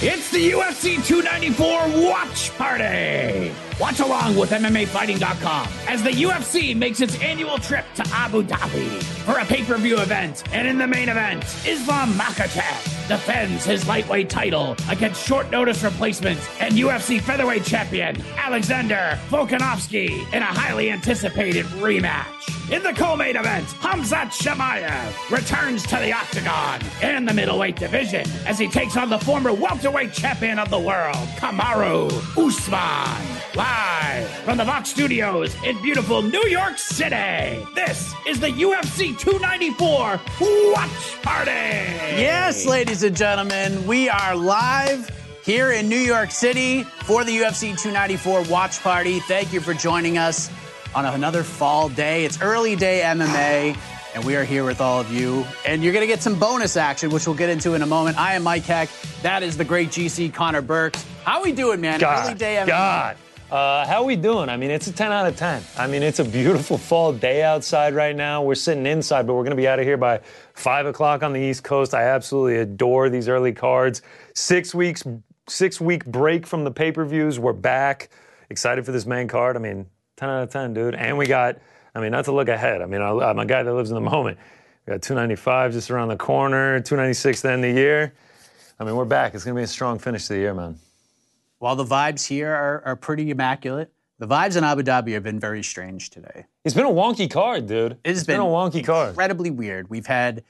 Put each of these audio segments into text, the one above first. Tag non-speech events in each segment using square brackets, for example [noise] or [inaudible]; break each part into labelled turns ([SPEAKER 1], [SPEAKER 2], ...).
[SPEAKER 1] It's the UFC 294 Watch Party! Watch along with MMAfighting.com as the UFC makes its annual trip to Abu Dhabi for a pay per view event. And in the main event, Islam Makhachev defends his lightweight title against short notice replacement and UFC featherweight champion Alexander Volkanovski in a highly anticipated rematch. In the co-main event, Hamzat Shemaev returns to the octagon and the middleweight division as he takes on the former welterweight champion of the world, Kamaru Usman. Live from the Vox Studios in beautiful New York City, this is the UFC 294 Watch Party.
[SPEAKER 2] Yes, ladies and gentlemen, we are live here in New York City for the UFC 294 Watch Party. Thank you for joining us on another fall day. It's early day MMA, and we are here with all of you. And you're going to get some bonus action, which we'll get into in a moment. I am Mike Heck. That is the great GC Connor Burks. How we doing, man?
[SPEAKER 3] God,
[SPEAKER 2] early day MMA.
[SPEAKER 3] God. Uh, how we doing? I mean, it's a 10 out of 10. I mean, it's a beautiful fall day outside right now. We're sitting inside, but we're going to be out of here by 5 o'clock on the East Coast. I absolutely adore these early cards. Six weeks, six week break from the pay-per-views. We're back. Excited for this main card. I mean, 10 out of 10, dude. And we got, I mean, not to look ahead. I mean, I, I'm a guy that lives in the moment. We got 295 just around the corner, 296 to end the year. I mean, we're back. It's going to be a strong finish to the year, man.
[SPEAKER 2] While the vibes here are, are pretty immaculate, the vibes in Abu Dhabi have been very strange today.
[SPEAKER 3] It's been a wonky card, dude.
[SPEAKER 2] has
[SPEAKER 3] it's been,
[SPEAKER 2] been
[SPEAKER 3] a wonky card.
[SPEAKER 2] Incredibly weird. We've had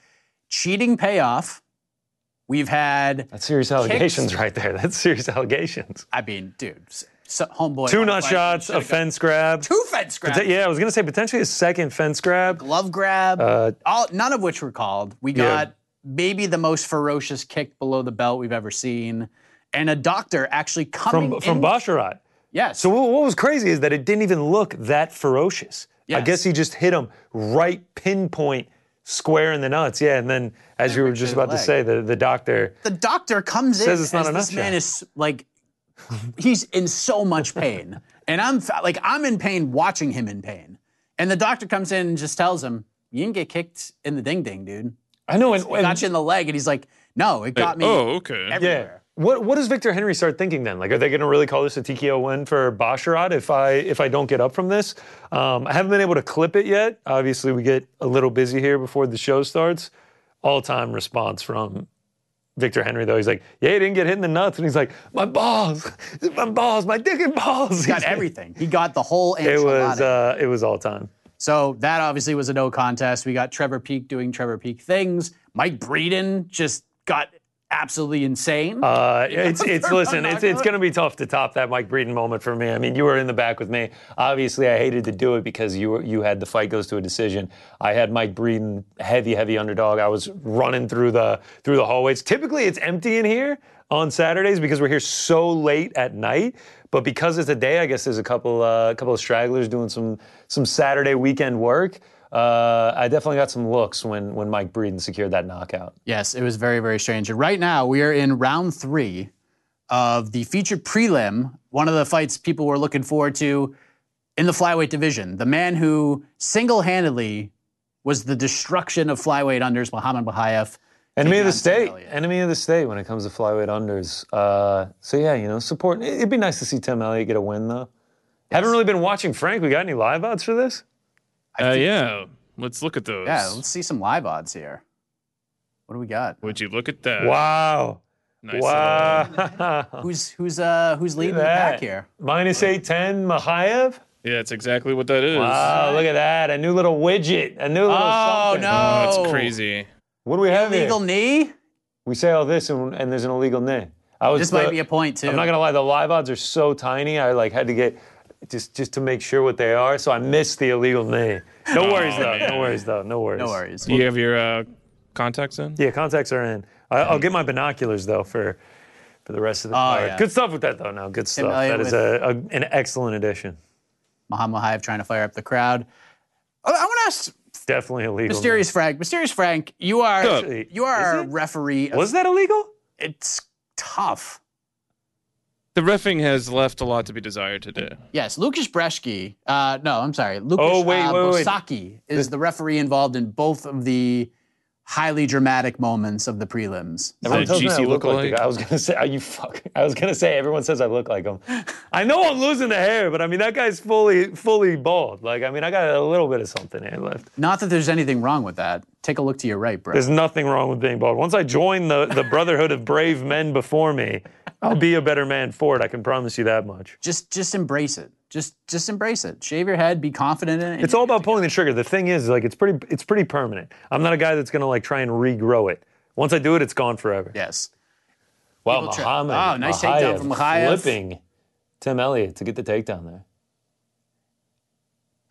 [SPEAKER 2] cheating payoff. We've had,
[SPEAKER 3] That's serious allegations [laughs] right there. That's serious allegations.
[SPEAKER 2] I mean, dude, so, homeboy.
[SPEAKER 3] Two nut shots, a fence grab.
[SPEAKER 2] Two fence grabs.
[SPEAKER 3] Pote- yeah, I was gonna say potentially a second fence grab.
[SPEAKER 2] glove grab, all none of which were called. We got maybe the most ferocious kick below the belt we've ever seen, and a doctor actually coming
[SPEAKER 3] from from
[SPEAKER 2] in-
[SPEAKER 3] Basharat.
[SPEAKER 2] Yes,
[SPEAKER 3] So what what was crazy is that it didn't even look that ferocious. I
[SPEAKER 2] Yes.
[SPEAKER 3] guess he just hit him right pinpoint square in the nuts. Yeah, and then as you were just
[SPEAKER 2] through the
[SPEAKER 3] about to
[SPEAKER 2] leg.
[SPEAKER 3] say, the, the doctor
[SPEAKER 2] the doctor comes in
[SPEAKER 3] Says it's not
[SPEAKER 2] as
[SPEAKER 3] a
[SPEAKER 2] this
[SPEAKER 3] nut
[SPEAKER 2] man
[SPEAKER 3] shot.
[SPEAKER 2] is like, he's in so much pain, and I'm fa- like I'm in pain watching him in pain, and the doctor comes in and just tells him, "You didn't get kicked in the ding ding, dude.
[SPEAKER 3] I know and,
[SPEAKER 2] It got you in the leg," and he's like, "No, it got me."
[SPEAKER 4] Oh, okay.
[SPEAKER 3] Yeah.
[SPEAKER 2] Everywhere.
[SPEAKER 3] What what does Victor Henry start thinking then? Like, are they going to really call this a TKO win for Basharat if I if I don't get up from this? Um, I haven't been able to clip it yet. Obviously, we get a little busy here before the show starts. All time response from Victor Henry though. He's like, "Yeah, he didn't get hit in the nuts," and he's like, "My balls, [laughs] my balls, my dick and balls."
[SPEAKER 2] He got everything. He got the whole
[SPEAKER 3] It
[SPEAKER 2] enchilada.
[SPEAKER 3] was uh, it was all time.
[SPEAKER 2] So that obviously was a no contest. We got Trevor Peak doing Trevor Peak things. Mike Breeden just got absolutely insane.
[SPEAKER 3] Uh, it's it's listen, it's it's going to be tough to top that Mike Breeden moment for me. I mean, you were in the back with me. Obviously, I hated to do it because you were, you had the fight goes to a decision. I had Mike Breeden heavy heavy underdog. I was running through the through the hallways. Typically, it's empty in here on Saturdays because we're here so late at night. But because it's a day, I guess there's a couple uh, couple of stragglers doing some some Saturday weekend work. Uh, I definitely got some looks when when Mike Breeden secured that knockout.
[SPEAKER 2] Yes, it was very, very strange. And right now, we are in round three of the featured prelim, one of the fights people were looking forward to in the flyweight division. The man who single handedly was the destruction of flyweight unders, Muhammad Bahayev.
[SPEAKER 3] Enemy of the
[SPEAKER 2] Deontay
[SPEAKER 3] state.
[SPEAKER 2] Elliott.
[SPEAKER 3] Enemy of the state when it comes to flyweight unders. Uh, so yeah, you know, support. it- It'd be nice to see Tim Elliott get a win though. Haven't really been watching Frank. We got any live odds for this?
[SPEAKER 4] Uh, yeah, let's look at those.
[SPEAKER 2] Yeah, let's see some live odds here. What do we got?
[SPEAKER 4] Would you look at that?
[SPEAKER 3] Wow. [laughs]
[SPEAKER 4] Nice
[SPEAKER 3] wow.
[SPEAKER 2] Who's who's uh who's leading the
[SPEAKER 3] Oh. that.
[SPEAKER 2] pack here?
[SPEAKER 3] Minus 810, Mahayev.
[SPEAKER 4] Yeah, it's exactly what that is.
[SPEAKER 3] Wow, look at that. A new little widget. A new little
[SPEAKER 2] Oh,
[SPEAKER 3] something.
[SPEAKER 2] no.
[SPEAKER 4] Oh,
[SPEAKER 2] Oh.
[SPEAKER 4] it's crazy.
[SPEAKER 3] What do we have
[SPEAKER 2] Illegal
[SPEAKER 3] here?
[SPEAKER 2] knee?
[SPEAKER 3] We say all this and, and there's an illegal name. I was
[SPEAKER 2] This
[SPEAKER 3] the-
[SPEAKER 2] might be a point too.
[SPEAKER 3] I'm not gonna lie, the live odds are so tiny. I like had to get just just to make sure what they are, so I missed the illegal name. No worries though. No worries though. Oh, No worries.
[SPEAKER 2] no worries.
[SPEAKER 4] Do you have your uh, contacts in?
[SPEAKER 3] Yeah, contacts are in. I, I'll get my binoculars though for for the rest of the
[SPEAKER 2] Oh,
[SPEAKER 3] card.
[SPEAKER 2] yeah.
[SPEAKER 3] Good stuff with that though. No, good stuff.
[SPEAKER 2] Elliott
[SPEAKER 3] That is a, a, an excellent addition.
[SPEAKER 2] Muhammad Hive trying to fire up the crowd. Oh, I, I want to ask
[SPEAKER 3] Definitely illegal. name.
[SPEAKER 2] Mysterious Frank. Mysterious Frank, you are
[SPEAKER 3] Actually,
[SPEAKER 2] you are
[SPEAKER 3] is
[SPEAKER 2] a
[SPEAKER 3] it?
[SPEAKER 2] referee. of-
[SPEAKER 3] Was that illegal?
[SPEAKER 2] it's tough.
[SPEAKER 4] The refing has left a lot to be desired today.
[SPEAKER 2] Yes, Lucas Breschke. Uh, no, I'm sorry. Lucas
[SPEAKER 3] Oh, wait,
[SPEAKER 2] uh,
[SPEAKER 3] wait, wait.
[SPEAKER 2] Bosaki is the referee involved in both of the highly dramatic moments of the prelims.
[SPEAKER 3] Everyone
[SPEAKER 4] that
[SPEAKER 3] tells me I
[SPEAKER 4] GC
[SPEAKER 3] look like the
[SPEAKER 4] lookalike?
[SPEAKER 3] guy. I was gonna say, are you fuck? I was gonna say everyone says I look like him. [laughs] I know I'm losing the hair, but I mean that guy's fully, fully bald. Like I mean, I got a little bit of something here left.
[SPEAKER 2] Not that there's anything wrong with that. Take a look to your right, bro.
[SPEAKER 3] There's nothing wrong with being bald. Once I join the the brotherhood of brave men before me, I'll be a better man for it. I can promise you that much.
[SPEAKER 2] Just just embrace it. Just just embrace it. Shave your head. Be confident in it.
[SPEAKER 3] It's all about pulling the trigger. The thing is, like, it's pretty, it's pretty permanent. I'm not a guy that's gonna like try and regrow it. Once I do it, it's gone forever.
[SPEAKER 2] yes.
[SPEAKER 3] Wow,
[SPEAKER 2] People try-
[SPEAKER 3] Muhammad.
[SPEAKER 2] Oh, nice takedown from Mahayev.
[SPEAKER 3] Flipping Tim Elliott to get the takedown there.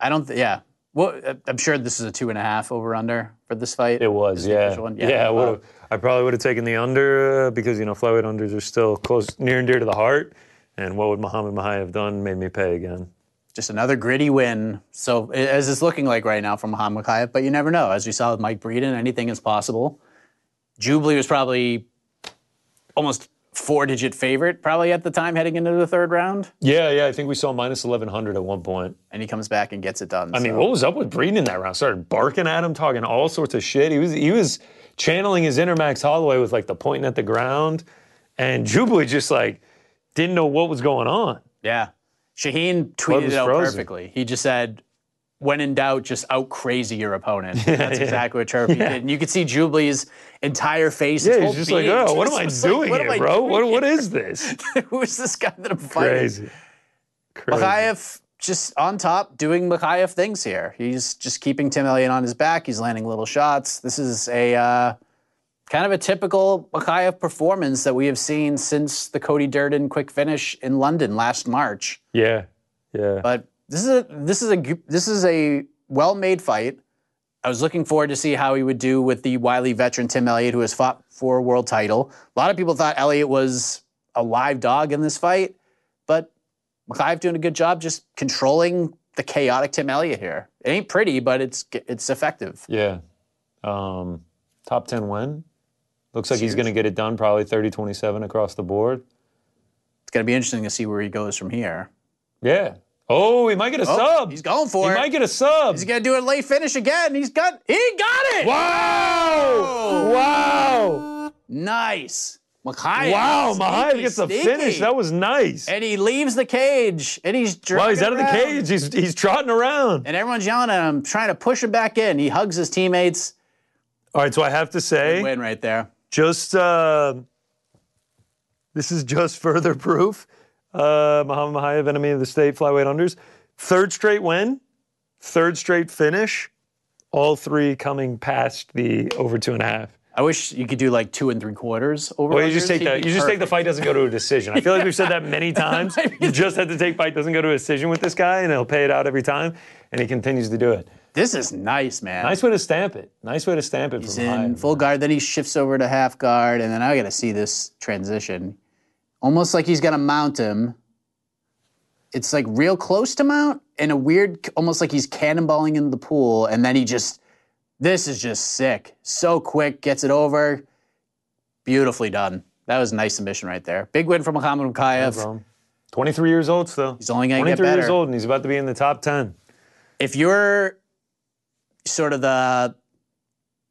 [SPEAKER 2] I don't. Th- yeah. Well, uh, I'm sure this is a two and a half over under for this fight.
[SPEAKER 3] It was,
[SPEAKER 2] Is the
[SPEAKER 3] yeah.
[SPEAKER 2] official one?
[SPEAKER 3] Yeah,
[SPEAKER 2] Yeah.
[SPEAKER 3] I, would've- I probably would have taken the under uh, because, you know, flyweight unders are still close, near and dear to the heart. And what would Muhammad Mahayev have done made me pay again.
[SPEAKER 2] Just another gritty win. So a- as it's looking like right now from Muhammad Khayyaf, but you never know. As we saw with Mike Breeden, anything is possible. Jubilee was probably almost four-digit favorite probably at the time heading into the third round,
[SPEAKER 3] Yeah, yeah, I think we saw minus 1,100 at one point.
[SPEAKER 2] and he comes back and gets it done.
[SPEAKER 3] I mean, what was up with Breeden in that round? Started barking at him, talking all sorts of shit. He was he was channeling his inner Max Holloway with like the pointing at the ground, and Jubilee just like didn't know what was going on.
[SPEAKER 2] Yeah. Shaheen
[SPEAKER 3] Blood
[SPEAKER 2] tweeted
[SPEAKER 3] was
[SPEAKER 2] it out
[SPEAKER 3] frozen.
[SPEAKER 2] perfectly. He just said, when in doubt, just out crazy your
[SPEAKER 3] [laughs]
[SPEAKER 2] opponent. That's exactly what Turpie did. And you could see Jubilee's entire face. his
[SPEAKER 3] Yeah,
[SPEAKER 2] whole
[SPEAKER 3] he's just like,
[SPEAKER 2] being
[SPEAKER 3] [laughs] oh, what
[SPEAKER 2] just
[SPEAKER 3] am I
[SPEAKER 2] was like,
[SPEAKER 3] doing
[SPEAKER 2] what am
[SPEAKER 3] here,
[SPEAKER 2] I
[SPEAKER 3] bro?
[SPEAKER 2] doing [laughs]
[SPEAKER 3] What what
[SPEAKER 2] here?"
[SPEAKER 3] is this? [laughs]
[SPEAKER 2] Who is this guy that I'm fighting?
[SPEAKER 3] Crazy. Crazy.
[SPEAKER 2] Makhayev just on top doing Makhayev things here. He's just keeping Tim Elliott on his back. He's landing little shots. This is a uh, kind of a typical Makhayev performance that we have seen since the Cody Durden quick finish in London last March.
[SPEAKER 3] Yeah. Yeah.
[SPEAKER 2] But this is a this is a gu- this is a well-made fight. I was looking forward to see how he would do with the wily veteran Tim Elliott, who has fought for a world title. A lot of people thought Elliott was a live dog in this fight, but Makayev doing a good job just controlling the chaotic Tim Elliott here. It ain't pretty, but it's it's effective.
[SPEAKER 3] Yeah. Um, top 10 win. Looks like he's going to get it done probably 30 27 across the board.
[SPEAKER 2] It's gonna be interesting to see where he goes from here.
[SPEAKER 3] Yeah. Oh, he might get a
[SPEAKER 2] Oh,
[SPEAKER 3] sub.
[SPEAKER 2] he's going for
[SPEAKER 3] He
[SPEAKER 2] it.
[SPEAKER 3] might get a sub.
[SPEAKER 2] He's gonna do a late finish again. He's got he got it.
[SPEAKER 3] wow. Wow.
[SPEAKER 2] Nice, Makayev.
[SPEAKER 3] Wow. Mahayev gets a finish. That was nice.
[SPEAKER 2] And he leaves the cage and he's
[SPEAKER 3] Wow, he's
[SPEAKER 2] dragging
[SPEAKER 3] out of the
[SPEAKER 2] around.
[SPEAKER 3] cage. He's, he's trotting around.
[SPEAKER 2] And everyone's yelling at him, trying to push him back in. He hugs his teammates.
[SPEAKER 3] All right, so I have to say.
[SPEAKER 2] Win right there.
[SPEAKER 3] just uh, this is just [laughs] further proof. Uh, Muhammad Mahayev, enemy of the state, flyweight unders, third straight win, third straight finish, all three coming past the over two and a half.
[SPEAKER 2] I wish you could do like two and three quarters over.
[SPEAKER 3] Well, you just
[SPEAKER 2] unders.
[SPEAKER 3] take
[SPEAKER 2] He'd
[SPEAKER 3] the
[SPEAKER 2] be
[SPEAKER 3] you just take the
[SPEAKER 2] perfect.
[SPEAKER 3] fight doesn't go to a decision. I feel like we've said
[SPEAKER 2] [laughs]
[SPEAKER 3] that many times. you just have to take fight doesn't go to a decision with this guy, and he'll pay it out every time, and he continues to do it.
[SPEAKER 2] This is nice, man.
[SPEAKER 3] Nice way to stamp it. Nice way to stamp it.
[SPEAKER 2] He's
[SPEAKER 3] from
[SPEAKER 2] in
[SPEAKER 3] Hyatt.
[SPEAKER 2] full guard, then he shifts over to half guard, and then I got to see this transition. Almost like he's going to mount him. It's like real close to mount, and a weird, almost like he's cannonballing into the pool, and then he just, this is just sick. So quick, gets it over. Beautifully done. That was a nice submission right there. Big win for Muhammad Mukayev.
[SPEAKER 3] Bro. 23 years old still.
[SPEAKER 2] He's only gonna get
[SPEAKER 3] 23 years
[SPEAKER 2] better.
[SPEAKER 3] old, and he's about to be in the top 10.
[SPEAKER 2] if you're sort of the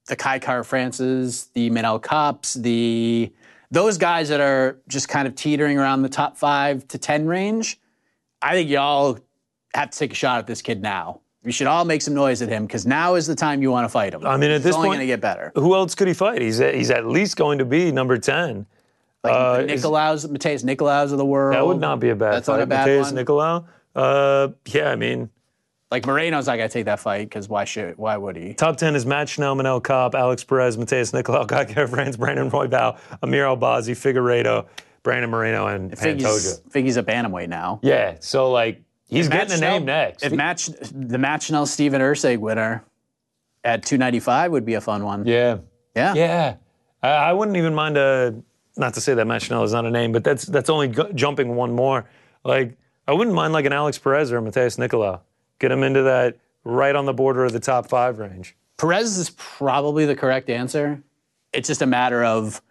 [SPEAKER 2] the Kai Car Francis, the Manel Cops, the those guys that are just kind of teetering around the top five to ten range, I think y'all have to take a shot at this kid now. We should all make some noise at him because now is the time you want to fight him.
[SPEAKER 3] I mean, at
[SPEAKER 2] He's
[SPEAKER 3] this
[SPEAKER 2] only
[SPEAKER 3] point-
[SPEAKER 2] going to get better.
[SPEAKER 3] Who else could he fight? He's at, he's at least going to be number 10.
[SPEAKER 2] Like
[SPEAKER 3] Uh,
[SPEAKER 2] the
[SPEAKER 3] is-
[SPEAKER 2] Nicolaus, Mateus Nicolaus of the world.
[SPEAKER 3] That would not be a bad
[SPEAKER 2] That's
[SPEAKER 3] fight.
[SPEAKER 2] not a bad
[SPEAKER 3] Mateus
[SPEAKER 2] one.
[SPEAKER 3] Nicolau. Uh, yeah, I mean,
[SPEAKER 2] Like Moreno's not going to take that fight because why should? Why would he?
[SPEAKER 3] top 10 is Matt Schnell, Manel Kopp, Alex Perez, Mateus [laughs] Nicolau, Kai Franz, Brandon Roybal, Amir Albazi, Figueredo, Brandon Moreno, and
[SPEAKER 2] Figgy's,
[SPEAKER 3] Pantoja.
[SPEAKER 2] Figgy's a bantamweight now.
[SPEAKER 3] Yeah, so like, he's
[SPEAKER 2] Matt
[SPEAKER 3] getting a
[SPEAKER 2] Schnell-
[SPEAKER 3] name next.
[SPEAKER 2] If match the match now Steven Ursay winner at 295 would be a fun one.
[SPEAKER 3] yeah.
[SPEAKER 2] Yeah.
[SPEAKER 3] Yeah, I, I wouldn't even mind a. Not to say that Machinel is not a name, but that's that's only go- jumping one more. Like I wouldn't mind like an Alex Perez or a Mateus Nicolau. Get him into that right on the border of the top five range.
[SPEAKER 2] Perez is probably the correct answer. It's just a matter of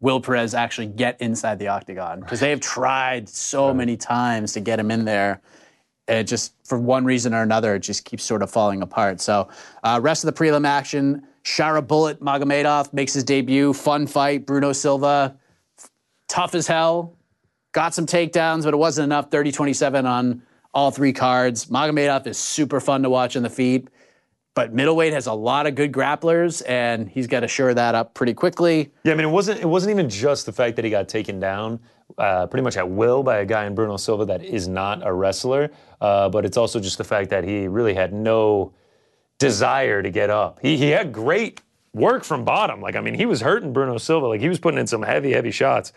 [SPEAKER 2] will Perez actually get inside the octagon because they have tried so many times to get him in there. And it just for one reason or another, it just keeps sort of falling apart. So, uh, rest of the prelim action: Shara Bullet Magomedov makes his debut. Fun fight. Bruno Silva, f- tough as hell. Got some takedowns, but it wasn't enough. 30-27 on all three cards. Magomedov is super fun to watch on the feet. But middleweight has a lot of good grapplers, and he's got to shore that up pretty quickly.
[SPEAKER 3] Yeah, I mean it wasn't it wasn't even just the fact that he got taken down. Uh, pretty much at will by a guy in Bruno Silva that is not a wrestler, uh, but it's also just the fact that he really had no desire to get up. He, he had great work from bottom. Like, I mean, he was hurting Bruno Silva. Like, he was putting in some heavy, heavy shots.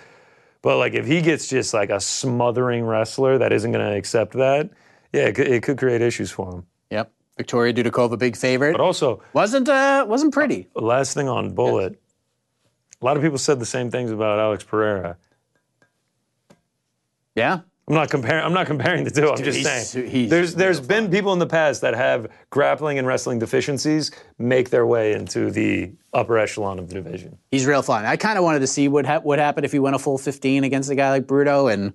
[SPEAKER 3] But, like, if he gets just like a smothering wrestler that isn't going to accept that, yeah, it could, it could create issues for him.
[SPEAKER 2] Yep. Victoria Dudakova, big favorite.
[SPEAKER 3] But also,
[SPEAKER 2] wasn't uh, wasn't pretty.
[SPEAKER 3] last thing on Bullet. A lot of people said the same things about Alex Pereira.
[SPEAKER 2] Yeah.
[SPEAKER 3] I'm not comparing. I'm not comparing the two. I'm just
[SPEAKER 2] he's-
[SPEAKER 3] saying.
[SPEAKER 2] he's
[SPEAKER 3] there's there's been people in the past that have grappling and wrestling deficiencies make their way into the upper echelon of the division.
[SPEAKER 2] He's real fun. I kind of wanted to see what ha- what happened if he went a full 15 against a guy like Bruto, and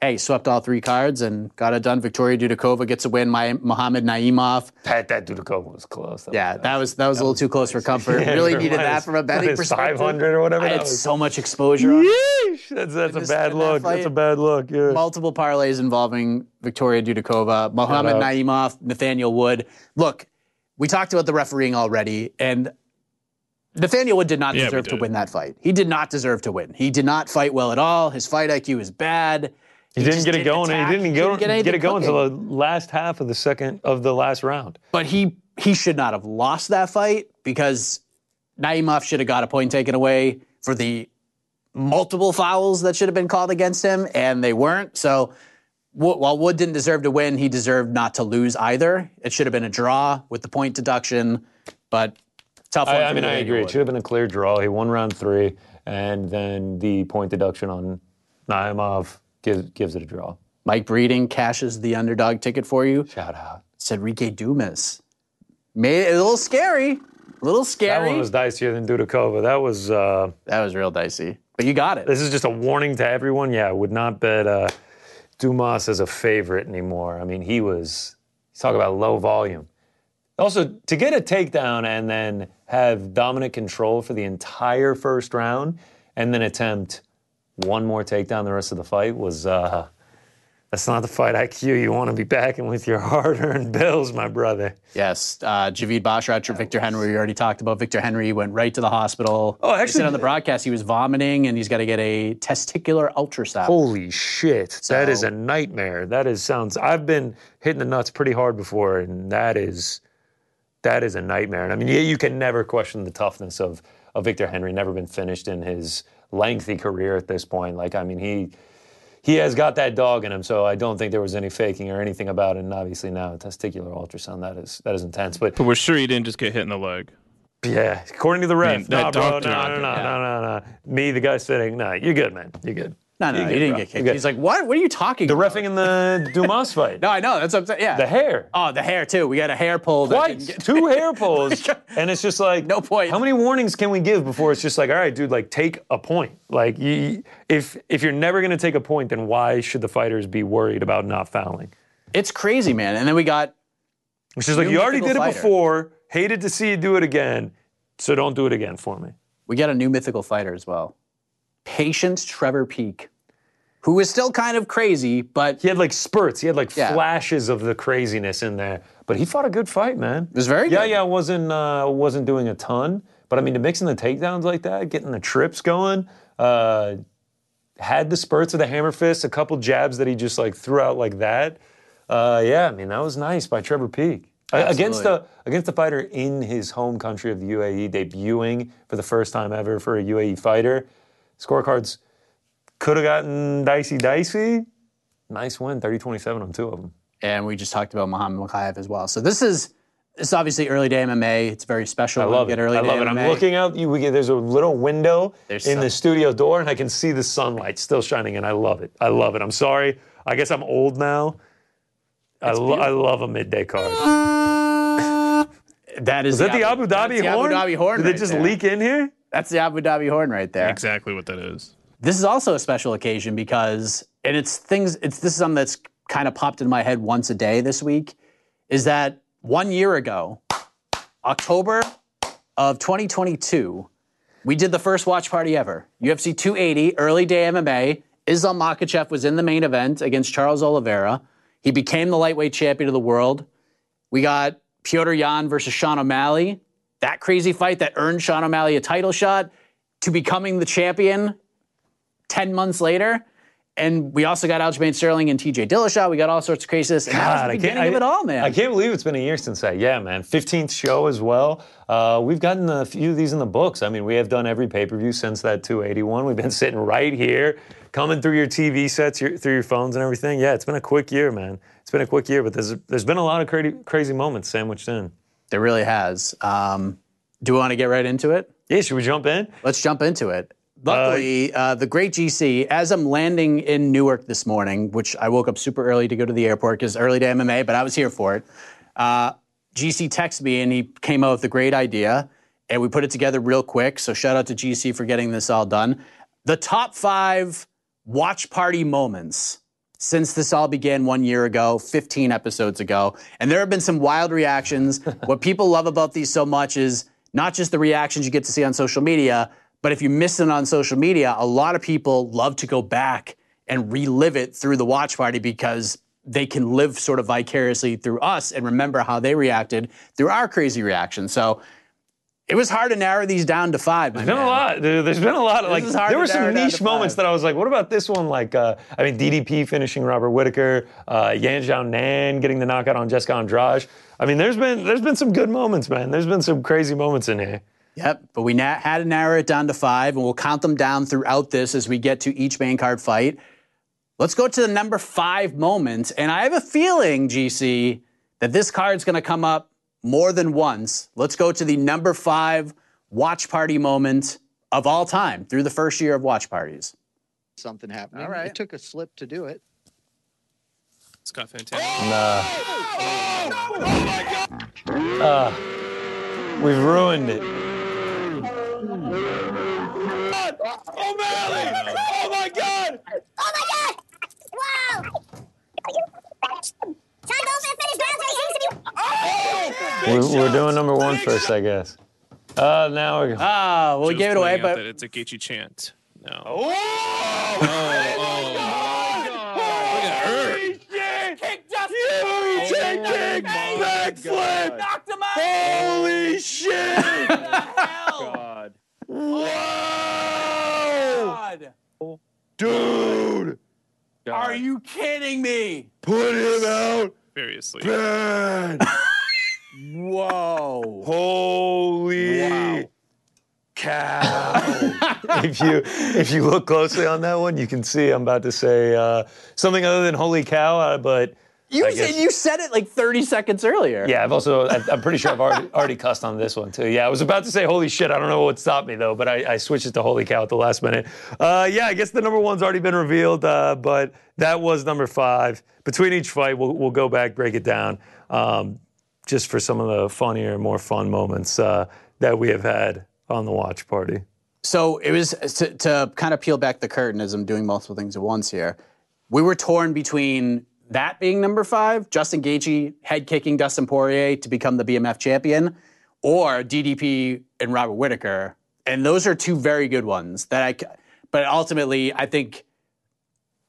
[SPEAKER 2] hey, swept all three cards and got it done. Victoria Dudakova gets a win. My Muhammad Naimov.
[SPEAKER 3] Pat, that Dudakova was close. That
[SPEAKER 2] Yeah, that was that was a little too close for comfort.
[SPEAKER 3] [laughs]
[SPEAKER 2] really needed that from a betting perspective.
[SPEAKER 3] Five hundred or whatever.
[SPEAKER 2] I
[SPEAKER 3] that
[SPEAKER 2] had
[SPEAKER 3] was.
[SPEAKER 2] so much exposure. on
[SPEAKER 3] [laughs] Yeesh! That's, that's a
[SPEAKER 2] this-
[SPEAKER 3] bad
[SPEAKER 2] in that
[SPEAKER 3] look. That's a
[SPEAKER 2] fight-
[SPEAKER 3] bad look. Yeah.
[SPEAKER 2] multiple parlays involving Victoria Dudakova, Mohamed
[SPEAKER 3] out.
[SPEAKER 2] Naimov, Nathaniel Wood. Look, we talked about the refereeing already, and Nathaniel Wood did not
[SPEAKER 4] Yeah, we
[SPEAKER 2] deserve to
[SPEAKER 4] did.
[SPEAKER 2] win that fight. He did not deserve to win. He did not fight well at all. His fight IQ is bad.
[SPEAKER 3] he, didn't
[SPEAKER 2] just
[SPEAKER 3] get it
[SPEAKER 2] didn't
[SPEAKER 3] going. and
[SPEAKER 2] attack.
[SPEAKER 3] He didn't,
[SPEAKER 2] He
[SPEAKER 3] go,
[SPEAKER 2] didn't get
[SPEAKER 3] get,
[SPEAKER 2] anything
[SPEAKER 3] it going until the last half of the second of the last round.
[SPEAKER 2] But he he should not have lost that fight because Naimov should have got a point taken away for the multiple fouls that should have been called against him, and they weren't. So Wo- while Wood didn't deserve to win, he deserved not to lose either. It should have been a draw with the point deduction, but tough one.
[SPEAKER 3] I, I
[SPEAKER 2] for
[SPEAKER 3] mean, I
[SPEAKER 2] Naomi
[SPEAKER 3] agree. It
[SPEAKER 2] Wood.
[SPEAKER 3] should have been a clear draw. He won round three, and then the point deduction on Naimov gives gives it a draw.
[SPEAKER 2] Mike Breeding cashes the underdog ticket for you.
[SPEAKER 3] Shout out.
[SPEAKER 2] It's Enrique Dumas. Made it a little scary. A little
[SPEAKER 3] That
[SPEAKER 2] scary.
[SPEAKER 3] one was dicier than Dudakova. That was. Uh,
[SPEAKER 2] that was real dicey. But you got it.
[SPEAKER 3] this is just a warning to everyone. Yeah, I would not bet uh, Dumas as a favorite anymore. I mean, he was talk about low volume. Also, to get a takedown and then have dominant control for the entire first round, and then attempt one more takedown the rest of the fight was uh, that's not the fight IQ you want to be backing with your [laughs] hard-earned bills, my brother.
[SPEAKER 2] Yes, uh, Javid Bashrat or Victor Henry. We already talked about Victor Henry. He went right to the hospital.
[SPEAKER 3] Oh,
[SPEAKER 2] They said
[SPEAKER 3] actually-
[SPEAKER 2] on the broadcast he was vomiting and he's got to get a testicular ultrasound.
[SPEAKER 3] Holy shit. that is
[SPEAKER 2] So-
[SPEAKER 3] a nightmare. That is sounds I've been hitting the nuts pretty hard before and that is that is a nightmare. And I mean, yeah, you can never question the toughness of of Victor Henry, never been finished in his lengthy career at this point. Like, I mean, he he has got that dog in him, so I don't think there was any faking or anything about it. And obviously now a testicular ultrasound, that is that is intense. But
[SPEAKER 4] But we're sure you didn't just get hit in the leg.
[SPEAKER 3] yeah, according to the ref,
[SPEAKER 4] mean, that
[SPEAKER 3] nah, bro, no,
[SPEAKER 4] doctor-
[SPEAKER 3] no, no, no, no, no, no. Me, the guy sitting, no, you're good, man, you're good.
[SPEAKER 2] No, no, he didn't get kicked.
[SPEAKER 3] good.
[SPEAKER 2] He's like, what? What are you talking?
[SPEAKER 3] The
[SPEAKER 2] about?
[SPEAKER 3] refing in [laughs] the Dumas fight,
[SPEAKER 2] No, I know. That's upset. Yeah.
[SPEAKER 3] the hair.
[SPEAKER 2] Oh, the hair too. We got a hair pull. that didn't
[SPEAKER 3] Twice,
[SPEAKER 2] get- [laughs] Oh
[SPEAKER 3] two hair pulls, and it's just like
[SPEAKER 2] No point.
[SPEAKER 3] How many warnings can we give before it's just like, all right, dude, like take a point. Like, you, if if you're never gonna take a point, then why should the fighters be worried about not fouling?
[SPEAKER 2] It's crazy, man. And then we got
[SPEAKER 3] It's just like
[SPEAKER 2] New
[SPEAKER 3] you already did
[SPEAKER 2] mythical
[SPEAKER 3] it
[SPEAKER 2] fighter.
[SPEAKER 3] before, hated to see you do it again, so don't do it again for me.
[SPEAKER 2] we got a new mythical fighter as well. Patience Trevor Peak, who is still kind of crazy, but
[SPEAKER 3] He had like spurts, he had like
[SPEAKER 2] Yeah.
[SPEAKER 3] flashes of the craziness in there, but he fought a good fight, man.
[SPEAKER 2] was very
[SPEAKER 3] Yeah,
[SPEAKER 2] good.
[SPEAKER 3] yeah, wasn't uh, wasn't doing a ton, but I mean, to mixing the takedowns like that, getting the trips going, uh, had the spurts of the hammer fist, a couple jabs that he just like threw out like that. Uh, yeah, I mean, that was nice by Trevor Peak A- against the against the fighter in his home country of the UAE, debuting for the first time ever for a UAE fighter. Scorecards could have gotten dicey, dicey. Nice win, 30-27 on two of them.
[SPEAKER 2] And we just talked about Muhammad Makayev as well. So this is this is obviously early day MMA. It's very special.
[SPEAKER 3] I
[SPEAKER 2] when we
[SPEAKER 3] love
[SPEAKER 2] get
[SPEAKER 3] it.
[SPEAKER 2] Early
[SPEAKER 3] I
[SPEAKER 2] day
[SPEAKER 3] love it.
[SPEAKER 2] MMA.
[SPEAKER 3] I'm looking out. You, we get, there's a little window
[SPEAKER 2] There's
[SPEAKER 3] in
[SPEAKER 2] sun.
[SPEAKER 3] the studio door, and I can see the sunlight still shining in. I love it. I love it. I'm sorry. I guess I'm old now. I, lo- I love a midday card.
[SPEAKER 2] [laughs] That is,
[SPEAKER 3] Is that the Abu
[SPEAKER 2] that's
[SPEAKER 3] Dhabi
[SPEAKER 2] the
[SPEAKER 3] horn?
[SPEAKER 2] Abu Dhabi horn.
[SPEAKER 3] Did it
[SPEAKER 2] right
[SPEAKER 3] just
[SPEAKER 2] there.
[SPEAKER 3] leak in here?
[SPEAKER 2] That's the Abu Dhabi horn right there.
[SPEAKER 4] Exactly what that is.
[SPEAKER 2] This is also a special occasion because, and it's things. It's this is something that's kind of popped into my head once a day this week. Is that one year ago, October of 2022, we did the first watch party ever. UFC 280, early day MMA. Islam Makachev was in the main event against Charles Oliveira. He became the lightweight champion of the world. We got Piotr Jan versus Sean O'Malley. That crazy fight that earned Sean O'Malley a title shot to becoming the champion 10 months later. And we also got Aljamain Sterling and TJ Dillashaw. We got all sorts of craziness. And that was the beginning of it all, man.
[SPEAKER 3] I can't believe it's been a year since that. Yeah, man. 15th show as well. Uh, we've gotten a few of these in the books. I mean, we have done every pay per view since that 281. We've been [laughs] sitting right here, coming through your TV sets, your, through your phones and everything. Yeah, it's been a quick year, man. It's been a quick year, but there's there's been a lot of crazy, crazy moments sandwiched in.
[SPEAKER 2] There really has. Um, do we want to get right into it?
[SPEAKER 3] Yeah, should we jump in?
[SPEAKER 2] Let's jump into it. Luckily, uh, the great GC, as I'm landing in Newark this morning, which I woke up super early to go to the airport because early to MMA, but I was here for it. Uh, GC texted me and he came up with a great idea, and we put it together real quick. So shout out to GC for getting this all done. The top five watch party moments since this all began one year ago, 15 episodes ago. And there have been some wild reactions. what people love about these so much is not just the reactions you get to see on social media, but if you miss it on social media, a lot of people love to go back and relive it through the watch party because they can live sort of vicariously through us and remember how they reacted through our crazy reaction. So it was hard to narrow these down to five. my
[SPEAKER 3] There's been
[SPEAKER 2] man.
[SPEAKER 3] a lot. There- There's been a lot. Like
[SPEAKER 2] is hard
[SPEAKER 3] there
[SPEAKER 2] to
[SPEAKER 3] were some
[SPEAKER 2] narrow down
[SPEAKER 3] niche
[SPEAKER 2] to
[SPEAKER 3] moments
[SPEAKER 2] five.
[SPEAKER 3] that I was like, what about this one? Like, uh, I mean, DDP finishing Robert Whitaker, uh, Yan Zhao Nan getting the knockout on Jessica Andrade. I mean, there's been there's been some good moments, man. There's been some crazy moments in here.
[SPEAKER 2] Yep, but we na- had to narrow it down to five, and we'll count them down throughout this as we get to each main card fight. Let's go to the number five moment, and I have a feeling, GC, that this card's going to come up more than once. Let's go to the number five watch party moment of all time through the first year of watch parties.
[SPEAKER 5] something happening.
[SPEAKER 2] All right.
[SPEAKER 5] It took a slip to do it.
[SPEAKER 4] Scott Fantastic.
[SPEAKER 3] We've ruined it. We're, we're doing number one first, I guess. Uh, now we're.
[SPEAKER 2] Ah, well, we gave it away, but
[SPEAKER 4] that it's a Gaethje chant. No.
[SPEAKER 2] are you kidding me?
[SPEAKER 4] Seriously.
[SPEAKER 3] [laughs]
[SPEAKER 2] Whoa.
[SPEAKER 4] Holy
[SPEAKER 2] Wow.
[SPEAKER 3] cow. [laughs] if you if you look closely on that one, you can see I'm about to say uh, something other than holy cow, uh, but
[SPEAKER 2] You,
[SPEAKER 3] I
[SPEAKER 2] said-
[SPEAKER 3] guess-
[SPEAKER 2] you said it like 30 seconds earlier.
[SPEAKER 3] yeah, I've also I- I'm pretty sure I've already [laughs] already cussed on this one too. Yeah, I was about to say holy shit. I don't know what stopped me though, but I, I switched it to holy cow at the last minute. Uh, yeah, I guess the number one's already been revealed, uh, but that was number five. Between each fight, we'll we'll go back break it down. Um, just for some of the funnier, more fun moments uh, that we have had on the watch party.
[SPEAKER 2] So it was uh, to, to kind of peel back the curtain as I'm doing multiple things at once here. We were torn between that being number five, Justin Gaethje head kicking Dustin Poirier to become the BMF champion, or DDP and Robert Whitaker. And those are two very good ones that I. c- But ultimately, I think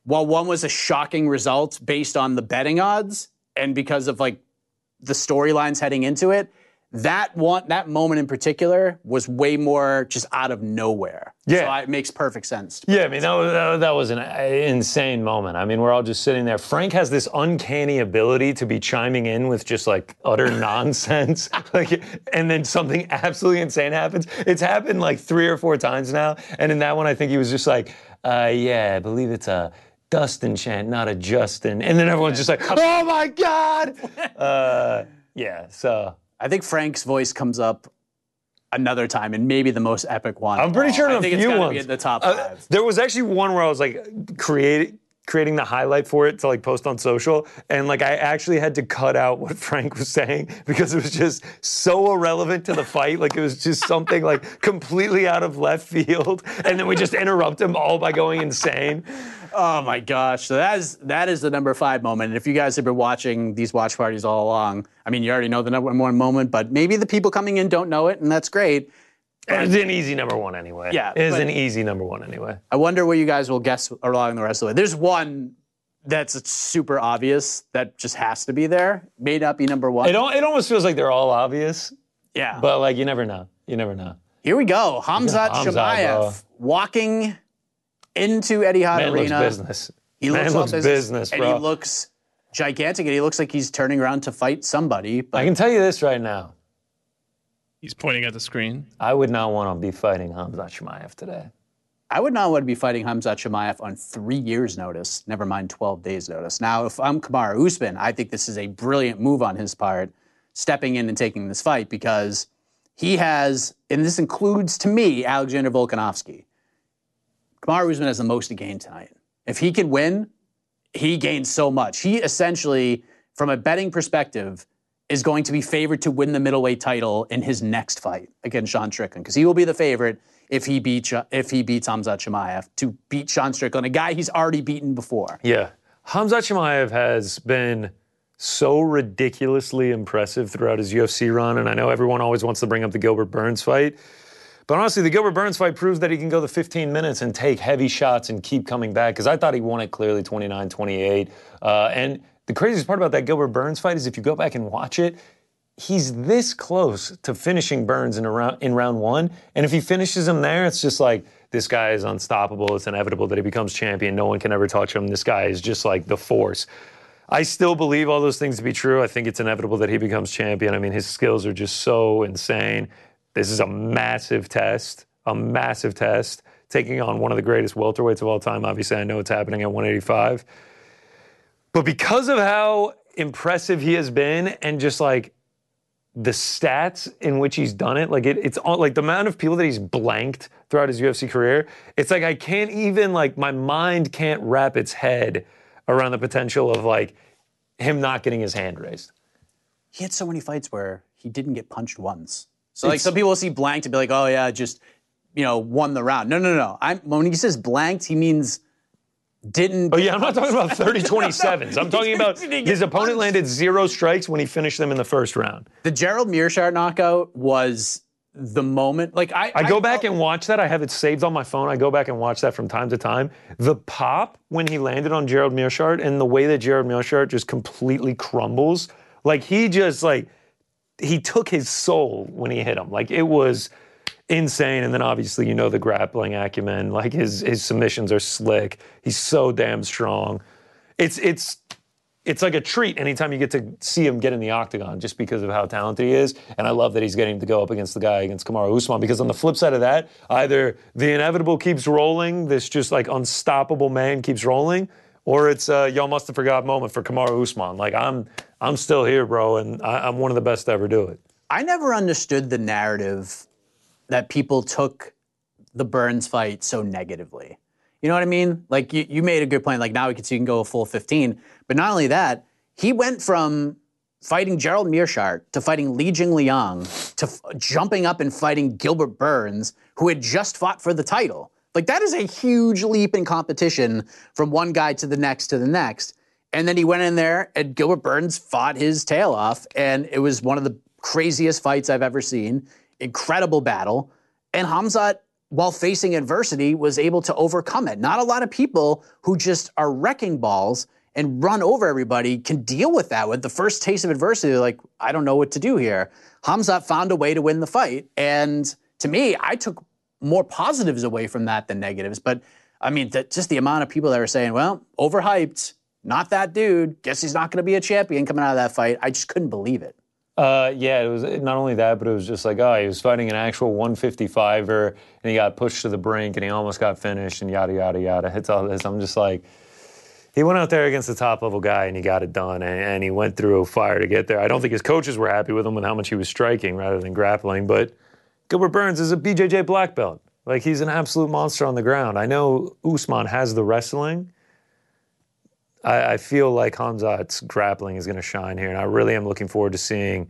[SPEAKER 2] while one was a shocking result based on the betting odds and because of like the storylines heading into it, that one that moment in particular was way more just out of nowhere.
[SPEAKER 3] Yeah.
[SPEAKER 2] so I, it makes perfect sense.
[SPEAKER 3] Yeah, I mean that was, that, that was an uh, insane moment. I mean, we're all just sitting there. Frank has this uncanny ability to be chiming in with just like utter nonsense, like, and then something absolutely insane happens. It's happened like three or four times now, and in that one, I think he was just like, uh, "Yeah, I believe it's a Dustin chant, not a Justin," and then everyone's just like, "Oh my god!" Uh, yeah, so
[SPEAKER 2] I think Frank's voice comes up another time, and maybe the most epic one.
[SPEAKER 3] I'm
[SPEAKER 2] of
[SPEAKER 3] pretty
[SPEAKER 2] all.
[SPEAKER 3] sure in
[SPEAKER 2] I
[SPEAKER 3] a
[SPEAKER 2] think it's
[SPEAKER 3] few
[SPEAKER 2] gotta
[SPEAKER 3] ones.
[SPEAKER 2] be in the top
[SPEAKER 3] Uh,
[SPEAKER 2] five.
[SPEAKER 3] there was actually one where I was like create, creating the highlight for it to like post on social, and like I actually had to cut out what [laughs] Frank was saying because it was just so irrelevant to the fight. Like it was just something like completely out of left field, and then we just interrupt him all by going insane.
[SPEAKER 2] Oh my gosh! So that is that is the number five moment. And if you guys have been watching these watch parties all along, I mean, you already know the number one moment, but maybe the people coming in don't know it, and that's great.
[SPEAKER 3] And it's an easy number one anyway.
[SPEAKER 2] Yeah,
[SPEAKER 3] it is
[SPEAKER 2] but-
[SPEAKER 3] an easy number one anyway.
[SPEAKER 2] I wonder what you guys will guess along the rest of the way. There's one that's super obvious that just has to be there. May not be number one.
[SPEAKER 3] It al- it almost feels like they're all obvious,
[SPEAKER 2] yeah.
[SPEAKER 3] but like you never know. You never know.
[SPEAKER 2] Here we go. Hamzat
[SPEAKER 3] Yeah, Hamzat, bro.
[SPEAKER 2] Shemaev walking into Etihad
[SPEAKER 3] Man
[SPEAKER 2] Arena.
[SPEAKER 3] looks business.
[SPEAKER 2] He
[SPEAKER 3] Man
[SPEAKER 2] all
[SPEAKER 3] looks business,
[SPEAKER 2] and
[SPEAKER 3] bro.
[SPEAKER 2] he looks gigantic, and he looks like he's turning around to fight somebody. But
[SPEAKER 3] I can tell you this right now.
[SPEAKER 4] He's pointing at the screen.
[SPEAKER 3] I would not want to be fighting Hamza Shemaev today.
[SPEAKER 2] I would not want to be fighting Hamzat Shemaev on three years' notice, never mind 12 days' notice. Now, if I'm Kamara Usman, I think this is a brilliant move on his part, stepping in and taking this fight because he has, and this includes to me, Alexander Volkanovsky. Kamara Usman has the most to gain tonight. If he could win, he gains so much. He essentially, from a betting perspective, is going to be favored to win the middleweight title in his next fight against Sean Strickland because he will be the favorite if he beats if he beats Hamzat Chimaev to beat Sean Strickland, a guy he's already beaten before.
[SPEAKER 3] Yeah. Hamza Chimaev has been so ridiculously impressive throughout his UFC run, and I know everyone always wants to bring up the Gilbert Burns fight. But honestly, the Gilbert Burns fight proves that he can go the 15 minutes and take heavy shots and keep coming back because I thought he won it clearly 29 28. Uh, and the craziest part about that Gilbert Burns fight is if you go back and watch it, he's this close to finishing Burns in, a round, in round one. And if he finishes him there, it's just like, this guy is unstoppable. It's inevitable that he becomes champion. No one can ever touch him. This guy is just like the force. I still believe all those things to be true. I think it's inevitable that he becomes champion. I mean, his skills are just so insane. This is a massive test, a massive test, taking on one of the greatest welterweights of all time. Obviously, I know it's happening at 185. But because of how impressive he has been and just like the stats in which he's done it, like it, it's all, like the amount of people that he's blanked throughout his UFC career, it's like I can't even like my mind can't wrap its head around the potential of like him not getting his hand raised.
[SPEAKER 2] He had so many fights where he didn't get punched once. So like some people will see blanked and be like, oh yeah, just you know won the round. No, no, no. I'm, when he says blanked, he means didn't.
[SPEAKER 3] Oh yeah, I'm not talking about 30 27s. I'm talking
[SPEAKER 2] [laughs]
[SPEAKER 3] about
[SPEAKER 2] He didn't
[SPEAKER 3] his
[SPEAKER 2] get
[SPEAKER 3] opponent
[SPEAKER 2] punched.
[SPEAKER 3] landed zero strikes when he finished them in the first round.
[SPEAKER 2] The Gerald Mearshart knockout was the moment. Like I,
[SPEAKER 3] I go back and watch that. I have it saved on my phone. I go back and watch that from time to time. The pop when he landed on Gerald Mearshart and the way that Gerald Mearshart just completely crumbles. Like he just like he took his soul when he hit him. Like it was insane. And then obviously you know the grappling acumen. Like his his submissions are slick. He's so damn strong. It's it's it's like a treat anytime you get to see him get in the octagon just because of how talented he is. And I love that he's getting to go up against the guy against Kamara Usman because on the flip side of that, either the inevitable keeps rolling, this just like unstoppable man keeps rolling, or it's a y'all must have forgot moment for Kamara Usman. Like I'm I'm still here, bro, and I, I'm one of the best to ever do it.
[SPEAKER 2] I never understood the narrative that people took the Burns fight so negatively. You know what I mean? Like you, you made a good point. Like now we can see you can go a full 15. But not only that, he went from fighting Gerald Mearshart to fighting Li Jing Liang to f- jumping up and fighting Gilbert Burns, who had just fought for the title. Like that is a huge leap in competition from one guy to the next to the next. And then he went in there and Gilbert Burns fought his tail off. And it was one of the craziest fights I've ever seen. Incredible battle. And Hamzat while facing adversity, was able to overcome it. Not a lot of people who just are wrecking balls and run over everybody can deal with that. With the first taste of adversity, they're like, I don't know what to do here. Hamzat found a way to win the fight. And to me, I took more positives away from that than negatives. But I mean, that just the amount of people that were saying, well, overhyped, not that dude, guess he's not going to be a champion coming out of that fight. I just couldn't believe it.
[SPEAKER 3] Uh, yeah, it was not only that, but it was just like, oh, he was fighting an actual 155er, and he got pushed to the brink, and he almost got finished, and yada yada yada. It's all this. I'm just like, he went out there against the top level guy, and he got it done, and, and he went through fire to get there. I don't think his coaches were happy with him with how much he was striking rather than grappling, but Gilbert Burns is a BJJ black belt. Like he's an absolute monster on the ground. I know Usman has the wrestling. I, I feel like Hamzat's grappling is going to shine here, and I really am looking forward to seeing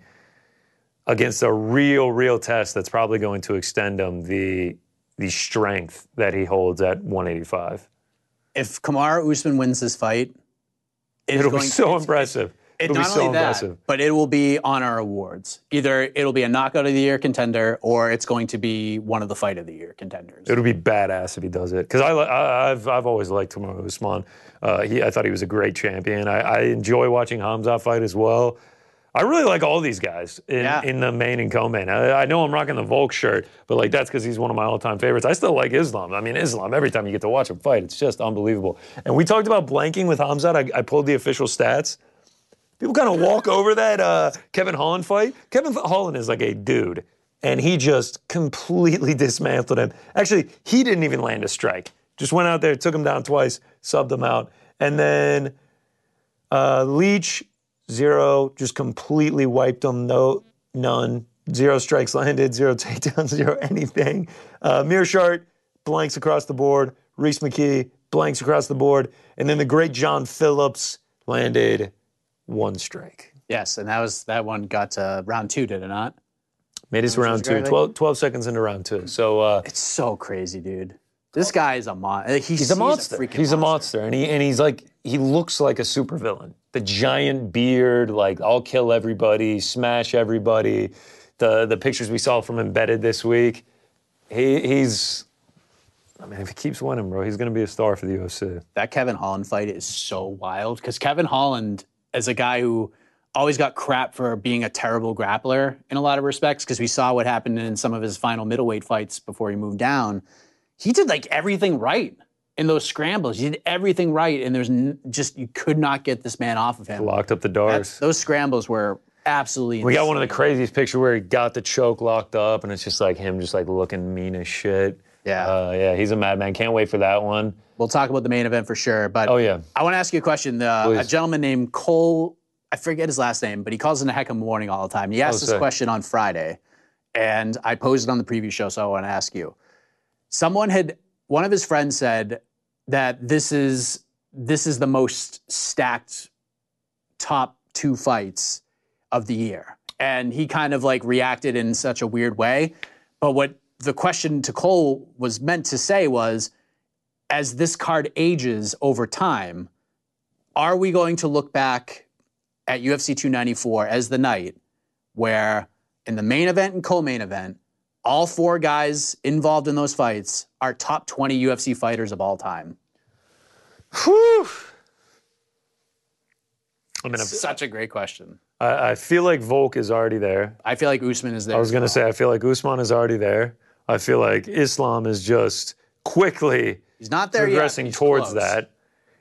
[SPEAKER 3] against a real, real test that's probably going to extend him the the strength that he holds at 185.
[SPEAKER 2] If Kamara Usman wins this fight, it's
[SPEAKER 3] It'll be
[SPEAKER 2] going-
[SPEAKER 3] so
[SPEAKER 2] it's-
[SPEAKER 3] impressive.
[SPEAKER 2] It,
[SPEAKER 3] It'll
[SPEAKER 2] not
[SPEAKER 3] be so
[SPEAKER 2] only that,
[SPEAKER 3] impressive.
[SPEAKER 2] but it will be on our awards. Either it'll be a knockout of the year contender, or it's going to be one of the fight of the year contenders.
[SPEAKER 3] It'll be badass if he does it because I, li- I, I've I've always liked Kamaru Usman. Uh, he, I thought he was a great champion. I, I enjoy watching Hamza fight as well. I really like all these guys in,
[SPEAKER 2] Yeah.
[SPEAKER 3] in the main and co-main. I, I know I'm rocking the Volk shirt, but like that's because he's one of my all-time favorites. I still like Islam. I mean, Islam. Every time you get to watch him fight, it's just unbelievable. And we talked about blanking with Hamza. I, I pulled the official stats. People kind of walk over that uh, Kevin Holland fight. Kevin Holland is like a dude, and he just completely [laughs] dismantled him. Actually, he didn't even land a strike. Just went out there, took him down twice, subbed him out, and then uh, Leach zero, just completely wiped him. No, none, zero strikes landed, zero [laughs] takedowns, zero anything. Uh, Mearshart blanks across the board. Reese McKee blanks across the board, and then the great John Phillips landed one strike.
[SPEAKER 2] yes, and that was that one got to round two, did it not?
[SPEAKER 3] Made us round two, 12, 12 seconds into round two. So uh,
[SPEAKER 2] It's so crazy, dude. This guy is a monster. He's,
[SPEAKER 3] he's a monster.
[SPEAKER 2] freaking
[SPEAKER 3] he's a monster, and he and he's like he looks like a supervillain. The giant beard, like I'll kill everybody, smash everybody. The the pictures we saw from embedded this week. He he's. I mean, if he keeps winning, bro, he's going to be a star for the UFC.
[SPEAKER 2] that Kevin Holland fight is so wild because Kevin Holland is a guy who always got crap for being a terrible grappler in a lot of respects because we saw what happened in some of his final middleweight fights before he moved down. He did like everything right in those scrambles. He did everything right, and there's n- just you could not get this man off of him.
[SPEAKER 3] Locked up the
[SPEAKER 2] That's-
[SPEAKER 3] doors.
[SPEAKER 2] those scrambles were absolutely.
[SPEAKER 3] We got one
[SPEAKER 2] insane.
[SPEAKER 3] of the craziest picture where he got the choke locked up, and it's just like him, just like looking mean as shit.
[SPEAKER 2] Yeah.
[SPEAKER 3] uh, yeah, he's a madman. Can't wait for that one.
[SPEAKER 2] We'll talk about the main event for sure, but
[SPEAKER 3] Oh yeah,
[SPEAKER 2] I want to ask you a question. Uh, a
[SPEAKER 3] Please.
[SPEAKER 2] gentleman named Cole, I forget his last name, but he calls in a heck of a warning all the time. He asked
[SPEAKER 3] Oh,
[SPEAKER 2] this
[SPEAKER 3] sick.
[SPEAKER 2] question on Friday, and I posed it on the preview show, so I want to ask you. Someone had, one of his friends said that this is this is the most stacked top two fights of the year. And he kind of like reacted in such a weird way. But what the question to Cole was meant to say was as this card ages over time, are we going to look back at UFC 294 as the night where in the main event and co-main event, all four guys involved in those fights are top 20 UFC fighters of all time?
[SPEAKER 3] I mean, I,
[SPEAKER 2] Such a great question.
[SPEAKER 3] I I feel like Volk is already there.
[SPEAKER 2] I feel like Usman is there.
[SPEAKER 3] I was gonna say I feel like Usman is already there. I feel like Islam is just quickly
[SPEAKER 2] he's not there yet.
[SPEAKER 3] progressing
[SPEAKER 2] but he's
[SPEAKER 3] towards
[SPEAKER 2] close.
[SPEAKER 3] that.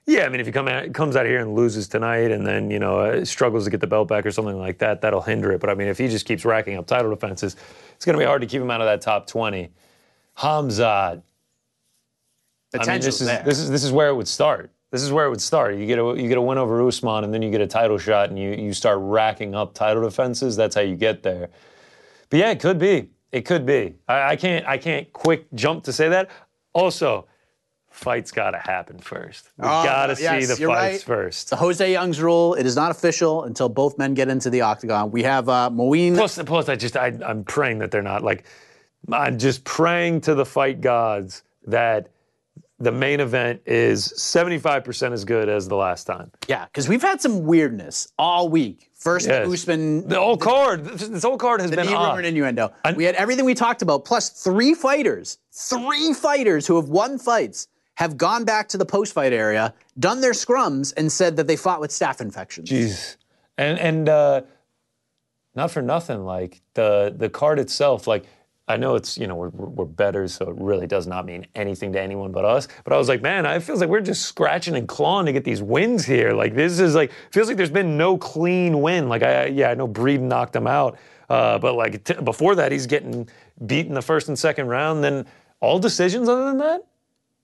[SPEAKER 3] Yeah, I mean, if he come out, comes out here and loses tonight, and then you know uh, struggles to get the belt back or something like that, that'll hinder it. But I mean, if he just keeps racking up title defenses, it's going to be hard to keep him out of that top twenty. Hamzad, I mean,
[SPEAKER 2] Potential's
[SPEAKER 3] this is
[SPEAKER 2] there.
[SPEAKER 3] this is this is where it would start. This is where it would start. You get a you get a win over Usman, and then you get a title shot, and you you start racking up title defenses. That's how you get there. But yeah, it could be. It could be. I, I can't I can't quick jump to say that. Also, fights gotta happen first. We
[SPEAKER 2] Oh,
[SPEAKER 3] gotta
[SPEAKER 2] yes,
[SPEAKER 3] see the
[SPEAKER 2] you're
[SPEAKER 3] fights
[SPEAKER 2] right.
[SPEAKER 3] first.
[SPEAKER 2] the Jose Young's rule. It is not official until both men get into the octagon. We have uh, Moeen.
[SPEAKER 3] Plus, plus, I just I, I'm praying that they're not like. I'm just praying to the fight gods that the main event is 75% as good as the last time.
[SPEAKER 2] yeah, because we've had some weirdness all week. First,
[SPEAKER 3] Yes.
[SPEAKER 2] Usman.
[SPEAKER 3] The whole card, this, this whole card has
[SPEAKER 2] the
[SPEAKER 3] been
[SPEAKER 2] knee
[SPEAKER 3] odd.
[SPEAKER 2] rumor and innuendo.
[SPEAKER 3] I-
[SPEAKER 2] we had everything we talked about, plus three fighters, three fighters who have won fights have gone back to the post-fight area, done their scrums, and said that they fought with staph infections.
[SPEAKER 3] Jeez. And and uh, not for nothing, like the the card itself, like I know it's you know we're we're better, so it really does not mean anything to anyone but us. But I was like, man, I- it feels like we're just scratching and clawing to get these wins here. Like this is like feels like there's been no clean win. Like I yeah I know Breed knocked him out, uh, but like t- before that he's getting beat in the first and second round. Then all decisions other than that.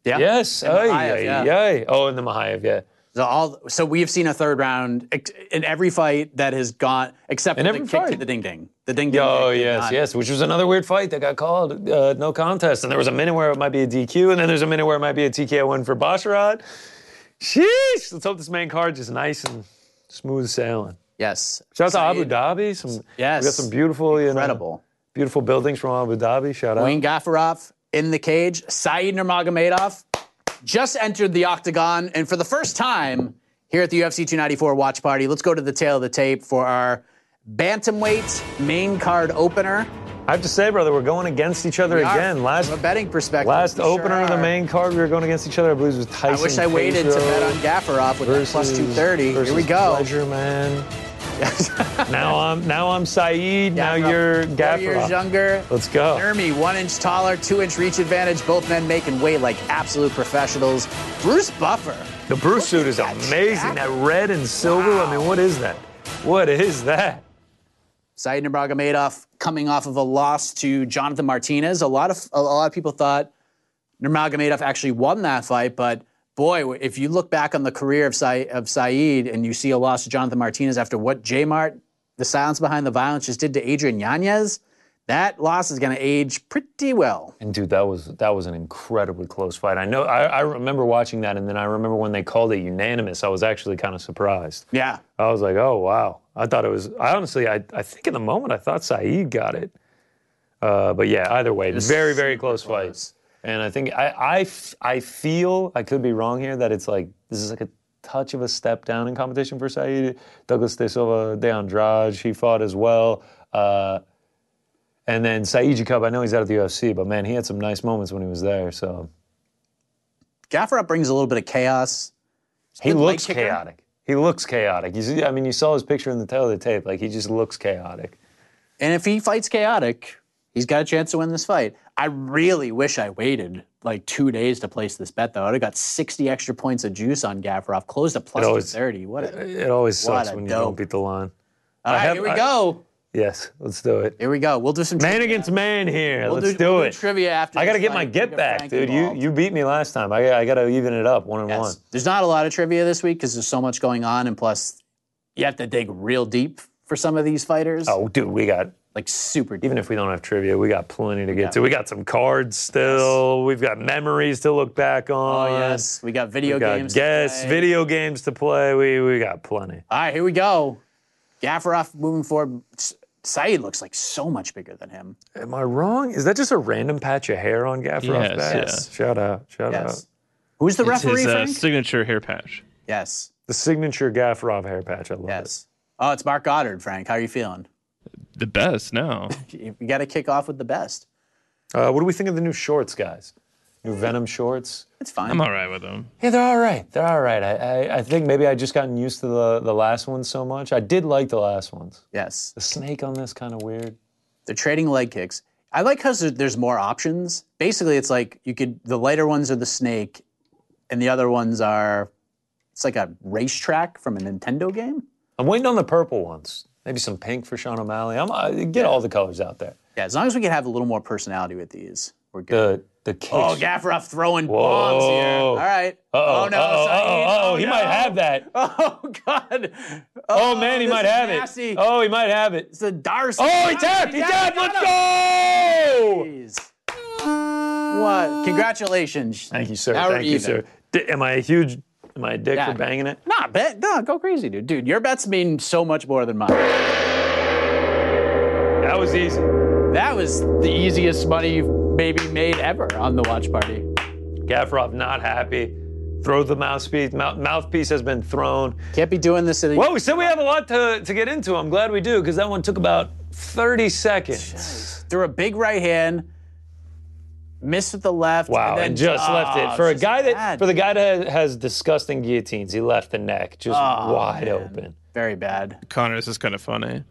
[SPEAKER 2] Yeah.
[SPEAKER 3] Yes.
[SPEAKER 2] And
[SPEAKER 3] Ay,
[SPEAKER 2] Mahayev,
[SPEAKER 3] ay,
[SPEAKER 2] yeah.
[SPEAKER 3] ay. Oh, and the Mahayev, yeah.
[SPEAKER 2] So all so we have seen a third round ex- in every fight that has gone except for
[SPEAKER 3] In
[SPEAKER 2] the
[SPEAKER 3] every
[SPEAKER 2] kick to
[SPEAKER 3] fight.
[SPEAKER 2] the ding ding. The ding ding.
[SPEAKER 3] Oh
[SPEAKER 2] kick did
[SPEAKER 3] yes,
[SPEAKER 2] not-
[SPEAKER 3] yes, which was another weird fight that got called uh, no contest, and there was a minute where it might be a DQ, and then there's a minute where it might be a TKO win for Basharat. Sheesh! Let's hope this main card is nice and smooth sailing.
[SPEAKER 2] Yes.
[SPEAKER 3] Shout out to Abu
[SPEAKER 2] Saeed,
[SPEAKER 3] Dhabi. Some
[SPEAKER 2] Yes.
[SPEAKER 3] we got some beautiful, you know,
[SPEAKER 2] Incredible.
[SPEAKER 3] beautiful buildings from Abu Dhabi. Shout out.
[SPEAKER 2] Wayne Gafarov in the cage. Saeed Nurmagomedov just entered the octagon, and for the first time here at the UFC 294 watch party, let's go to the tail of the tape for our bantamweight main card opener.
[SPEAKER 3] I have to say, brother, we're going against each other
[SPEAKER 2] We are,
[SPEAKER 3] again. Last
[SPEAKER 2] from a betting perspective,
[SPEAKER 3] last
[SPEAKER 2] we sure
[SPEAKER 3] opener of the
[SPEAKER 2] are.
[SPEAKER 3] main card, we were going against each other. I believe it was
[SPEAKER 2] I
[SPEAKER 3] Tyson.
[SPEAKER 2] wish I waited to
[SPEAKER 3] Pedro
[SPEAKER 2] bet on Gafarov with that plus
[SPEAKER 3] versus-
[SPEAKER 2] 230. Here we
[SPEAKER 3] versus
[SPEAKER 2] go. [laughs]
[SPEAKER 3] Pleasure man. Now I'm now I'm Saeed. now
[SPEAKER 2] Gavrov,
[SPEAKER 3] you're
[SPEAKER 2] Four years
[SPEAKER 3] Gavrov.
[SPEAKER 2] younger.
[SPEAKER 3] Let's go.
[SPEAKER 2] Nurmi, one inch taller, two inch reach advantage. Both men making weight like absolute professionals. Bruce Buffer.
[SPEAKER 3] The Bruce
[SPEAKER 2] Look
[SPEAKER 3] suit
[SPEAKER 2] at
[SPEAKER 3] is
[SPEAKER 2] that
[SPEAKER 3] amazing.
[SPEAKER 2] jacket.
[SPEAKER 3] That red and silver. I mean, what is that? What is that?
[SPEAKER 2] Said Nurmagomedov coming off of a loss to Jonathan Martinez. A lot of a lot of people thought Nurmagomedov actually won that fight, but boy, if you look back on the career of Said, of Said and you see a loss to Jonathan Martinez after what J Mart, the silence behind the violence, just did to Adrian Yanez, that loss is going to age pretty well.
[SPEAKER 3] And dude, that was that was an incredibly close fight. I know. I, I remember watching that, and then I remember when they called it unanimous. I was actually kind of surprised.
[SPEAKER 2] Yeah.
[SPEAKER 3] I was like, oh wow. I thought it was. I honestly, I, I think in the moment I thought Saeed got it. Uh, but yeah, either way, very very close fights. And I think I, I f- I feel I could be wrong here that it's like this is like a touch of a step down in competition for Saeed. Douglas De Silva, De Andrade, he fought as well. Uh, and then Saeed Jacob, I know he's out of the UFC, but man, he had some nice moments when he was there. So
[SPEAKER 2] Gaffarov brings a little bit of chaos.
[SPEAKER 3] he
[SPEAKER 2] Good leg
[SPEAKER 3] looks
[SPEAKER 2] kicker.
[SPEAKER 3] chaotic. He looks chaotic. You see, I mean, you saw his picture in the tail of the tape. Like he just looks chaotic.
[SPEAKER 2] And if he fights chaotic, he's got a chance to win this fight. I really wish I waited like two days to place this bet, though. I'd have got 60 extra points of juice on Gavrov, closed at plus
[SPEAKER 3] It always-
[SPEAKER 2] 230. What a,
[SPEAKER 3] It always
[SPEAKER 2] What
[SPEAKER 3] sucks
[SPEAKER 2] a
[SPEAKER 3] when you
[SPEAKER 2] dope.
[SPEAKER 3] don't beat the line.
[SPEAKER 2] All right,
[SPEAKER 3] have-
[SPEAKER 2] here we
[SPEAKER 3] I-
[SPEAKER 2] go.
[SPEAKER 3] Yes, let's do it.
[SPEAKER 2] Here we go. We'll do some
[SPEAKER 3] Man
[SPEAKER 2] trivia.
[SPEAKER 3] against man here.
[SPEAKER 2] We'll
[SPEAKER 3] let's do,
[SPEAKER 2] we'll
[SPEAKER 3] it.
[SPEAKER 2] trivia after
[SPEAKER 3] I got to
[SPEAKER 2] this
[SPEAKER 3] get my
[SPEAKER 2] fight.
[SPEAKER 3] get
[SPEAKER 2] We'll
[SPEAKER 3] back,
[SPEAKER 2] Frank
[SPEAKER 3] dude. You
[SPEAKER 2] involved.
[SPEAKER 3] you beat me last time. I, I got to even it up one and
[SPEAKER 2] Yes.
[SPEAKER 3] one.
[SPEAKER 2] There's not a lot of trivia this week because there's so much going on, and plus, you have to dig real deep for some of these fighters.
[SPEAKER 3] Oh, dude, we got
[SPEAKER 2] Like super deep.
[SPEAKER 3] even if we don't have trivia, we got plenty to get to. We got some cards still. We've got memories to look back on.
[SPEAKER 2] Oh, yes. We got video
[SPEAKER 3] We got
[SPEAKER 2] games. to
[SPEAKER 3] guests,
[SPEAKER 2] play.
[SPEAKER 3] video games to play. We we got plenty.
[SPEAKER 2] All right, here we go. Gafarov moving forward. S- Saeed looks like so much bigger than him.
[SPEAKER 3] Am I wrong? Is that just a random patch of hair on Gaffarov's
[SPEAKER 4] Yes,
[SPEAKER 3] back?
[SPEAKER 4] yes.
[SPEAKER 3] Shout out, shout out.
[SPEAKER 2] Who's the
[SPEAKER 4] It's
[SPEAKER 2] referee,
[SPEAKER 4] his uh,
[SPEAKER 2] Frank?
[SPEAKER 4] signature hair patch.
[SPEAKER 2] yes.
[SPEAKER 3] The signature Gaffarov hair patch. I love it.
[SPEAKER 2] Yes. Oh, it's Mark Goddard, Frank. How are you feeling?
[SPEAKER 4] The best now.
[SPEAKER 2] You got to kick off with the best.
[SPEAKER 3] Uh, what do we think of the new shorts, guys? New Venom shorts?
[SPEAKER 2] It's fine.
[SPEAKER 4] I'm all right with them.
[SPEAKER 3] Yeah, they're all right. They're all right. I, I, I think maybe I just gotten used to the, the last ones so much. I did like the last ones.
[SPEAKER 2] yes.
[SPEAKER 3] The snake on this kind of weird.
[SPEAKER 2] They're trading leg kicks. I like because there's more options. Basically, it's like you could, the lighter ones are the snake, and the other ones are It's like a racetrack from a Nintendo game.
[SPEAKER 3] I'm waiting on the purple ones. Maybe some pink for Sean O'Malley. I'm uh, get all the colors out there.
[SPEAKER 2] Yeah, as long as we can have a little more personality with these, we're good.
[SPEAKER 3] The the kick.
[SPEAKER 2] Oh, Gavrov throwing bombs here.
[SPEAKER 3] Whoa.
[SPEAKER 2] All right.
[SPEAKER 3] Uh-oh,
[SPEAKER 2] oh no,
[SPEAKER 3] uh-oh,
[SPEAKER 2] Saeed.
[SPEAKER 3] uh-oh, oh, he
[SPEAKER 2] no.
[SPEAKER 3] might have that.
[SPEAKER 2] [laughs] Oh God.
[SPEAKER 3] Oh, man, he
[SPEAKER 2] this
[SPEAKER 3] might
[SPEAKER 2] is
[SPEAKER 3] have
[SPEAKER 2] nasty.
[SPEAKER 3] it. Oh, he might have it.
[SPEAKER 2] It's the Darcy.
[SPEAKER 3] Oh, he tapped. He tapped. Let's go.
[SPEAKER 2] go. What? Congratulations.
[SPEAKER 3] Thank you, sir.
[SPEAKER 2] Now we're
[SPEAKER 3] Thank you,
[SPEAKER 2] even.
[SPEAKER 3] sir. D- am I a huge? Am I a dick
[SPEAKER 2] Yeah.
[SPEAKER 3] for banging it?
[SPEAKER 2] Nah, bet. No, go crazy, dude. Dude, your bets mean so much more than mine.
[SPEAKER 3] That was easy.
[SPEAKER 2] That was the easiest money you've maybe made ever on the watch party.
[SPEAKER 3] Gavrov not happy. Throw the mouthpiece. Mouth, mouthpiece has been thrown.
[SPEAKER 2] Can't be doing this in the
[SPEAKER 3] Well, we said we have a lot to, to get into. I'm glad we do because that one took about 30 seconds.
[SPEAKER 2] threw a big right hand, missed with the left.
[SPEAKER 3] Wow, and,
[SPEAKER 2] then-
[SPEAKER 3] just
[SPEAKER 2] Oh,
[SPEAKER 3] left it for a
[SPEAKER 2] it's just
[SPEAKER 3] guy that
[SPEAKER 2] bad.
[SPEAKER 3] for the guy that has disgusting guillotines. He left the neck just
[SPEAKER 2] Ah,
[SPEAKER 3] wide open.
[SPEAKER 2] very bad.
[SPEAKER 4] Connor, this is kind of funny.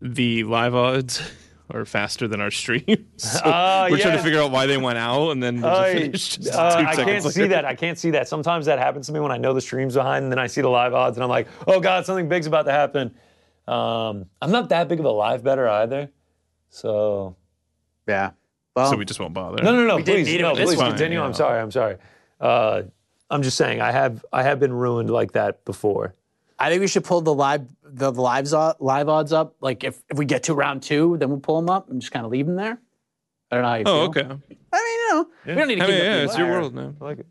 [SPEAKER 4] The live odds [laughs] are faster than our stream.
[SPEAKER 3] [laughs]
[SPEAKER 4] So
[SPEAKER 3] Ah,
[SPEAKER 4] we're trying
[SPEAKER 3] yeah.
[SPEAKER 4] to figure out why they went out, and then we're
[SPEAKER 3] I,
[SPEAKER 4] finished just
[SPEAKER 3] uh,
[SPEAKER 4] two
[SPEAKER 3] I
[SPEAKER 4] seconds
[SPEAKER 3] can't
[SPEAKER 4] later.
[SPEAKER 3] see that. I can't see that. Sometimes that happens to me when I know the stream's behind, and then I see the live odds, and I'm like, oh god, something big's about to happen. Um, I'm not that big of a live better either, so
[SPEAKER 2] Yeah. Well,
[SPEAKER 4] So we just won't bother.
[SPEAKER 3] No, no, no.
[SPEAKER 2] didn't
[SPEAKER 3] Please,
[SPEAKER 2] need him
[SPEAKER 3] no,
[SPEAKER 2] at this
[SPEAKER 3] please
[SPEAKER 4] point.
[SPEAKER 3] continue.
[SPEAKER 4] Yeah.
[SPEAKER 3] I'm sorry. I'm sorry. Uh, I'm just saying, I have I have been ruined like that before.
[SPEAKER 2] I think we should pull the live the lives o- live odds up. Like if, if we get to round two, then we'll pull them up and just kind of leave them there. I don't know how you feel.
[SPEAKER 4] Oh, okay.
[SPEAKER 2] I mean, you know, we don't need to
[SPEAKER 4] I
[SPEAKER 2] keep up
[SPEAKER 4] mean, yeah,
[SPEAKER 2] the
[SPEAKER 4] it's your
[SPEAKER 2] wire.
[SPEAKER 4] world now.
[SPEAKER 3] I like it.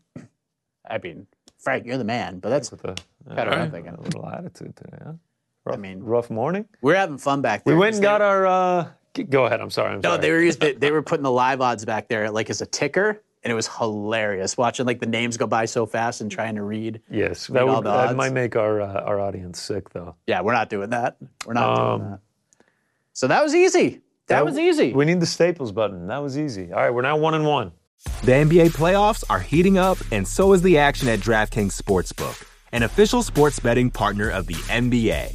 [SPEAKER 2] I mean, Frank, you're the man, but that's
[SPEAKER 3] With a,
[SPEAKER 2] better. than I'm
[SPEAKER 4] right.
[SPEAKER 2] thinking.
[SPEAKER 3] a little attitude today. Huh? Rough,
[SPEAKER 2] mean-
[SPEAKER 3] rough morning.
[SPEAKER 2] We're having fun back there.
[SPEAKER 3] We went
[SPEAKER 2] 'cause
[SPEAKER 3] and
[SPEAKER 2] they-
[SPEAKER 3] got our. Uh, g- go ahead. I'm sorry. I'm
[SPEAKER 2] No,
[SPEAKER 3] sorry.
[SPEAKER 2] they were used, they, they were putting the live odds back there like as a ticker, and it was hilarious watching like the names go by so fast and trying to read.
[SPEAKER 3] yes,
[SPEAKER 2] Read
[SPEAKER 3] that,
[SPEAKER 2] all
[SPEAKER 3] would,
[SPEAKER 2] the
[SPEAKER 3] that
[SPEAKER 2] odds.
[SPEAKER 3] might make our uh, our audience sick though.
[SPEAKER 2] Yeah, we're not doing that. We're not doing
[SPEAKER 3] Um,
[SPEAKER 2] that. So that was easy. That, was easy.
[SPEAKER 3] We need the staples button. That was easy. All right, we're now one and one.
[SPEAKER 6] The NBA playoffs are heating up, and so is the action at DraftKings Sportsbook, an official sports betting partner of the NBA.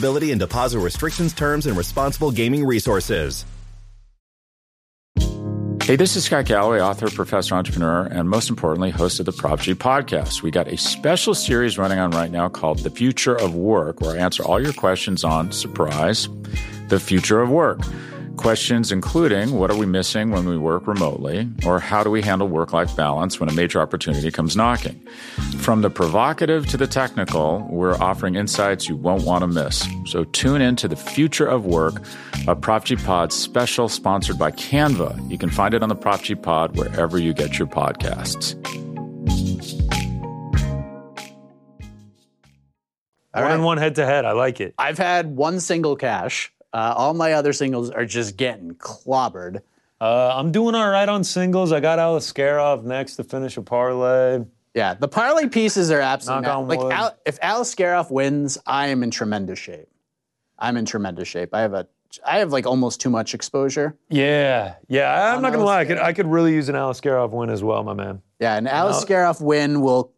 [SPEAKER 7] and deposit restrictions, terms, and responsible gaming resources.
[SPEAKER 8] Hey, this is Scott Galloway, author, professor, entrepreneur, and most importantly, host of the Prop G podcast. We got a special series running on right now called The Future of Work, where I answer all your questions on surprise, the future of work. Questions including what are we missing when we work remotely, or how do we handle work life balance when a major opportunity comes knocking? From the provocative to the technical, we're offering insights you won't want to miss. So tune in to the future of work, a Prop G Pod special sponsored by Canva. You can find it on the Prop G Pod wherever you get your podcasts.
[SPEAKER 2] All
[SPEAKER 3] one
[SPEAKER 2] right.
[SPEAKER 3] and one head to head. I like it.
[SPEAKER 2] I've had one single cash. Uh, all my other singles are just getting clobbered.
[SPEAKER 3] Uh, I'm doing all right on singles. I got Alaskarov next to finish a parlay.
[SPEAKER 2] Yeah, the parlay pieces are absolutely
[SPEAKER 3] Knock
[SPEAKER 2] not-
[SPEAKER 3] on
[SPEAKER 2] like
[SPEAKER 3] wood.
[SPEAKER 2] Al, if Alaskarov wins, I am in tremendous shape. I'm in tremendous shape. I have a I have like almost too much exposure.
[SPEAKER 3] Yeah, yeah. I'm not gonna lie. I could, I could really use an Alaskarov win as well, my man.
[SPEAKER 2] Yeah, an Alaskarov win will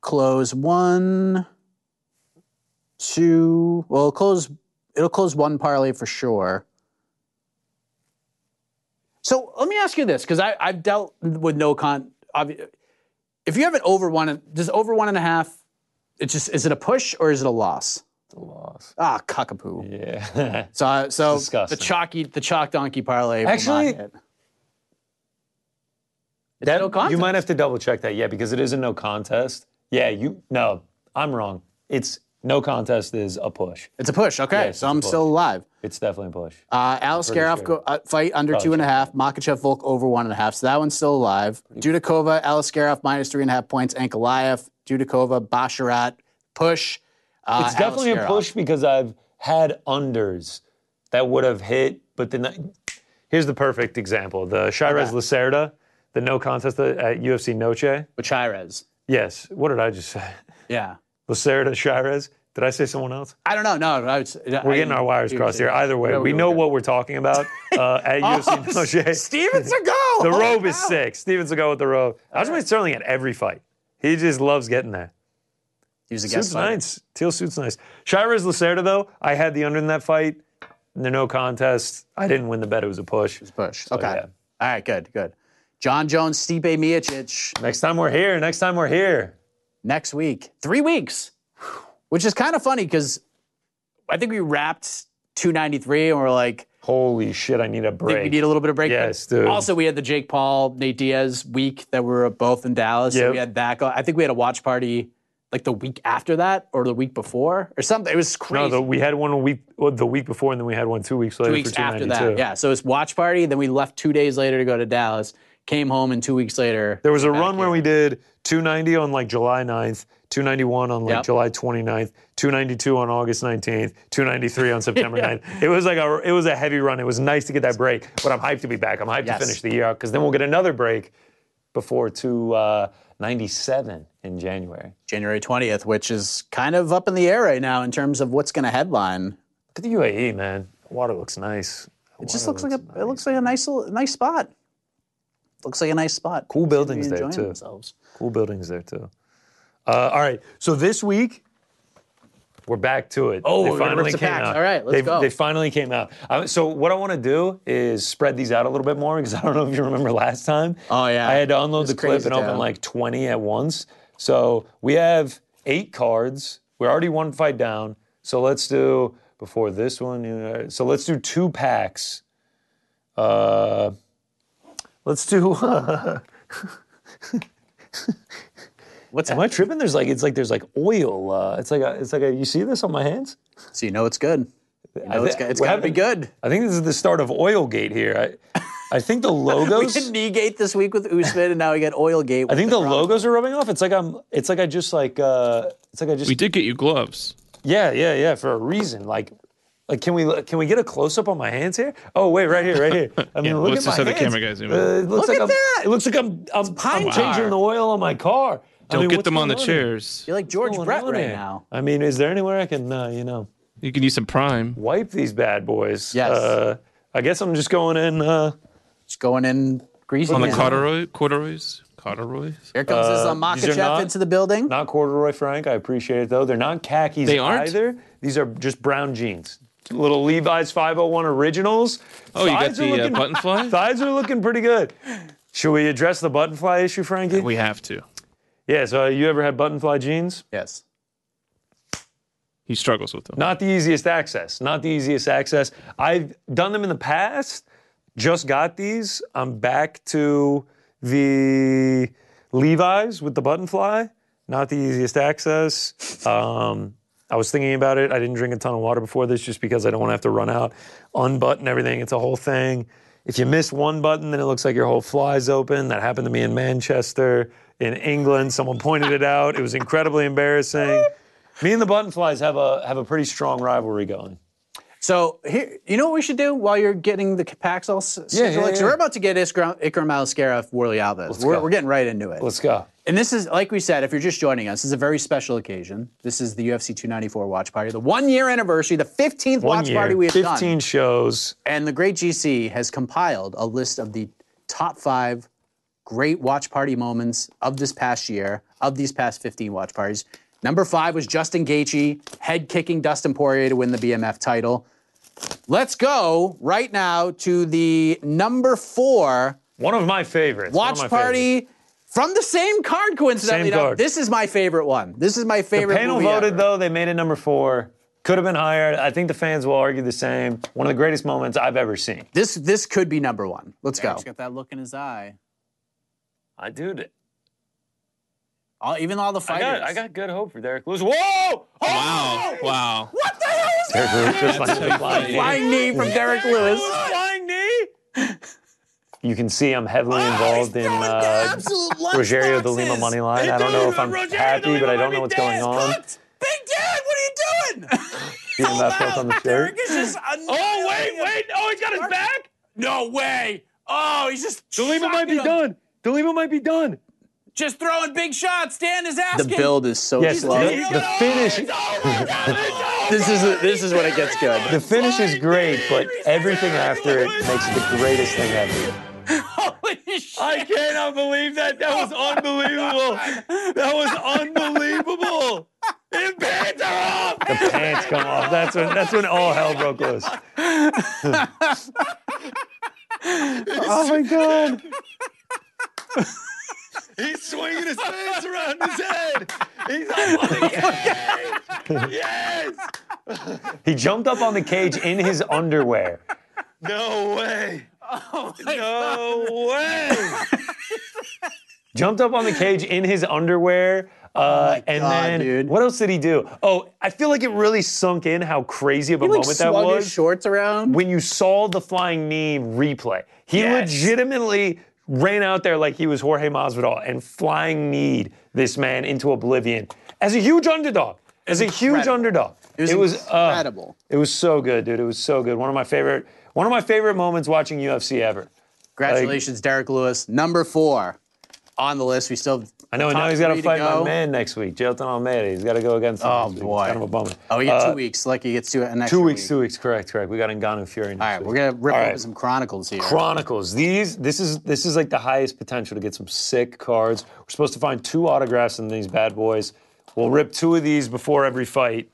[SPEAKER 2] close one, two. Well, it'll close. It'll close one parlay for sure. So let me ask you this, because I've dealt with no con. obvi- If you have an over one, does over one and a half? It just is it a push or is it a loss?
[SPEAKER 3] It's a loss.
[SPEAKER 2] Ah, cockapoo.
[SPEAKER 3] [laughs] Yeah.
[SPEAKER 2] So I- so
[SPEAKER 3] disgusting.
[SPEAKER 2] the chalky the chalk donkey parlay. will not
[SPEAKER 3] Actually,
[SPEAKER 2] hit. It's
[SPEAKER 3] That-
[SPEAKER 2] no
[SPEAKER 3] you
[SPEAKER 2] contest.
[SPEAKER 3] might have to double check that. Yeah, because it is a no contest. Yeah, you no. I'm wrong. It's no contest is a push.
[SPEAKER 2] It's a push. Okay,
[SPEAKER 3] Yeah, it's
[SPEAKER 2] so
[SPEAKER 3] a
[SPEAKER 2] I'm
[SPEAKER 3] push.
[SPEAKER 2] still alive.
[SPEAKER 3] It's definitely a push.
[SPEAKER 2] Uh, Alex Garoff go, uh, fight under two and a half. Makachev Volk over one and a half. So that one's still alive. Dudakova, Alex Garoff minus three and a half points. Ankalaev, Dudakova, Basharat, push. Uh,
[SPEAKER 3] it's definitely
[SPEAKER 2] Alex
[SPEAKER 3] a
[SPEAKER 2] Garoff.
[SPEAKER 3] push because I've had unders that would have hit, but then here's the perfect example: the Shirez Lacerda, the no contest at UFC Noche.
[SPEAKER 2] Bucharez.
[SPEAKER 3] Yes. What did I just say?
[SPEAKER 2] Yeah.
[SPEAKER 3] Lacerda Shirez. Did I say someone else?
[SPEAKER 2] I don't know. No, uh, I was,
[SPEAKER 3] We're getting our wires crossed here. Either way, we know what we're talking about
[SPEAKER 2] [laughs]
[SPEAKER 3] uh, at UFC Noche.
[SPEAKER 2] Oh, Steven Seagal.
[SPEAKER 3] [laughs] The robe is sick. Steven Seagal with the robe. Aljamain Sterling at every fight. He just loves getting there.
[SPEAKER 2] He's a guest
[SPEAKER 3] Suits
[SPEAKER 2] fighter.
[SPEAKER 3] nice. Teal suits nice. Shirez Lacerda, though, I had the under in that fight. The no contest. I didn't win the bet. It was a push.
[SPEAKER 2] Push. Okay.
[SPEAKER 3] yeah.
[SPEAKER 2] All right. Good. Good. John Jones, Stipe Miocic
[SPEAKER 3] Next time we're here. Next time we're here.
[SPEAKER 2] next week. Three weeks, [sighs] which is kind of funny because I think we wrapped 293 and we're like,
[SPEAKER 3] Holy shit, I need a
[SPEAKER 2] I
[SPEAKER 3] break.
[SPEAKER 2] think we need a little bit of break.
[SPEAKER 3] Yes,
[SPEAKER 2] But
[SPEAKER 3] dude.
[SPEAKER 2] Also, we had the Jake Paul, Nate Diaz week that we were both in Dallas. So
[SPEAKER 3] Yep.
[SPEAKER 2] we had that. go- I think we had a watch party like the week after that or the week before or something. It was crazy.
[SPEAKER 3] no, the, we had one a week, well, the week before, and then we had one two weeks later
[SPEAKER 2] two weeks
[SPEAKER 3] for
[SPEAKER 2] after
[SPEAKER 3] 292.
[SPEAKER 2] that. Yeah. So it's watch party. Then we left two days later to go to Dallas. Came home and two weeks later.
[SPEAKER 3] There was a run where we did 290 on like July 9th, 291 on like
[SPEAKER 2] Yep.
[SPEAKER 3] July 29th, 292 on August 19th,
[SPEAKER 2] [laughs]
[SPEAKER 3] 293 on September 9th. It was like a it was a heavy run. It was nice to get that break, but I'm hyped to be back. I'm hyped
[SPEAKER 2] Yes.
[SPEAKER 3] to finish the year out cuz then we'll get another break before 297 in January.
[SPEAKER 2] January 20th, which is kind of up in the air right now in terms of what's going to headline.
[SPEAKER 3] Look at the UAE, man. Water looks nice.
[SPEAKER 2] It just looks like a it looks like a nice little nice spot. Looks like a nice spot.
[SPEAKER 3] Cool buildings there,
[SPEAKER 2] Enjoying
[SPEAKER 3] too.
[SPEAKER 2] Themselves.
[SPEAKER 3] Cool buildings there too. Uh, all right, so this week we're back to it.
[SPEAKER 2] Oh, we're gonna rip the packs. All right, let's
[SPEAKER 3] They've-
[SPEAKER 2] go.
[SPEAKER 3] They finally came out. Uh, so what I want to do is spread these out a little bit more because I don't know if you remember last time.
[SPEAKER 2] Oh, yeah.
[SPEAKER 3] I had to unload
[SPEAKER 2] It's
[SPEAKER 3] the clip
[SPEAKER 2] crazy
[SPEAKER 3] and open
[SPEAKER 2] town.
[SPEAKER 3] like 20 at once. So we have eight cards. We're already one fight down. So let's do before this one. uh, So let's do two packs. Uh, let's do. [laughs]
[SPEAKER 2] What's
[SPEAKER 3] Am I tripping? There's like it's like there's like oil. Uh, it's like a, it's like a, you see this on my hands?
[SPEAKER 2] So you know it's
[SPEAKER 3] [laughs]
[SPEAKER 2] good. You know
[SPEAKER 3] thi-
[SPEAKER 2] it's, go- it's
[SPEAKER 3] what
[SPEAKER 2] got to be
[SPEAKER 3] happened-
[SPEAKER 2] good.
[SPEAKER 3] I think this is the start of Oilgate here. I, I think the
[SPEAKER 2] [laughs] We
[SPEAKER 3] logos.
[SPEAKER 2] did Kneegate this week with Usman, and now we got Oilgate.
[SPEAKER 3] I think the logos are rubbing off. It's like I'm. It's like I just like. Uh, it's like I just.
[SPEAKER 4] We did get you gloves.
[SPEAKER 3] Yeah, yeah, yeah. For a reason. Like, like can we can we get a close up on my hands here? Oh wait, right here, right here.
[SPEAKER 4] [laughs]
[SPEAKER 3] I mean,
[SPEAKER 4] Yeah,
[SPEAKER 3] look
[SPEAKER 4] let's
[SPEAKER 3] at
[SPEAKER 4] just
[SPEAKER 3] my
[SPEAKER 4] have the
[SPEAKER 3] hands.
[SPEAKER 4] camera guy zoom
[SPEAKER 3] Uh,
[SPEAKER 4] in.
[SPEAKER 3] it
[SPEAKER 2] Look
[SPEAKER 3] looks like
[SPEAKER 2] at
[SPEAKER 3] I'm,
[SPEAKER 2] that!
[SPEAKER 3] It looks like I'm I'm, I'm
[SPEAKER 2] pine
[SPEAKER 3] changing
[SPEAKER 4] tar.
[SPEAKER 3] the oil on my car. I
[SPEAKER 4] Don't
[SPEAKER 3] mean,
[SPEAKER 4] get
[SPEAKER 3] what's
[SPEAKER 4] them on the
[SPEAKER 3] going here?
[SPEAKER 4] chairs.
[SPEAKER 2] You're like George
[SPEAKER 3] What's
[SPEAKER 2] Brett
[SPEAKER 3] going on
[SPEAKER 2] right
[SPEAKER 3] here?
[SPEAKER 2] now.
[SPEAKER 3] I mean, is there anywhere I can uh, you know?
[SPEAKER 4] You can use some prime.
[SPEAKER 3] wipe these bad boys.
[SPEAKER 2] Yes.
[SPEAKER 3] Uh, I guess I'm just going in. Uh,
[SPEAKER 2] Just going in greasy.
[SPEAKER 4] On the
[SPEAKER 2] man.
[SPEAKER 4] corduroy, corduroys, corduroys.
[SPEAKER 2] Here comes this uh,
[SPEAKER 3] these are
[SPEAKER 2] Makachev
[SPEAKER 3] not-
[SPEAKER 2] into the building.
[SPEAKER 3] not corduroy, Frank. I appreciate it though. They're not khakis
[SPEAKER 4] They aren't?
[SPEAKER 3] either. These are just brown jeans. Little Levi's 501 originals.
[SPEAKER 4] Oh, you got
[SPEAKER 3] Thighs are
[SPEAKER 4] the uh,
[SPEAKER 3] looking- [laughs]
[SPEAKER 4] button fly?
[SPEAKER 3] Thighs are looking pretty good. Should we address the button fly issue, Frankie?
[SPEAKER 4] We have to.
[SPEAKER 3] yeah. So uh, you ever had button fly jeans?
[SPEAKER 2] yes.
[SPEAKER 4] He struggles with them.
[SPEAKER 3] Not the easiest access. Not the easiest access. I've done them in the past. Just got these. I'm back to the Levi's with the button fly. Not the easiest access. Um, I was thinking about it. I didn't drink a ton of water before this just because I don't want to have to run out, unbutton everything. It's a whole thing. If you miss one button, then it looks like your whole fly's open. That happened to me in Manchester, in England. Someone pointed it out. It was incredibly embarrassing. Me and the Buttonflies have a have a pretty strong rivalry going.
[SPEAKER 2] So here, you know what we should do while you're getting the packs all s-
[SPEAKER 3] Yeah,
[SPEAKER 2] scheduled?
[SPEAKER 3] yeah,
[SPEAKER 2] So
[SPEAKER 3] yeah.
[SPEAKER 2] we're about to get Iskra- Ikram Alaskarov, Worley Alves. We're,
[SPEAKER 3] go.
[SPEAKER 2] we're getting right into it.
[SPEAKER 3] Let's go.
[SPEAKER 2] and this is, like we said, if you're just joining us, this is a very special occasion. This is the UFC 294 watch party, the one year anniversary, the 15th watch party we have
[SPEAKER 3] 15
[SPEAKER 2] done.
[SPEAKER 3] shows.
[SPEAKER 2] And the great GC has compiled a list of the top five great watch party moments of this past year, of these past 15 watch parties. Number five was Justin Gaethje head kicking Dustin Poirier to win the BMF title. Let's go right now to the number four
[SPEAKER 3] One of my favorites. one of
[SPEAKER 2] watch
[SPEAKER 3] my favorites.
[SPEAKER 2] party from the same card, coincidentally.
[SPEAKER 3] Same
[SPEAKER 2] Now,
[SPEAKER 3] card.
[SPEAKER 2] This is my favorite one. This is my
[SPEAKER 3] The
[SPEAKER 2] favorite.
[SPEAKER 3] panel
[SPEAKER 2] movie
[SPEAKER 3] voted
[SPEAKER 2] ever.
[SPEAKER 3] though. They made it number four. Could have been higher. I think the fans will argue the same. One of the greatest moments I've ever seen.
[SPEAKER 2] This this could be number one. Let's go.
[SPEAKER 3] I, dude,
[SPEAKER 2] All, even all the
[SPEAKER 3] I
[SPEAKER 2] fighters.
[SPEAKER 3] got, I got good hope for Derek Lewis. Whoa! Oh!
[SPEAKER 4] Wow. Wow.
[SPEAKER 2] What the hell is
[SPEAKER 8] Derek Lewis just like
[SPEAKER 3] a flying
[SPEAKER 2] Flying knee from Derek Lewis.
[SPEAKER 3] Flying knee. You can see I'm heavily
[SPEAKER 2] Oh,
[SPEAKER 3] involved
[SPEAKER 2] he's
[SPEAKER 3] in
[SPEAKER 2] throwing
[SPEAKER 3] uh,
[SPEAKER 2] absolute lunch
[SPEAKER 3] Rogerio de Lima
[SPEAKER 2] boxes.
[SPEAKER 3] money line. I don't know if I'm Rogerio de happy, Lima but I might don't be know what's dead.
[SPEAKER 2] It's
[SPEAKER 3] going on.
[SPEAKER 2] cooked. Big Dad, what are
[SPEAKER 3] [laughs]
[SPEAKER 2] you doing?
[SPEAKER 8] Being
[SPEAKER 2] Sold
[SPEAKER 8] that fourth
[SPEAKER 2] out.
[SPEAKER 8] on the
[SPEAKER 2] Derek
[SPEAKER 8] shirt.
[SPEAKER 2] is [laughs] just
[SPEAKER 3] Oh wait, wait! Oh, he's got his back.
[SPEAKER 2] No way. Oh, he's just.
[SPEAKER 3] De Lima might be
[SPEAKER 2] shocking him.
[SPEAKER 3] done. De Lima might be done.
[SPEAKER 2] Just throwing big shots. Dan is asking. The build is so
[SPEAKER 3] Yes, slow. the- the finish-
[SPEAKER 2] this is this is when it gets good.
[SPEAKER 3] The finish is great, but everything after it makes it the greatest thing ever.
[SPEAKER 2] Holy shit!
[SPEAKER 3] I cannot believe that. That was unbelievable. That was unbelievable. The pants are off. The pants come off. That's when. That's when all hell broke loose. oh my god.
[SPEAKER 8] He's swinging his hands around his head.
[SPEAKER 3] He's on the
[SPEAKER 8] Yes.
[SPEAKER 3] He jumped up on the cage in his underwear.
[SPEAKER 8] No way.
[SPEAKER 2] Oh
[SPEAKER 8] no way.
[SPEAKER 3] Jumped up on the cage in his underwear. Uh,
[SPEAKER 2] Oh my
[SPEAKER 3] and
[SPEAKER 2] God,
[SPEAKER 3] then
[SPEAKER 2] dude.
[SPEAKER 3] what else did he do? Oh, I feel like it really sunk in how crazy of a
[SPEAKER 2] He, like
[SPEAKER 3] moment that
[SPEAKER 2] swung
[SPEAKER 3] was
[SPEAKER 2] his shorts around.
[SPEAKER 3] when you saw the flying knee replay. He
[SPEAKER 2] Yes.
[SPEAKER 3] legitimately ran out there like he was Jorge Masvidal and flying kneed this man into oblivion as a huge underdog. As a huge
[SPEAKER 2] Incredible.
[SPEAKER 3] underdog.
[SPEAKER 2] It was
[SPEAKER 3] uh,
[SPEAKER 2] incredible.
[SPEAKER 3] it was so good, dude. It was so good. One of my favorite one of my favorite moments watching UFC ever.
[SPEAKER 2] Congratulations, Derek Lewis, number four on the list. We still. Have
[SPEAKER 3] I know, and now
[SPEAKER 2] top
[SPEAKER 3] he's got
[SPEAKER 2] three
[SPEAKER 3] to fight my
[SPEAKER 2] go.
[SPEAKER 3] man next week, Jelton Almeida. He's got to go against him.
[SPEAKER 2] Oh,
[SPEAKER 3] next week. It's
[SPEAKER 2] boy.
[SPEAKER 3] kind of a bummer.
[SPEAKER 2] Oh, we got
[SPEAKER 3] Uh,
[SPEAKER 2] two weeks. Lucky gets to an extra
[SPEAKER 3] Two weeks,
[SPEAKER 2] week.
[SPEAKER 3] two weeks. Correct, correct. We got Ngannou Fury.
[SPEAKER 2] All right, we're gonna rip
[SPEAKER 3] All
[SPEAKER 2] open
[SPEAKER 3] right.
[SPEAKER 2] some chronicles here.
[SPEAKER 3] Chronicles. These, this is this is like the highest potential to get some sick cards. We're supposed to find two autographs in these bad boys. We'll rip two of these before every fight.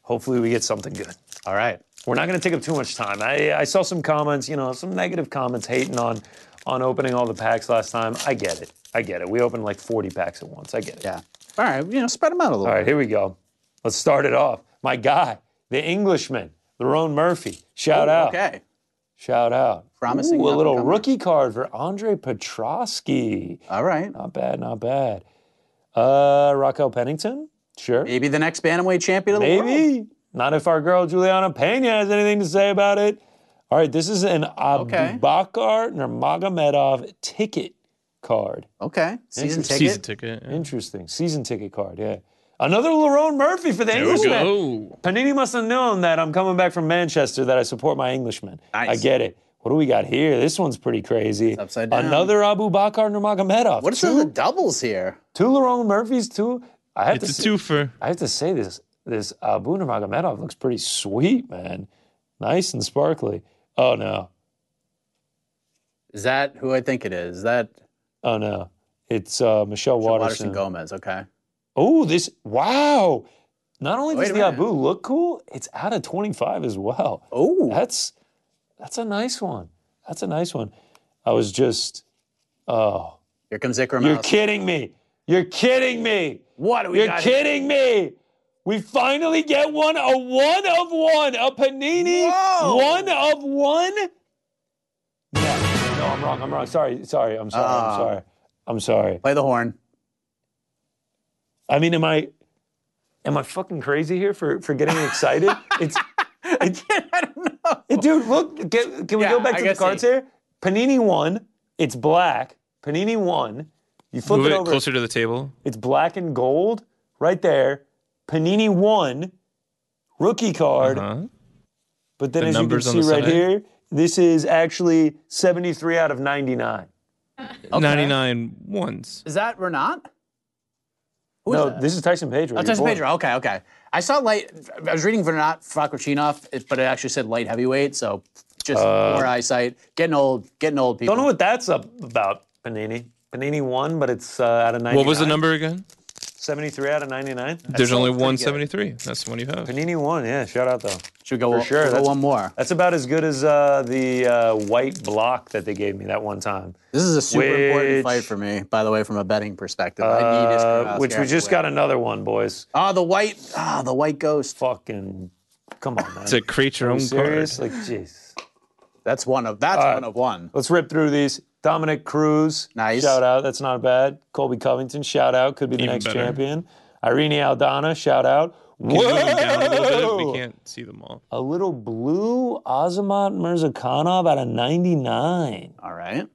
[SPEAKER 3] Hopefully, we get something good.
[SPEAKER 2] All right.
[SPEAKER 3] We're not going to take up too much time. I, I saw some comments, you know, some negative comments hating on on opening all the packs last time. I get it. I get it. We opened like 40 packs at once. I get it.
[SPEAKER 2] Yeah. All right. You know, spread them out a little.
[SPEAKER 3] All right, here we go. Let's start it off. My guy, the Englishman, Lerone Murphy. Shout out.
[SPEAKER 2] Oh, Okay.
[SPEAKER 3] Shout out.
[SPEAKER 2] Promising
[SPEAKER 3] Ooh, a little
[SPEAKER 2] up-and-comer.
[SPEAKER 3] rookie card for Andre Petrosky.
[SPEAKER 2] All right.
[SPEAKER 3] Not bad, not bad. Uh, Raquel Pennington? Sure.
[SPEAKER 2] Maybe the next bantamweight champion of the world.
[SPEAKER 3] Maybe. Not if our girl Juliana Pena has anything to say about it. All right, this is an
[SPEAKER 2] Okay.
[SPEAKER 3] Abubakar Nurmagomedov ticket card.
[SPEAKER 2] Okay. Season ticket.
[SPEAKER 4] Season ticket. yeah.
[SPEAKER 3] Interesting. Season ticket card, yeah. Another Lerone Murphy for the
[SPEAKER 4] There we
[SPEAKER 3] Englishman.
[SPEAKER 4] go. Oh,
[SPEAKER 3] Panini must have known that I'm coming back from Manchester, that I support my Englishmen.
[SPEAKER 2] Nice.
[SPEAKER 3] I get it. What do we got here? This one's pretty crazy.
[SPEAKER 2] upside down.
[SPEAKER 3] Another Abu Bakar Nurmagomedov.
[SPEAKER 2] What is
[SPEAKER 3] two,
[SPEAKER 2] all the doubles here?
[SPEAKER 3] two Lerone Murphys, two. I have to
[SPEAKER 4] It's a
[SPEAKER 3] say,
[SPEAKER 4] twofer.
[SPEAKER 3] I have to say this this Abu Nurmagomedov looks pretty sweet, man. Nice and sparkly. Oh no.
[SPEAKER 2] Is that who I think it is? Is that
[SPEAKER 3] Oh no. It's uh, Michelle
[SPEAKER 2] Waterson
[SPEAKER 3] Waterson.
[SPEAKER 2] Gomez? Okay.
[SPEAKER 3] Oh, this wow. Not only
[SPEAKER 2] Oh, Wait
[SPEAKER 3] does
[SPEAKER 2] a
[SPEAKER 3] the
[SPEAKER 2] minute.
[SPEAKER 3] Abu look cool, it's out of 25 as well.
[SPEAKER 2] Oh.
[SPEAKER 3] That's that's a nice one. That's a nice one. I was just oh,
[SPEAKER 2] Here comes Ikram.
[SPEAKER 3] you're kidding me. You're kidding me.
[SPEAKER 2] What do we
[SPEAKER 3] You're
[SPEAKER 2] got? here?
[SPEAKER 3] kidding me. We finally get one, a one of one, a panini,
[SPEAKER 2] Whoa.
[SPEAKER 3] one of one. No, no, I'm wrong. I'm wrong. Sorry, sorry. I'm sorry.
[SPEAKER 2] Ah.
[SPEAKER 3] I'm sorry. I'm sorry.
[SPEAKER 2] Play the
[SPEAKER 3] [laughs]
[SPEAKER 2] horn.
[SPEAKER 3] I mean, am I, am I fucking crazy here for for getting
[SPEAKER 2] [laughs]
[SPEAKER 3] excited? it's,
[SPEAKER 2] I can't. I don't know.
[SPEAKER 3] it- dude. Look, get, can we
[SPEAKER 2] Yeah,
[SPEAKER 3] go back
[SPEAKER 2] I
[SPEAKER 3] to the
[SPEAKER 2] guess
[SPEAKER 3] cards
[SPEAKER 2] he-
[SPEAKER 3] here? Panini one. It's black. Panini one. You flip
[SPEAKER 4] Move
[SPEAKER 3] it
[SPEAKER 4] it
[SPEAKER 3] over.
[SPEAKER 4] closer to the table.
[SPEAKER 3] It's black and gold right there. Panini one, rookie card.
[SPEAKER 4] Uh-huh.
[SPEAKER 3] But then,
[SPEAKER 4] The
[SPEAKER 3] as you can
[SPEAKER 4] numbers on
[SPEAKER 3] see
[SPEAKER 4] the
[SPEAKER 3] right
[SPEAKER 4] side.
[SPEAKER 3] here, this is actually 73 out of 99.
[SPEAKER 4] 99 ones.
[SPEAKER 2] Is that Renat? Who is
[SPEAKER 3] no,
[SPEAKER 2] that?
[SPEAKER 3] this is Tyson Pedro.
[SPEAKER 2] Oh,
[SPEAKER 3] your
[SPEAKER 2] Tyson
[SPEAKER 3] boy.
[SPEAKER 2] Pedro. Okay, okay. I saw light. I was reading Vernat Fakochinov, it- but it actually said light heavyweight. So just poor eyesight. Getting old. Getting old. People.
[SPEAKER 3] Uh, Don't know what that's up about, Panini. Panini won, but it's uh, out of 99.
[SPEAKER 4] What was the number again?
[SPEAKER 3] 73 out of 99.
[SPEAKER 4] There's only 173. That's the one you have.
[SPEAKER 3] Panini won, yeah. Shout out, though.
[SPEAKER 2] Should we go,
[SPEAKER 3] For sure,
[SPEAKER 2] should we go
[SPEAKER 3] that's-
[SPEAKER 2] one more.
[SPEAKER 3] That's about as good as uh, the uh, white block that they gave me that one time,
[SPEAKER 2] This is a super important
[SPEAKER 3] Which-
[SPEAKER 2] fight for me, by the way, from a betting perspective. I need this.
[SPEAKER 3] uh, which we just got another one, boys.
[SPEAKER 2] Ah, the white. Ah, the white ghost.
[SPEAKER 3] Fucking, come on, man.
[SPEAKER 4] To create your
[SPEAKER 3] Are
[SPEAKER 4] own
[SPEAKER 3] you
[SPEAKER 4] card.
[SPEAKER 3] serious? Like, jeez.
[SPEAKER 2] That's one of. That's
[SPEAKER 3] All right.
[SPEAKER 2] one of one.
[SPEAKER 3] Let's rip through these. Dominic Cruz,
[SPEAKER 2] Nice.
[SPEAKER 3] shout out. That's not bad. Colby Covington, shout out. Could be the
[SPEAKER 4] Even
[SPEAKER 3] next
[SPEAKER 4] better.
[SPEAKER 3] champion. Irene Aldana, shout out.
[SPEAKER 4] Can you move them down a little bit?
[SPEAKER 3] Whoa!
[SPEAKER 4] We can't see them all.
[SPEAKER 3] A little blue Azamat Mirzakhanov out of 99.
[SPEAKER 2] All right.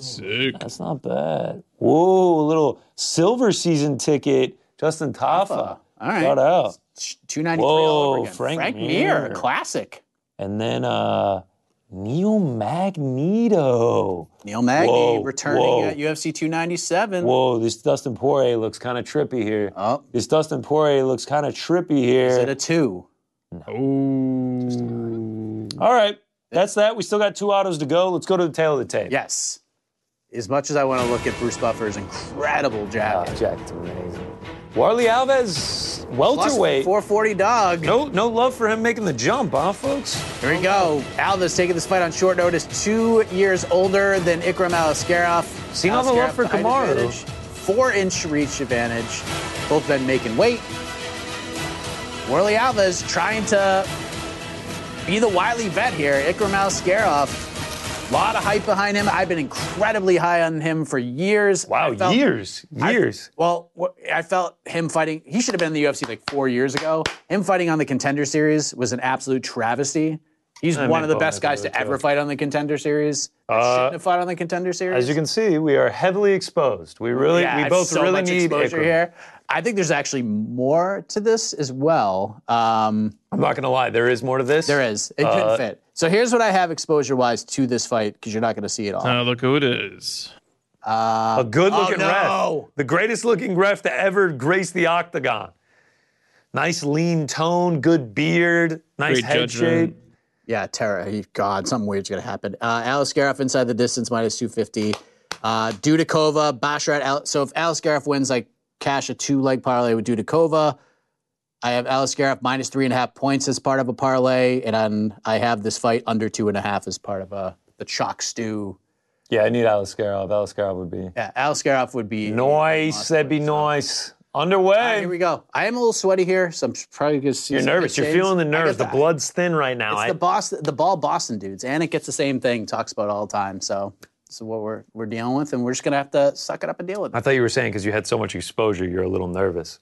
[SPEAKER 4] Sick.
[SPEAKER 3] That's not bad. Whoa, a little silver season ticket. Justin Taffa.
[SPEAKER 2] All right.
[SPEAKER 3] Shout out.
[SPEAKER 2] Two ninety three all over
[SPEAKER 3] Whoa,
[SPEAKER 2] again.
[SPEAKER 3] Frank
[SPEAKER 2] Mir,
[SPEAKER 3] Mir.
[SPEAKER 2] classic.
[SPEAKER 3] And then uh Neil Magneto.
[SPEAKER 2] Neil Magny
[SPEAKER 3] Whoa,
[SPEAKER 2] returning
[SPEAKER 3] whoa.
[SPEAKER 2] at UFC two ninety seven.
[SPEAKER 3] Whoa, this Dustin Poirier looks kind of trippy here.
[SPEAKER 2] Oh,
[SPEAKER 3] This Dustin Poirier looks kind of trippy
[SPEAKER 2] is it
[SPEAKER 3] here.
[SPEAKER 2] a two?
[SPEAKER 4] Oh.
[SPEAKER 3] All right. That's that. We still got two autos to go. Let's go to the tail of the tape.
[SPEAKER 2] Yes. As much as I want to look at Bruce Buffer's incredible
[SPEAKER 3] Ah,
[SPEAKER 2] jacket,
[SPEAKER 3] Jack's amazing. Warley Alves, welterweight.
[SPEAKER 2] four forty dog.
[SPEAKER 3] No, no love for him making the jump, huh, folks?
[SPEAKER 2] Here we go. Alves taking this fight on short notice. Two years older than Ikram Alaskarov.
[SPEAKER 3] Seen all the love for Kamaru.
[SPEAKER 2] Four inch reach advantage. Both men making weight. Worley Alves trying to be the wily vet here. Ikram Alaskarov. A lot of hype behind him. I've been incredibly high on him for years.
[SPEAKER 3] Wow,
[SPEAKER 2] I felt-
[SPEAKER 3] years,
[SPEAKER 2] I-
[SPEAKER 3] years.
[SPEAKER 2] well, wh- I felt him fighting. He should have been in the UFC like four years ago. Him fighting on the Contender Series was an absolute travesty. He's
[SPEAKER 3] I
[SPEAKER 2] one
[SPEAKER 3] mean,
[SPEAKER 2] of the
[SPEAKER 3] well,
[SPEAKER 2] best
[SPEAKER 3] that's
[SPEAKER 2] guys
[SPEAKER 3] really
[SPEAKER 2] to ever
[SPEAKER 3] true.
[SPEAKER 2] fight on the Contender Series. That
[SPEAKER 3] Uh,
[SPEAKER 2] shouldn't have fought on the Contender Series.
[SPEAKER 3] As you can see, we are heavily exposed. We really,
[SPEAKER 2] Yeah,
[SPEAKER 3] we both
[SPEAKER 2] so
[SPEAKER 3] really
[SPEAKER 2] much
[SPEAKER 3] need
[SPEAKER 2] exposure
[SPEAKER 3] Ikram.
[SPEAKER 2] here. I think there's actually more to this as well. Um,
[SPEAKER 3] I'm not gonna lie, there is more to this.
[SPEAKER 2] there is. It
[SPEAKER 3] Uh,
[SPEAKER 2] couldn't fit. So here's what I have exposure-wise to this fight because you're not going to see it all.
[SPEAKER 4] Now look who it is.
[SPEAKER 3] A good-looking
[SPEAKER 2] Oh, no.
[SPEAKER 3] ref, the greatest-looking ref to ever grace the octagon. Nice lean tone, good beard, nice
[SPEAKER 4] Great
[SPEAKER 3] head
[SPEAKER 4] judgment.
[SPEAKER 3] shape.
[SPEAKER 2] Yeah, Tara. he- God, something weird's gonna happen. Uh, Alice Garoff inside the distance minus two fifty. Uh, Dudikova, Basharat. Al- so if Alice Garoff wins, like cash a two leg parlay with Dudikova. I have Alice Garoff minus three and a half points as part of a parlay, and then I have this fight under two and a half as part of a the chalk stew.
[SPEAKER 3] Yeah, I need Alaskarov. Alaskarov would be
[SPEAKER 2] Yeah, Alice Garoff would be.
[SPEAKER 3] nice. That'd be nice.
[SPEAKER 2] All right,
[SPEAKER 3] Underway.
[SPEAKER 2] Ah, here we go. I am a little sweaty here, so I'm probably gonna see.
[SPEAKER 3] You're
[SPEAKER 2] some
[SPEAKER 3] nervous. You're
[SPEAKER 2] shades.
[SPEAKER 3] feeling the
[SPEAKER 2] I
[SPEAKER 3] nerves.
[SPEAKER 2] got
[SPEAKER 3] The blood's thin right now.
[SPEAKER 2] It's
[SPEAKER 3] I-
[SPEAKER 2] the Boston, the ball Boston dudes. Anik gets the same thing, talks about it all the time. So this is what we're we're dealing with, and we're just gonna have to suck it up and deal with
[SPEAKER 3] I
[SPEAKER 2] it.
[SPEAKER 3] thought you were saying because you had so much exposure, you're a little nervous.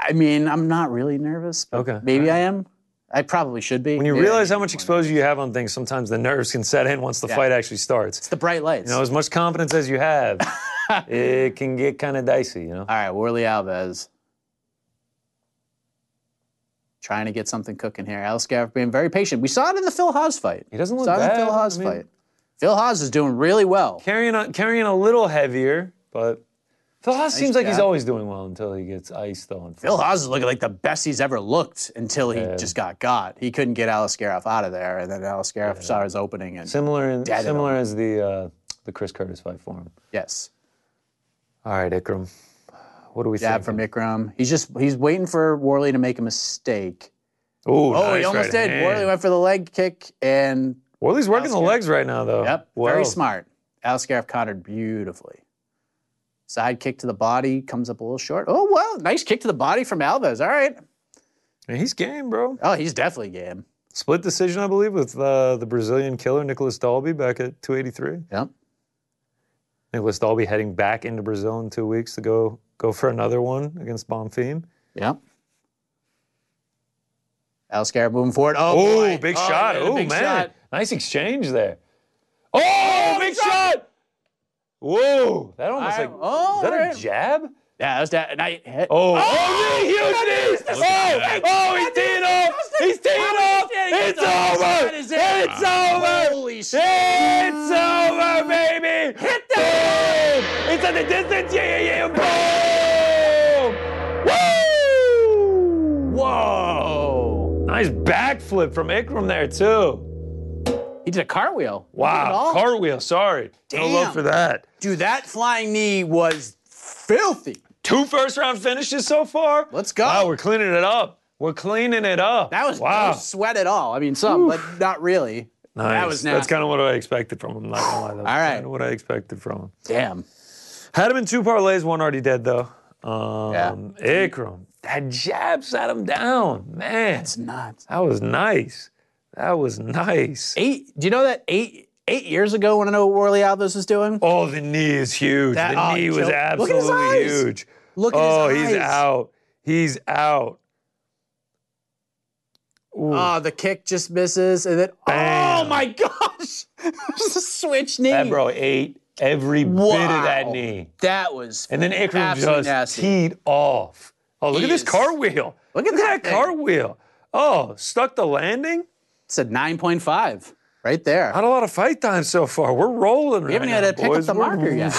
[SPEAKER 2] I mean, I'm not really nervous. But
[SPEAKER 3] Okay.
[SPEAKER 2] Maybe I am. I probably should be.
[SPEAKER 3] When you realize how much exposure you have on things, sometimes the nerves can set in once the fight actually starts.
[SPEAKER 2] it's the bright lights.
[SPEAKER 3] You know, as much confidence as
[SPEAKER 2] [laughs]
[SPEAKER 3] you have, it can get kind of dicey, you know?
[SPEAKER 2] all right, Worley Alves. Trying to get something cooking here. Alice Gaff being very patient. We saw it in the Phil Haas fight.
[SPEAKER 3] He doesn't look
[SPEAKER 2] saw it in
[SPEAKER 3] bad.
[SPEAKER 2] the Phil Haas
[SPEAKER 3] I mean-
[SPEAKER 2] fight. Phil Haas is doing really well.
[SPEAKER 3] Carrying a, carrying a little heavier, but Phil Haas seems like he's
[SPEAKER 2] jab.
[SPEAKER 3] always doing well until he gets iced on.
[SPEAKER 2] Phil Haas is looking like the best he's ever looked until he
[SPEAKER 3] Yeah.
[SPEAKER 2] just got got. He couldn't get Alaskarov out of there, and then Alaskarov saw his opening, and
[SPEAKER 3] Similar, in,
[SPEAKER 2] Dead
[SPEAKER 3] similar as the, uh, the Chris Curtis fight for him.
[SPEAKER 2] yes,
[SPEAKER 3] All right, Ikram. What do we
[SPEAKER 2] jab
[SPEAKER 3] think?
[SPEAKER 2] from Ikram. He's just he's waiting for Worley to make a mistake. Oh,
[SPEAKER 3] Ooh,
[SPEAKER 2] he
[SPEAKER 3] nice
[SPEAKER 2] almost
[SPEAKER 3] right
[SPEAKER 2] did.
[SPEAKER 3] hand.
[SPEAKER 2] Worley went for the leg kick, and
[SPEAKER 3] Worley's working the
[SPEAKER 2] Alaskarov.
[SPEAKER 3] legs right now, though.
[SPEAKER 2] yep, very
[SPEAKER 3] Well,
[SPEAKER 2] smart. Alaskarov countered beautifully. Side kick to the body comes up a little short. Oh well, nice kick to the body from Alves. All right.
[SPEAKER 3] He's game, bro.
[SPEAKER 2] Oh, he's definitely game.
[SPEAKER 3] Split decision, I believe, with uh, the Brazilian killer Nicholas Dalby back at 283.
[SPEAKER 2] Yep.
[SPEAKER 3] Nicholas Dalby heading back into Brazil in two weeks to go go for another one against Bonfim.
[SPEAKER 2] Yep. Alaskarov moving forward. Oh,
[SPEAKER 3] Oh,
[SPEAKER 2] boy.
[SPEAKER 3] big
[SPEAKER 2] Oh,
[SPEAKER 3] shot!
[SPEAKER 2] he had a
[SPEAKER 3] Oh man,
[SPEAKER 2] big shot.
[SPEAKER 3] nice exchange there. Oh, big shot! Whoa, that almost
[SPEAKER 2] I-
[SPEAKER 3] like
[SPEAKER 2] oh,
[SPEAKER 3] is that
[SPEAKER 2] right.
[SPEAKER 3] a jab?
[SPEAKER 2] Yeah, that was that. And I hit.
[SPEAKER 3] Oh, oh, knee, huge knee! Oh, oh, he's teeing off! He's teeing off! It's over! It's over!
[SPEAKER 2] Holy shit.
[SPEAKER 3] It's over, baby! Hit them! It's at the distance! Yeah, yeah, yeah! Boom! Woo! Whoa! Nice backflip from Ikram there, too.
[SPEAKER 2] He did a cartwheel. He did it
[SPEAKER 3] Wow.
[SPEAKER 2] all.
[SPEAKER 3] Cartwheel, sorry. No
[SPEAKER 2] Damn.
[SPEAKER 3] love for that.
[SPEAKER 2] Dude, that flying knee was filthy.
[SPEAKER 3] Two first round finishes so far.
[SPEAKER 2] Let's go.
[SPEAKER 3] Wow, we're cleaning it up. We're cleaning it up.
[SPEAKER 2] That was
[SPEAKER 3] wow.
[SPEAKER 2] no sweat at all. I mean, some, but not really.
[SPEAKER 3] nice.
[SPEAKER 2] That was
[SPEAKER 3] That's
[SPEAKER 2] nasty.
[SPEAKER 3] kind of what I expected from him. Not gonna lie,
[SPEAKER 2] [sighs]
[SPEAKER 3] though.
[SPEAKER 2] All right.
[SPEAKER 3] Kind of what I expected from him.
[SPEAKER 2] Damn.
[SPEAKER 3] Had him in two parlays, one already dead though. Um, Ikram, that jab sat him down, man.
[SPEAKER 2] It's nuts.
[SPEAKER 3] that was nice. That was nice.
[SPEAKER 2] Eight. Do you know that eight Eight years ago, want to know what Worley Alves was doing?
[SPEAKER 3] Oh, the knee is huge.
[SPEAKER 2] That-
[SPEAKER 3] the
[SPEAKER 2] oh,
[SPEAKER 3] knee was
[SPEAKER 2] Joe- look at his
[SPEAKER 3] absolutely
[SPEAKER 2] eyes.
[SPEAKER 3] huge.
[SPEAKER 2] Look at
[SPEAKER 3] oh,
[SPEAKER 2] his eyes.
[SPEAKER 3] he's out. He's out. Ooh.
[SPEAKER 2] Oh, the kick just misses, and then
[SPEAKER 3] Bam.
[SPEAKER 2] oh my gosh, [laughs] There's a switch knee.
[SPEAKER 3] that bro ate every bit of that
[SPEAKER 2] Wow.
[SPEAKER 3] knee.
[SPEAKER 2] That was
[SPEAKER 3] And then Ikram
[SPEAKER 2] absolutely
[SPEAKER 3] just
[SPEAKER 2] nasty.
[SPEAKER 3] teed off. Oh, look
[SPEAKER 2] He
[SPEAKER 3] at this
[SPEAKER 2] is-
[SPEAKER 3] car wheel.
[SPEAKER 2] Look at that thing.
[SPEAKER 3] car wheel. Oh, stuck the landing?
[SPEAKER 2] It's a nine point five right there.
[SPEAKER 3] Not a lot of fight time so far. We're rolling
[SPEAKER 2] We
[SPEAKER 3] right
[SPEAKER 2] haven't
[SPEAKER 3] now,
[SPEAKER 2] had to pick up
[SPEAKER 3] boys.
[SPEAKER 2] the
[SPEAKER 3] We're-
[SPEAKER 2] marker yet.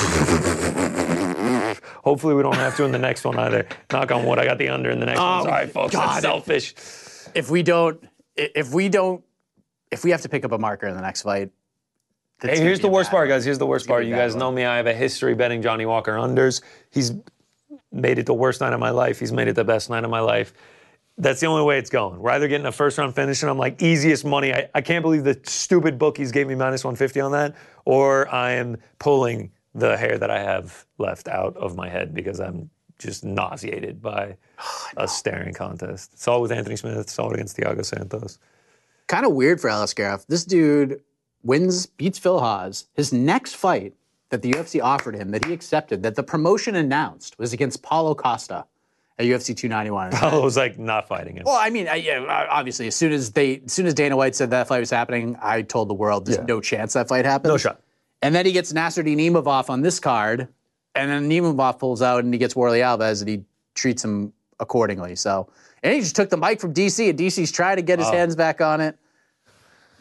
[SPEAKER 3] Hopefully we don't have to in the next one either. Knock on wood, I got the under in the next
[SPEAKER 2] Oh,
[SPEAKER 3] one. Sorry, folks.
[SPEAKER 2] God.
[SPEAKER 3] That's selfish.
[SPEAKER 2] if we don't, i- if we don't, if we have to pick up a marker in the next fight, that's
[SPEAKER 3] Hey,
[SPEAKER 2] gonna
[SPEAKER 3] here's
[SPEAKER 2] be
[SPEAKER 3] the
[SPEAKER 2] a
[SPEAKER 3] worst
[SPEAKER 2] bad
[SPEAKER 3] part,
[SPEAKER 2] one.
[SPEAKER 3] guys. Here's the worst part.
[SPEAKER 2] be
[SPEAKER 3] You
[SPEAKER 2] a
[SPEAKER 3] guys
[SPEAKER 2] bad
[SPEAKER 3] know me. I have a history betting Johnny Walker unders. He's made it the worst night of my life. He's made it the best night of my life. That's the only way it's going. We're either getting a first round finish, and I'm like, easiest money. I, I can't believe the stupid bookies gave me minus 150 on that, or I am pulling the hair that I have left out of my head because I'm just
[SPEAKER 2] [sighs]
[SPEAKER 3] nauseated by a staring contest. It's all with Anthony Smith, it's all against Thiago Santos. [laughs]
[SPEAKER 2] Kind of weird for Alice Garoff. This dude wins, beats Phil Haas. His next fight that the UFC offered him, that he accepted, that the promotion announced, was against Paulo Costa at UFC 291.
[SPEAKER 3] I was like, not fighting him.
[SPEAKER 2] Well, [laughs] I mean, I, yeah, I- obviously, as soon as they, as soon as Dana White said that fight was happening, I told the world there's no chance that fight happens.
[SPEAKER 3] No shot.
[SPEAKER 2] And then he gets Nasruddin Nemavov on this card, and then Nemavov pulls out and he gets Worley Alves and he treats him accordingly. So, and he just took the mic from DC, and DC's trying to get his hands back on it,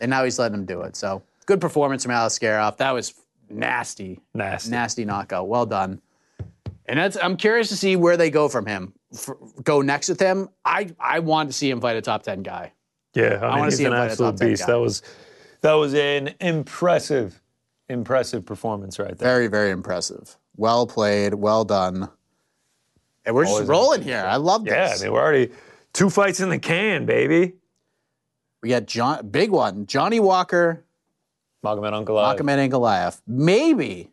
[SPEAKER 2] and now he's letting him do it. So, good performance from Alex Garoff. That was nasty,
[SPEAKER 3] Nasty.
[SPEAKER 2] nasty knockout. Well done. And that's I'm curious to see where they go from him. F go next with him. I I want to see him fight a top ten guy.
[SPEAKER 3] Yeah, I, mean,
[SPEAKER 2] wanna
[SPEAKER 3] he's
[SPEAKER 2] see him
[SPEAKER 3] an
[SPEAKER 2] play the
[SPEAKER 3] absolute
[SPEAKER 2] top 10
[SPEAKER 3] beast.
[SPEAKER 2] guy.
[SPEAKER 3] That was that was an impressive, impressive performance right there.
[SPEAKER 2] Very very impressive. Well played. Well done. And we're just
[SPEAKER 3] Always
[SPEAKER 2] rolling here. I love this.
[SPEAKER 3] Yeah, I mean, we're already two fights in the can, baby.
[SPEAKER 2] We got John, big one, Johnny Walker,
[SPEAKER 3] Magomed Ankalaev.
[SPEAKER 2] Akhmed and Goliath. Maybe,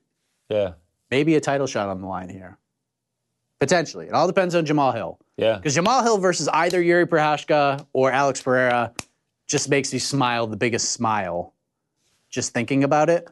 [SPEAKER 3] Yeah,
[SPEAKER 2] maybe a title shot on the line here. Potentially. It all depends on Jamal Hill.
[SPEAKER 3] yeah.
[SPEAKER 2] Because Jamal Hill versus either Yuri Prohashka or Alex Pereira just makes me smile the biggest smile just thinking about it.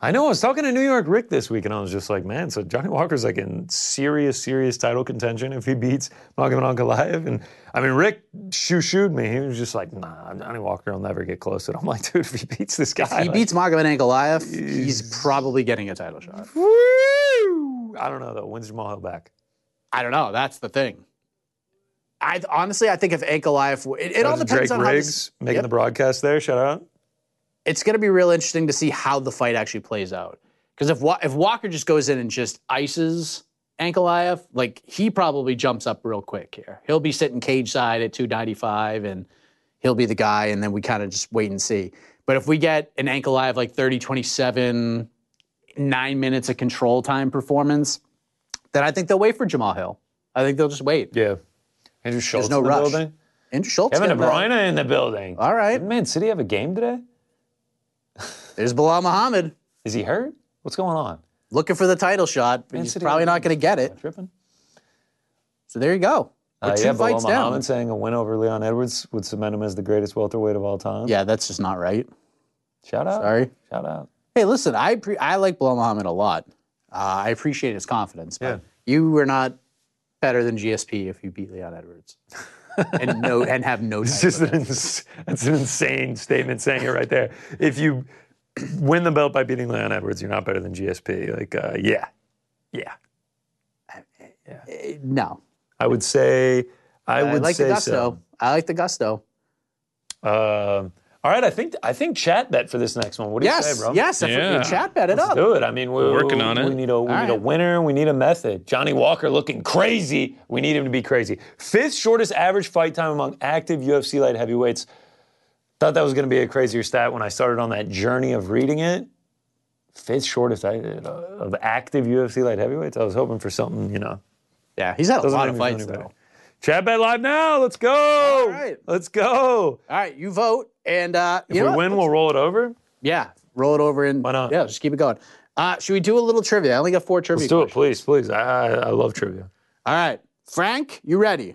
[SPEAKER 3] I know. I was talking to New York Rick this week, and I was just like, man, so Johnny Walker's like in serious, serious title contention if he beats Magomed Ankalaev. And I mean, Rick shoo shooed me. He was just like, nah, Johnny Walker will never get close. And I'm like, dude, if he beats this guy,
[SPEAKER 2] He
[SPEAKER 3] like,
[SPEAKER 2] beats Magomed and Goliath, he's probably getting a title shot.
[SPEAKER 3] woo! I don't know though. When's Jamal Hill back?
[SPEAKER 2] I don't know. That's the thing. I honestly, I think if Ankalaev, it, it all
[SPEAKER 3] Shout out to
[SPEAKER 2] depends
[SPEAKER 3] Drake
[SPEAKER 2] on how
[SPEAKER 3] Riggs
[SPEAKER 2] this,
[SPEAKER 3] making
[SPEAKER 2] Yep.
[SPEAKER 3] the broadcast there. Shout out.
[SPEAKER 2] it's going to be real interesting to see how the fight actually plays out. Because if Wa- if Walker just goes in and just ices Ankalaev, like he probably jumps up real quick here. He'll be sitting cage side at 295, and he'll be the guy. And then we kind of just wait and see. But if we get an Ankalaev like 30 27, nine minutes of control time performance, then I think they'll wait for Jamal Hill. I think they'll just wait.
[SPEAKER 3] Yeah. Andrew Schultz
[SPEAKER 2] no
[SPEAKER 3] in the
[SPEAKER 2] rush.
[SPEAKER 3] building.
[SPEAKER 2] Andrew Schultz.
[SPEAKER 3] Kevin De
[SPEAKER 2] got that.
[SPEAKER 3] Bruyne in the building.
[SPEAKER 2] All right.
[SPEAKER 3] Did Man City have a game today?
[SPEAKER 2] There's Bilal Muhammad
[SPEAKER 3] Is he hurt? What's going on?
[SPEAKER 2] looking for the title shot, but
[SPEAKER 3] Man
[SPEAKER 2] he's
[SPEAKER 3] City
[SPEAKER 2] probably
[SPEAKER 3] had a
[SPEAKER 2] not going to get
[SPEAKER 3] Am
[SPEAKER 2] it.
[SPEAKER 3] I tripping?
[SPEAKER 2] So there you go. We're
[SPEAKER 3] Uh,
[SPEAKER 2] two
[SPEAKER 3] yeah, Bilal
[SPEAKER 2] fights down.
[SPEAKER 3] Muhammad saying a win over Leon Edwards would cement him as the greatest welterweight of all time.
[SPEAKER 2] Yeah, that's just not right.
[SPEAKER 3] Shout out.
[SPEAKER 2] Sorry.
[SPEAKER 3] Shout out.
[SPEAKER 2] Hey, listen, I pre- I like Bilal Muhammad a lot. Uh, I appreciate his confidence. But you were not better than GSP if you beat Leon
[SPEAKER 3] [laughs]
[SPEAKER 2] Edwards and no and have no.
[SPEAKER 3] It's
[SPEAKER 2] title.
[SPEAKER 3] just an, ins- that's an insane statement saying it right there. If you [clears throat] win the belt by beating Leon Edwards, you're not better than GSP. Like, uh, yeah. Yeah.
[SPEAKER 2] no,
[SPEAKER 3] I would say, I
[SPEAKER 2] I
[SPEAKER 3] would
[SPEAKER 2] like the
[SPEAKER 3] say
[SPEAKER 2] gusto.
[SPEAKER 3] so.
[SPEAKER 2] I like the gusto.
[SPEAKER 3] Um, all right, I think I think chat bet for this next one. What do you
[SPEAKER 2] Yes,
[SPEAKER 3] say, bro?
[SPEAKER 2] yes. I
[SPEAKER 4] Yeah.
[SPEAKER 2] forgot- Chat bet it
[SPEAKER 3] Let's
[SPEAKER 2] up.
[SPEAKER 3] do it. I mean, we're
[SPEAKER 4] Working on
[SPEAKER 3] We
[SPEAKER 4] it.
[SPEAKER 3] need a we
[SPEAKER 2] All
[SPEAKER 3] need a
[SPEAKER 2] right.
[SPEAKER 3] winner. We need a method. Johnny Walker looking crazy. We need him to be crazy. Fifth shortest average fight time among active UFC light heavyweights. Thought that was going to be a crazier stat when I started on that journey of reading it. Fifth shortest uh, of active UFC light heavyweights. I was hoping for something, you know.
[SPEAKER 2] Yeah, he's had a
[SPEAKER 3] Doesn't
[SPEAKER 2] lot
[SPEAKER 3] make
[SPEAKER 2] of
[SPEAKER 3] me feel
[SPEAKER 2] fights
[SPEAKER 3] any better.
[SPEAKER 2] though.
[SPEAKER 3] Chat bet live now. Let's go.
[SPEAKER 2] All right.
[SPEAKER 3] Let's
[SPEAKER 2] All
[SPEAKER 3] go.
[SPEAKER 2] right, you vote and uh, you
[SPEAKER 3] If
[SPEAKER 2] know
[SPEAKER 3] we
[SPEAKER 2] what?
[SPEAKER 3] win, we'll roll it over.
[SPEAKER 2] Yeah, roll it over and
[SPEAKER 3] Why not?
[SPEAKER 2] yeah, just keep it going. Uh, should we do a little trivia? I only got four trivia.
[SPEAKER 3] Let's do it,
[SPEAKER 2] questions.
[SPEAKER 3] please, please. I, I, I love trivia.
[SPEAKER 2] All right, Frank, you ready?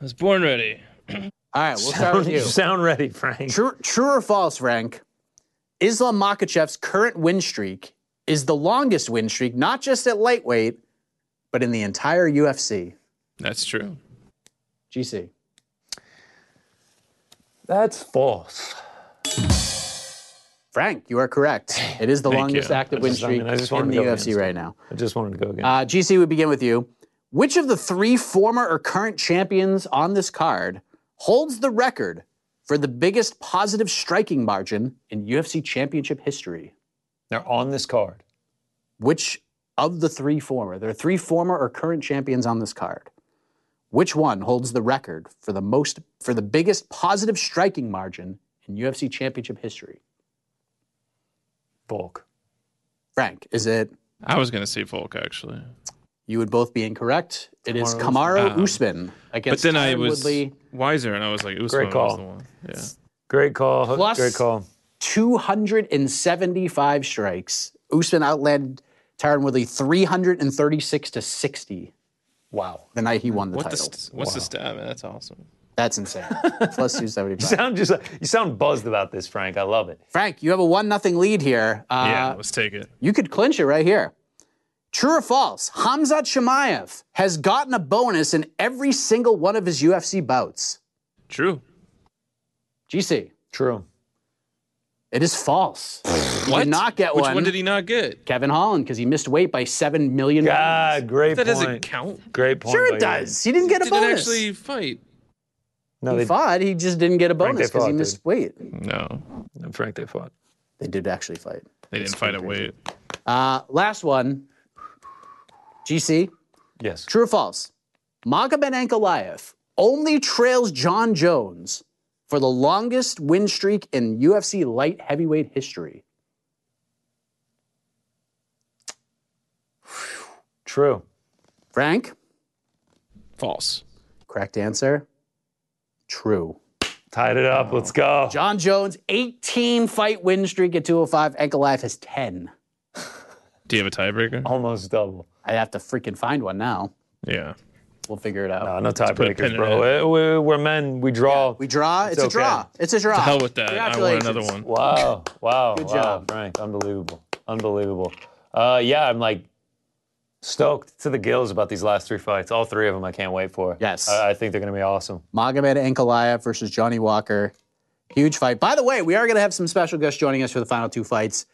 [SPEAKER 4] I was born ready.
[SPEAKER 3] [laughs]
[SPEAKER 2] All right, we'll start with you.
[SPEAKER 3] sound ready, Frank.
[SPEAKER 2] True, true or false, Frank? Islam Makachev's current win streak is the longest win streak, not just at lightweight, but in the entire UFC.
[SPEAKER 4] That's true.
[SPEAKER 2] GC.
[SPEAKER 3] That's false.
[SPEAKER 2] Frank, you are
[SPEAKER 3] [sighs]
[SPEAKER 2] correct. It is the
[SPEAKER 4] Thank
[SPEAKER 2] longest
[SPEAKER 4] you.
[SPEAKER 2] active
[SPEAKER 3] I
[SPEAKER 2] win
[SPEAKER 3] just- I
[SPEAKER 2] streak
[SPEAKER 3] mean, I just
[SPEAKER 2] in
[SPEAKER 3] wanted
[SPEAKER 2] the
[SPEAKER 3] to go
[SPEAKER 2] UFC
[SPEAKER 3] against
[SPEAKER 2] right now.
[SPEAKER 3] I just wanted to go again.
[SPEAKER 2] Uh, GC, we begin with you. Which of the three former or current champions on this card holds the record for the biggest positive striking margin in UFC championship history?
[SPEAKER 3] They're on this card.
[SPEAKER 2] Which of the three former? There are three former or current champions on this card. Which one holds the record for the most for the biggest positive striking margin in UFC championship history?
[SPEAKER 3] Volk.
[SPEAKER 2] Frank, is it
[SPEAKER 4] I was gonna say Volk actually.
[SPEAKER 2] you would both be incorrect. It is
[SPEAKER 4] Usman.
[SPEAKER 2] Kamaru
[SPEAKER 4] Ah.
[SPEAKER 2] Usman
[SPEAKER 4] But
[SPEAKER 2] against
[SPEAKER 4] then I
[SPEAKER 2] Tyron
[SPEAKER 4] was
[SPEAKER 2] Woodley.
[SPEAKER 4] wiser, and I was like, Usman
[SPEAKER 3] call.
[SPEAKER 4] was the one. Yeah.
[SPEAKER 3] Great call. Hook.
[SPEAKER 2] Plus-
[SPEAKER 3] Great call. [laughs]
[SPEAKER 2] 275 strikes. Usman outlanded Tyron Woodley 336 to 60
[SPEAKER 3] Wow.
[SPEAKER 2] the night he won the
[SPEAKER 4] What the
[SPEAKER 2] title.
[SPEAKER 4] st- what's the stat? Man, that's awesome.
[SPEAKER 2] That's
[SPEAKER 4] [laughs]
[SPEAKER 2] insane. Plus 275.
[SPEAKER 3] Sound just like- you sound buzzed about this, Frank. I love it.
[SPEAKER 2] Frank, you have a 1 nothing lead here. Uh,
[SPEAKER 4] yeah, let's take it.
[SPEAKER 2] You could clinch it right here. True or false, Hamzat Shemaev has gotten a bonus in every single one of his UFC bouts.
[SPEAKER 4] True.
[SPEAKER 2] GC,
[SPEAKER 3] True.
[SPEAKER 2] it is
[SPEAKER 4] [sighs]
[SPEAKER 2] false.
[SPEAKER 4] What?
[SPEAKER 2] not get
[SPEAKER 4] Which
[SPEAKER 2] one.
[SPEAKER 4] one. did he not get?
[SPEAKER 2] Kevin Holland, because he missed weight by 7 million pounds.
[SPEAKER 3] God, great
[SPEAKER 4] That
[SPEAKER 3] point.
[SPEAKER 4] doesn't count.
[SPEAKER 3] Great point.
[SPEAKER 2] Sure
[SPEAKER 3] by
[SPEAKER 2] it
[SPEAKER 3] you.
[SPEAKER 2] does. He didn't get a
[SPEAKER 4] Didn't
[SPEAKER 2] bonus.
[SPEAKER 4] actually fight.
[SPEAKER 3] No,
[SPEAKER 2] he
[SPEAKER 3] they,
[SPEAKER 2] fought. He just didn't get a
[SPEAKER 3] Frank,
[SPEAKER 2] bonus
[SPEAKER 3] they
[SPEAKER 2] because he
[SPEAKER 3] fought,
[SPEAKER 2] missed
[SPEAKER 3] dude.
[SPEAKER 2] weight.
[SPEAKER 4] No,
[SPEAKER 3] no, Frank, they fought.
[SPEAKER 2] They did actually fight.
[SPEAKER 4] they didn't fight at weight.
[SPEAKER 2] Uh, last one. GC,
[SPEAKER 3] Yes.
[SPEAKER 2] true or false? Magomed Ankalaev only trails John Jones for the longest win streak in UFC light heavyweight history.
[SPEAKER 3] True.
[SPEAKER 2] Frank,
[SPEAKER 4] False.
[SPEAKER 2] correct answer. True.
[SPEAKER 3] Tied it up. Let's go.
[SPEAKER 2] John Jones, 18 fight win streak at 205. Ankalaev has 10.
[SPEAKER 4] Do you have a tiebreaker?
[SPEAKER 3] Almost double.
[SPEAKER 2] I'd have to freaking find one now.
[SPEAKER 4] Yeah.
[SPEAKER 2] We'll figure it out.
[SPEAKER 3] No, no
[SPEAKER 4] put a pin
[SPEAKER 3] tiebreakers,
[SPEAKER 4] in
[SPEAKER 3] bro.
[SPEAKER 4] it.
[SPEAKER 3] We- we- We're men. We draw.
[SPEAKER 2] We draw. It's, a
[SPEAKER 3] okay.
[SPEAKER 2] draw. It's a draw.
[SPEAKER 4] The hell with that. I want another
[SPEAKER 2] Ah, Congratulations.
[SPEAKER 4] one.
[SPEAKER 3] Wow. Wow. Good wow,
[SPEAKER 2] job.
[SPEAKER 3] Frank. Unbelievable. Unbelievable. Uh, yeah, I'm like stoked to the gills about these last three fights. All three of them I can't wait for.
[SPEAKER 2] Yes.
[SPEAKER 3] I, I think they're going to be awesome.
[SPEAKER 2] Magomed Ankalaev versus Johnny Walker. Huge fight. By the way, we are going to have some special guests joining us for the final two fights.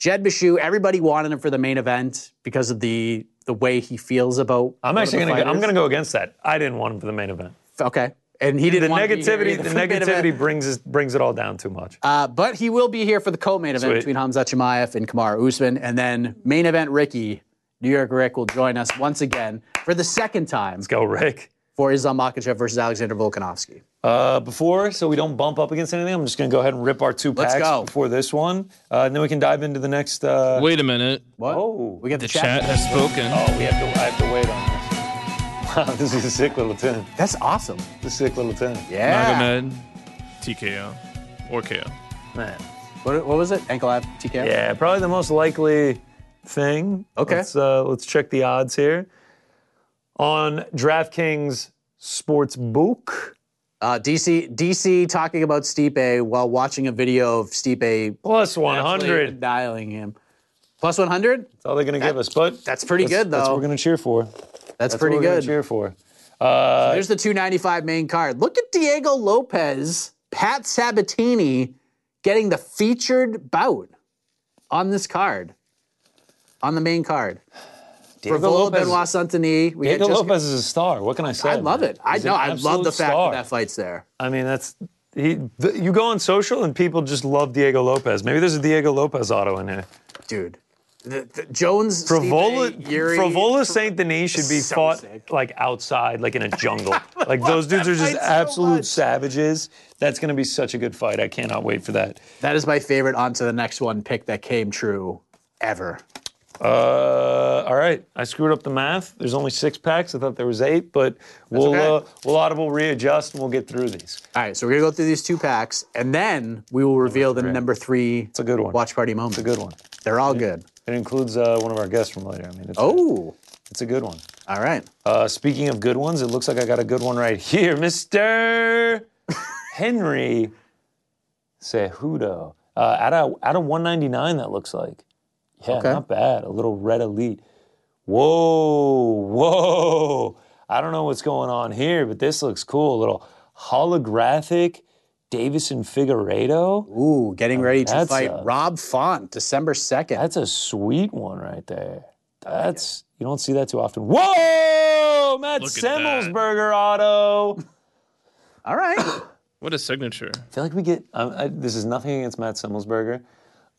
[SPEAKER 2] Jed Bashu, everybody wanted him for the main event because of the the way he feels about.
[SPEAKER 3] I'm
[SPEAKER 2] one of
[SPEAKER 3] actually
[SPEAKER 2] the
[SPEAKER 3] going to I'm
[SPEAKER 2] fighters.
[SPEAKER 3] going to go against that. I didn't want him for the main event.
[SPEAKER 2] Okay, and he
[SPEAKER 3] The
[SPEAKER 2] didn't. want to be here
[SPEAKER 3] negativity
[SPEAKER 2] either
[SPEAKER 3] the
[SPEAKER 2] for main event.
[SPEAKER 3] negativity brings us, brings it all down too much.
[SPEAKER 2] Uh, but he will be here for the co-main event
[SPEAKER 3] Sweet.
[SPEAKER 2] between Hamza Chimaev and Kamara Usman, and then main event Ricky, New York Rick, will join us once again for the second time
[SPEAKER 3] Let's go, Rick.
[SPEAKER 2] for Islam Makhachev versus Alexander Volkanovski.
[SPEAKER 3] Uh, before, so we don't bump up against anything, I'm just going to go ahead and rip our two
[SPEAKER 2] Let's
[SPEAKER 3] packs
[SPEAKER 2] go.
[SPEAKER 3] before this one, uh, and then we can dive into the next. Uh,
[SPEAKER 4] Wait a minute.
[SPEAKER 2] What?
[SPEAKER 3] Oh,
[SPEAKER 2] we got the,
[SPEAKER 4] The chat has spoken.
[SPEAKER 3] oh, we have to. I have to wait on this. Wow, [laughs] this is a sick little tune.
[SPEAKER 2] That's awesome.
[SPEAKER 3] This is a sick little tune.
[SPEAKER 2] Yeah.
[SPEAKER 4] Magomed, TKO, or KO.
[SPEAKER 3] Man.
[SPEAKER 2] What, what was it? Ankle ab TKO?
[SPEAKER 3] Yeah, probably the most likely thing.
[SPEAKER 2] Okay.
[SPEAKER 3] Let's, uh, let's check the odds here. On DraftKings Sportsbook,
[SPEAKER 2] Uh, DC DC talking about Stipe while watching a video of Stipe
[SPEAKER 3] plus
[SPEAKER 2] absolutely
[SPEAKER 3] 100.
[SPEAKER 2] dialing him. Plus 100?
[SPEAKER 3] That's all they're going to give us. But
[SPEAKER 2] that's pretty good,
[SPEAKER 3] That's what
[SPEAKER 2] though.
[SPEAKER 3] we're going to cheer for. That's,
[SPEAKER 2] That's,
[SPEAKER 3] what
[SPEAKER 2] pretty
[SPEAKER 3] we're gonna
[SPEAKER 2] good.
[SPEAKER 3] cheer for. Uh,
[SPEAKER 2] There's the 295 main card. Look at Diego Lopez, Pat Sabatini getting the featured bout on this card, on the main card.
[SPEAKER 3] Diego
[SPEAKER 2] For Volo
[SPEAKER 3] Lopez-
[SPEAKER 2] Benoit Santini, we had
[SPEAKER 3] Diego
[SPEAKER 2] just.
[SPEAKER 3] Lopez is a star. What can I say?
[SPEAKER 2] I love
[SPEAKER 3] man?
[SPEAKER 2] it. I
[SPEAKER 3] He's an
[SPEAKER 2] know. I love the fact
[SPEAKER 3] absolute star.
[SPEAKER 2] that that fight's there.
[SPEAKER 3] I mean, that's he. th you go on social and people just love Diego Lopez. Maybe there's a Diego Lopez auto in here.
[SPEAKER 2] Dude. The, the Jones,
[SPEAKER 3] Frivola,
[SPEAKER 2] Stipe, Yuri,
[SPEAKER 3] Frivola Saint Denis should be
[SPEAKER 2] So
[SPEAKER 3] fought
[SPEAKER 2] sick.
[SPEAKER 3] like outside, like in a
[SPEAKER 2] [laughs]
[SPEAKER 3] jungle. like those dudes are just
[SPEAKER 2] fight so
[SPEAKER 3] absolute
[SPEAKER 2] much.
[SPEAKER 3] savages. That's going to be such a good fight. I cannot wait for that.
[SPEAKER 2] That is my favorite on to the next one pick that came true ever.
[SPEAKER 3] Uh, all right, I screwed up the math. There's only six packs. I thought there was eight, but we'll
[SPEAKER 2] okay.
[SPEAKER 3] uh, we'll audible readjust and we'll get through these.
[SPEAKER 2] All right, so we're gonna go through these two packs, and then we will reveal the number three. It's
[SPEAKER 3] a good one.
[SPEAKER 2] Watch party moment.
[SPEAKER 3] It's a good one.
[SPEAKER 2] They're all good.
[SPEAKER 3] It includes uh, one of our guests from later. I mean, it's,
[SPEAKER 2] Oh,
[SPEAKER 3] it's a good one.
[SPEAKER 2] all right.
[SPEAKER 3] Uh, speaking of good ones, it looks like I got a good one right [laughs] here, Mr. Henry Cejudo. Uh, Uh, out of out of 199, that looks like. Yeah,
[SPEAKER 2] Okay.
[SPEAKER 3] not bad. A little red elite. Whoa, whoa. I don't know what's going on here, but this looks cool. A little holographic Davison Figueredo.
[SPEAKER 2] Ooh, getting ready to
[SPEAKER 3] that's
[SPEAKER 2] fight
[SPEAKER 3] a-
[SPEAKER 2] Rob Font December 2nd.
[SPEAKER 3] That's a sweet one right there. That's you don't see that too often. Whoa! Matt
[SPEAKER 4] Look at that.
[SPEAKER 3] Semmelsberger auto.
[SPEAKER 2] All
[SPEAKER 3] [laughs]
[SPEAKER 2] right.
[SPEAKER 4] What a signature.
[SPEAKER 3] I feel like we get um, I, this is nothing against Matt Semmelsberger.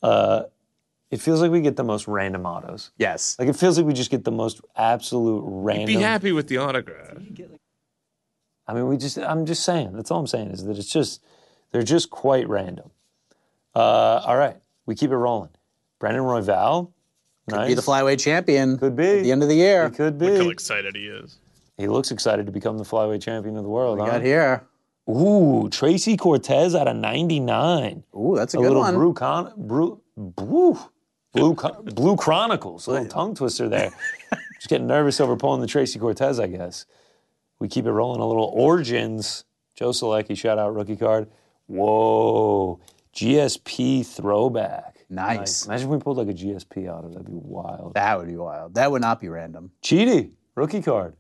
[SPEAKER 3] Uh, it feels like we get the most random autos.
[SPEAKER 2] yes.
[SPEAKER 3] Like it feels like we just get the most absolute random.
[SPEAKER 4] Be happy with the autograph.
[SPEAKER 3] I mean, we just. I'm just saying. That's all I'm saying is that it's just they're just quite random. Uh, all right, we keep it rolling. Brandon Royval, nice.
[SPEAKER 2] Be the flyweight champion.
[SPEAKER 3] Could be.
[SPEAKER 2] At the end of the year.
[SPEAKER 3] He could
[SPEAKER 4] Look how
[SPEAKER 3] be.
[SPEAKER 4] excited he is.
[SPEAKER 3] He looks excited to become the flyweight champion of the world.
[SPEAKER 2] We
[SPEAKER 3] huh?
[SPEAKER 2] got here.
[SPEAKER 3] Ooh, Tracy Cortez out of 99.
[SPEAKER 2] Ooh, that's a,
[SPEAKER 3] a
[SPEAKER 2] good
[SPEAKER 3] little
[SPEAKER 2] one.
[SPEAKER 3] Brew, Con- Brew, Blue, Blue, Con- Blue Chronicles. A little tongue
[SPEAKER 2] [laughs]
[SPEAKER 3] twister there. Just getting nervous over pulling the Tracy Cortez, I guess. We keep it rolling a little. Origins. Joe Selecki, shout out rookie card. Whoa. GSP throwback.
[SPEAKER 2] Nice.
[SPEAKER 3] Imagine if we pulled like a GSP out of it. That'd be wild.
[SPEAKER 2] That would be wild. That would not be random.
[SPEAKER 3] Cheaty, rookie card.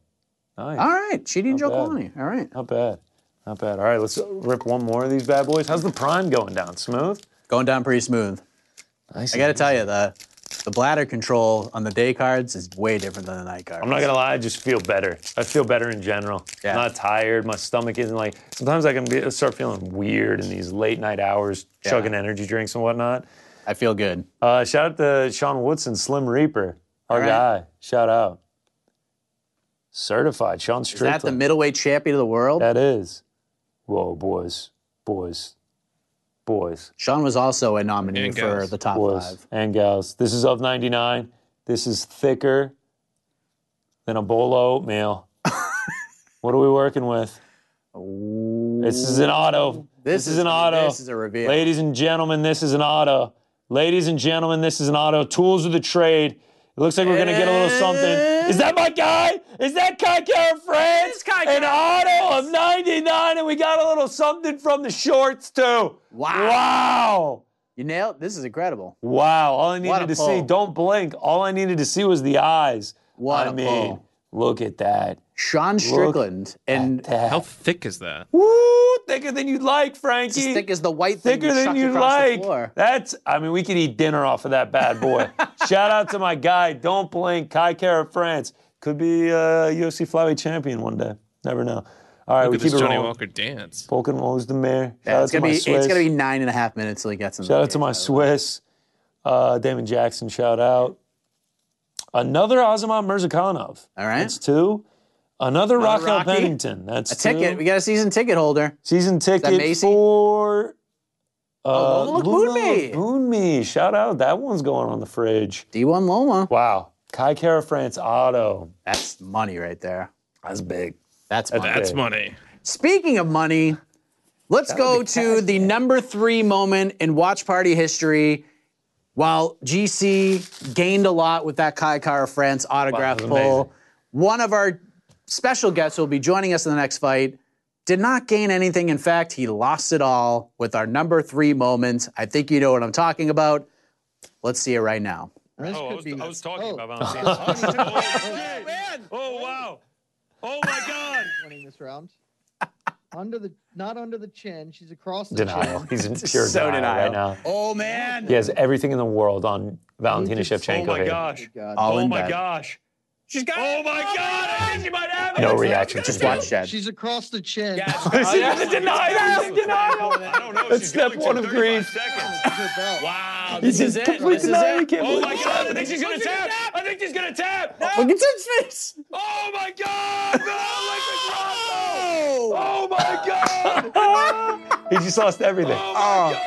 [SPEAKER 3] Nice.
[SPEAKER 2] All right. Cheating Joe
[SPEAKER 3] bad.
[SPEAKER 2] Colony. All right.
[SPEAKER 3] Not bad. Not bad. All right, let's rip one more of these bad boys. How's the prime going down? Smooth?
[SPEAKER 2] Going down pretty smooth.
[SPEAKER 3] Nice.
[SPEAKER 2] I got to tell you, the, the bladder control on the day cards is way different than the night cards.
[SPEAKER 3] I'm not gonna lie, I just feel better. I feel better in general.
[SPEAKER 2] Yeah.
[SPEAKER 3] I'm not tired. My stomach isn't like. Sometimes I can be, start feeling weird in these late night hours, chugging energy drinks and whatnot.
[SPEAKER 2] I feel good.
[SPEAKER 3] Uh, shout out to Sean Woodson, Slim Reaper, our
[SPEAKER 2] All right.
[SPEAKER 3] guy. Shout out. Certified, Sean
[SPEAKER 2] Is that
[SPEAKER 3] Strickland.
[SPEAKER 2] the middleweight champion of the world?
[SPEAKER 3] That is. Whoa, boys, boys, boys.
[SPEAKER 2] Sean was also a nominee
[SPEAKER 4] And
[SPEAKER 2] for
[SPEAKER 4] guys.
[SPEAKER 2] the top
[SPEAKER 3] boys
[SPEAKER 2] five.
[SPEAKER 3] and gals. This is of 99. This is thicker than a bowl of
[SPEAKER 2] [laughs]
[SPEAKER 3] oatmeal. what are we working with? This is an auto. This, is, an auto.
[SPEAKER 2] This is a reveal.
[SPEAKER 3] Ladies and gentlemen, this is an auto. Ladies and gentlemen, this is an auto. Tools of the trade. It looks like we're gonna get a little something. Is that my guy? Is that Kai Karen France?
[SPEAKER 2] It's Kai
[SPEAKER 3] An
[SPEAKER 2] Karen
[SPEAKER 3] auto of 99, and we got a little something from the shorts too. Wow. Wow.
[SPEAKER 2] You nailed. This is incredible.
[SPEAKER 3] Wow, all
[SPEAKER 2] What
[SPEAKER 3] I
[SPEAKER 2] a
[SPEAKER 3] needed to see,
[SPEAKER 2] pull.
[SPEAKER 3] don't blink. All I needed to see was the eyes.
[SPEAKER 2] What
[SPEAKER 3] I
[SPEAKER 2] a
[SPEAKER 3] mean,
[SPEAKER 2] pull.
[SPEAKER 3] look at that.
[SPEAKER 2] Sean Strickland and
[SPEAKER 3] That.
[SPEAKER 4] How thick is that?
[SPEAKER 3] Woo, thicker than you'd like, Frankie.
[SPEAKER 2] it's as thick as the white thing
[SPEAKER 3] thicker
[SPEAKER 2] you
[SPEAKER 3] than
[SPEAKER 2] chucked
[SPEAKER 3] you'd
[SPEAKER 2] across
[SPEAKER 3] like.
[SPEAKER 2] the floor.
[SPEAKER 3] That's, I mean, we could eat dinner off of that
[SPEAKER 2] [laughs]
[SPEAKER 3] bad boy. Shout out to my guy, don't blink, Kai Kara France. Could be uh, a UFC flyweight champion one day. Never know. All right,
[SPEAKER 4] Look
[SPEAKER 3] we
[SPEAKER 4] at this
[SPEAKER 3] keep it
[SPEAKER 4] Johnny
[SPEAKER 3] rolling.
[SPEAKER 4] Walker dance.
[SPEAKER 3] Vulcan Rose the mayor. Shout
[SPEAKER 2] Yeah,
[SPEAKER 3] out
[SPEAKER 2] it's
[SPEAKER 3] to
[SPEAKER 2] gonna
[SPEAKER 3] my
[SPEAKER 2] be
[SPEAKER 3] Swiss.
[SPEAKER 2] it's gonna be nine and a half minutes till he gets in.
[SPEAKER 3] Shout out to my Swiss. Uh, Damon Jackson, shout out. Another Azamat Mirzakhanov.
[SPEAKER 2] All right.
[SPEAKER 3] That's two. Another
[SPEAKER 2] Another
[SPEAKER 3] Raquel
[SPEAKER 2] Rocky.
[SPEAKER 3] Pennington. That's
[SPEAKER 2] a ticket.
[SPEAKER 3] two.
[SPEAKER 2] We got a season ticket holder.
[SPEAKER 3] Season ticket
[SPEAKER 2] Macy? Oh,
[SPEAKER 3] for. Uh,
[SPEAKER 2] Loma Lakbunmi.
[SPEAKER 3] Lakbunmi. Shout out. That one's going on the fridge.
[SPEAKER 2] D1 Loma.
[SPEAKER 3] Wow. Kai Kara France
[SPEAKER 2] [laughs]
[SPEAKER 3] Auto.
[SPEAKER 2] That's money right there.
[SPEAKER 3] That's big.
[SPEAKER 2] That's money.
[SPEAKER 4] That's money.
[SPEAKER 2] Speaking of money, let's go to the number three moment in watch party history. While GC gained a lot with that Kai Kara France autograph
[SPEAKER 3] Wow, that was
[SPEAKER 2] pull,
[SPEAKER 3] amazing.
[SPEAKER 2] one of our special guests who will be joining us in the next fight. Did not gain anything. In fact, he lost it all with our number three moment. I think you know what I'm talking about. Let's see it right now.
[SPEAKER 5] This could be nuts. Oh, [laughs]
[SPEAKER 3] Valentina.
[SPEAKER 5] oh, he's doing it.
[SPEAKER 3] oh, wow. Oh, my God.
[SPEAKER 5] Winning this round. Under the not under the chin, she's across the
[SPEAKER 3] Denial.
[SPEAKER 5] chin.
[SPEAKER 3] He's in pure
[SPEAKER 2] So
[SPEAKER 3] denial right
[SPEAKER 2] denial.
[SPEAKER 3] now.
[SPEAKER 4] Oh, man.
[SPEAKER 3] He has everything in the world on
[SPEAKER 2] Oh
[SPEAKER 3] Valentina Shevchenko. here.
[SPEAKER 5] Good God.
[SPEAKER 2] All in bed.
[SPEAKER 3] gosh.
[SPEAKER 4] She's got Oh, my God. I think she might have
[SPEAKER 3] No reaction. Just watch.
[SPEAKER 2] Watch that.
[SPEAKER 5] She's across the chin.
[SPEAKER 3] She has a denial. Denial.
[SPEAKER 4] I don't know.
[SPEAKER 3] That's
[SPEAKER 4] She's
[SPEAKER 3] step
[SPEAKER 4] going to
[SPEAKER 3] one of
[SPEAKER 4] 35
[SPEAKER 3] grief.
[SPEAKER 4] seconds.
[SPEAKER 5] Her belt.
[SPEAKER 4] Wow.
[SPEAKER 3] This
[SPEAKER 2] is
[SPEAKER 3] is
[SPEAKER 2] it.
[SPEAKER 3] complete
[SPEAKER 2] This is
[SPEAKER 3] denial.
[SPEAKER 2] it.
[SPEAKER 3] I can't
[SPEAKER 4] Oh,
[SPEAKER 3] believe
[SPEAKER 4] my
[SPEAKER 3] it.
[SPEAKER 4] God. I think she's going to tap. I think she's going to tap.
[SPEAKER 2] Look at his face.
[SPEAKER 4] Oh, my God. No, Oh, my God.
[SPEAKER 3] Oh, [laughs] He just lost everything.
[SPEAKER 4] Oh, my God.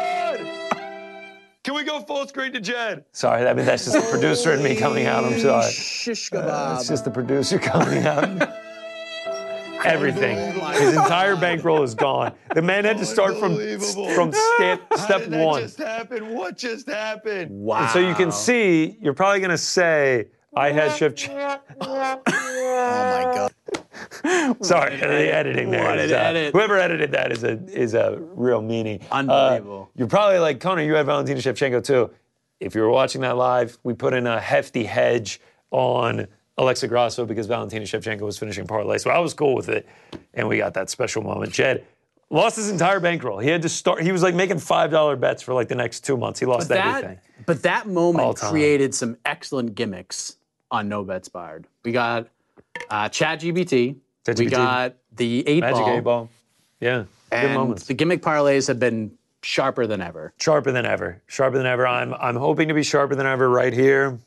[SPEAKER 4] Can we go full screen to Jed?
[SPEAKER 3] Sorry, I mean that's just the producer and me coming out. I'm sorry.
[SPEAKER 2] Shish
[SPEAKER 3] It's
[SPEAKER 2] kebab.
[SPEAKER 3] just the producer [laughs] coming out. Everything.
[SPEAKER 5] my
[SPEAKER 3] His entire bankroll is gone. The man had to start from
[SPEAKER 4] Unbelievable.
[SPEAKER 3] from
[SPEAKER 4] [laughs]
[SPEAKER 3] step
[SPEAKER 4] How
[SPEAKER 3] step
[SPEAKER 4] did that
[SPEAKER 3] one.
[SPEAKER 4] just happen? What just happened?
[SPEAKER 2] wow.
[SPEAKER 3] And so you can see, you're [laughs] probably gonna say, I had Chef.
[SPEAKER 2] Oh my god.
[SPEAKER 3] Sorry,
[SPEAKER 2] an
[SPEAKER 3] the
[SPEAKER 2] edit.
[SPEAKER 3] editing there.
[SPEAKER 2] What
[SPEAKER 3] is,
[SPEAKER 2] an
[SPEAKER 3] uh,
[SPEAKER 2] edit.
[SPEAKER 3] Whoever edited that is a is a real meanie. Uh,
[SPEAKER 2] Unbelievable.
[SPEAKER 3] you're probably like Connor. You had Valentina Shevchenko too. If you were watching that live, we put in a hefty hedge on Alexa Grasso because Valentina Shevchenko was finishing parlay. So I was cool with it, and we got that special moment. Jed lost his entire bankroll. He had to start. He was like making five dollar bets for like the next two months. He lost
[SPEAKER 2] But that,
[SPEAKER 3] everything.
[SPEAKER 2] but that
[SPEAKER 3] All
[SPEAKER 2] moment
[SPEAKER 3] time.
[SPEAKER 2] created some excellent gimmicks on No Bets Barred. We got uh, ChatGBT. We
[SPEAKER 3] ChatGPT.
[SPEAKER 2] got the eight
[SPEAKER 3] Magic
[SPEAKER 2] ball.
[SPEAKER 3] eight ball. Yeah. good
[SPEAKER 2] And
[SPEAKER 3] moments.
[SPEAKER 2] the gimmick parlays have been sharper than ever.
[SPEAKER 3] sharper than ever. Sharper than ever. I'm I'm hoping to be sharper than ever right here.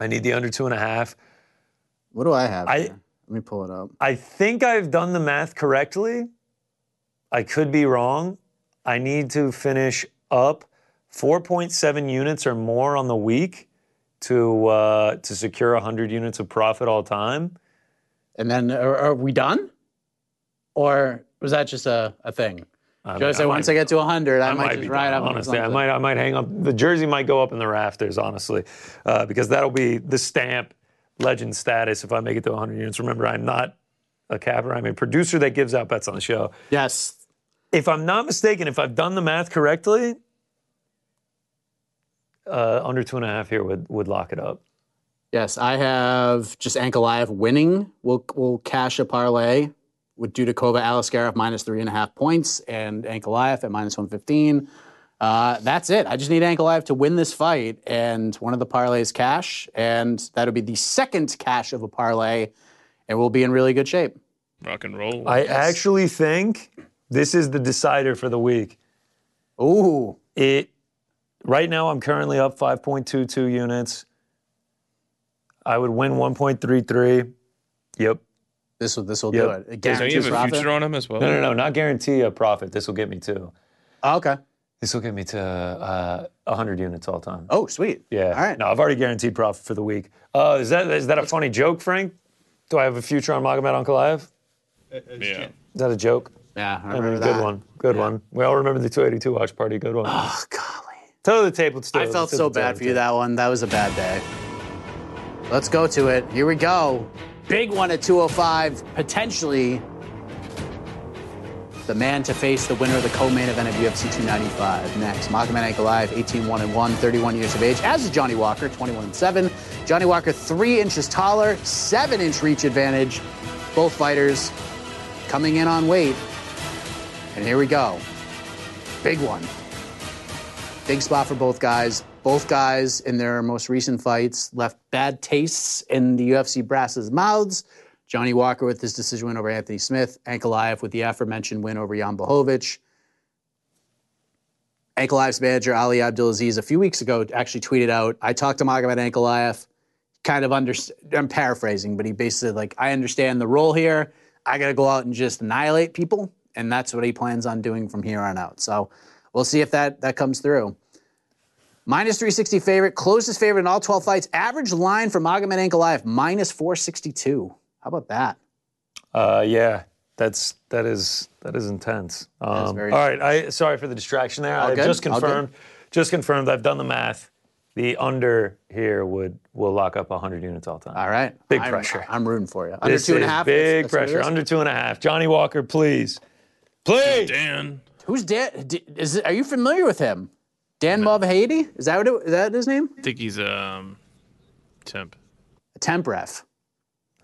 [SPEAKER 3] I need the under two and a half.
[SPEAKER 2] What do I have?
[SPEAKER 3] I-
[SPEAKER 2] here? Let me pull it up.
[SPEAKER 3] I think I've done the math correctly. I could be wrong. I need to finish up 4.7 units or more on the week to uh, to secure 100 units of profit all time.
[SPEAKER 2] And then uh, are, are we done? Or was that just a, a thing? Joe
[SPEAKER 3] mean,
[SPEAKER 2] said
[SPEAKER 3] I
[SPEAKER 2] once
[SPEAKER 3] might-
[SPEAKER 2] I get to 100, I,
[SPEAKER 3] I
[SPEAKER 2] might,
[SPEAKER 3] might
[SPEAKER 2] just
[SPEAKER 3] be
[SPEAKER 2] ride
[SPEAKER 3] done,
[SPEAKER 2] up. on
[SPEAKER 3] honestly. I
[SPEAKER 2] something.
[SPEAKER 3] might I might hang up. The jersey might go up in the rafters, honestly, uh, because that'll be the stamp legend status if I make it to 100 units. Remember, I'm not a capper. I'm a producer that gives out bets on the show.
[SPEAKER 2] Yes.
[SPEAKER 3] If I'm not mistaken, if I've done the math correctly, uh, under two and a half here would would lock it up.
[SPEAKER 2] Yes, I have just Ankalaev winning. We'll, we'll cash a parlay with Dudakova Alaskarov minus three and a half points and Ankalaev at minus 115. Uh, that's it. I just need Ankalaev to win this fight and one of the parlays cash. And that'll be the second cash of a parlay. And we'll be in really good shape.
[SPEAKER 4] [laughs] Rock and roll.
[SPEAKER 3] I actually think this is the decider for the week.
[SPEAKER 2] Ooh.
[SPEAKER 3] It right now I'm currently up 5.22 units. I would win 1.33. Yep.
[SPEAKER 2] This will this will
[SPEAKER 3] Yep.
[SPEAKER 2] do it.
[SPEAKER 4] Don't
[SPEAKER 2] Guaranteed
[SPEAKER 4] you have a
[SPEAKER 2] profit?
[SPEAKER 4] future on him as well?
[SPEAKER 3] No, no, no, not guarantee a profit. This will get me to.
[SPEAKER 2] Oh, okay.
[SPEAKER 3] This will get me to uh, 100 units all time.
[SPEAKER 2] Oh, sweet.
[SPEAKER 3] yeah.
[SPEAKER 2] All right.
[SPEAKER 3] No, I've already guaranteed profit for the week. Uh, is that is that a funny joke, Frank? Do I have a future on Magomed Ankalaev? Is
[SPEAKER 4] Yeah.
[SPEAKER 3] that a joke?
[SPEAKER 2] Yeah, I
[SPEAKER 3] I
[SPEAKER 2] remember
[SPEAKER 3] mean,
[SPEAKER 2] that.
[SPEAKER 3] good one. Good one. We all remember the 282 watch party. Good one.
[SPEAKER 2] Oh, golly.
[SPEAKER 3] Toe to the tape. Let's do
[SPEAKER 2] I
[SPEAKER 3] it.
[SPEAKER 2] felt
[SPEAKER 3] Let's do
[SPEAKER 2] so
[SPEAKER 3] the toe
[SPEAKER 2] bad
[SPEAKER 3] to
[SPEAKER 2] for
[SPEAKER 3] the
[SPEAKER 2] you
[SPEAKER 3] tape.
[SPEAKER 2] that one. That was a bad day. Let's go to it. Here we go. Big one at 205. Potentially the man to face the winner of the co-main event of UFC 295. Next, Magomed Ankalaev, 18-1 and 1, 31 years of age, as is Johnny Walker, 21 and 7. Johnny Walker, three inches taller, seven inch reach advantage. Both fighters coming in on weight. And here we go. Big one. Big spot for both guys. Both guys in their most recent fights left bad tastes in the UFC brass's mouths. Johnny Walker with his decision win over Anthony Smith, Ankalaev with the aforementioned win over Jan Bohovic. Ankalaev's manager Ali Abdulaziz a few weeks ago actually tweeted out, "I talked to Magomed Ankalaev, kind of under. I'm paraphrasing, but he basically said, like, I understand the role here. I got to go out and just annihilate people, and that's what he plans on doing from here on out. So we'll see if that that comes through. Minus 360 favorite, closest favorite in all 12 fights. Average line for Magomed Ankalaev minus 462. How about that?
[SPEAKER 3] Uh, yeah, that's that is that is intense. Um,
[SPEAKER 2] very
[SPEAKER 3] all right, I sorry for the distraction there. I
[SPEAKER 2] good,
[SPEAKER 3] just
[SPEAKER 2] all good.
[SPEAKER 3] confirmed, just confirmed. I've done the math. The under here would will lock up 100 units all time.
[SPEAKER 2] All right,
[SPEAKER 3] Big
[SPEAKER 2] I'm-
[SPEAKER 3] pressure.
[SPEAKER 2] I'm rooting for you. Under
[SPEAKER 3] This
[SPEAKER 2] two and a
[SPEAKER 3] is
[SPEAKER 2] half.
[SPEAKER 3] Big
[SPEAKER 2] that's- that's what it
[SPEAKER 3] pressure.
[SPEAKER 2] is.
[SPEAKER 3] Under two and a half. Johnny Walker, please, please.
[SPEAKER 4] Dan.
[SPEAKER 2] Who's Dan? D- Is it, are you familiar with him? Dan Mulvahady? Is that what it, is that his name?
[SPEAKER 4] I think he's um temp.
[SPEAKER 2] A temp ref.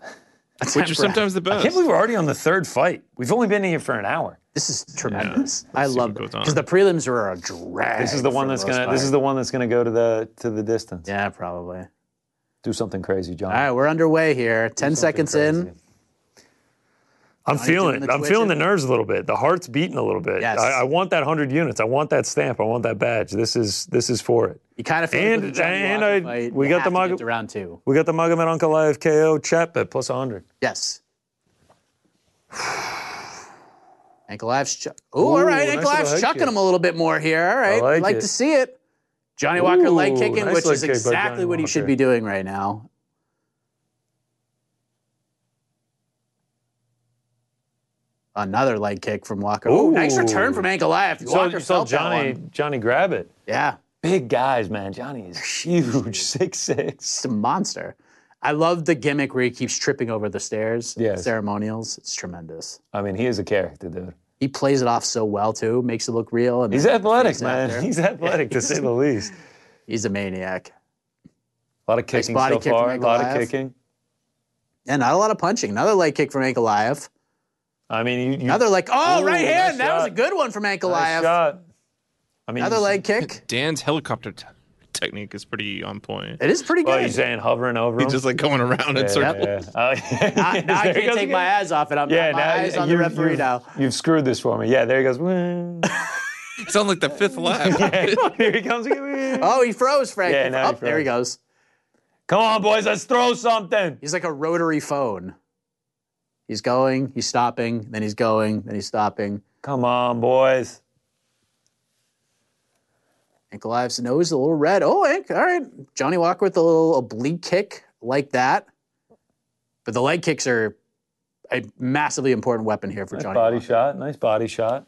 [SPEAKER 2] A temp
[SPEAKER 4] Which are
[SPEAKER 2] ref.
[SPEAKER 4] sometimes the
[SPEAKER 3] I
[SPEAKER 4] best.
[SPEAKER 3] can't believe we're already on the third fight. We've only been here for an hour.
[SPEAKER 2] This is tremendous. I
[SPEAKER 4] see
[SPEAKER 2] love
[SPEAKER 4] what
[SPEAKER 2] it
[SPEAKER 4] goes
[SPEAKER 2] because
[SPEAKER 4] on.
[SPEAKER 2] the prelims were a drag.
[SPEAKER 3] This is the one
[SPEAKER 2] for
[SPEAKER 3] that's
[SPEAKER 2] most
[SPEAKER 3] gonna.
[SPEAKER 2] part.
[SPEAKER 3] This is the one that's gonna go to the to the distance.
[SPEAKER 2] yeah, probably. All
[SPEAKER 3] Do something crazy, John.
[SPEAKER 2] right, we're underway here. Ten seconds in.
[SPEAKER 3] I'm feeling
[SPEAKER 2] doing
[SPEAKER 3] it.
[SPEAKER 2] the
[SPEAKER 3] I'm feeling the
[SPEAKER 2] twitches?
[SPEAKER 3] nerves a little bit. The heart's beating a little bit.
[SPEAKER 2] Yes.
[SPEAKER 3] I, I want that hundred units. I want that stamp. I want that badge. This is this is for it.
[SPEAKER 2] You kind of feel
[SPEAKER 3] And-
[SPEAKER 2] like with the Johnny
[SPEAKER 3] and
[SPEAKER 2] Walker
[SPEAKER 3] I-
[SPEAKER 2] fight,
[SPEAKER 3] we
[SPEAKER 2] you
[SPEAKER 3] got the
[SPEAKER 2] have to
[SPEAKER 3] Mag-
[SPEAKER 2] get to round two.
[SPEAKER 3] We got the Magomed Uncle Live KO chat bet plus hundred.
[SPEAKER 2] Yes. [sighs] Ankle Live's chu- Ooh, all right.
[SPEAKER 3] Ooh, nice
[SPEAKER 2] Ankle
[SPEAKER 3] little
[SPEAKER 2] Live's
[SPEAKER 3] head
[SPEAKER 2] chucking
[SPEAKER 3] kick.
[SPEAKER 2] him a little bit more here. All right.
[SPEAKER 3] like
[SPEAKER 2] like
[SPEAKER 3] it.
[SPEAKER 2] to see it. Johnny Walker leg
[SPEAKER 3] Ooh,
[SPEAKER 2] kicking,
[SPEAKER 3] nice
[SPEAKER 2] which
[SPEAKER 3] leg
[SPEAKER 2] is
[SPEAKER 3] kick by
[SPEAKER 2] exactly
[SPEAKER 3] Johnny
[SPEAKER 2] what he should
[SPEAKER 3] Walker.
[SPEAKER 2] be doing right now. Another leg kick from Walker. Ooh, nice
[SPEAKER 3] Ooh.
[SPEAKER 2] return from Ankle Live.
[SPEAKER 3] You saw,
[SPEAKER 2] Walker
[SPEAKER 3] you saw
[SPEAKER 2] felt that
[SPEAKER 3] Johnny
[SPEAKER 2] one.
[SPEAKER 3] Johnny grab it.
[SPEAKER 2] Yeah.
[SPEAKER 3] [laughs] Big guys, man. Johnny is huge. Six six.
[SPEAKER 2] It's a monster. I love the gimmick where he keeps tripping over the stairs.
[SPEAKER 3] Yes.
[SPEAKER 2] Ceremonials. It's tremendous.
[SPEAKER 3] I mean, he is a character, dude.
[SPEAKER 2] He plays it off so well too, makes it look real. And
[SPEAKER 3] He's
[SPEAKER 2] then
[SPEAKER 3] athletic,
[SPEAKER 2] he's out
[SPEAKER 3] man.
[SPEAKER 2] there.
[SPEAKER 3] [laughs] He's athletic, to say the least.
[SPEAKER 2] He's a maniac.
[SPEAKER 3] A lot of kicking
[SPEAKER 2] body
[SPEAKER 3] so
[SPEAKER 2] kick
[SPEAKER 3] far. A
[SPEAKER 2] from
[SPEAKER 3] lot of
[SPEAKER 2] Ankalaev.
[SPEAKER 3] kicking.
[SPEAKER 2] And not a lot of punching. Another leg kick from Ankalaev.
[SPEAKER 3] I mean, you, you
[SPEAKER 2] Another like, oh,
[SPEAKER 3] Ooh,
[SPEAKER 2] right
[SPEAKER 3] nice
[SPEAKER 2] hand. that was a
[SPEAKER 3] shot.
[SPEAKER 2] good one from
[SPEAKER 3] nice
[SPEAKER 2] Ankalaev.
[SPEAKER 3] shot. I mean,
[SPEAKER 2] Another
[SPEAKER 3] he's-
[SPEAKER 2] leg kick.
[SPEAKER 4] Dan's helicopter t- technique is pretty on point.
[SPEAKER 2] It is pretty
[SPEAKER 3] Oh,
[SPEAKER 2] good.
[SPEAKER 3] you're saying hovering over him?
[SPEAKER 4] He's just like going around in
[SPEAKER 3] yeah,
[SPEAKER 4] circles.
[SPEAKER 3] yeah. Oh, yeah.
[SPEAKER 2] Now- now I
[SPEAKER 3] [laughs] There he
[SPEAKER 2] can't
[SPEAKER 3] goes
[SPEAKER 2] take
[SPEAKER 3] again.
[SPEAKER 2] my eyes off it. I'm
[SPEAKER 3] Yeah,
[SPEAKER 2] my
[SPEAKER 3] now
[SPEAKER 2] eyes on the
[SPEAKER 3] you-
[SPEAKER 2] referee
[SPEAKER 3] you've,
[SPEAKER 2] now.
[SPEAKER 3] You've screwed this for me. Yeah, there he goes. [laughs]
[SPEAKER 4] It's on like the fifth lap.
[SPEAKER 3] Here he comes again.
[SPEAKER 2] Oh, he froze, Frank.
[SPEAKER 3] Yeah, now he
[SPEAKER 2] Up, there he goes.
[SPEAKER 3] Come on, boys, let's throw something.
[SPEAKER 2] He's like a rotary phone. He's going, he's stopping, then he's going, then he's stopping.
[SPEAKER 3] Come on, boys.
[SPEAKER 2] Ankalaev's nose a little red. Oh, Ank, all right. Johnny Walker with a little oblique kick like that. But the leg kicks are a massively important weapon here for
[SPEAKER 3] Nice
[SPEAKER 2] Johnny
[SPEAKER 3] body
[SPEAKER 2] Walker.
[SPEAKER 3] shot. Nice body shot.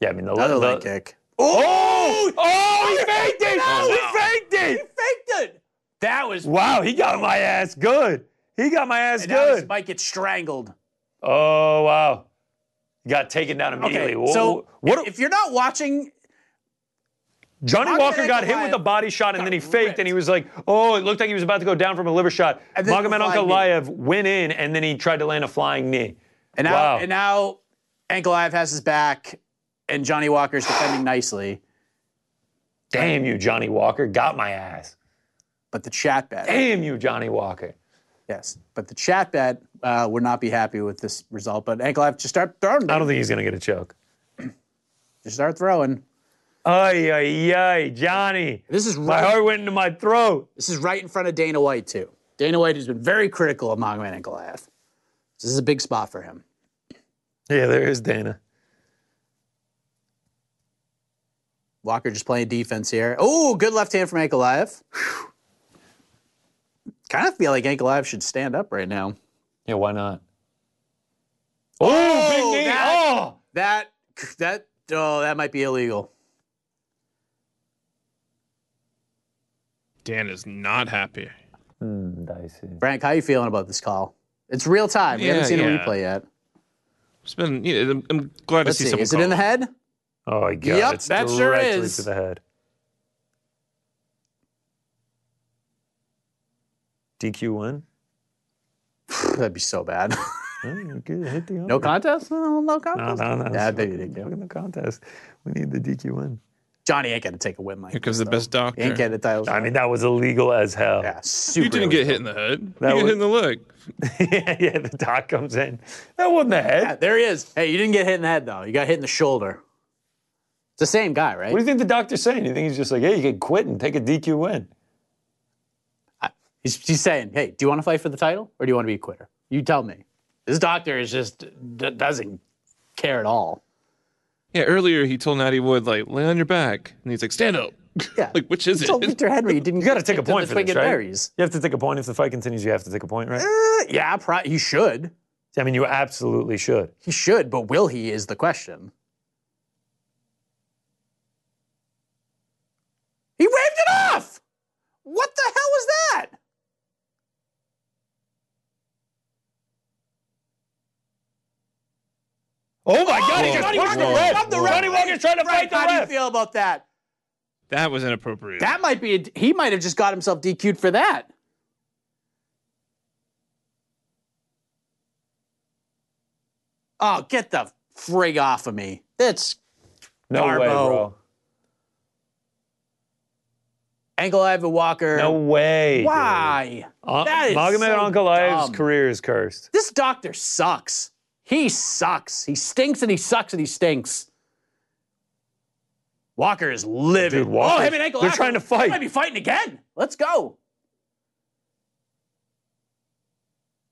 [SPEAKER 3] Yeah, I mean, the
[SPEAKER 2] Another
[SPEAKER 3] the,
[SPEAKER 2] leg kick.
[SPEAKER 3] Oh! Oh, he faked it! He faked it!
[SPEAKER 2] Faked it! That was
[SPEAKER 3] Wow, he got my ass good. He got my ass
[SPEAKER 2] and now his
[SPEAKER 3] good.
[SPEAKER 2] mic gets strangled.
[SPEAKER 3] Oh, wow. He got taken down immediately.
[SPEAKER 2] Okay,
[SPEAKER 3] Whoa,
[SPEAKER 2] so
[SPEAKER 3] what
[SPEAKER 2] if you're not watching
[SPEAKER 3] Johnny
[SPEAKER 2] Magda
[SPEAKER 3] Walker got hit
[SPEAKER 2] Ankalaev
[SPEAKER 3] with a body shot and then he
[SPEAKER 2] got
[SPEAKER 3] faked and he was like, oh, it looked like he was about to go down from a liver shot.
[SPEAKER 2] And then
[SPEAKER 3] Magomed
[SPEAKER 2] the flying knee.
[SPEAKER 3] Ankalaev went in and then he tried to land a flying knee.
[SPEAKER 2] And now,
[SPEAKER 3] Wow.
[SPEAKER 2] and now, Ankalaev has his back, and Johnny Walker's defending nicely.
[SPEAKER 3] Damn you, Johnny Walker. Got my ass.
[SPEAKER 2] But the chat bet,
[SPEAKER 3] Damn you, Johnny Walker.
[SPEAKER 2] yes, but the chat bet uh, would not be happy with this result. But Ankalaev just start throwing,
[SPEAKER 3] I don't think he's going to get a choke.
[SPEAKER 2] just start throwing.
[SPEAKER 3] Ay, ay, ay, Johnny.
[SPEAKER 2] This is
[SPEAKER 3] My
[SPEAKER 2] right,
[SPEAKER 3] heart went into my throat.
[SPEAKER 2] this is right in front of Dana White too. Dana White has been very critical of Magomed Ankalaev. This is a big spot for him.
[SPEAKER 3] Yeah, there is Dana.
[SPEAKER 2] Walker just playing defense here. Oh, good left hand from Ankalaev. [sighs] Kind of feel like Ankalaev should stand up right now.
[SPEAKER 3] Yeah, why not?
[SPEAKER 2] Oh,
[SPEAKER 3] Big knee.
[SPEAKER 2] that-
[SPEAKER 3] oh!
[SPEAKER 2] That that oh, that might be illegal.
[SPEAKER 4] Dan is not happy.
[SPEAKER 3] Hmm, dicey.
[SPEAKER 2] Frank, how you feeling about this call? It's real time. We haven't
[SPEAKER 4] Yeah,
[SPEAKER 2] seen a
[SPEAKER 4] yeah.
[SPEAKER 2] replay yet.
[SPEAKER 4] It's been. You know, I'm, I'm glad
[SPEAKER 2] Let's
[SPEAKER 4] to
[SPEAKER 2] see.
[SPEAKER 4] see, someone.
[SPEAKER 2] Is it in the
[SPEAKER 4] call
[SPEAKER 2] head? [sighs]
[SPEAKER 3] Oh, my God.
[SPEAKER 2] Yep,
[SPEAKER 3] it's
[SPEAKER 2] that sure
[SPEAKER 3] directly
[SPEAKER 2] is.
[SPEAKER 3] to the head. DQ win?
[SPEAKER 2] That'd be so bad. [laughs]
[SPEAKER 3] Oh, good. Hit the
[SPEAKER 2] no contest? No, no
[SPEAKER 3] No,
[SPEAKER 2] contest.
[SPEAKER 3] no, no.
[SPEAKER 2] Yeah, maybe they do.
[SPEAKER 3] Look at the contest. We need the DQ win.
[SPEAKER 2] Johnny ain't gonna take a win like
[SPEAKER 4] Here comes the best
[SPEAKER 2] he ain't
[SPEAKER 4] doctor.
[SPEAKER 2] getting the title.
[SPEAKER 3] I mean, that was illegal as hell.
[SPEAKER 2] yeah,
[SPEAKER 3] Yeah,
[SPEAKER 2] super.
[SPEAKER 4] You didn't
[SPEAKER 2] illegal.
[SPEAKER 4] get hit in the head.
[SPEAKER 3] That was-
[SPEAKER 4] you get hit in the leg.
[SPEAKER 3] [laughs] yeah, The doc comes in. That wasn't the head.
[SPEAKER 2] Yeah, Uh, there he is. Hey, you didn't get hit in the head though. You got hit in the shoulder. It's the same guy, right?
[SPEAKER 3] What do you think the doctor's saying? You think he's just like, hey, you could quit and take a DQ win?
[SPEAKER 2] He's, he's saying, "Hey, do you want to fight for the title, or do you want to be a quitter? You tell me." This doctor is just d- doesn't care at all.
[SPEAKER 4] Yeah. Earlier he told Natty Wood like lay on your back, and he's like stand up. [laughs]
[SPEAKER 2] Yeah.
[SPEAKER 4] like which is it? [laughs]
[SPEAKER 2] told Victor Henry he didn't.
[SPEAKER 3] You got to take a point for
[SPEAKER 2] twig
[SPEAKER 3] this,
[SPEAKER 2] and
[SPEAKER 3] right?
[SPEAKER 2] berries.
[SPEAKER 3] You have to take a point if the fight continues. You have to take a point, right?
[SPEAKER 2] Uh, yeah, pro- he should.
[SPEAKER 3] I mean, you absolutely should.
[SPEAKER 2] He should, but will he is the question. He waved it off! What the hell was that?
[SPEAKER 3] Oh my God! He
[SPEAKER 4] Whoa.
[SPEAKER 3] just
[SPEAKER 4] Johnny
[SPEAKER 3] pushed the
[SPEAKER 4] Walker
[SPEAKER 3] ref.
[SPEAKER 2] grabbed the
[SPEAKER 3] Johnny
[SPEAKER 2] ref.
[SPEAKER 3] Walker's trying to
[SPEAKER 2] Frank,
[SPEAKER 3] fight the
[SPEAKER 2] how do you
[SPEAKER 3] ref.
[SPEAKER 2] feel about that?
[SPEAKER 4] That was inappropriate.
[SPEAKER 2] That might be, a, he might have just got himself DQ'd for that. Oh, get the frig off of me. That's
[SPEAKER 3] No way,
[SPEAKER 2] Garbo.
[SPEAKER 3] bro.
[SPEAKER 2] Ankle Ivan Walker.
[SPEAKER 3] No way. dude.
[SPEAKER 2] Why?
[SPEAKER 3] Uh,
[SPEAKER 2] That is
[SPEAKER 3] Magomed
[SPEAKER 2] so
[SPEAKER 3] Ankalaev's
[SPEAKER 2] dumb.
[SPEAKER 3] career is cursed.
[SPEAKER 2] This doctor sucks. He sucks. He stinks and he sucks and he stinks. Walker is livid.
[SPEAKER 3] Dude, Walker's-
[SPEAKER 2] oh, him and Ankle
[SPEAKER 3] they're trying to fight.
[SPEAKER 2] They might be fighting again. Let's go.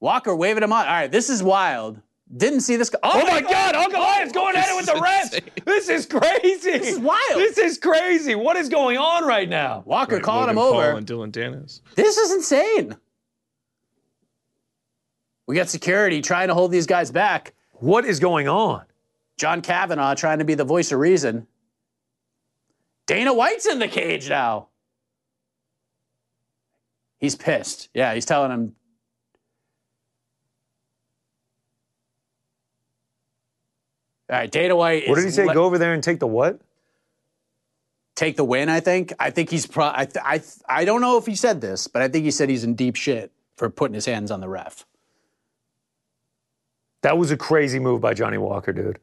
[SPEAKER 2] Walker waving him on. All right, this is wild. Didn't see this. Go- oh,
[SPEAKER 3] Oh my God! Ankalaev's going at it with the refs.
[SPEAKER 4] insane.
[SPEAKER 3] This is crazy.
[SPEAKER 2] This is wild.
[SPEAKER 3] This is crazy. What is going on right now?
[SPEAKER 2] Walker
[SPEAKER 4] Right,
[SPEAKER 2] calling him
[SPEAKER 4] Logan Paul
[SPEAKER 2] over.
[SPEAKER 4] and Dylan Dennis.
[SPEAKER 2] This is insane. We got security trying to hold these guys back.
[SPEAKER 3] What is going on?
[SPEAKER 2] John Kavanaugh trying to be the voice of reason. Dana White's in the cage now. He's pissed. Yeah, he's telling him All right, Dana White.
[SPEAKER 3] What did
[SPEAKER 2] is
[SPEAKER 3] he say?
[SPEAKER 2] le-
[SPEAKER 3] Go over there and take the what?
[SPEAKER 2] take the win. I think. I think he's. Pro- I, th- I. th- I don't know if he said this, but I think he said he's in deep shit for putting his hands on the ref.
[SPEAKER 3] That was a crazy move by Johnny Walker, dude.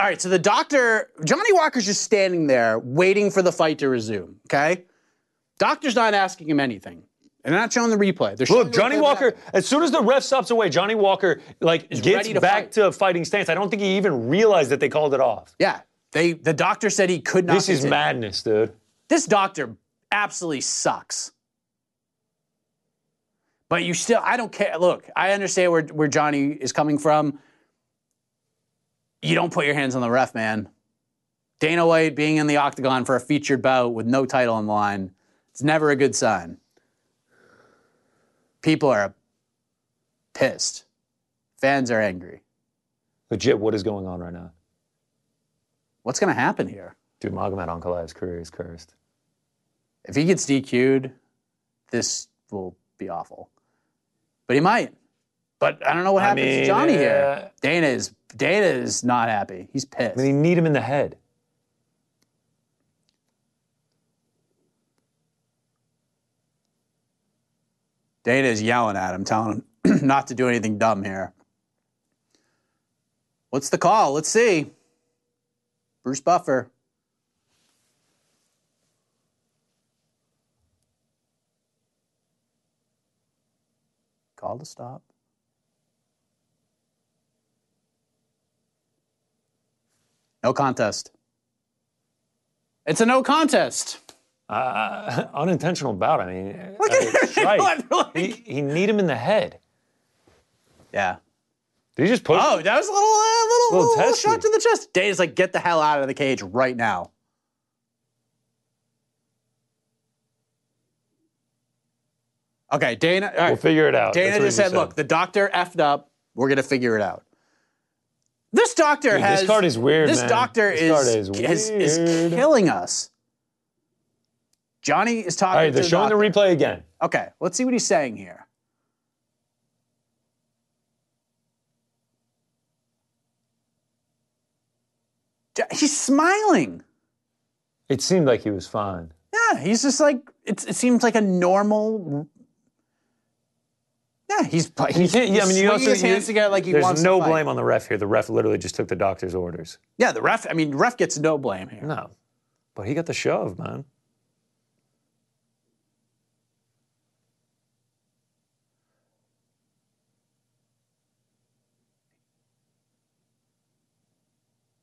[SPEAKER 2] All right, so the doctor, Johnny Walker's just standing there waiting for the fight to resume, okay? Doctor's not asking him anything. And they're not showing the replay. They're showing
[SPEAKER 3] Look,
[SPEAKER 2] the
[SPEAKER 3] Johnny
[SPEAKER 2] replay
[SPEAKER 3] Walker.
[SPEAKER 2] back.
[SPEAKER 3] As soon as the ref stops away, Johnny Walker like gets
[SPEAKER 2] ready to
[SPEAKER 3] back
[SPEAKER 2] fight.
[SPEAKER 3] to a fighting stance. I don't think he even realized that they called it off.
[SPEAKER 2] Yeah. They the doctor said he could not
[SPEAKER 3] This is
[SPEAKER 2] continue.
[SPEAKER 3] madness, dude.
[SPEAKER 2] This doctor absolutely sucks. But you still I don't care. Look, I understand where, where Johnny is coming from. You don't put your hands on the ref, man. Dana White being in the octagon for a featured bout with no title on the line, it's never a good sign. People are pissed. Fans are angry.
[SPEAKER 3] Legit, what is going on right now?
[SPEAKER 2] What's going to happen here?
[SPEAKER 3] Dude, Magomed Ankalaev's career is cursed.
[SPEAKER 2] If he gets DQ'd, this will be awful. But he might. But I don't know what
[SPEAKER 3] I
[SPEAKER 2] happens
[SPEAKER 3] mean, uh,
[SPEAKER 2] to Johnny
[SPEAKER 3] yeah.
[SPEAKER 2] here. Dana is Dana is not happy. He's pissed.
[SPEAKER 3] I mean, you need him in the head.
[SPEAKER 2] Dana is yelling at him, telling him [clears throat] not to do anything dumb here. What's the call? Let's see. Bruce Buffer. Call to stop. No contest. It's a no contest.
[SPEAKER 3] Uh, [laughs] unintentional bout.
[SPEAKER 2] [laughs]
[SPEAKER 3] I mean,
[SPEAKER 2] Look at
[SPEAKER 3] uh,
[SPEAKER 2] him.
[SPEAKER 3] strike.
[SPEAKER 2] Like-
[SPEAKER 3] he, he need him in the head.
[SPEAKER 2] Yeah.
[SPEAKER 3] Did he just push?
[SPEAKER 2] Oh, that was a little, uh, little,
[SPEAKER 3] Little
[SPEAKER 2] little, little
[SPEAKER 3] testy.
[SPEAKER 2] shot to the chest. Dana's like, get the hell out of the cage right now. Okay, Dana. all right.
[SPEAKER 3] We'll figure it out. That's
[SPEAKER 2] Dana
[SPEAKER 3] what
[SPEAKER 2] just
[SPEAKER 3] he
[SPEAKER 2] said, look, the doctor effed up. We're going to figure it out. This doctor
[SPEAKER 3] Dude,
[SPEAKER 2] has.
[SPEAKER 3] this card is weird.
[SPEAKER 2] This
[SPEAKER 3] man.
[SPEAKER 2] doctor
[SPEAKER 3] This
[SPEAKER 2] is,
[SPEAKER 3] card is
[SPEAKER 2] is, is
[SPEAKER 3] weird.
[SPEAKER 2] killing us. Johnny is
[SPEAKER 3] All
[SPEAKER 2] talking
[SPEAKER 3] right,
[SPEAKER 2] to
[SPEAKER 3] they're
[SPEAKER 2] the
[SPEAKER 3] showing
[SPEAKER 2] doctor.
[SPEAKER 3] the replay again.
[SPEAKER 2] Okay, let's see what he's saying here. Ja- He's smiling.
[SPEAKER 3] It seemed like he was fine.
[SPEAKER 2] Yeah, he's just like it's, it seems like a normal. Yeah, he's pl-
[SPEAKER 3] You
[SPEAKER 2] he's,
[SPEAKER 3] can't. Yeah, I mean, you
[SPEAKER 2] swinging
[SPEAKER 3] also
[SPEAKER 2] his hands
[SPEAKER 3] you-
[SPEAKER 2] together like he
[SPEAKER 3] there's
[SPEAKER 2] wants.
[SPEAKER 3] no
[SPEAKER 2] to fight.
[SPEAKER 3] blame on the ref here. The ref literally just took the doctor's orders.
[SPEAKER 2] Yeah, the ref. I mean, ref gets no blame here.
[SPEAKER 3] No, but he got the shove, man.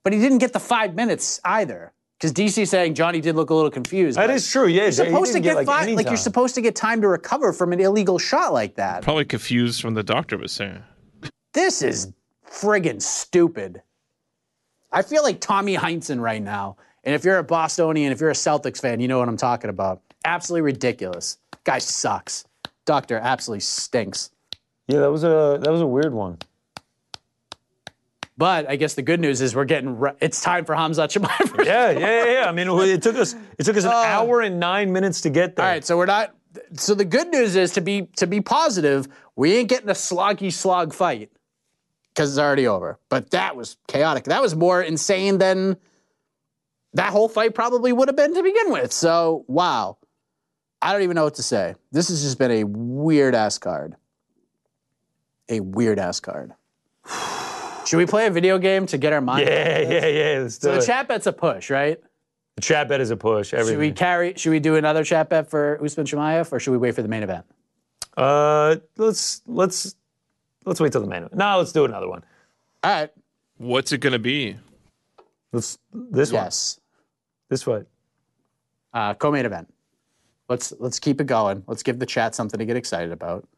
[SPEAKER 2] But he didn't get the five minutes either, because DC saying Johnny did look a little confused.
[SPEAKER 3] That
[SPEAKER 2] but
[SPEAKER 3] is true. Yeah,
[SPEAKER 2] You're supposed to get, five. Like you're supposed to get time to recover from an illegal shot like that.
[SPEAKER 4] Probably confused from the doctor was saying.
[SPEAKER 2] This is friggin' stupid. I feel like Tommy Heinsohn right now. And if you're a Bostonian, if you're a Celtics fan, you know what I'm talking about. Absolutely ridiculous. Guy sucks. Doctor absolutely stinks.
[SPEAKER 3] Yeah, that was a that was a weird one.
[SPEAKER 2] But I guess the good news is we're getting. Re- it's time for Hamza Chimaev.
[SPEAKER 3] Yeah, yeah, yeah, yeah. I mean, it took us it took us an hour and nine minutes to get there.
[SPEAKER 2] Oh. All right, so we're not. So the good news is to be to be positive, we ain't getting a sloggy slog fight because it's already over. But that was chaotic. That was more insane than that whole fight probably would have been to begin with. So wow, I don't even know what to say. This has just been a weird ass card. A weird ass card. [sighs] Should we play a video game to get our mind?
[SPEAKER 3] Yeah, yeah, yeah. Let's do
[SPEAKER 2] So the
[SPEAKER 3] it.
[SPEAKER 2] chat bet's a push, right?
[SPEAKER 3] the chat bet is a push.
[SPEAKER 2] Should we
[SPEAKER 3] Everything.
[SPEAKER 2] carry? Should we do another chat bet for Usman Shemaev, or should we wait for the main event?
[SPEAKER 3] uh, let's let's let's wait till the main. No, let's do another one.
[SPEAKER 2] All right.
[SPEAKER 4] What's it gonna be?
[SPEAKER 3] Let's this one.
[SPEAKER 2] Yes. [laughs]
[SPEAKER 3] This one.
[SPEAKER 2] Uh, co-main event. Let's let's keep it going. Let's give the chat something to get excited about.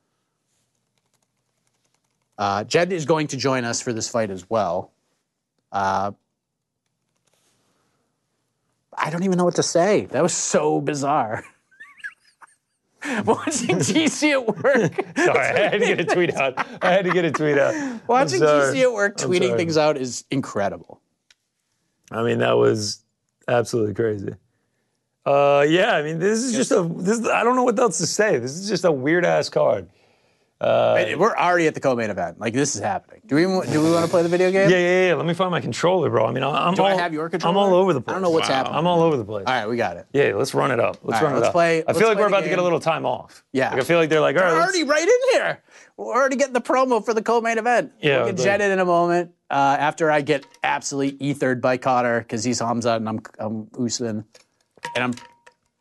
[SPEAKER 2] Uh, Jed is going to join us for this fight as well. Uh, I don't even know what to say. That was so bizarre. [laughs]
[SPEAKER 3] [laughs]
[SPEAKER 2] Watching GC at work.
[SPEAKER 3] Sorry, I had to get a tweet out. I had to get a tweet out. I'm
[SPEAKER 2] Watching
[SPEAKER 3] sorry.
[SPEAKER 2] GC at work
[SPEAKER 3] I'm
[SPEAKER 2] tweeting
[SPEAKER 3] sorry.
[SPEAKER 2] things out is incredible.
[SPEAKER 3] I mean, that was absolutely crazy. Uh, yeah, I mean, this is just a. This is, I don't know what else to say. This is just a weird ass card.
[SPEAKER 2] Wait, We're already at the co-main event. Like this is happening. Do we do we want to play the video game?
[SPEAKER 3] Yeah, yeah, yeah. Let me find my controller, bro. I mean, I- I'm.
[SPEAKER 2] Do I
[SPEAKER 3] all-
[SPEAKER 2] have your
[SPEAKER 3] I'm all
[SPEAKER 2] controller?
[SPEAKER 3] over the
[SPEAKER 2] I
[SPEAKER 3] place.
[SPEAKER 2] don't know what's Wow. happening.
[SPEAKER 3] I'm all over the place.
[SPEAKER 2] All right, we got it.
[SPEAKER 3] Yeah, let's run it up. Let's
[SPEAKER 2] All right,
[SPEAKER 3] run it
[SPEAKER 2] let's
[SPEAKER 3] up.
[SPEAKER 2] play-
[SPEAKER 3] I
[SPEAKER 2] let's
[SPEAKER 3] feel like
[SPEAKER 2] play
[SPEAKER 3] we're
[SPEAKER 2] the
[SPEAKER 3] about to get a
[SPEAKER 2] game.
[SPEAKER 3] little time off.
[SPEAKER 2] Yeah.
[SPEAKER 3] Like, I feel like they're like, all
[SPEAKER 2] We're
[SPEAKER 3] right,
[SPEAKER 2] already
[SPEAKER 3] let's-
[SPEAKER 2] right in here. We're already getting the promo for the co-main event.
[SPEAKER 3] Yeah,
[SPEAKER 2] we'll get
[SPEAKER 3] the-
[SPEAKER 2] jetted in a moment uh, after I get absolutely ethered by Cotter because he's Hamza and I'm I'm Usman, and I'm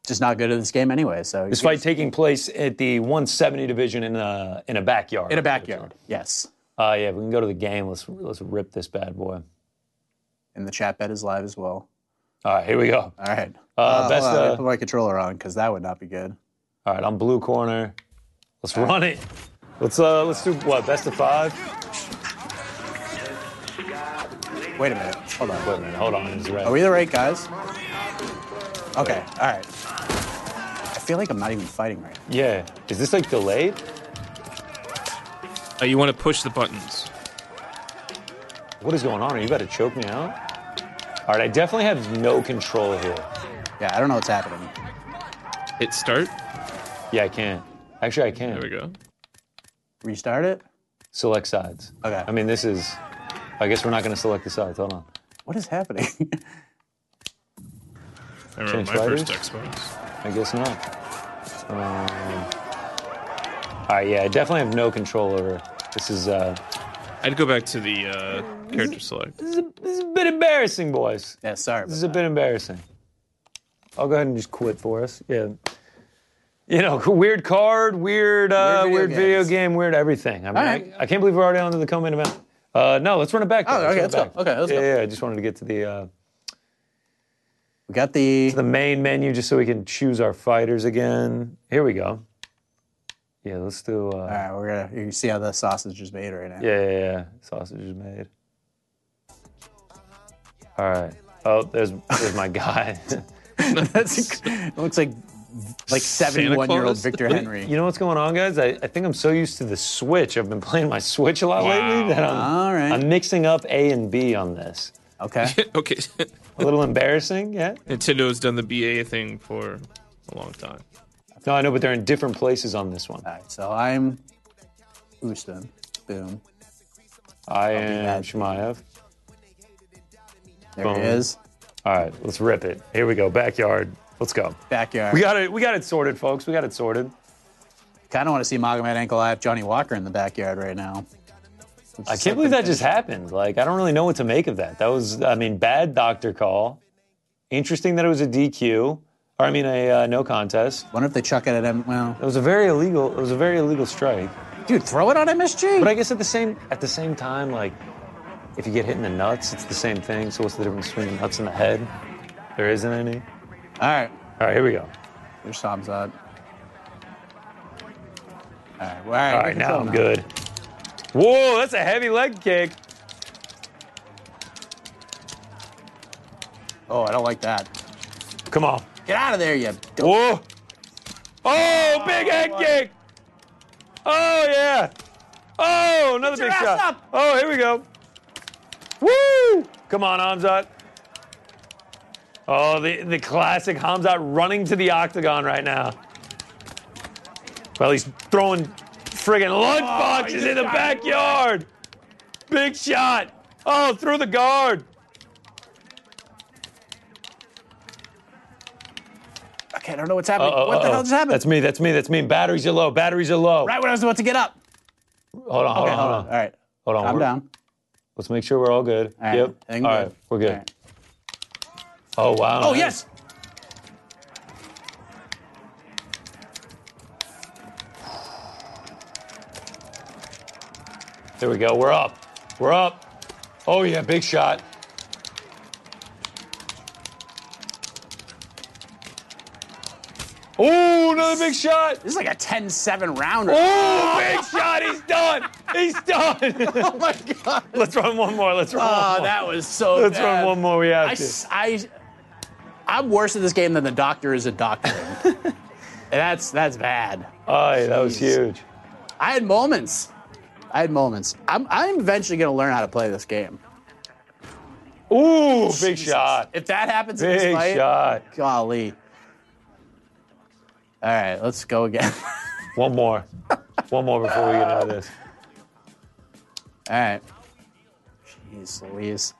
[SPEAKER 2] just not good at this game anyway. So
[SPEAKER 3] this fight taking place at the 170 division in a in a backyard.
[SPEAKER 2] in a backyard. Yes.
[SPEAKER 3] Uh, yeah, if we can go to the game. Let's let's rip this bad boy.
[SPEAKER 2] And the chat bed is live as well.
[SPEAKER 3] All right, here we go.
[SPEAKER 2] All right.
[SPEAKER 3] Uh, best.
[SPEAKER 2] hold on, let me
[SPEAKER 3] Uh,
[SPEAKER 2] put my controller on because that would not be good.
[SPEAKER 3] all right, I'm blue corner. Let's run it. Let's uh let's do what best of five.
[SPEAKER 2] Wait a minute. Hold on.
[SPEAKER 3] Wait a minute, hold on. It's red.
[SPEAKER 2] Are we the right guys? Okay. All right. I feel like I'm not even fighting right now.
[SPEAKER 3] Yeah. Is this like delayed?
[SPEAKER 4] Uh, you want to push the buttons.
[SPEAKER 3] What is going on? Are you about to choke me out? All right, I definitely have no control here.
[SPEAKER 2] Yeah, I don't know what's happening.
[SPEAKER 4] Hit start.
[SPEAKER 3] Yeah, I can't. Actually, I can.
[SPEAKER 4] There we go.
[SPEAKER 2] Restart it.
[SPEAKER 3] Select sides.
[SPEAKER 2] Okay.
[SPEAKER 3] I mean, this is. I guess we're not going to select the sides. Hold on.
[SPEAKER 2] What is happening? [laughs]
[SPEAKER 4] I remember
[SPEAKER 3] Change
[SPEAKER 4] my first
[SPEAKER 3] fighters?
[SPEAKER 4] Xbox.
[SPEAKER 3] I guess not. Um, all right. Yeah, I definitely have no control over. This is. Uh,
[SPEAKER 4] I'd go back to the uh, character select. [laughs]
[SPEAKER 3] this is a, this is a bit embarrassing, boys.
[SPEAKER 2] yeah, sorry.
[SPEAKER 3] This
[SPEAKER 2] about
[SPEAKER 3] is a bit embarrassing. I'll go ahead and just quit for us. Yeah. You know, [laughs] weird card, weird, uh,
[SPEAKER 2] Weird video
[SPEAKER 3] weird, video,
[SPEAKER 2] games.
[SPEAKER 3] game, weird everything. I mean,
[SPEAKER 2] right. Oh,
[SPEAKER 3] I, I can't believe we're already on to the comment event. Uh, no, let's run it back. though.
[SPEAKER 2] okay,
[SPEAKER 3] run
[SPEAKER 2] let's
[SPEAKER 3] it
[SPEAKER 2] go.
[SPEAKER 3] back.
[SPEAKER 2] Okay, let's
[SPEAKER 3] yeah,
[SPEAKER 2] go.
[SPEAKER 3] Yeah, I just wanted to get to the uh,
[SPEAKER 2] that. We got the.
[SPEAKER 3] the main menu just so we can choose our fighters again. Here we go. Yeah, let's do. Uh,
[SPEAKER 2] All right, we're gonna. You can see how the sausage is made right now.
[SPEAKER 3] yeah, yeah, yeah. Sausage is made. All right. Oh, there's there's my [laughs] guy.
[SPEAKER 2] [laughs] That's. [laughs] It looks like like
[SPEAKER 4] Santa
[SPEAKER 2] 71 year old
[SPEAKER 4] Claus?
[SPEAKER 2] Victor
[SPEAKER 3] [laughs]
[SPEAKER 2] Henry.
[SPEAKER 3] You know what's going on, guys? I, I think I'm so used to the Switch. I've been [laughs] playing my Switch a lot lately that I'm,
[SPEAKER 2] All right.
[SPEAKER 3] I'm mixing up A and B on this.
[SPEAKER 2] Okay.
[SPEAKER 4] okay. [laughs]
[SPEAKER 2] [laughs]
[SPEAKER 3] A little embarrassing, yeah?
[SPEAKER 4] Nintendo's done the BA thing for a long time.
[SPEAKER 3] No, I know, but they're in different places on this one.
[SPEAKER 2] All right. So I'm. Usman. Boom.
[SPEAKER 3] I am
[SPEAKER 2] mad.
[SPEAKER 3] Shemaev.
[SPEAKER 2] There
[SPEAKER 3] Boom.
[SPEAKER 2] it is.
[SPEAKER 3] All right, let's rip it. Here we go. Backyard. Let's go.
[SPEAKER 2] Backyard.
[SPEAKER 3] We got it. We got it sorted, folks. We got it sorted.
[SPEAKER 2] kind of want to see Magomed Ankalaev, Johnny Walker in the backyard right now.
[SPEAKER 3] I can't believe that just happened. Like, I don't really know what to make of that. That was, I mean, bad doctor call. Interesting that it was a DQ, or I mean, a uh, no contest.
[SPEAKER 2] Wonder if they chuck it at him. Well,
[SPEAKER 3] It was a very illegal. It was a very illegal strike.
[SPEAKER 2] dude, throw it on MSG.
[SPEAKER 3] But I guess at the same at the same time, like if you get hit in the nuts, it's the same thing. So what's the difference between the nuts and the head? There isn't any.
[SPEAKER 2] All right,
[SPEAKER 3] All right, here we go.
[SPEAKER 2] there's Samzad. All right, well, all right,
[SPEAKER 3] All
[SPEAKER 2] we
[SPEAKER 3] right,
[SPEAKER 2] can
[SPEAKER 3] now
[SPEAKER 2] throw
[SPEAKER 3] I'm
[SPEAKER 2] him
[SPEAKER 3] good. Whoa, that's a heavy leg kick.
[SPEAKER 2] Oh, I don't like that.
[SPEAKER 3] Come on.
[SPEAKER 2] Get out of there, you. dope.
[SPEAKER 3] Whoa. Oh, big head kick. Oh yeah. Oh, another
[SPEAKER 2] Get your
[SPEAKER 3] big
[SPEAKER 2] ass
[SPEAKER 3] shot.
[SPEAKER 2] up.
[SPEAKER 3] Oh, here we go. Woo! Come on, Hamzat. Oh, the, the classic Hamzat running to the octagon right now. Well, he's throwing friggin'
[SPEAKER 2] Oh,
[SPEAKER 3] lunchboxes in the backyard. Big shot. Oh, through the guard.
[SPEAKER 2] Okay, I don't know what's happening.
[SPEAKER 3] Uh-oh,
[SPEAKER 2] what the
[SPEAKER 3] uh-oh.
[SPEAKER 2] hell just happened?
[SPEAKER 3] That's me. That's me. That's me. Batteries are low. Batteries are low.
[SPEAKER 2] right when I was about to get up.
[SPEAKER 3] Hold on. Hold
[SPEAKER 2] Okay,
[SPEAKER 3] on. Hold on.
[SPEAKER 2] All right,
[SPEAKER 3] Hold on.
[SPEAKER 2] I'm
[SPEAKER 3] we're-
[SPEAKER 2] down.
[SPEAKER 3] Let's make sure we're all good.
[SPEAKER 2] All right,
[SPEAKER 3] Yep.
[SPEAKER 2] I think
[SPEAKER 3] all
[SPEAKER 2] we're
[SPEAKER 3] right. We're good.
[SPEAKER 2] All right.
[SPEAKER 3] Oh wow.
[SPEAKER 2] Oh
[SPEAKER 3] nice.
[SPEAKER 2] yes.
[SPEAKER 3] There we go. We're up. We're up. Oh yeah, big shot. Oh, another big shot.
[SPEAKER 2] This is like a 10-7 rounder.
[SPEAKER 3] Oh, big shot. He's done. He's
[SPEAKER 2] [laughs]
[SPEAKER 3] done.
[SPEAKER 2] Oh my god.
[SPEAKER 3] Let's run one more. Let's run one
[SPEAKER 2] Oh,
[SPEAKER 3] more.
[SPEAKER 2] that was so.
[SPEAKER 3] [laughs] Let's
[SPEAKER 2] bad.
[SPEAKER 3] run one more. We have
[SPEAKER 2] I,
[SPEAKER 3] to.
[SPEAKER 2] s- I- I'm worse at this game than the doctor is a doctor.
[SPEAKER 3] [laughs]
[SPEAKER 2] and that's that's bad.
[SPEAKER 3] Oh, yeah, that was
[SPEAKER 2] Jeez.
[SPEAKER 3] huge.
[SPEAKER 2] I had moments. I had moments. I'm, I'm eventually going to learn how to play this game.
[SPEAKER 3] Ooh, big shot.
[SPEAKER 2] If that happens in this
[SPEAKER 3] Big
[SPEAKER 2] fight,
[SPEAKER 3] shot.
[SPEAKER 2] golly. All right, let's go again. [laughs]
[SPEAKER 3] One more. One more before we get into this.
[SPEAKER 2] All right. Jeez Louise.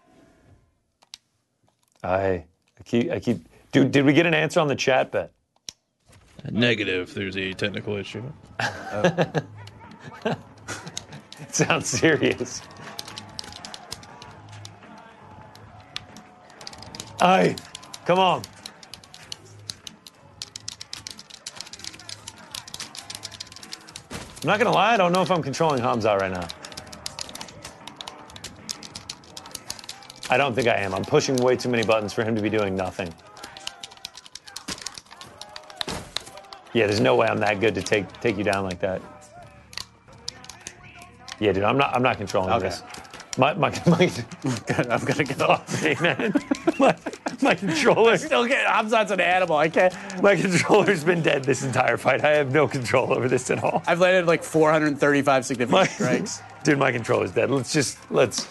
[SPEAKER 3] I, I keep, I keep. Dude, did we get an answer on the chat bet? [laughs]
[SPEAKER 4] Negative. There's a technical issue.
[SPEAKER 3] It sounds serious. Aye, come on. I'm not gonna lie, I don't know if I'm controlling Hamza right now. I don't think I am. I'm pushing way too many buttons for him to be doing nothing. Yeah, there's no way I'm that good to take take you down like that. Yeah, dude, I'm not I'm not controlling
[SPEAKER 2] Okay.
[SPEAKER 3] this. My [laughs] my my,
[SPEAKER 2] I'm gonna get
[SPEAKER 3] oh,
[SPEAKER 2] off.
[SPEAKER 3] man. [laughs] my my controller
[SPEAKER 2] Still get. I'm not an animal. I can't.
[SPEAKER 3] my controller's been dead this entire fight. I have no control over this at all.
[SPEAKER 2] I've landed like 435 significant [laughs]
[SPEAKER 3] My- [laughs]
[SPEAKER 2] strikes.
[SPEAKER 3] Dude, my controller's dead. Let's just let's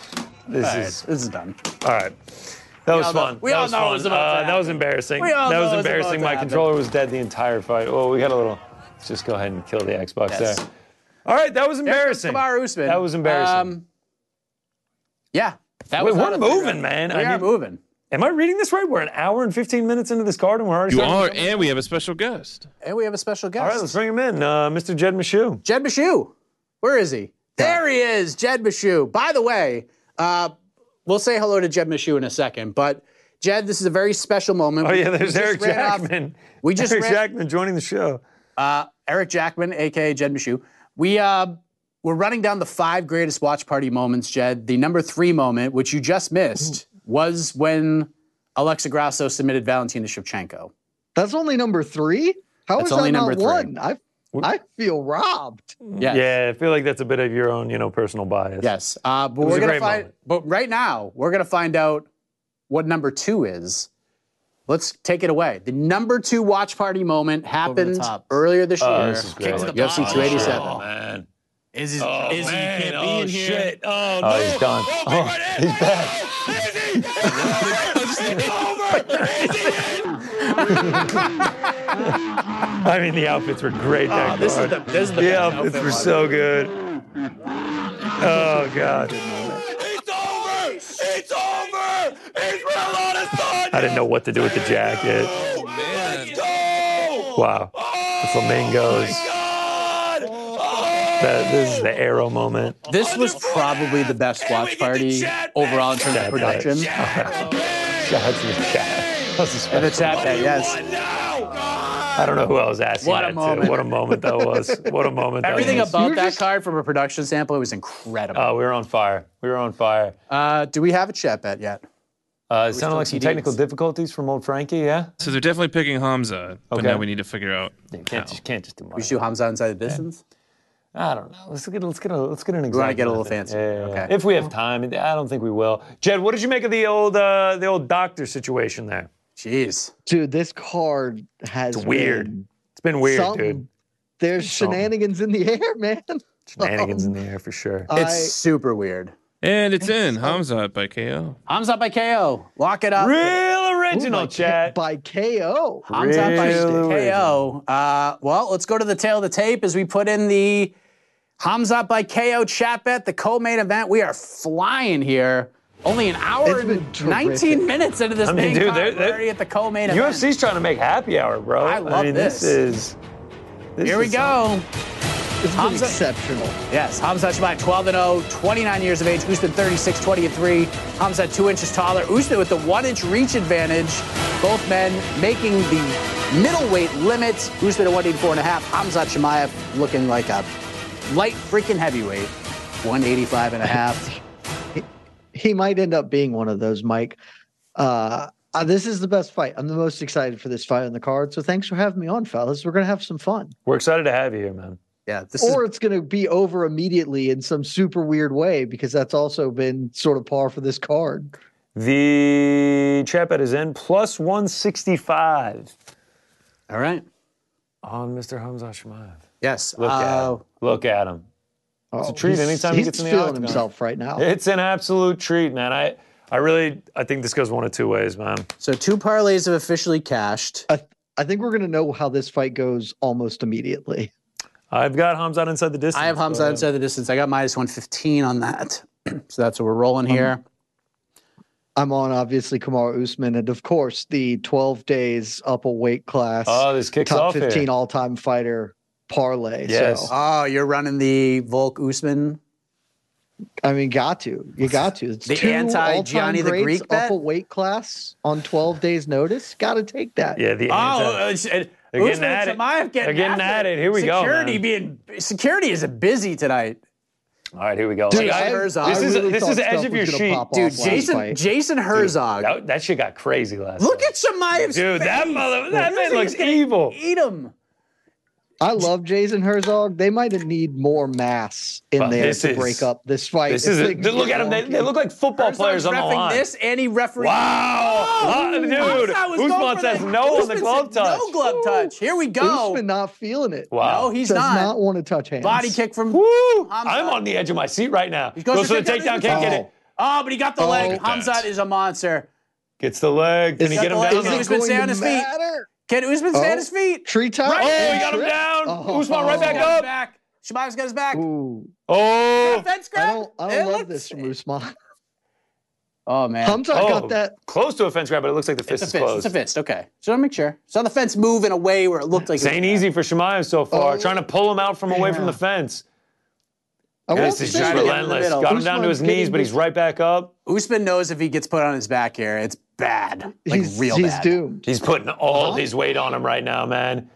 [SPEAKER 3] this
[SPEAKER 2] All right,
[SPEAKER 3] is
[SPEAKER 2] this is done.
[SPEAKER 3] All right. That was
[SPEAKER 2] all know-
[SPEAKER 3] fun.
[SPEAKER 2] we
[SPEAKER 3] that
[SPEAKER 2] all know
[SPEAKER 3] was fun. Uh,
[SPEAKER 2] it was about to
[SPEAKER 3] that was
[SPEAKER 2] happen.
[SPEAKER 3] embarrassing.
[SPEAKER 2] We all
[SPEAKER 3] that
[SPEAKER 2] know
[SPEAKER 3] was
[SPEAKER 2] it was about
[SPEAKER 3] embarrassing.
[SPEAKER 2] to
[SPEAKER 3] My
[SPEAKER 2] happen.
[SPEAKER 3] controller was dead the entire fight. Oh, we got a little. Let's just go ahead and kill the Xbox
[SPEAKER 2] Yes.
[SPEAKER 3] there. All right, that was embarrassing.
[SPEAKER 2] Kamaru Usman.
[SPEAKER 3] That was embarrassing.
[SPEAKER 2] Um, yeah. That
[SPEAKER 3] Wait,
[SPEAKER 2] was
[SPEAKER 3] we're
[SPEAKER 2] not a three-round-
[SPEAKER 3] moving, man.
[SPEAKER 2] We
[SPEAKER 3] I
[SPEAKER 2] are
[SPEAKER 3] need-
[SPEAKER 2] moving.
[SPEAKER 3] Am I reading this right? We're an hour and 15 minutes into this card and we're already
[SPEAKER 4] You
[SPEAKER 3] starting
[SPEAKER 4] are,
[SPEAKER 3] to-
[SPEAKER 4] and we have a special guest.
[SPEAKER 2] And we have a special guest.
[SPEAKER 3] All right, let's bring him in. Uh, Mr. Jed Michoud.
[SPEAKER 2] Jed Bashu. Where is he? There he is, Jed Bashu. By the way, uh, we'll say hello to Jed Bashu in a second, but Jed, this is a very special moment.
[SPEAKER 3] Oh
[SPEAKER 2] We-
[SPEAKER 3] yeah,
[SPEAKER 2] we
[SPEAKER 3] there's
[SPEAKER 2] just
[SPEAKER 3] Eric
[SPEAKER 2] ran off-
[SPEAKER 3] Jackman.
[SPEAKER 2] we just
[SPEAKER 3] Eric
[SPEAKER 2] ran-
[SPEAKER 3] Jackman joining the show.
[SPEAKER 2] uh, Eric Jackman, aka Jed Mishu. We uh, we're running down the five greatest watch party moments, Jed. The number three moment, which you just missed, was when Alexa Grasso submitted Valentina Shevchenko.
[SPEAKER 5] That's only number three. How is
[SPEAKER 2] That's only
[SPEAKER 5] that
[SPEAKER 2] number
[SPEAKER 5] not
[SPEAKER 2] three.
[SPEAKER 5] one? I I feel robbed.
[SPEAKER 2] Yes.
[SPEAKER 3] Yeah, I feel like that's a bit of your own, you know, personal bias.
[SPEAKER 2] Yes. Uh, but
[SPEAKER 3] It was
[SPEAKER 2] we're
[SPEAKER 3] a
[SPEAKER 2] gonna
[SPEAKER 3] great
[SPEAKER 2] find.
[SPEAKER 3] moment.
[SPEAKER 2] But right now, we're gonna find out what number two is. Let's take it away. The number two watch party moment happened
[SPEAKER 9] top.
[SPEAKER 2] earlier this
[SPEAKER 3] Oh,
[SPEAKER 2] year.
[SPEAKER 3] this is great.
[SPEAKER 9] the
[SPEAKER 2] UFC
[SPEAKER 9] bottom.
[SPEAKER 2] 287.
[SPEAKER 9] Oh,
[SPEAKER 4] man.
[SPEAKER 9] Is is,
[SPEAKER 4] Oh,
[SPEAKER 9] is
[SPEAKER 4] man.
[SPEAKER 9] he can't
[SPEAKER 4] oh,
[SPEAKER 9] be in here?
[SPEAKER 4] shit. Oh, no.
[SPEAKER 3] Oh, he's done.
[SPEAKER 4] Oh,
[SPEAKER 3] Oh,
[SPEAKER 4] right in.
[SPEAKER 3] he's back. Oh, [laughs] I mean, the outfits were great. That
[SPEAKER 2] Oh, this
[SPEAKER 3] card.
[SPEAKER 2] is the this is the
[SPEAKER 3] the
[SPEAKER 2] best
[SPEAKER 3] outfits
[SPEAKER 2] outfit
[SPEAKER 3] were
[SPEAKER 2] one.
[SPEAKER 3] so good. Oh god,
[SPEAKER 10] It's over! Israel Adesanya!
[SPEAKER 3] I didn't know what to do with the jacket.
[SPEAKER 2] Oh,
[SPEAKER 10] Let's go!
[SPEAKER 3] Wow, the flamingos.
[SPEAKER 2] Oh,
[SPEAKER 10] God!
[SPEAKER 3] That, this is the arrow moment.
[SPEAKER 2] This was probably the best watch party overall in terms of
[SPEAKER 3] Chat
[SPEAKER 2] production.
[SPEAKER 3] Shots in the chat. That
[SPEAKER 2] And
[SPEAKER 3] was a special-
[SPEAKER 2] the chat bet, yes.
[SPEAKER 3] I don't know who I was asking.
[SPEAKER 2] What a
[SPEAKER 3] that to.
[SPEAKER 2] moment.
[SPEAKER 3] What a moment that was. What a moment. that
[SPEAKER 2] Everything
[SPEAKER 3] was.
[SPEAKER 2] about
[SPEAKER 5] were
[SPEAKER 2] that
[SPEAKER 5] just-
[SPEAKER 2] card from a production sample, it was incredible.
[SPEAKER 3] Oh, we were on fire. We were on fire.
[SPEAKER 2] Uh, do we have a chat bet yet?
[SPEAKER 3] Uh, it sounded
[SPEAKER 2] still
[SPEAKER 3] like some
[SPEAKER 2] TDs.
[SPEAKER 3] technical difficulties from old Frankie. Yeah.
[SPEAKER 4] So they're definitely picking Hamza, but
[SPEAKER 3] Okay.
[SPEAKER 4] now we need to figure out.
[SPEAKER 3] Can't just, can't just do
[SPEAKER 2] We
[SPEAKER 3] money.
[SPEAKER 2] should do Hamza inside the distance.
[SPEAKER 3] I don't know. Let's get let's get a let's get an example.
[SPEAKER 2] wanna get a little fancy. Okay.
[SPEAKER 3] If we have time, and I don't think we will. Jed, what did you make of the old uh, the old doctor situation there?
[SPEAKER 2] Jeez.
[SPEAKER 5] Dude, this card has
[SPEAKER 3] It's weird.
[SPEAKER 5] been
[SPEAKER 3] It's been weird,
[SPEAKER 5] something.
[SPEAKER 3] dude.
[SPEAKER 5] There's
[SPEAKER 3] Something.
[SPEAKER 5] shenanigans in the air, man. [laughs]
[SPEAKER 3] Shenanigans in the air for sure.
[SPEAKER 5] I-
[SPEAKER 2] It's super weird.
[SPEAKER 4] And it's in Hamza by KO.
[SPEAKER 2] Hamza by KO. Lock it up.
[SPEAKER 3] Real
[SPEAKER 5] Ooh,
[SPEAKER 3] original,
[SPEAKER 5] by K-
[SPEAKER 3] Chad.
[SPEAKER 5] by KO.
[SPEAKER 2] Hamza by
[SPEAKER 3] Real
[SPEAKER 2] KO. Uh, well, let's go to the tail of the tape as we put in the Hamza by KO chat bet, the co-main event. We are flying here. Only an hour
[SPEAKER 5] It's been
[SPEAKER 2] and
[SPEAKER 5] terrific.
[SPEAKER 2] 19 minutes into this
[SPEAKER 3] I
[SPEAKER 2] main
[SPEAKER 3] mean, dude,
[SPEAKER 2] card.
[SPEAKER 3] they're-
[SPEAKER 2] We're
[SPEAKER 3] they're-
[SPEAKER 2] already at the co-main event.
[SPEAKER 3] UFC's trying to make happy hour, bro.
[SPEAKER 2] I love
[SPEAKER 3] mean,
[SPEAKER 2] this.
[SPEAKER 3] is this
[SPEAKER 2] Here we
[SPEAKER 3] is
[SPEAKER 2] go.
[SPEAKER 5] It's been
[SPEAKER 2] Hamza-
[SPEAKER 5] exceptional.
[SPEAKER 2] Yes, Hamza Shmaev, 12 and 0, 29 years of age. Usman 36, 20 and 3. Hamza two inches taller. Usman with the one inch reach advantage. Both men making the middleweight limit. Usman at 184 and a half. Hamza Shmaev looking like a light freaking heavyweight, 185 and a [laughs] half.
[SPEAKER 5] He might end up being one of those, Mike. Uh, uh, this is the best fight. I'm the most excited for this fight on the card. So thanks for having me on, fellas. We're gonna have some fun.
[SPEAKER 3] We're excited to have you here, man.
[SPEAKER 2] Yeah, this
[SPEAKER 5] or
[SPEAKER 2] is
[SPEAKER 5] it's gonna be over immediately in some super weird way because that's also been sort of par for this card.
[SPEAKER 3] The chat bet is in plus 165
[SPEAKER 2] all right.
[SPEAKER 3] on Mr. Hamza Shemaev.
[SPEAKER 2] Yes.
[SPEAKER 3] Look at
[SPEAKER 2] uh,
[SPEAKER 3] him. Look at him.
[SPEAKER 5] It's
[SPEAKER 3] a treat anytime he gets in the
[SPEAKER 5] Oh, feeling
[SPEAKER 3] octagon.
[SPEAKER 5] himself right now.
[SPEAKER 3] It's an absolute treat, man. I I really I think this goes one of two ways, man.
[SPEAKER 2] so two parlays have officially cashed.
[SPEAKER 5] I, I think we're gonna know how this fight goes almost immediately.
[SPEAKER 3] I've got Hamzat inside the distance.
[SPEAKER 2] I have Hamza
[SPEAKER 3] but, uh,
[SPEAKER 2] inside the distance. I got minus 115 on that. [clears throat] so that's what we're rolling here.
[SPEAKER 5] I'm on obviously Kamara Usman and of course the 12 days up a weight class
[SPEAKER 3] Oh, this kicks
[SPEAKER 5] top
[SPEAKER 3] off
[SPEAKER 5] 15
[SPEAKER 3] here.
[SPEAKER 5] all-time fighter parlay.
[SPEAKER 3] Yes.
[SPEAKER 5] So
[SPEAKER 2] oh, you're running the Volk Usman.
[SPEAKER 5] I mean, got to you got to. It's
[SPEAKER 2] The
[SPEAKER 5] two
[SPEAKER 2] anti
[SPEAKER 5] all-time
[SPEAKER 2] Gianni the
[SPEAKER 5] greats
[SPEAKER 2] Greek bet?
[SPEAKER 5] up a weight class on 12 days notice. Got to take that.
[SPEAKER 3] Yeah, the
[SPEAKER 2] Oh,
[SPEAKER 3] anti-
[SPEAKER 2] uh, it's- it-
[SPEAKER 3] They're getting
[SPEAKER 2] Usman
[SPEAKER 3] at it.
[SPEAKER 2] Chimaev getting
[SPEAKER 3] They're getting at it. Here we go,
[SPEAKER 2] Security
[SPEAKER 3] man.
[SPEAKER 2] being security is busy tonight.
[SPEAKER 3] All right, here we go.
[SPEAKER 5] Dude,
[SPEAKER 3] Like,
[SPEAKER 5] I-
[SPEAKER 3] I-
[SPEAKER 2] Herzog.
[SPEAKER 3] this is
[SPEAKER 5] I really
[SPEAKER 3] this is
[SPEAKER 5] thought
[SPEAKER 3] the edge
[SPEAKER 5] stuff
[SPEAKER 3] of
[SPEAKER 5] was
[SPEAKER 3] your
[SPEAKER 5] gonna
[SPEAKER 3] sheet,
[SPEAKER 5] pop off
[SPEAKER 2] Dude,
[SPEAKER 5] last
[SPEAKER 2] Jason
[SPEAKER 5] fight.
[SPEAKER 2] Jason Herzog.
[SPEAKER 3] That, that shit got crazy last.
[SPEAKER 2] Look
[SPEAKER 3] night.
[SPEAKER 2] at Shemaev's
[SPEAKER 3] dude, that
[SPEAKER 2] face.
[SPEAKER 3] mother, that
[SPEAKER 2] This
[SPEAKER 3] man
[SPEAKER 2] thing's
[SPEAKER 3] looks
[SPEAKER 2] gonna
[SPEAKER 3] evil.
[SPEAKER 2] Eat him.
[SPEAKER 5] I love Jason Herzog. They might need more mass in
[SPEAKER 3] Well,
[SPEAKER 5] there
[SPEAKER 3] this
[SPEAKER 5] to
[SPEAKER 3] is-
[SPEAKER 5] break up this fight.
[SPEAKER 3] This
[SPEAKER 5] if
[SPEAKER 3] is
[SPEAKER 5] they
[SPEAKER 3] a,
[SPEAKER 5] can
[SPEAKER 3] dude, look
[SPEAKER 5] get
[SPEAKER 3] at them. They,
[SPEAKER 5] along.
[SPEAKER 3] they look like football players on the
[SPEAKER 2] Herzog's
[SPEAKER 3] line.
[SPEAKER 2] reffing this and he referee.
[SPEAKER 3] Wow,
[SPEAKER 2] Oh,
[SPEAKER 3] Uh, dude,
[SPEAKER 2] Hamzat was
[SPEAKER 3] Usman
[SPEAKER 2] going for
[SPEAKER 3] says
[SPEAKER 2] that.
[SPEAKER 3] no on the
[SPEAKER 2] Usman
[SPEAKER 3] glove
[SPEAKER 2] said
[SPEAKER 3] touch.
[SPEAKER 2] No glove touch. Here we go.
[SPEAKER 5] Usman not feeling it.
[SPEAKER 3] wow.
[SPEAKER 2] No, he's
[SPEAKER 5] does not,
[SPEAKER 2] not.
[SPEAKER 5] want to touch hands.
[SPEAKER 2] Body kick from.
[SPEAKER 3] Woo!
[SPEAKER 2] Hamzat.
[SPEAKER 3] I'm on the edge of my seat right now.
[SPEAKER 2] goes
[SPEAKER 3] Goes
[SPEAKER 2] for
[SPEAKER 3] for the
[SPEAKER 2] takedown.
[SPEAKER 3] takedown, can't get it.
[SPEAKER 2] Oh, but he got the
[SPEAKER 5] Oh.
[SPEAKER 2] leg.
[SPEAKER 5] Look
[SPEAKER 8] at
[SPEAKER 2] Hamzat
[SPEAKER 8] that.
[SPEAKER 2] is a monster.
[SPEAKER 3] Gets the leg. Can he
[SPEAKER 2] Got
[SPEAKER 3] get
[SPEAKER 2] the
[SPEAKER 3] him
[SPEAKER 2] leg.
[SPEAKER 3] down?
[SPEAKER 5] Is
[SPEAKER 2] Usman
[SPEAKER 5] it
[SPEAKER 2] stayed
[SPEAKER 5] going
[SPEAKER 2] on
[SPEAKER 5] to
[SPEAKER 2] his feet.
[SPEAKER 5] matter?
[SPEAKER 2] Can Usman stay
[SPEAKER 5] Oh.
[SPEAKER 2] on his feet?
[SPEAKER 5] Tree top.
[SPEAKER 3] Oh, he got him down.
[SPEAKER 5] Oh.
[SPEAKER 3] Usman right back
[SPEAKER 5] Got
[SPEAKER 2] Got his
[SPEAKER 3] up.
[SPEAKER 2] back. Shemai's got his back.
[SPEAKER 5] Ooh,
[SPEAKER 3] Oh,
[SPEAKER 2] Fence
[SPEAKER 5] I
[SPEAKER 2] grab.
[SPEAKER 5] don't. I
[SPEAKER 2] It
[SPEAKER 5] don't love
[SPEAKER 2] looks-
[SPEAKER 5] this from Usman.
[SPEAKER 2] Oh man.
[SPEAKER 5] Hamzat
[SPEAKER 3] Oh.
[SPEAKER 5] got that.
[SPEAKER 3] close to a fence grab, but it looks like the
[SPEAKER 2] It's
[SPEAKER 3] fist
[SPEAKER 2] a
[SPEAKER 3] is
[SPEAKER 2] fist. It's
[SPEAKER 3] closed.
[SPEAKER 2] a fist. Okay. So I make sure. Saw the fence move in a way where it looked like.
[SPEAKER 3] This ain't easy for Shemaev so far.
[SPEAKER 5] Oh.
[SPEAKER 3] Trying to pull him out from away from
[SPEAKER 5] Yeah.
[SPEAKER 3] the fence.
[SPEAKER 5] I won't
[SPEAKER 3] This
[SPEAKER 5] say
[SPEAKER 3] is
[SPEAKER 2] trying
[SPEAKER 3] just
[SPEAKER 2] to get
[SPEAKER 5] that.
[SPEAKER 2] him in the
[SPEAKER 3] relentless.
[SPEAKER 2] middle.
[SPEAKER 3] Got him down to his
[SPEAKER 5] Usman's getting
[SPEAKER 3] knees, but
[SPEAKER 5] this-
[SPEAKER 3] he's right back up.
[SPEAKER 2] Usman knows if he gets put on his back here, it's bad. Like
[SPEAKER 5] he's,
[SPEAKER 2] real
[SPEAKER 5] he's
[SPEAKER 2] bad.
[SPEAKER 5] doomed.
[SPEAKER 3] He's putting all of his weight on him right now, man.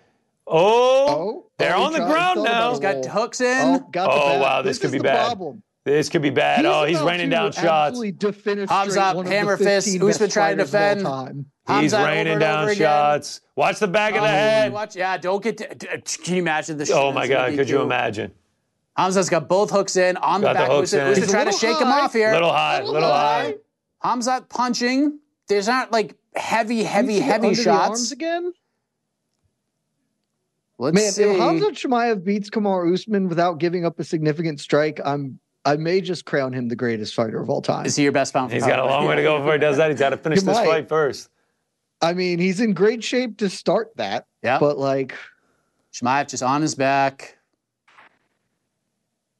[SPEAKER 3] Oh,
[SPEAKER 5] Oh,
[SPEAKER 3] They're
[SPEAKER 5] oh, he
[SPEAKER 3] on the
[SPEAKER 5] tried- he
[SPEAKER 3] ground
[SPEAKER 5] thought about
[SPEAKER 3] now.
[SPEAKER 5] a
[SPEAKER 2] He's got
[SPEAKER 5] roll.
[SPEAKER 2] hooks in.
[SPEAKER 5] Oh, got the
[SPEAKER 3] Oh,
[SPEAKER 5] back.
[SPEAKER 3] wow, this
[SPEAKER 5] this
[SPEAKER 3] could
[SPEAKER 5] is
[SPEAKER 3] be
[SPEAKER 5] the
[SPEAKER 3] bad.
[SPEAKER 5] Problem.
[SPEAKER 3] this could be bad. oh, he's
[SPEAKER 5] about
[SPEAKER 3] raining
[SPEAKER 5] to
[SPEAKER 3] down shots.
[SPEAKER 5] absolutely defenestrate
[SPEAKER 2] Hamza,
[SPEAKER 5] one of
[SPEAKER 2] hammer
[SPEAKER 5] the
[SPEAKER 2] fist.
[SPEAKER 5] 15 best
[SPEAKER 2] Usman tried to
[SPEAKER 5] fighters of all
[SPEAKER 2] defend.
[SPEAKER 5] time.
[SPEAKER 3] He's
[SPEAKER 2] Hamzat over
[SPEAKER 3] raining
[SPEAKER 2] and over
[SPEAKER 3] down
[SPEAKER 2] again.
[SPEAKER 3] shots. Watch the back of
[SPEAKER 5] Oh,
[SPEAKER 3] the head.
[SPEAKER 2] Watch, yeah, don't get. To, d- d- can you imagine the?
[SPEAKER 3] Oh my
[SPEAKER 2] shit that's gonna
[SPEAKER 3] God,
[SPEAKER 2] be
[SPEAKER 3] could you
[SPEAKER 2] too?
[SPEAKER 3] imagine?
[SPEAKER 2] Hamza's got both hooks in on the
[SPEAKER 3] Got the
[SPEAKER 2] back.
[SPEAKER 3] hooks
[SPEAKER 2] Usman,
[SPEAKER 3] in.
[SPEAKER 2] Usman
[SPEAKER 3] He's a
[SPEAKER 2] trying to
[SPEAKER 5] little
[SPEAKER 2] shake him
[SPEAKER 5] high.
[SPEAKER 2] off here.
[SPEAKER 3] Little high, little high.
[SPEAKER 2] Hamza punching. There's not like heavy, heavy,
[SPEAKER 5] Did he get
[SPEAKER 2] heavy
[SPEAKER 5] under the
[SPEAKER 2] shots.
[SPEAKER 5] arms again.
[SPEAKER 2] Let's
[SPEAKER 5] Man,
[SPEAKER 2] see.
[SPEAKER 5] if Hamza Chimaev beats Kamar Usman without giving up a significant strike, I'm I may just crown him the greatest fighter of all time.
[SPEAKER 2] Is he your best pound? for
[SPEAKER 3] He's got a
[SPEAKER 5] Oh,
[SPEAKER 2] pound?
[SPEAKER 3] long way to go before he does that. He's got to finish
[SPEAKER 5] He
[SPEAKER 3] this
[SPEAKER 5] might.
[SPEAKER 3] fight first.
[SPEAKER 5] I mean, he's in great shape to start that.
[SPEAKER 2] Yeah.
[SPEAKER 5] But like,
[SPEAKER 2] Shmaev just on his back,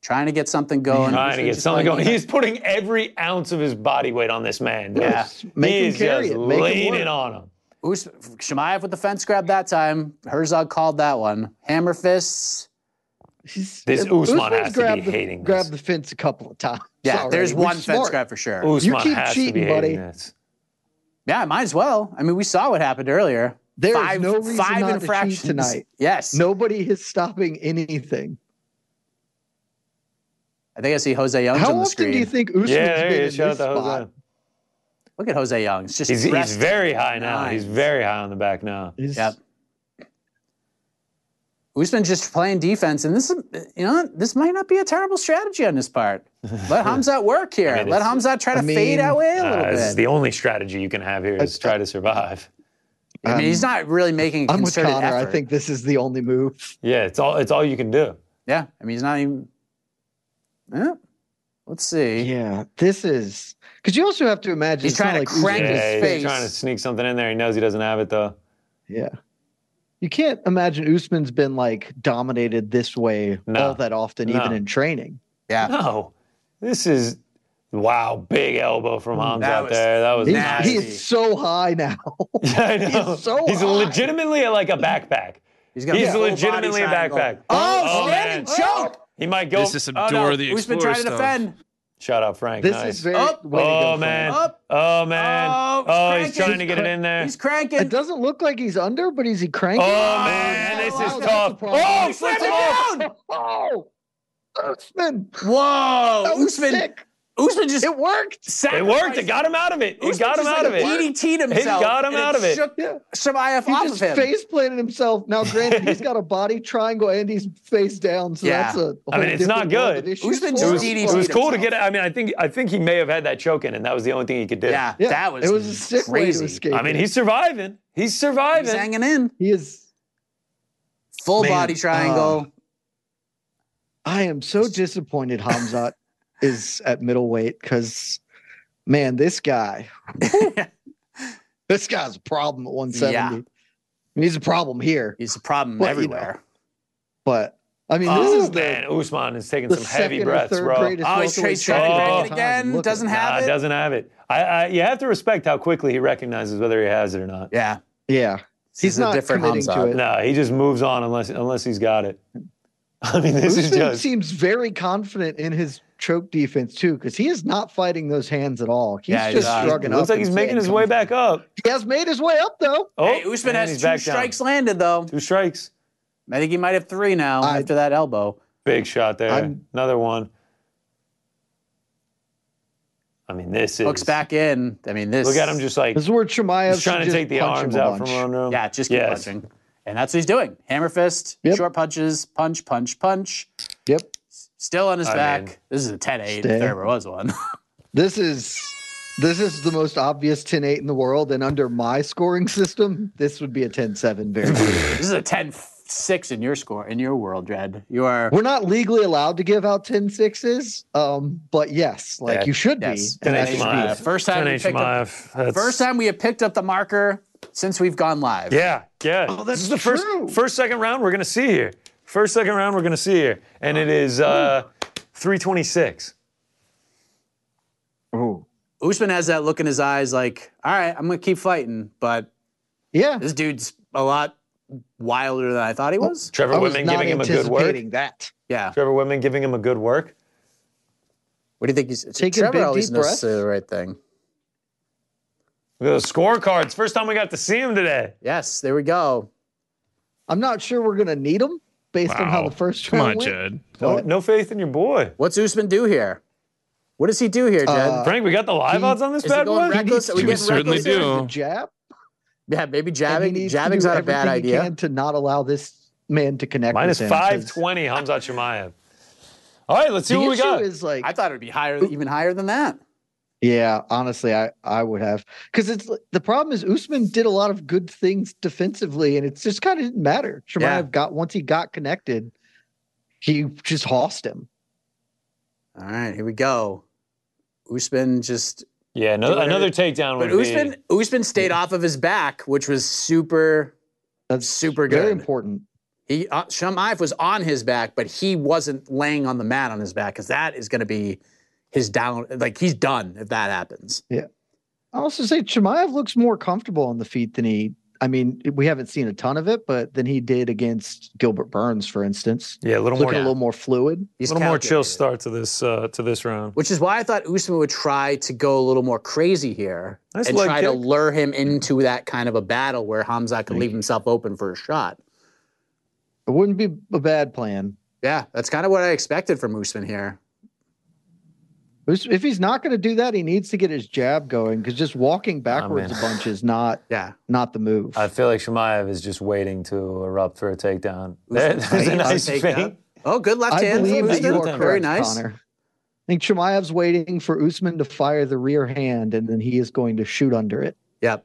[SPEAKER 2] trying to get something going.
[SPEAKER 3] Trying to
[SPEAKER 2] Usman
[SPEAKER 3] get
[SPEAKER 2] just
[SPEAKER 3] something
[SPEAKER 2] playing
[SPEAKER 3] going. He's putting every ounce of his body weight on this man. dude.
[SPEAKER 2] Yeah.
[SPEAKER 5] Make
[SPEAKER 3] he
[SPEAKER 5] him
[SPEAKER 3] is
[SPEAKER 5] carry
[SPEAKER 3] just
[SPEAKER 5] it. Make him
[SPEAKER 3] leaning
[SPEAKER 5] work.
[SPEAKER 3] on him.
[SPEAKER 2] Us- Shemaev with the fence grab that time. Herzog called that one. Hammer fists.
[SPEAKER 5] he's,
[SPEAKER 3] This
[SPEAKER 5] if-
[SPEAKER 3] Usman
[SPEAKER 5] Usman's
[SPEAKER 3] has to be
[SPEAKER 5] grabbed the,
[SPEAKER 3] hating this.
[SPEAKER 5] Grabbed the fence a couple of times.
[SPEAKER 2] Yeah,
[SPEAKER 5] already.
[SPEAKER 2] there's
[SPEAKER 5] We're
[SPEAKER 2] one fence
[SPEAKER 5] smart.
[SPEAKER 2] grab for sure.
[SPEAKER 3] Usman
[SPEAKER 5] keep
[SPEAKER 3] has to
[SPEAKER 5] cheating,
[SPEAKER 3] be
[SPEAKER 5] buddy.
[SPEAKER 3] hating this.
[SPEAKER 2] Yeah, might as well. I mean, we saw what happened earlier.
[SPEAKER 5] There is no reason
[SPEAKER 2] five
[SPEAKER 5] not to cheat
[SPEAKER 2] infractions
[SPEAKER 5] tonight.
[SPEAKER 2] Yes.
[SPEAKER 5] Nobody is stopping anything.
[SPEAKER 2] I think I see Jose Young's
[SPEAKER 5] How
[SPEAKER 2] on the
[SPEAKER 5] often
[SPEAKER 2] screen.
[SPEAKER 5] do you think Usman's
[SPEAKER 3] Yeah, there he
[SPEAKER 5] been
[SPEAKER 3] is.
[SPEAKER 5] in
[SPEAKER 3] Shout out
[SPEAKER 5] this
[SPEAKER 3] to Jose.
[SPEAKER 5] spot?
[SPEAKER 2] Look at Jose Young. It's just
[SPEAKER 3] He's, he's
[SPEAKER 2] resting.
[SPEAKER 3] very high now. He's
[SPEAKER 2] Nines.
[SPEAKER 3] very high on the back now.
[SPEAKER 5] He's-
[SPEAKER 2] Yep. Usman just playing defense, and this is, you know, this might not be a terrible strategy on his
[SPEAKER 3] [laughs]
[SPEAKER 2] part. Let Hamzat work here.
[SPEAKER 3] mean,
[SPEAKER 2] Let
[SPEAKER 3] it's-
[SPEAKER 2] Hamzat try to
[SPEAKER 5] I mean,
[SPEAKER 2] fade away a little
[SPEAKER 3] Uh, this is
[SPEAKER 2] bit.
[SPEAKER 3] the only strategy you can have here is try to survive. [laughs]
[SPEAKER 2] I mean, he's not really making a
[SPEAKER 5] I'm with
[SPEAKER 2] concerted
[SPEAKER 5] Connor.
[SPEAKER 2] effort.
[SPEAKER 5] I think this is the only move.
[SPEAKER 3] Yeah, it's all it's all you can do.
[SPEAKER 2] Yeah, I mean, he's not even. Yeah. Let's see.
[SPEAKER 5] Yeah, this is because you also have to imagine
[SPEAKER 2] He's
[SPEAKER 5] it's not
[SPEAKER 2] trying to
[SPEAKER 5] like
[SPEAKER 2] crank
[SPEAKER 5] Usman-
[SPEAKER 2] his
[SPEAKER 3] Yeah,
[SPEAKER 2] face.
[SPEAKER 3] he's trying to sneak something in there. He knows he doesn't have it though.
[SPEAKER 5] Yeah. You can't imagine Usman's been like dominated this way
[SPEAKER 3] No.
[SPEAKER 5] all that often,
[SPEAKER 3] No.
[SPEAKER 5] even in training.
[SPEAKER 2] Yeah.
[SPEAKER 3] No, this is wow, big elbow from Hamzat
[SPEAKER 2] that was
[SPEAKER 3] there. That was
[SPEAKER 5] He's,
[SPEAKER 3] nice.
[SPEAKER 5] he is so high now.
[SPEAKER 3] Yeah, [laughs] I know.
[SPEAKER 5] he's so
[SPEAKER 3] he's
[SPEAKER 5] high.
[SPEAKER 3] legitimately like a backpack.
[SPEAKER 2] He's,
[SPEAKER 3] He's
[SPEAKER 2] a full body
[SPEAKER 3] legitimately a
[SPEAKER 2] triangle.
[SPEAKER 3] backpack.
[SPEAKER 2] Oh,
[SPEAKER 3] Oh,
[SPEAKER 2] standing
[SPEAKER 3] man.
[SPEAKER 2] choke.
[SPEAKER 3] He might go.
[SPEAKER 4] This is some
[SPEAKER 3] oh,
[SPEAKER 4] door
[SPEAKER 3] no.
[SPEAKER 4] of the
[SPEAKER 2] Usman
[SPEAKER 4] explorer
[SPEAKER 2] trying to
[SPEAKER 4] stuff.
[SPEAKER 2] defend.
[SPEAKER 3] Shout out, Frank.
[SPEAKER 5] This
[SPEAKER 3] nice.
[SPEAKER 5] is very
[SPEAKER 2] Up.
[SPEAKER 5] way to go,
[SPEAKER 3] Oh
[SPEAKER 5] Frank.
[SPEAKER 3] man.
[SPEAKER 2] Up.
[SPEAKER 3] Oh man.
[SPEAKER 2] Oh,
[SPEAKER 3] Oh,
[SPEAKER 2] cranking.
[SPEAKER 3] he's trying to get it in there.
[SPEAKER 2] He's cranking.
[SPEAKER 5] It doesn't look like he's under, but is he
[SPEAKER 3] Oh
[SPEAKER 5] cranking?
[SPEAKER 3] man,
[SPEAKER 5] no,
[SPEAKER 3] this
[SPEAKER 5] that's
[SPEAKER 3] is
[SPEAKER 5] a
[SPEAKER 3] tough.
[SPEAKER 5] problem.
[SPEAKER 3] Oh,
[SPEAKER 5] He
[SPEAKER 3] flips
[SPEAKER 2] slammed
[SPEAKER 3] him
[SPEAKER 2] it
[SPEAKER 3] off.
[SPEAKER 2] down.
[SPEAKER 5] Oh, Usman.
[SPEAKER 2] Whoa.
[SPEAKER 5] That was
[SPEAKER 2] Usman.
[SPEAKER 5] sick.
[SPEAKER 2] Usman just.
[SPEAKER 5] It worked.
[SPEAKER 3] It worked. It got him out of it. It
[SPEAKER 2] Usman
[SPEAKER 3] got him
[SPEAKER 2] just,
[SPEAKER 3] out of
[SPEAKER 2] like,
[SPEAKER 3] it.
[SPEAKER 2] DDT'd himself.
[SPEAKER 3] got him
[SPEAKER 2] and
[SPEAKER 3] out of it.
[SPEAKER 2] Shook
[SPEAKER 5] Yeah.
[SPEAKER 2] Shemaev
[SPEAKER 5] He
[SPEAKER 2] off
[SPEAKER 5] just
[SPEAKER 2] of him.
[SPEAKER 5] face planted himself. Now, granted, he's got
[SPEAKER 2] [laughs]
[SPEAKER 5] a body triangle and he's face down, so
[SPEAKER 2] Yeah.
[SPEAKER 5] that's a.
[SPEAKER 3] I mean,
[SPEAKER 5] whole
[SPEAKER 3] it's not
[SPEAKER 5] different world
[SPEAKER 3] good.
[SPEAKER 5] of issues
[SPEAKER 2] Usman
[SPEAKER 5] for
[SPEAKER 2] just
[SPEAKER 3] It
[SPEAKER 5] him.
[SPEAKER 3] was,
[SPEAKER 2] DDT'd
[SPEAKER 3] it was cool to
[SPEAKER 2] himself.
[SPEAKER 3] get it. I mean, I think I think he may have had that choke in, and that was the only thing he could do.
[SPEAKER 2] Yeah,
[SPEAKER 5] Yeah,
[SPEAKER 2] that was.
[SPEAKER 5] it was a sick way
[SPEAKER 2] crazy.
[SPEAKER 5] to escape.
[SPEAKER 3] I mean,
[SPEAKER 5] it.
[SPEAKER 3] he's surviving. He's
[SPEAKER 2] He's
[SPEAKER 3] surviving.
[SPEAKER 2] hanging in.
[SPEAKER 5] he is.
[SPEAKER 2] Full
[SPEAKER 5] Man,
[SPEAKER 2] body
[SPEAKER 5] Oh.
[SPEAKER 2] triangle.
[SPEAKER 5] I am so disappointed Hamzat is at middleweight because,
[SPEAKER 3] [laughs]
[SPEAKER 5] man, this guy, this guy's a problem at 170. And he's a problem here,
[SPEAKER 2] He's a problem
[SPEAKER 5] Well, you know,
[SPEAKER 2] everywhere.
[SPEAKER 5] but I mean,
[SPEAKER 3] oh,
[SPEAKER 5] this is the
[SPEAKER 3] man, Usman is taking
[SPEAKER 5] the
[SPEAKER 3] some heavy
[SPEAKER 5] second or
[SPEAKER 3] breaths,
[SPEAKER 5] third
[SPEAKER 3] bro.
[SPEAKER 5] greatest
[SPEAKER 2] Oh, he's
[SPEAKER 5] welterweight
[SPEAKER 2] trying to
[SPEAKER 5] champion of
[SPEAKER 3] crack
[SPEAKER 5] all
[SPEAKER 3] it
[SPEAKER 5] time.
[SPEAKER 2] again?
[SPEAKER 5] Look at
[SPEAKER 2] Doesn't
[SPEAKER 5] it.
[SPEAKER 2] have
[SPEAKER 3] Nah,
[SPEAKER 2] it?
[SPEAKER 3] doesn't have it. I, I, you have to respect how quickly he recognizes whether he has it or not.
[SPEAKER 2] Yeah.
[SPEAKER 5] Yeah,
[SPEAKER 2] This
[SPEAKER 5] He's
[SPEAKER 2] is a
[SPEAKER 5] not committing to
[SPEAKER 2] Hamzat.
[SPEAKER 5] it.
[SPEAKER 3] No, he just moves on unless unless he's got it. [laughs] I mean, this is
[SPEAKER 5] Usman
[SPEAKER 3] just
[SPEAKER 5] seems very confident in his choke defense too, because he is not fighting those hands at all. He's
[SPEAKER 2] Yeah, he's
[SPEAKER 5] just
[SPEAKER 2] not.
[SPEAKER 5] shrugging up.
[SPEAKER 3] looks like
[SPEAKER 5] and
[SPEAKER 3] he's making
[SPEAKER 5] saying
[SPEAKER 3] his way
[SPEAKER 5] something.
[SPEAKER 3] back up.
[SPEAKER 5] He has made his way up though.
[SPEAKER 3] Oh,
[SPEAKER 2] hey, Usman
[SPEAKER 3] and
[SPEAKER 2] has
[SPEAKER 3] he's
[SPEAKER 2] two
[SPEAKER 3] back down.
[SPEAKER 2] strikes landed though.
[SPEAKER 3] Two strikes.
[SPEAKER 2] I think he might have three now
[SPEAKER 5] I-
[SPEAKER 2] after that elbow.
[SPEAKER 3] Big shot there.
[SPEAKER 5] I'm-
[SPEAKER 3] Another one. I mean, this is
[SPEAKER 2] Hooks back in. I mean, this.
[SPEAKER 3] Look at him just like
[SPEAKER 5] This is where Chimaev
[SPEAKER 3] he's trying
[SPEAKER 5] should
[SPEAKER 3] to take the
[SPEAKER 5] just punch him
[SPEAKER 3] arms
[SPEAKER 5] a
[SPEAKER 3] out
[SPEAKER 5] bunch.
[SPEAKER 3] from under him.
[SPEAKER 2] Yeah, just keep
[SPEAKER 3] Yes.
[SPEAKER 2] punching. And that's what he's doing. Hammer fist,
[SPEAKER 5] Yep.
[SPEAKER 2] short punches, punch, punch, punch.
[SPEAKER 5] Yep.
[SPEAKER 2] Still on his
[SPEAKER 3] I
[SPEAKER 2] back.
[SPEAKER 3] mean-
[SPEAKER 2] this is a 10 8 if
[SPEAKER 5] Stay.
[SPEAKER 2] there ever was one. [laughs]
[SPEAKER 5] This is this is the most obvious 10-8 in the world, and under my scoring system, this would be a 10-7
[SPEAKER 3] [laughs]
[SPEAKER 5] very easily.
[SPEAKER 2] this is a 10 6 in your score, in your world, Red. You are.
[SPEAKER 5] We're not legally allowed to give out 10-6s, um, but yes, like
[SPEAKER 3] Yeah.
[SPEAKER 5] you should
[SPEAKER 2] Yes.
[SPEAKER 5] be. And
[SPEAKER 2] That
[SPEAKER 5] that
[SPEAKER 2] should
[SPEAKER 5] should
[SPEAKER 2] be the first time
[SPEAKER 3] 10
[SPEAKER 2] we picked up,
[SPEAKER 3] HMIF. That's-
[SPEAKER 2] first time we have picked up the marker since we've gone live.
[SPEAKER 3] Yeah, yeah.
[SPEAKER 5] Oh, that's
[SPEAKER 3] this is the first
[SPEAKER 5] true.
[SPEAKER 3] first second round we're gonna see here. First second round we're gonna see here, and it is uh, 326.
[SPEAKER 5] be- Ooh.
[SPEAKER 2] Usman has that look in his eyes like, all right, I'm going to keep fighting, but
[SPEAKER 5] Yeah.
[SPEAKER 2] this dude's a lot wilder than I thought
[SPEAKER 3] Oh.
[SPEAKER 2] he was.
[SPEAKER 3] Trevor
[SPEAKER 5] I was
[SPEAKER 3] Whitman
[SPEAKER 5] not
[SPEAKER 3] giving him a good work.
[SPEAKER 5] anticipating that.
[SPEAKER 2] Yeah.
[SPEAKER 3] Trevor Whitman giving him a good work.
[SPEAKER 2] What do you think he's
[SPEAKER 5] Taking
[SPEAKER 2] Trevor
[SPEAKER 5] big,
[SPEAKER 2] always
[SPEAKER 5] deep
[SPEAKER 2] knows
[SPEAKER 5] breaths.
[SPEAKER 2] to do the right thing.
[SPEAKER 3] Look at those scorecards. First time we got to see him today.
[SPEAKER 2] Yes, there we go.
[SPEAKER 5] I'm not sure we're gonna need them based on how
[SPEAKER 4] Wow.
[SPEAKER 5] the first
[SPEAKER 4] Come
[SPEAKER 5] round
[SPEAKER 4] on,
[SPEAKER 5] went.
[SPEAKER 4] Jed.
[SPEAKER 3] No,
[SPEAKER 5] What?
[SPEAKER 3] no faith in your boy.
[SPEAKER 2] What's Usman do here? What does he do here, Jed?
[SPEAKER 5] Uh,
[SPEAKER 3] Frank, we got the live
[SPEAKER 5] he-
[SPEAKER 3] odds on this
[SPEAKER 2] is he
[SPEAKER 3] bad
[SPEAKER 2] going
[SPEAKER 3] boy?
[SPEAKER 2] reckless? Are we
[SPEAKER 4] We
[SPEAKER 2] getting
[SPEAKER 4] certainly
[SPEAKER 2] reckless here?
[SPEAKER 4] do.
[SPEAKER 5] The jab.
[SPEAKER 2] Yeah, maybe
[SPEAKER 5] and he
[SPEAKER 2] jabbing.
[SPEAKER 5] needs to
[SPEAKER 2] Jabbing's
[SPEAKER 5] do
[SPEAKER 2] not a bad
[SPEAKER 5] everything he
[SPEAKER 2] idea.
[SPEAKER 5] can to not allow this man to connect.
[SPEAKER 3] Minus
[SPEAKER 5] with him, 'cause
[SPEAKER 3] 520, Hamzat Shemaev. All right, let's see
[SPEAKER 5] The
[SPEAKER 3] what we
[SPEAKER 5] issue
[SPEAKER 3] got.
[SPEAKER 5] is like
[SPEAKER 2] I thought it would be higher, even higher than that.
[SPEAKER 5] Yeah, honestly, I I would have because it's the problem is Usman did a lot of good things defensively, and it's just kind of didn't matter. Shemaev
[SPEAKER 2] Yeah.
[SPEAKER 5] got once he got connected, he just hossed him.
[SPEAKER 2] All right, here we go. Usman just,
[SPEAKER 3] yeah, another,
[SPEAKER 2] Dude.
[SPEAKER 3] another takedown
[SPEAKER 2] but
[SPEAKER 3] would be.
[SPEAKER 2] Usman, Usman stayed off of his back, which was super.
[SPEAKER 5] That's
[SPEAKER 2] Super
[SPEAKER 5] very
[SPEAKER 2] good.
[SPEAKER 5] important.
[SPEAKER 2] He uh, Shamayev was on his back, but he wasn't laying on the mat on his back because that is going to be his down. Like he's done if that happens.
[SPEAKER 5] I also say Chimaev looks more comfortable on the feet than he. I mean, we haven't seen a ton of it, but than he did against Gilbert Burns, for instance.
[SPEAKER 3] Yeah, a little more,
[SPEAKER 5] Looking a
[SPEAKER 3] a
[SPEAKER 5] little more fluid.
[SPEAKER 2] He's
[SPEAKER 3] little more chill
[SPEAKER 2] calculated.
[SPEAKER 3] start to this uh, to this round.
[SPEAKER 2] Which is why I thought Usman would try to go a little more crazy here
[SPEAKER 3] Nice
[SPEAKER 2] and
[SPEAKER 3] leg
[SPEAKER 2] try to
[SPEAKER 3] kick.
[SPEAKER 2] lure him into that kind of a battle where Hamza could leave himself open for a shot.
[SPEAKER 5] It wouldn't be a bad plan.
[SPEAKER 2] Yeah, that's kind of what I expected from Usman here.
[SPEAKER 5] Us- If he's not going to do that, he needs to get his jab going because just walking backwards a bunch is not
[SPEAKER 2] Yeah.
[SPEAKER 5] not the move.
[SPEAKER 3] I feel like Shemaev is just waiting to erupt for a takedown. There, [laughs] there's a
[SPEAKER 2] Nice
[SPEAKER 3] nice
[SPEAKER 2] takedown.
[SPEAKER 3] fake.
[SPEAKER 2] Oh, good left
[SPEAKER 5] I
[SPEAKER 2] hand.
[SPEAKER 5] believe that
[SPEAKER 2] Usman.
[SPEAKER 5] you are
[SPEAKER 3] Very
[SPEAKER 5] correct,
[SPEAKER 2] Very nice.
[SPEAKER 5] Connor. I think Chimaev's waiting for Usman to fire the rear hand, and then he is going to shoot under it.
[SPEAKER 2] Yep.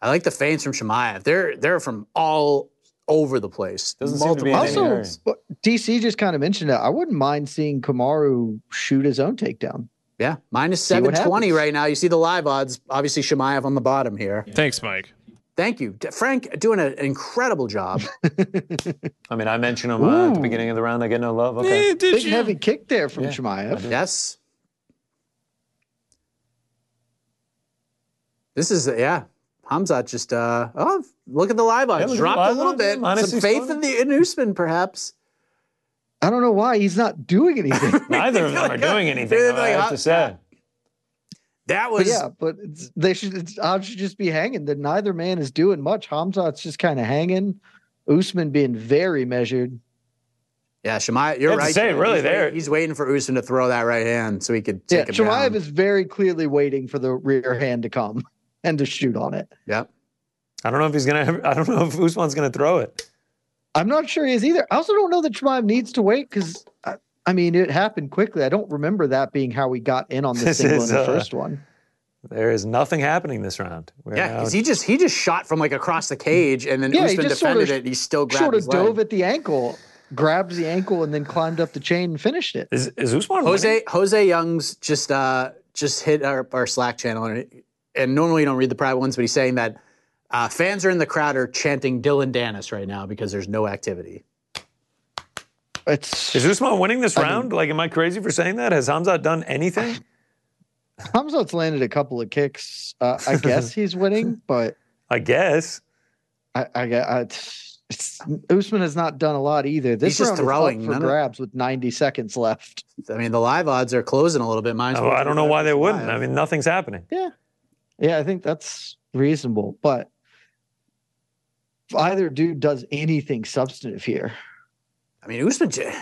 [SPEAKER 2] I like the feints from Shemaev. They're they're from all over the place.
[SPEAKER 3] Doesn't seem to be in any
[SPEAKER 5] Also-
[SPEAKER 3] hurry.
[SPEAKER 5] But DC just kind of mentioned it. I wouldn't mind seeing Kamaru shoot his own takedown.
[SPEAKER 2] Yeah, minus
[SPEAKER 5] See what
[SPEAKER 2] 720
[SPEAKER 5] happens.
[SPEAKER 2] right now. You see the live odds. Obviously, Shemaev on the bottom here.
[SPEAKER 4] Thanks, Mike.
[SPEAKER 2] Thank you. D- Frank doing an incredible
[SPEAKER 5] [laughs]
[SPEAKER 2] job.
[SPEAKER 3] I mean, I mentioned him uh, at the beginning of the round. I get no love. Okay.
[SPEAKER 5] Big heavy kick there from Chimaev.
[SPEAKER 2] yes. This is, yeah. Hamzat just, uh, oh, look at the live odds.
[SPEAKER 3] look at the
[SPEAKER 2] Dropped
[SPEAKER 3] live
[SPEAKER 2] a little
[SPEAKER 3] odds, yeah,
[SPEAKER 2] bit.
[SPEAKER 3] minus
[SPEAKER 2] Some faith in, the, in Usman, perhaps.
[SPEAKER 5] I don't know why he's not doing anything.
[SPEAKER 3] Neither of them are doing anything.
[SPEAKER 2] They're like,
[SPEAKER 3] I have
[SPEAKER 2] huh?
[SPEAKER 3] to say.
[SPEAKER 2] That
[SPEAKER 5] but
[SPEAKER 2] was,
[SPEAKER 5] yeah, but it's, they should. It's, odds should just be hanging. That neither man is doing much. Hamzat's just kind of hanging. Usman being very measured.
[SPEAKER 2] Yeah, Shemaya, you're
[SPEAKER 3] You have to
[SPEAKER 2] right.
[SPEAKER 3] say,
[SPEAKER 2] Jay.
[SPEAKER 3] really,
[SPEAKER 2] he's wait-
[SPEAKER 3] there-
[SPEAKER 2] he's waiting for Usman to throw that right hand so he could
[SPEAKER 5] Yeah,
[SPEAKER 2] take him
[SPEAKER 5] Chimaev
[SPEAKER 2] down.
[SPEAKER 5] is very clearly waiting for the rear hand to come [laughs] and to shoot on it.
[SPEAKER 2] Yep.
[SPEAKER 3] I don't know if he's gonna. I don't know if Usman's gonna throw it.
[SPEAKER 5] I'm not sure he is either. I also don't know that Shemaev needs to wait because I, I mean it happened quickly. I don't remember that being how we got in on the
[SPEAKER 3] This
[SPEAKER 5] single
[SPEAKER 3] is,
[SPEAKER 5] in the
[SPEAKER 3] uh,
[SPEAKER 5] first one.
[SPEAKER 3] There is nothing happening this round. We're
[SPEAKER 2] Yeah,
[SPEAKER 3] now-
[SPEAKER 2] because he just he just shot from like across the cage, and then
[SPEAKER 5] Yeah, he
[SPEAKER 2] Usman defended
[SPEAKER 5] just sorta-
[SPEAKER 2] it. And he still grabbed
[SPEAKER 5] Sort of
[SPEAKER 2] his leg.
[SPEAKER 5] dove at the ankle, grabs the ankle, and then climbed up the chain and finished it.
[SPEAKER 3] is, is Usman. winning?
[SPEAKER 2] Jose Jose Young's just uh just hit our, our Slack channel, and, and normally you don't read the private ones, but he's saying that Uh, fans are in the crowd are chanting Dylan Dennis right now because there's no activity.
[SPEAKER 5] It's
[SPEAKER 3] Is Usman winning this round? Like, am I crazy for saying that? Has Hamzat done anything?
[SPEAKER 5] Hamzat's landed a couple of kicks. Uh,
[SPEAKER 2] [laughs]
[SPEAKER 5] I guess he's winning, but
[SPEAKER 3] I guess.
[SPEAKER 5] I, I, gue- I it's, Usman has not done a lot either. This
[SPEAKER 2] He's just
[SPEAKER 5] round
[SPEAKER 2] throwing,
[SPEAKER 5] is up for
[SPEAKER 2] none of-
[SPEAKER 5] grabs with 90 seconds left.
[SPEAKER 2] I mean, the live odds are closing a little bit. Mine's
[SPEAKER 3] Oh, I, I don't know why they wouldn't.
[SPEAKER 2] Live.
[SPEAKER 3] I mean, nothing's happening.
[SPEAKER 5] Yeah, I think that's reasonable, but if either dude does anything substantive here.
[SPEAKER 2] I mean, Usman. j-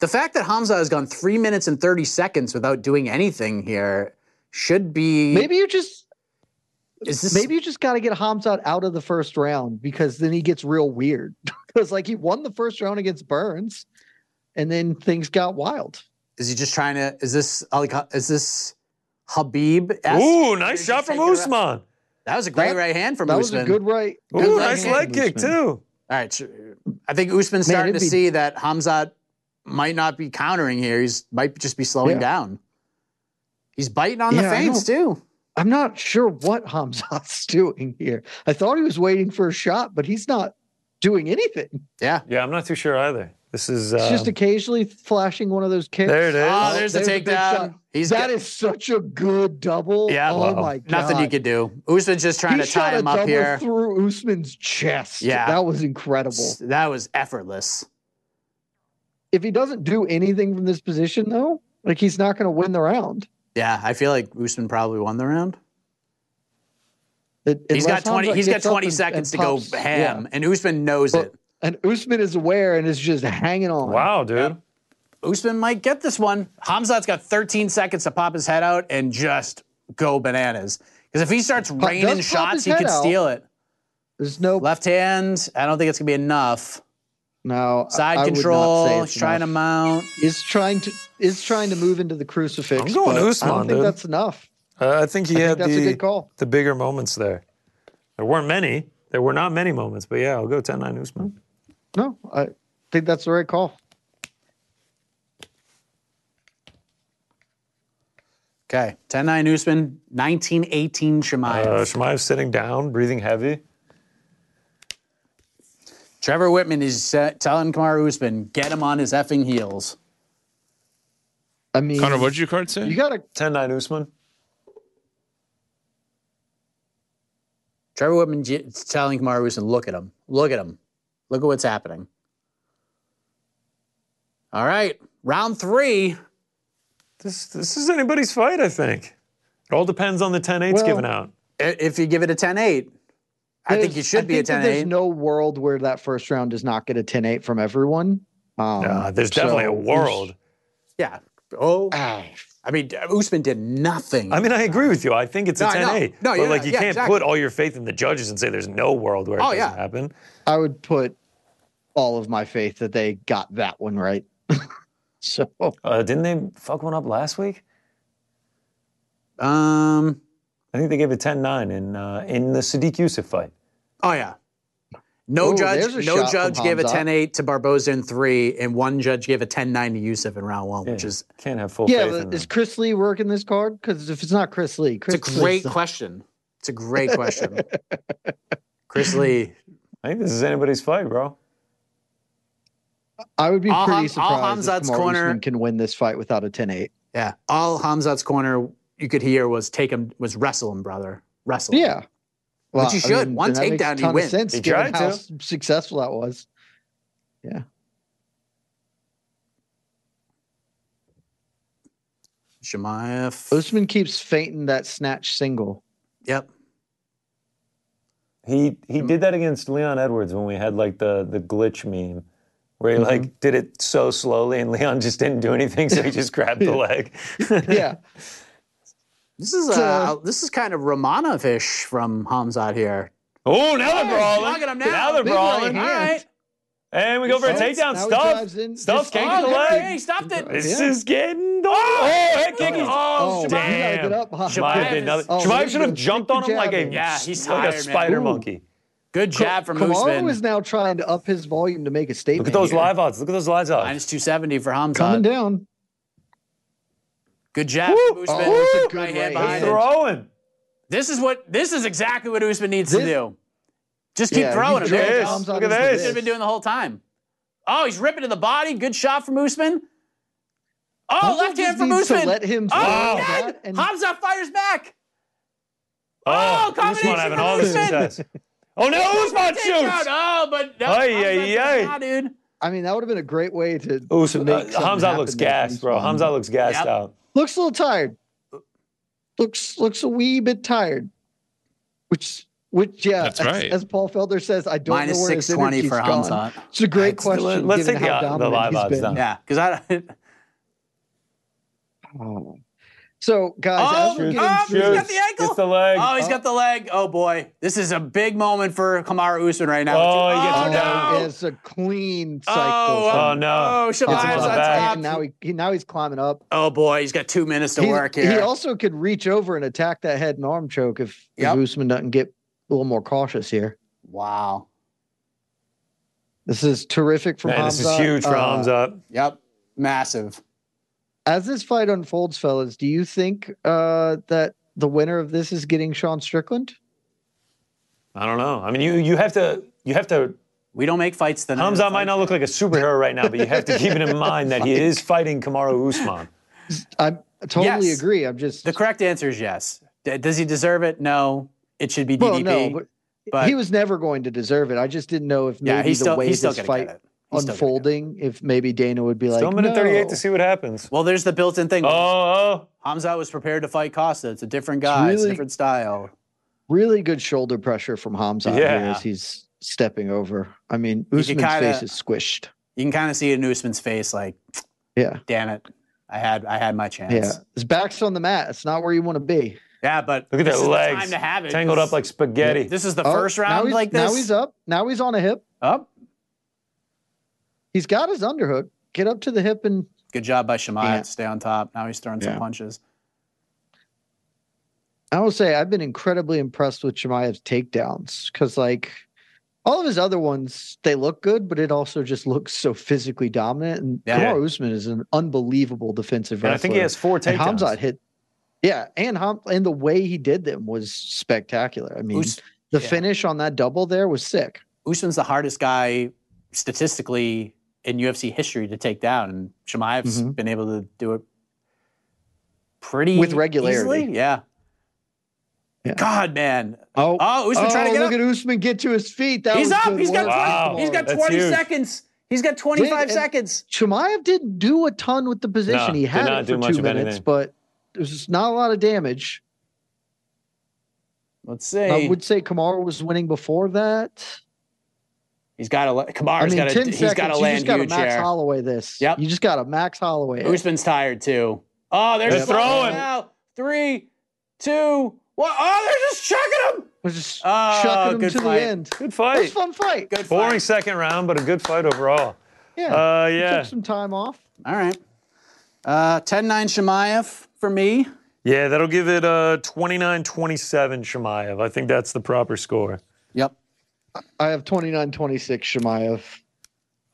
[SPEAKER 2] The fact that Hamza has gone three minutes and thirty seconds without doing anything here should be
[SPEAKER 5] Maybe you just
[SPEAKER 2] Is this
[SPEAKER 5] maybe you just got to get Hamzat out of the first round because then he gets real weird. [laughs] Because like he won the first round against Burns, and then things got wild.
[SPEAKER 2] Is he just trying to? Is this like? Is this Habib?
[SPEAKER 3] Ooh, nice shot from Usman.
[SPEAKER 2] That was a great
[SPEAKER 5] That-
[SPEAKER 2] right hand from
[SPEAKER 5] that was
[SPEAKER 2] Usman.
[SPEAKER 5] a good right. good
[SPEAKER 3] Ooh,
[SPEAKER 5] right
[SPEAKER 3] nice
[SPEAKER 5] hand
[SPEAKER 3] leg
[SPEAKER 5] from
[SPEAKER 3] kick
[SPEAKER 5] Usman.
[SPEAKER 3] too.
[SPEAKER 2] All right, so I think Usman's
[SPEAKER 5] Man,
[SPEAKER 2] starting to
[SPEAKER 5] it'd be-
[SPEAKER 2] see that Hamzat might not be countering here. He's might just be slowing
[SPEAKER 5] Yeah.
[SPEAKER 2] down. He's biting on the
[SPEAKER 5] Yeah, I
[SPEAKER 2] feints too.
[SPEAKER 5] I'm not sure what Hamzat's [laughs] doing here. I thought he was waiting for a shot, but he's not doing anything.
[SPEAKER 2] Yeah.
[SPEAKER 3] Yeah, I'm not too sure either. This is
[SPEAKER 5] He's
[SPEAKER 3] uh,
[SPEAKER 5] just occasionally flashing one of those kicks.
[SPEAKER 3] there it is.
[SPEAKER 2] Oh, there's the
[SPEAKER 5] there's a big
[SPEAKER 2] takedown.
[SPEAKER 5] shot.
[SPEAKER 2] He's
[SPEAKER 5] That
[SPEAKER 2] got-
[SPEAKER 5] is such a good double.
[SPEAKER 2] Yeah,
[SPEAKER 5] Oh
[SPEAKER 3] well,
[SPEAKER 5] my god.
[SPEAKER 2] nothing you could do. Usman's just trying
[SPEAKER 5] he
[SPEAKER 2] to
[SPEAKER 5] shot
[SPEAKER 2] tie
[SPEAKER 5] a
[SPEAKER 2] him up
[SPEAKER 5] double
[SPEAKER 2] here.
[SPEAKER 5] through Usman's chest.
[SPEAKER 2] Yeah.
[SPEAKER 5] That was incredible.
[SPEAKER 2] That was effortless.
[SPEAKER 5] If he doesn't do anything from this position though, like he's not going to win the round.
[SPEAKER 2] Yeah, I feel like Usman probably won the round.
[SPEAKER 5] It-
[SPEAKER 2] He's
[SPEAKER 5] unless
[SPEAKER 2] got twenty.
[SPEAKER 5] Hamzat
[SPEAKER 2] He's got
[SPEAKER 5] gets up
[SPEAKER 2] twenty
[SPEAKER 5] and-
[SPEAKER 2] seconds
[SPEAKER 5] and pops-
[SPEAKER 2] to go
[SPEAKER 5] yeah.
[SPEAKER 2] ham, and Usman knows
[SPEAKER 5] But-
[SPEAKER 2] it.
[SPEAKER 5] And Usman is aware and is just hanging on.
[SPEAKER 3] wow, dude.
[SPEAKER 2] Usman might get this one. Hamzat's got 13 seconds to pop his head out and just go bananas. Because if he starts raining
[SPEAKER 5] does pop
[SPEAKER 2] shots,
[SPEAKER 5] his
[SPEAKER 2] he
[SPEAKER 5] head
[SPEAKER 2] could
[SPEAKER 5] out.
[SPEAKER 2] steal it.
[SPEAKER 5] There's no
[SPEAKER 2] Left hand, I don't think it's gonna be enough.
[SPEAKER 5] no I-
[SPEAKER 2] Side
[SPEAKER 5] I would not say
[SPEAKER 2] control,
[SPEAKER 5] it's
[SPEAKER 2] he's trying
[SPEAKER 5] enough.
[SPEAKER 2] to mount.
[SPEAKER 5] is trying to is trying to move into the crucifix.
[SPEAKER 3] I'm going
[SPEAKER 5] but
[SPEAKER 3] Usman,
[SPEAKER 5] I don't think
[SPEAKER 3] dude.
[SPEAKER 5] that's enough.
[SPEAKER 3] Uh, I think he
[SPEAKER 5] I
[SPEAKER 3] had
[SPEAKER 5] think that's
[SPEAKER 3] the,
[SPEAKER 5] a good call.
[SPEAKER 3] the bigger moments there. There weren't many. There were not many moments, but yeah, I'll go 10 9 Usman.
[SPEAKER 5] No, I think that's the right call.
[SPEAKER 2] Okay, 10 9 Usman, 19 18 Shemaev.
[SPEAKER 3] Uh, Shemaev sitting down, breathing heavy.
[SPEAKER 2] Trevor Whitman is uh, telling Kamar Usman, get him on his effing heels.
[SPEAKER 5] I mean,
[SPEAKER 4] Connor, what did your card say?
[SPEAKER 5] you got to
[SPEAKER 3] 10 9 Usman.
[SPEAKER 2] Trevor Whitman j- is telling Kamar Usman, look at him. Look at him. Look at what's happening. All right, round three.
[SPEAKER 3] This, this is anybody's fight, I think. It all depends on the 10 8s
[SPEAKER 5] Well-
[SPEAKER 3] given out.
[SPEAKER 2] I- If you give it a 10 8, I think it should be a 10
[SPEAKER 5] There's
[SPEAKER 2] 8.
[SPEAKER 5] no world where that first round does not get a 10-8 from everyone. Um,
[SPEAKER 3] Uh, there's definitely
[SPEAKER 5] so
[SPEAKER 3] a world.
[SPEAKER 2] yeah. Oh,
[SPEAKER 5] Ah,
[SPEAKER 2] I mean, Usman did nothing.
[SPEAKER 3] I mean, I agree with you. I think it's a
[SPEAKER 2] No, I know.
[SPEAKER 3] 10 8.
[SPEAKER 2] No,
[SPEAKER 3] but
[SPEAKER 2] yeah,
[SPEAKER 3] like, you
[SPEAKER 2] yeah,
[SPEAKER 3] can't
[SPEAKER 2] exactly.
[SPEAKER 3] put all your faith in the judges and say there's no world where it
[SPEAKER 2] Oh,
[SPEAKER 3] doesn't
[SPEAKER 2] yeah.
[SPEAKER 3] happen.
[SPEAKER 5] I would put all of my faith that they got that one right. [laughs] so
[SPEAKER 3] Uh, didn't they fuck one up last week?
[SPEAKER 2] um,
[SPEAKER 3] I think they gave it 10 9 in, uh, in the Sadiq Yusuf fight.
[SPEAKER 2] oh, yeah. No
[SPEAKER 5] Ooh, there's a
[SPEAKER 2] judge, no
[SPEAKER 5] shot from
[SPEAKER 2] judge gave a
[SPEAKER 5] Hamzat.
[SPEAKER 2] 10 8 to Barboza in three, and one judge gave a 10 9 to Yusuf in round one, which
[SPEAKER 3] Yeah,
[SPEAKER 2] is
[SPEAKER 3] can't have full
[SPEAKER 5] yeah,
[SPEAKER 3] faith in
[SPEAKER 5] but
[SPEAKER 3] them.
[SPEAKER 5] is Chris Lee working this card? Because if it's not Chris Lee, Chris
[SPEAKER 2] it's a great
[SPEAKER 5] Lee's-
[SPEAKER 2] question. It's a great
[SPEAKER 5] [laughs]
[SPEAKER 2] question. Chris Lee,
[SPEAKER 3] I think this is anybody's fight, bro.
[SPEAKER 5] I would be
[SPEAKER 2] All
[SPEAKER 5] pretty
[SPEAKER 2] Ham- all
[SPEAKER 5] surprised if
[SPEAKER 2] Hamzat's
[SPEAKER 5] Kamaru
[SPEAKER 2] corner-
[SPEAKER 5] Usman can win this fight without a 10-8.
[SPEAKER 2] yeah. All Hamzat's corner you could hear was take him, was wrestle him, brother. Wrestle. him.
[SPEAKER 5] Yeah.
[SPEAKER 2] But you should. One
[SPEAKER 5] then that makes
[SPEAKER 2] takedown,
[SPEAKER 5] a
[SPEAKER 2] you
[SPEAKER 5] ton of
[SPEAKER 2] win.
[SPEAKER 5] Sense,
[SPEAKER 3] He
[SPEAKER 5] given
[SPEAKER 3] tried
[SPEAKER 5] how
[SPEAKER 3] to.
[SPEAKER 5] s- successful that was. Yeah.
[SPEAKER 2] Shemaev.
[SPEAKER 5] Usman keeps fainting that snatch single.
[SPEAKER 2] [laughs] Yep.
[SPEAKER 3] He he
[SPEAKER 2] Hmm.
[SPEAKER 3] did that against Leon Edwards when we had like the the glitch meme where
[SPEAKER 2] Mm-hmm.
[SPEAKER 3] he like did it so slowly and Leon just didn't do anything, so he just
[SPEAKER 2] [laughs]
[SPEAKER 3] grabbed the leg.
[SPEAKER 5] Yeah.
[SPEAKER 2] This is uh, this is kind of Romanov-ish from Hamzat here.
[SPEAKER 3] oh, now they're
[SPEAKER 2] Look
[SPEAKER 3] brawling.
[SPEAKER 2] at him now.
[SPEAKER 3] Now they're
[SPEAKER 5] Big right
[SPEAKER 3] brawling.
[SPEAKER 5] hand.
[SPEAKER 2] All right.
[SPEAKER 3] And we go for a
[SPEAKER 5] Now he
[SPEAKER 3] takedown.
[SPEAKER 5] dives in.
[SPEAKER 3] Stuff. Stuff
[SPEAKER 5] Just-
[SPEAKER 3] kicking the
[SPEAKER 5] Oh,
[SPEAKER 2] Hey, he
[SPEAKER 3] leg.
[SPEAKER 2] stopped it.
[SPEAKER 3] This
[SPEAKER 5] Yeah.
[SPEAKER 3] is getting the oh, head kick. Oh,
[SPEAKER 5] Oh, Shemaev
[SPEAKER 3] damn.
[SPEAKER 5] got up.
[SPEAKER 3] Shemaev did
[SPEAKER 2] Shemaev
[SPEAKER 3] nothing.
[SPEAKER 2] is-
[SPEAKER 5] Oh,
[SPEAKER 3] Shemaev
[SPEAKER 5] he's
[SPEAKER 3] should have
[SPEAKER 5] gonna
[SPEAKER 3] jumped
[SPEAKER 5] stick
[SPEAKER 3] on
[SPEAKER 5] the
[SPEAKER 3] him like
[SPEAKER 5] jab
[SPEAKER 3] a
[SPEAKER 5] in.
[SPEAKER 2] Yeah, he's
[SPEAKER 3] like
[SPEAKER 2] tired,
[SPEAKER 3] a
[SPEAKER 2] man.
[SPEAKER 3] spider
[SPEAKER 2] Ooh.
[SPEAKER 3] monkey.
[SPEAKER 2] Good jab from Usman.
[SPEAKER 5] Kamaru is now trying to up his volume to make a statement.
[SPEAKER 3] Look at those
[SPEAKER 5] here.
[SPEAKER 3] live odds. Look at those live odds.
[SPEAKER 2] Minus 270 for
[SPEAKER 5] coming
[SPEAKER 2] Hamzat.
[SPEAKER 5] down.
[SPEAKER 2] Good jab
[SPEAKER 3] Woo!
[SPEAKER 2] from Usman.
[SPEAKER 3] Oh, it's a
[SPEAKER 5] good
[SPEAKER 2] right hand
[SPEAKER 5] right
[SPEAKER 2] behind
[SPEAKER 5] hand.
[SPEAKER 2] him.
[SPEAKER 3] Throwing.
[SPEAKER 2] This is what this is exactly what Usman needs to
[SPEAKER 5] This-
[SPEAKER 2] do. Just keep
[SPEAKER 5] Yeah, you
[SPEAKER 2] throwing him.
[SPEAKER 5] drove
[SPEAKER 2] There you
[SPEAKER 5] Tom's
[SPEAKER 2] go.
[SPEAKER 5] on
[SPEAKER 3] Look at
[SPEAKER 5] his
[SPEAKER 3] this.
[SPEAKER 2] Should have
[SPEAKER 5] list.
[SPEAKER 2] been doing the whole time. Oh, he's ripping to the body. Good shot from Usman. Oh,
[SPEAKER 5] Hamza
[SPEAKER 2] left hand
[SPEAKER 5] just
[SPEAKER 2] from
[SPEAKER 5] needs to
[SPEAKER 2] Usman.
[SPEAKER 5] let him
[SPEAKER 2] oh,
[SPEAKER 5] throw
[SPEAKER 2] God.
[SPEAKER 5] that and-
[SPEAKER 2] Hamza fires back.
[SPEAKER 3] Oh,
[SPEAKER 2] Oh,
[SPEAKER 3] Usman
[SPEAKER 2] combination
[SPEAKER 3] having
[SPEAKER 2] from
[SPEAKER 3] all the
[SPEAKER 2] Usman.
[SPEAKER 3] success. Oh no, Usman
[SPEAKER 2] Takedown.
[SPEAKER 3] shoots.
[SPEAKER 2] Oh, but no,
[SPEAKER 3] Ay,
[SPEAKER 2] Hamza
[SPEAKER 3] ay,
[SPEAKER 2] took
[SPEAKER 3] ay.
[SPEAKER 2] it out, dude.
[SPEAKER 5] I mean, that would have been a great way to.
[SPEAKER 3] Oh,
[SPEAKER 5] to
[SPEAKER 3] so,
[SPEAKER 5] make
[SPEAKER 3] uh,
[SPEAKER 5] something
[SPEAKER 3] Hamza
[SPEAKER 5] happen
[SPEAKER 3] looks
[SPEAKER 5] there.
[SPEAKER 3] gassed, bro. Hamza looks gassed
[SPEAKER 2] Yep.
[SPEAKER 3] out.
[SPEAKER 5] looks a little tired. Looks looks a wee bit tired. Which which yeah,
[SPEAKER 4] That's
[SPEAKER 5] as-
[SPEAKER 4] right.
[SPEAKER 5] As, Paul Felder says, I don't
[SPEAKER 2] Minus
[SPEAKER 5] know where his
[SPEAKER 2] 620
[SPEAKER 5] energy's
[SPEAKER 2] for
[SPEAKER 5] gone.
[SPEAKER 2] Hamza.
[SPEAKER 5] It's a great
[SPEAKER 3] Let's-
[SPEAKER 5] question.
[SPEAKER 3] let's
[SPEAKER 5] given
[SPEAKER 3] take the-
[SPEAKER 5] how
[SPEAKER 3] the
[SPEAKER 5] dominant
[SPEAKER 3] live
[SPEAKER 5] he's
[SPEAKER 3] odds
[SPEAKER 5] been.
[SPEAKER 3] down.
[SPEAKER 2] Yeah, because I [laughs] don't.
[SPEAKER 5] So guys, as
[SPEAKER 2] Oh,
[SPEAKER 5] we're
[SPEAKER 2] oh,
[SPEAKER 5] getting
[SPEAKER 2] he's
[SPEAKER 5] through,
[SPEAKER 2] got the ankle.
[SPEAKER 3] Gets the leg.
[SPEAKER 2] Oh, he's got the leg. Oh boy, this is a big moment for Kamara Usman right now.
[SPEAKER 3] Oh, he gets
[SPEAKER 2] oh,
[SPEAKER 3] him
[SPEAKER 2] no.
[SPEAKER 3] down.
[SPEAKER 5] it's a clean cycle.
[SPEAKER 2] Oh,
[SPEAKER 3] Oh, no.
[SPEAKER 2] Oh,
[SPEAKER 5] Gets him
[SPEAKER 2] Shabazz
[SPEAKER 5] on
[SPEAKER 3] eyes
[SPEAKER 5] the
[SPEAKER 2] on
[SPEAKER 3] back.
[SPEAKER 2] top.
[SPEAKER 5] and now he, he now he's climbing up.
[SPEAKER 2] oh boy, he's got two minutes to
[SPEAKER 5] He's-
[SPEAKER 2] work here.
[SPEAKER 5] He also could reach over and attack that head and arm choke if,
[SPEAKER 2] Yep.
[SPEAKER 5] if Usman doesn't get a little more cautious here.
[SPEAKER 2] wow.
[SPEAKER 5] This is terrific from
[SPEAKER 3] Man,
[SPEAKER 5] Hamza.
[SPEAKER 3] this is huge for
[SPEAKER 5] Uh,
[SPEAKER 3] Hamza.
[SPEAKER 2] Yep. Massive.
[SPEAKER 5] As this fight unfolds, fellas, do you think uh, that the winner of this is getting Sean Strickland?
[SPEAKER 3] I don't know. I mean, you you have to you have to.
[SPEAKER 2] We don't make fights the night
[SPEAKER 3] Hamza
[SPEAKER 2] of the
[SPEAKER 3] might
[SPEAKER 2] fight.
[SPEAKER 3] not look like a superhero right now, but you have to keep it in mind that he is fighting Kamaru Usman.
[SPEAKER 5] I totally
[SPEAKER 2] Yes.
[SPEAKER 5] agree. I'm just
[SPEAKER 2] The correct answer is yes. D- does he deserve it? No. It should be DDP.
[SPEAKER 5] well, no, but,
[SPEAKER 2] but-
[SPEAKER 5] he was never going to deserve it. I just didn't know if maybe
[SPEAKER 2] yeah, he's
[SPEAKER 5] the
[SPEAKER 2] still
[SPEAKER 5] way
[SPEAKER 2] he's still
[SPEAKER 5] this
[SPEAKER 2] gonna
[SPEAKER 5] fight
[SPEAKER 2] get it. He's still gonna get it.
[SPEAKER 5] unfolding, if maybe Dana would be like,
[SPEAKER 3] Still a minute
[SPEAKER 5] no.
[SPEAKER 3] 38 to see what happens.
[SPEAKER 2] Well, there's the built-in thing.
[SPEAKER 3] Oh, oh.
[SPEAKER 2] Hamza was prepared to fight Costa. It's a different guy. It's a
[SPEAKER 5] really-
[SPEAKER 2] different style.
[SPEAKER 5] Really good shoulder pressure from Hamza here
[SPEAKER 3] Yeah.
[SPEAKER 5] as he's stepping over. I mean,
[SPEAKER 2] could
[SPEAKER 5] Usman's
[SPEAKER 2] kinda-
[SPEAKER 5] face is squished.
[SPEAKER 2] You can kind of see it in Usman's face, like,
[SPEAKER 5] Yeah,
[SPEAKER 2] damn it, I had I had my chance.
[SPEAKER 5] yeah. His back's on the mat. It's not where you want to be.
[SPEAKER 2] Yeah, but
[SPEAKER 3] Look at
[SPEAKER 2] this
[SPEAKER 3] that
[SPEAKER 2] is the
[SPEAKER 3] legs.
[SPEAKER 2] Time to have it.
[SPEAKER 3] Tangled up like spaghetti.
[SPEAKER 2] this is the
[SPEAKER 5] Oh,
[SPEAKER 2] first
[SPEAKER 5] now
[SPEAKER 2] round
[SPEAKER 5] he's-
[SPEAKER 2] like this.
[SPEAKER 5] Now he's up. Now he's on a hip.
[SPEAKER 2] Up.
[SPEAKER 5] He's got his underhook. Get up to the hip and
[SPEAKER 2] Good job by Shamayev
[SPEAKER 5] Yeah.
[SPEAKER 2] to stay on top. Now he's throwing some
[SPEAKER 5] Yeah.
[SPEAKER 2] punches.
[SPEAKER 5] I will say I've been incredibly impressed with Shemayev's takedowns because like all of his other ones, they look good, but it also just looks so physically dominant. And
[SPEAKER 2] Yeah.
[SPEAKER 5] Kamaru Usman is an unbelievable defensive
[SPEAKER 3] and
[SPEAKER 5] wrestler.
[SPEAKER 3] I think he has four
[SPEAKER 5] and
[SPEAKER 3] takedowns.
[SPEAKER 5] Hamzat hit. Yeah, and Ham, and the way he did them was spectacular. I mean,
[SPEAKER 2] Us-
[SPEAKER 5] the
[SPEAKER 2] yeah.
[SPEAKER 5] finish on that double there was sick.
[SPEAKER 2] Usman's the hardest guy statistically in UFC history to take down, and Shamayev's
[SPEAKER 5] Mhm.
[SPEAKER 2] been able to do it pretty
[SPEAKER 5] With regularity.
[SPEAKER 2] easily. Yeah.
[SPEAKER 5] Yeah.
[SPEAKER 2] God, man.
[SPEAKER 5] Oh,
[SPEAKER 2] Oh, Usman trying to get
[SPEAKER 5] look
[SPEAKER 2] up.
[SPEAKER 5] at Usman get to his feet. That
[SPEAKER 2] he's
[SPEAKER 5] was
[SPEAKER 2] up.
[SPEAKER 5] good
[SPEAKER 2] He's got
[SPEAKER 5] work.
[SPEAKER 2] 20,
[SPEAKER 3] Wow.
[SPEAKER 2] he's got
[SPEAKER 3] That's
[SPEAKER 2] 20
[SPEAKER 3] huge.
[SPEAKER 2] seconds. He's got 25
[SPEAKER 5] and-
[SPEAKER 2] seconds.
[SPEAKER 5] Chimaev didn't do a ton with the position.
[SPEAKER 3] No,
[SPEAKER 5] he
[SPEAKER 3] did
[SPEAKER 5] had
[SPEAKER 3] not
[SPEAKER 5] it
[SPEAKER 3] do
[SPEAKER 5] for
[SPEAKER 3] much
[SPEAKER 5] two
[SPEAKER 3] of
[SPEAKER 5] minutes,
[SPEAKER 3] anything.
[SPEAKER 5] but there's just not a lot of damage.
[SPEAKER 2] Let's see.
[SPEAKER 5] I Uh, would say Kamara was winning bore that.
[SPEAKER 2] He's got to.
[SPEAKER 5] I
[SPEAKER 2] Kamara's
[SPEAKER 5] mean,
[SPEAKER 2] got to.
[SPEAKER 5] ten
[SPEAKER 2] He's
[SPEAKER 5] seconds.
[SPEAKER 2] got to
[SPEAKER 5] you
[SPEAKER 2] land
[SPEAKER 5] just got to
[SPEAKER 2] huge
[SPEAKER 5] Max
[SPEAKER 2] here.
[SPEAKER 5] Holloway this.
[SPEAKER 2] Yep.
[SPEAKER 5] You just got to Max Holloway. it.
[SPEAKER 2] Usman's tired too. Oh, they're
[SPEAKER 3] They're
[SPEAKER 2] just throwing
[SPEAKER 3] throwing.
[SPEAKER 2] now. Three, two, one. Oh, they're just chucking him.
[SPEAKER 5] We're just
[SPEAKER 2] Oh,
[SPEAKER 5] chucking him
[SPEAKER 2] good
[SPEAKER 5] to
[SPEAKER 2] fight.
[SPEAKER 5] the end.
[SPEAKER 3] Good
[SPEAKER 5] It was a
[SPEAKER 3] fight.
[SPEAKER 5] fun fight.
[SPEAKER 2] Good
[SPEAKER 3] Boring
[SPEAKER 2] fight.
[SPEAKER 3] second round, but a good fight overall.
[SPEAKER 5] Yeah.
[SPEAKER 3] Uh,
[SPEAKER 5] He
[SPEAKER 3] yeah.
[SPEAKER 5] Took some time off.
[SPEAKER 2] All right. Uh, 10 9 Shemaev for me.
[SPEAKER 3] Yeah, that'll give it uh, 29-27 Shemaev. I think that's the proper score.
[SPEAKER 2] Yep.
[SPEAKER 5] I have 29-26 Shemaev.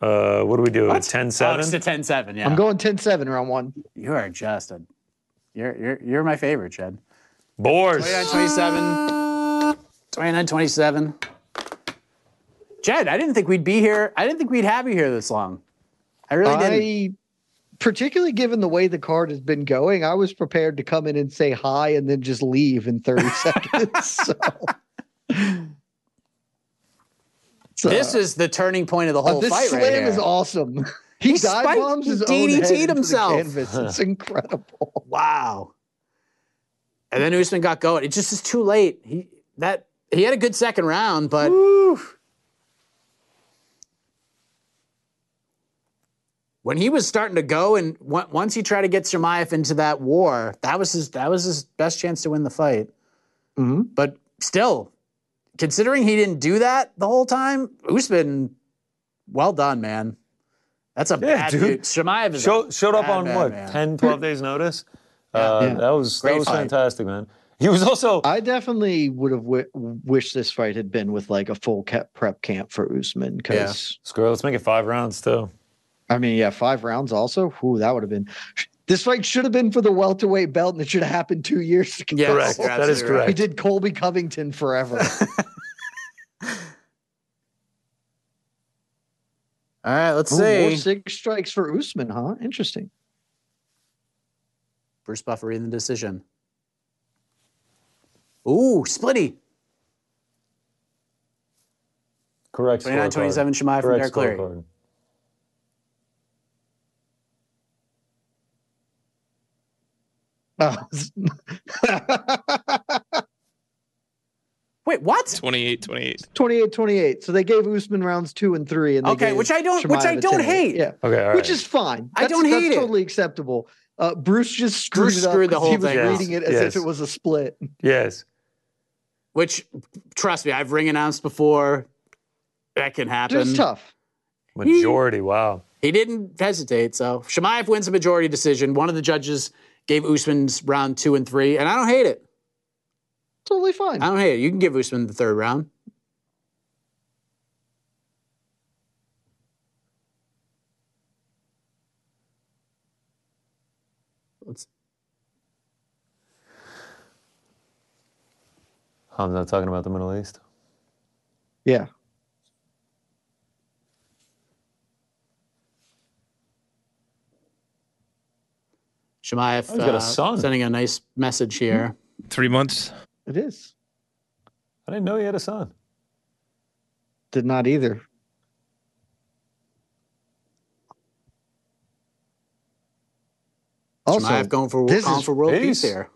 [SPEAKER 3] Uh, what do we do?
[SPEAKER 2] What?
[SPEAKER 3] 10-7?
[SPEAKER 2] Oh, it's a 10 7. Yeah.
[SPEAKER 5] I'm going 10-7 round one.
[SPEAKER 2] you are just a. You're, you're, you're my favorite, Chad.
[SPEAKER 3] Boars.
[SPEAKER 2] 29 27. 29 27. Jed, I didn't think we'd be here. I didn't think we'd have you here this long. I really didn't.
[SPEAKER 5] I, particularly given the way the card has been going, I was prepared to come in and say hi and then just leave
[SPEAKER 2] [laughs]
[SPEAKER 5] in 30 seconds. So, So,
[SPEAKER 2] This is the turning point of the
[SPEAKER 5] uh,
[SPEAKER 2] whole
[SPEAKER 5] this
[SPEAKER 2] fight
[SPEAKER 5] slam
[SPEAKER 2] right here.
[SPEAKER 5] is awesome. He,
[SPEAKER 2] He
[SPEAKER 5] dive
[SPEAKER 2] spiked-
[SPEAKER 5] bombs
[SPEAKER 2] he
[SPEAKER 5] his own head
[SPEAKER 2] DDT'd
[SPEAKER 5] into the
[SPEAKER 2] himself.
[SPEAKER 5] canvas. It's incredible.
[SPEAKER 2] Wow. And then Usman got going. It just is too late. He that he had a good second round, but when he was starting to go, and on- once he tried to get Shemaev into that war, that was his that was his best chance to win the fight.
[SPEAKER 3] Mm-hmm.
[SPEAKER 5] Mhm.
[SPEAKER 2] But still, considering he didn't do that the whole time, Usman, well done, man. That's a
[SPEAKER 3] Yeah,
[SPEAKER 2] bad
[SPEAKER 3] dude.
[SPEAKER 2] dude. Shemaev is a
[SPEAKER 3] Show, showed up
[SPEAKER 2] bad,
[SPEAKER 3] on
[SPEAKER 2] bad
[SPEAKER 3] what,
[SPEAKER 2] man.
[SPEAKER 3] 10, 12 days
[SPEAKER 2] [laughs]
[SPEAKER 3] notice? Uh,
[SPEAKER 5] Yeah.
[SPEAKER 3] That was,
[SPEAKER 2] Great
[SPEAKER 3] that was
[SPEAKER 2] fight.
[SPEAKER 3] fantastic, man. He was also,
[SPEAKER 5] I definitely would have w- wished this fight had been with like a full cap prep camp for Usman because
[SPEAKER 3] screw it, let's make it five rounds, too.
[SPEAKER 5] I mean, yeah, five rounds also. Whoo, that would have been This fight should have been for the welterweight belt, and it should have happened two years ago.
[SPEAKER 2] Yes,
[SPEAKER 3] Correct.
[SPEAKER 2] you're
[SPEAKER 3] That is
[SPEAKER 2] absolutely
[SPEAKER 3] correct.
[SPEAKER 5] [laughs] We did Colby Covington
[SPEAKER 2] [laughs]
[SPEAKER 5] forever.
[SPEAKER 2] All right, let's
[SPEAKER 5] Ooh, more
[SPEAKER 2] see.
[SPEAKER 5] six strikes for Usman, huh? Interesting. [laughs]
[SPEAKER 2] Bruce Buffer in the decision. Ooh, splitty.
[SPEAKER 9] Correct.
[SPEAKER 2] 29
[SPEAKER 9] scorecard.
[SPEAKER 2] 27 Shemai from Derek
[SPEAKER 9] Correct
[SPEAKER 2] Cleary.
[SPEAKER 9] scorecard.
[SPEAKER 5] Oh, it's-
[SPEAKER 2] Wait, what?
[SPEAKER 4] 28 28.
[SPEAKER 5] 28 28. So they gave Usman rounds two and three. and they
[SPEAKER 2] Okay,
[SPEAKER 5] gave
[SPEAKER 2] which I don't- which I
[SPEAKER 5] Chimaev
[SPEAKER 2] don't
[SPEAKER 5] 10.
[SPEAKER 2] hate.
[SPEAKER 5] Yeah.
[SPEAKER 3] Okay, all right.
[SPEAKER 5] Which is fine.
[SPEAKER 2] I don't
[SPEAKER 5] that's
[SPEAKER 2] hate it.
[SPEAKER 5] totally acceptable. Uh, Bruce just screwed,
[SPEAKER 2] Bruce
[SPEAKER 5] it up
[SPEAKER 2] screwed the
[SPEAKER 5] 'cause
[SPEAKER 2] whole
[SPEAKER 5] he was
[SPEAKER 2] thing up.
[SPEAKER 5] reading it as
[SPEAKER 3] Yes.
[SPEAKER 5] if it was a split.
[SPEAKER 3] yes.
[SPEAKER 2] Which, trust me, I've ring announced before. That can happen.
[SPEAKER 5] Just tough.
[SPEAKER 3] Majority. Wow.
[SPEAKER 2] He didn't hesitate. So Shemaev wins a majority decision. One of the judges gave Usman's round two and three, and I don't hate it.
[SPEAKER 5] Totally fine.
[SPEAKER 2] I don't hate it. You can give Usman the third round. Let's-
[SPEAKER 3] I'm not talking about the Middle East.
[SPEAKER 5] Yeah.
[SPEAKER 2] Shemaev
[SPEAKER 3] Oh, he's got a
[SPEAKER 2] uh,
[SPEAKER 3] son.
[SPEAKER 2] sending a nice message here.
[SPEAKER 4] Three months.
[SPEAKER 5] It is.
[SPEAKER 3] I didn't know he had a son.
[SPEAKER 5] Did not either. Also,
[SPEAKER 2] Shemaev going for,
[SPEAKER 5] Hmm. this
[SPEAKER 2] calling
[SPEAKER 5] is-
[SPEAKER 2] for world peace
[SPEAKER 3] Peace.
[SPEAKER 2] here.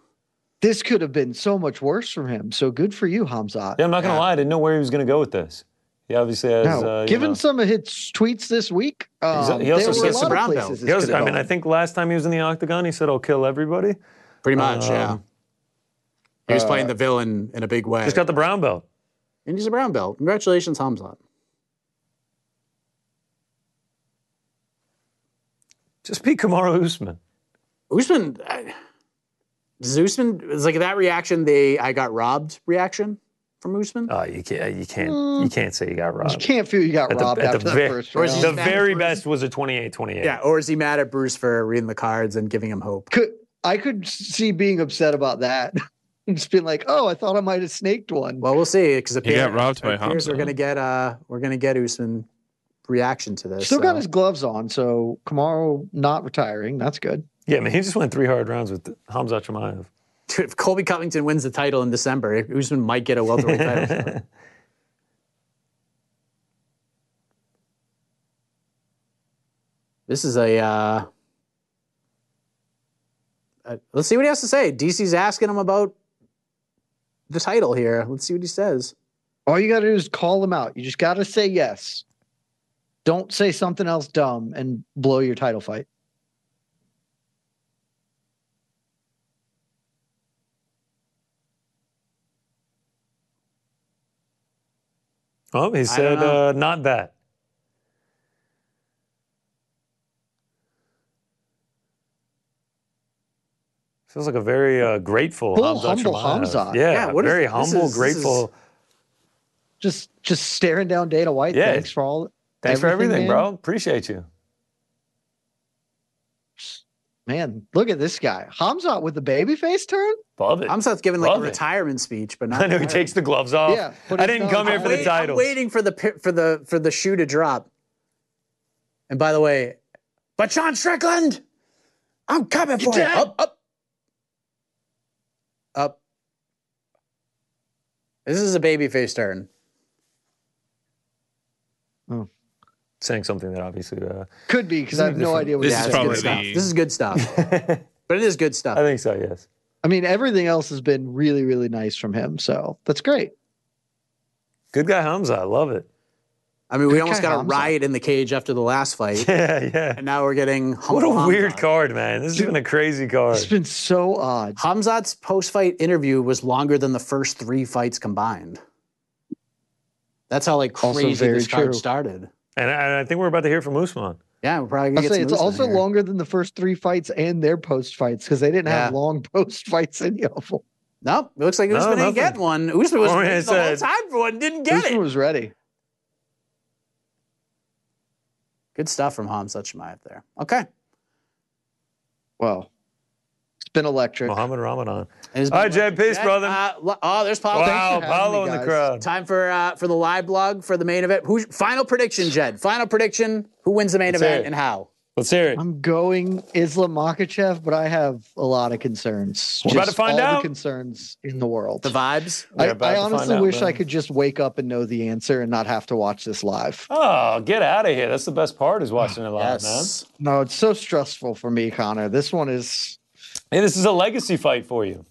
[SPEAKER 5] this could have been so much worse from him. So good for you, Hamzat.
[SPEAKER 3] Yeah, I'm not gonna
[SPEAKER 2] Yeah.
[SPEAKER 3] lie. I didn't know where he was gonna go with this. He obviously has. uh,
[SPEAKER 5] No,
[SPEAKER 3] you
[SPEAKER 5] given
[SPEAKER 3] know-
[SPEAKER 5] some of his tweets this week, um,
[SPEAKER 3] he also
[SPEAKER 5] there were a
[SPEAKER 3] said
[SPEAKER 5] lot
[SPEAKER 3] some
[SPEAKER 2] brown
[SPEAKER 5] of
[SPEAKER 2] belt.
[SPEAKER 5] places.
[SPEAKER 3] He
[SPEAKER 5] This
[SPEAKER 3] was,
[SPEAKER 5] could have
[SPEAKER 3] I mean, I
[SPEAKER 5] gone.
[SPEAKER 3] think last time he was in the octagon, he said, "I'll kill everybody."
[SPEAKER 2] Pretty much,
[SPEAKER 3] Um,
[SPEAKER 2] yeah. He was
[SPEAKER 3] uh,
[SPEAKER 2] playing the villain in a big way.
[SPEAKER 3] Just got the brown belt.
[SPEAKER 2] and he's a brown belt. Congratulations, Hamzat.
[SPEAKER 3] Just beat Kamaru Usman.
[SPEAKER 2] Usman, I, does Usman, it's like that reaction, the I got robbed reaction from Usman?
[SPEAKER 3] Oh, you can't. You can't. You can't say you got
[SPEAKER 5] you
[SPEAKER 3] robbed.
[SPEAKER 5] can't feel you got
[SPEAKER 3] At the-
[SPEAKER 5] robbed
[SPEAKER 3] at the
[SPEAKER 5] after that
[SPEAKER 3] very-
[SPEAKER 5] first
[SPEAKER 2] Or is
[SPEAKER 5] round.
[SPEAKER 2] he
[SPEAKER 3] The
[SPEAKER 2] just mad at
[SPEAKER 3] very
[SPEAKER 2] Bruce?
[SPEAKER 3] best was a 28-28.
[SPEAKER 2] yeah, or is he mad at Bruce for reading the cards and giving him hope?
[SPEAKER 5] could I could see being upset about that. [laughs] just being like, oh, I thought I might have snaked one.
[SPEAKER 2] Well, we'll see because
[SPEAKER 4] He got robbed by
[SPEAKER 2] appears we're
[SPEAKER 4] Hamza.
[SPEAKER 2] gonna get uh we're gonna get Usman reaction to this.
[SPEAKER 5] Still
[SPEAKER 2] so.
[SPEAKER 5] got his gloves on, so Kamaro not retiring. That's good.
[SPEAKER 3] Yeah, man, he just went three hard rounds with Hamza Chimaev.
[SPEAKER 2] Dude, [laughs] if Colby Covington wins the title in December, Usman might get a welterweight title. shot. This is a. Uh, uh, let's see what he has to say. DC's asking him about the title here. Let's see what he says.
[SPEAKER 5] All you got to do is call them out. You just got to say yes. Don't say something else dumb and blow your title fight.
[SPEAKER 3] Well, he
[SPEAKER 2] don't
[SPEAKER 3] said,
[SPEAKER 2] know.
[SPEAKER 3] uh, "Not that." Feels like a very uh, grateful
[SPEAKER 5] Full
[SPEAKER 3] Hamza
[SPEAKER 5] humble
[SPEAKER 3] Chimaev.
[SPEAKER 5] Hamza.
[SPEAKER 3] Yeah,
[SPEAKER 2] Yeah, what is-
[SPEAKER 3] very
[SPEAKER 2] this
[SPEAKER 3] humble,
[SPEAKER 2] is- this
[SPEAKER 3] grateful.
[SPEAKER 2] is-
[SPEAKER 5] Just just staring down Dana White.
[SPEAKER 3] Yeah.
[SPEAKER 5] Thanks for all.
[SPEAKER 3] Thanks for everything,
[SPEAKER 5] man.
[SPEAKER 3] bro. Appreciate you.
[SPEAKER 5] Man, look at this guy. Hamzat with the baby face turn.
[SPEAKER 3] Love it.
[SPEAKER 2] Hamzat's giving like
[SPEAKER 3] Love
[SPEAKER 2] a
[SPEAKER 3] it.
[SPEAKER 2] retirement speech, but not.
[SPEAKER 3] [laughs] I know he
[SPEAKER 2] retired.
[SPEAKER 3] takes the gloves off.
[SPEAKER 5] Yeah, but
[SPEAKER 3] I
[SPEAKER 5] it's
[SPEAKER 3] didn't
[SPEAKER 5] not-
[SPEAKER 3] come here
[SPEAKER 2] I'm
[SPEAKER 3] for
[SPEAKER 2] wait-
[SPEAKER 3] the title.
[SPEAKER 2] I'm waiting for the pi- for the for the shoe to drop. And by the way, but Sean Strickland, I'm coming for you. Up, up, up. This is a babyface turn.
[SPEAKER 3] Saying something that obviously, uh,
[SPEAKER 5] Could be because I have no idea what
[SPEAKER 4] This
[SPEAKER 5] he's
[SPEAKER 4] is
[SPEAKER 2] it's
[SPEAKER 5] doing.
[SPEAKER 4] probably
[SPEAKER 2] good stuff.
[SPEAKER 4] the-
[SPEAKER 2] This is good
[SPEAKER 3] [laughs]
[SPEAKER 2] stuff.
[SPEAKER 3] I
[SPEAKER 2] but it is good stuff.
[SPEAKER 3] think so. Yes.
[SPEAKER 5] I mean, everything else has been really, really nice from him. So that's great.
[SPEAKER 3] Good guy Hamza. I love it. [laughs]
[SPEAKER 2] I mean, we
[SPEAKER 5] Good
[SPEAKER 2] almost
[SPEAKER 5] guy,
[SPEAKER 2] got a
[SPEAKER 5] Hamza.
[SPEAKER 2] riot in the cage after the last
[SPEAKER 3] [laughs]
[SPEAKER 2] fight,
[SPEAKER 3] Yeah, yeah.
[SPEAKER 2] and now we're getting
[SPEAKER 3] What a
[SPEAKER 2] Humble Hamza.
[SPEAKER 3] weird card, man. This has been a crazy card.
[SPEAKER 5] It's been so odd.
[SPEAKER 2] Hamzat's post-fight interview was longer than the first three fights combined. That's how like
[SPEAKER 5] Also
[SPEAKER 2] crazy
[SPEAKER 5] very
[SPEAKER 2] this card
[SPEAKER 5] true.
[SPEAKER 2] started.
[SPEAKER 3] And I, I think we're about to hear from Usman.
[SPEAKER 2] Yeah, we're probably gonna
[SPEAKER 5] I'll
[SPEAKER 2] get
[SPEAKER 5] say
[SPEAKER 2] some
[SPEAKER 5] it's
[SPEAKER 2] Usman
[SPEAKER 5] also
[SPEAKER 2] here.
[SPEAKER 5] longer than the first three fights and their post fights because they didn't have
[SPEAKER 2] Yeah.
[SPEAKER 5] long [laughs] post fights any of them.
[SPEAKER 2] Nope, it looks like
[SPEAKER 3] No,
[SPEAKER 2] Usman didn't
[SPEAKER 3] nothing.
[SPEAKER 2] get one. Usman was
[SPEAKER 3] Or
[SPEAKER 2] waiting
[SPEAKER 3] it's,
[SPEAKER 2] the whole
[SPEAKER 3] uh,
[SPEAKER 2] time for one, didn't get
[SPEAKER 5] Usman
[SPEAKER 2] it.
[SPEAKER 5] was ready.
[SPEAKER 2] Good stuff from Hamzat Shemaev there. Okay,
[SPEAKER 5] Wow. It's been electric.
[SPEAKER 3] Muhammad Ramadan.
[SPEAKER 2] It has been
[SPEAKER 3] All right, Jay,
[SPEAKER 2] electric.
[SPEAKER 3] peace,
[SPEAKER 2] Jay,
[SPEAKER 3] brother.
[SPEAKER 2] uh, lo- oh, there's Paul.
[SPEAKER 3] wow,
[SPEAKER 5] for having
[SPEAKER 3] Paolo
[SPEAKER 5] me,
[SPEAKER 3] in the
[SPEAKER 5] guys.
[SPEAKER 3] crowd.
[SPEAKER 2] Time for uh, for the live blog for the main event. Who's final prediction, Jed? Final prediction. Who wins the main
[SPEAKER 3] Let's hear
[SPEAKER 2] event
[SPEAKER 3] it.
[SPEAKER 2] and how?
[SPEAKER 3] Let's hear it.
[SPEAKER 5] I'm going Islam Makachev, but I have a lot of concerns.
[SPEAKER 3] We're about to find
[SPEAKER 5] all
[SPEAKER 3] out.
[SPEAKER 5] The concerns in the world.
[SPEAKER 2] The vibes.
[SPEAKER 5] I,
[SPEAKER 3] We're about
[SPEAKER 5] I
[SPEAKER 3] to find
[SPEAKER 5] honestly
[SPEAKER 3] out,
[SPEAKER 5] wish
[SPEAKER 3] man.
[SPEAKER 5] I could just wake up and know the answer and not have to watch this live.
[SPEAKER 3] Oh, get out of here. That's the best part is watching it live,
[SPEAKER 2] Yes.
[SPEAKER 5] No, it's so stressful for me, Connor. This one is.
[SPEAKER 3] man. Hey, this is a legacy fight for you.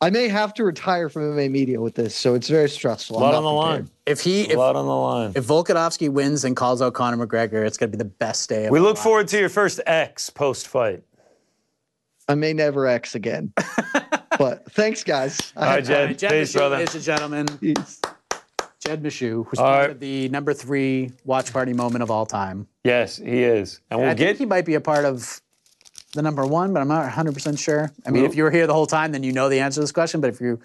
[SPEAKER 5] I may have to retire from MMA media with this, so it's very stressful. I'm
[SPEAKER 3] Blood
[SPEAKER 5] not
[SPEAKER 3] on the
[SPEAKER 5] prepared.
[SPEAKER 3] line.
[SPEAKER 2] If he if,
[SPEAKER 3] Blood on the line.
[SPEAKER 2] if Volkanovski wins and calls out Conor McGregor, it's gonna be the best day. Of
[SPEAKER 3] We
[SPEAKER 2] our
[SPEAKER 3] look
[SPEAKER 2] lives.
[SPEAKER 3] forward to your first X post fight.
[SPEAKER 5] I may never
[SPEAKER 3] [laughs]
[SPEAKER 5] X again. but thanks, guys. I
[SPEAKER 3] All right,
[SPEAKER 5] had
[SPEAKER 2] All
[SPEAKER 3] Jed.
[SPEAKER 2] right, Jed
[SPEAKER 3] Peace,
[SPEAKER 2] Michoud,
[SPEAKER 3] brother.
[SPEAKER 2] ladies and gentlemen.
[SPEAKER 5] peace.
[SPEAKER 2] Jed Michoud, who's
[SPEAKER 3] All
[SPEAKER 2] part
[SPEAKER 3] right.
[SPEAKER 2] of the number three watch party moment of all time.
[SPEAKER 3] Yes, he is. And
[SPEAKER 2] I
[SPEAKER 3] we'll
[SPEAKER 2] think
[SPEAKER 3] get
[SPEAKER 2] he might be a part of the number one, but I'm not 100% sure. I mean, if you were here the whole time, then you know the answer to this question. But if you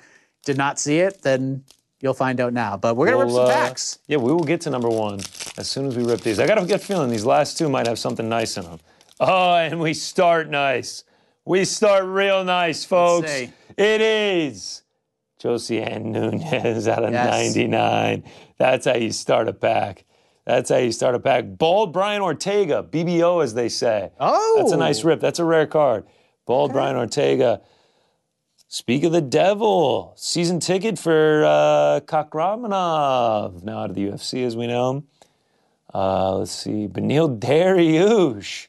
[SPEAKER 2] did not see it, then you'll find out now. But we're going to
[SPEAKER 3] We'll,
[SPEAKER 2] rip some
[SPEAKER 3] uh,
[SPEAKER 2] facts.
[SPEAKER 3] Yeah, we will get to number one as soon as we rip these. I got a good feeling these last two might have something nice in them. Oh, and we start nice. We start real nice, folks.
[SPEAKER 2] see.
[SPEAKER 3] It is Josie Ann Nunez [laughs] out of
[SPEAKER 2] Yes.
[SPEAKER 3] 99. That's how you start a pack. That's how you start a pack. Bald Brian Ortega, BBO as they say.
[SPEAKER 2] Oh.
[SPEAKER 3] That's a nice rip. That's a rare card. Bald Brian Ortega. Speak of the devil, season ticket for uh, Kakramanov, now out of the UFC as we know him. Uh, let's see, Benil Dariush,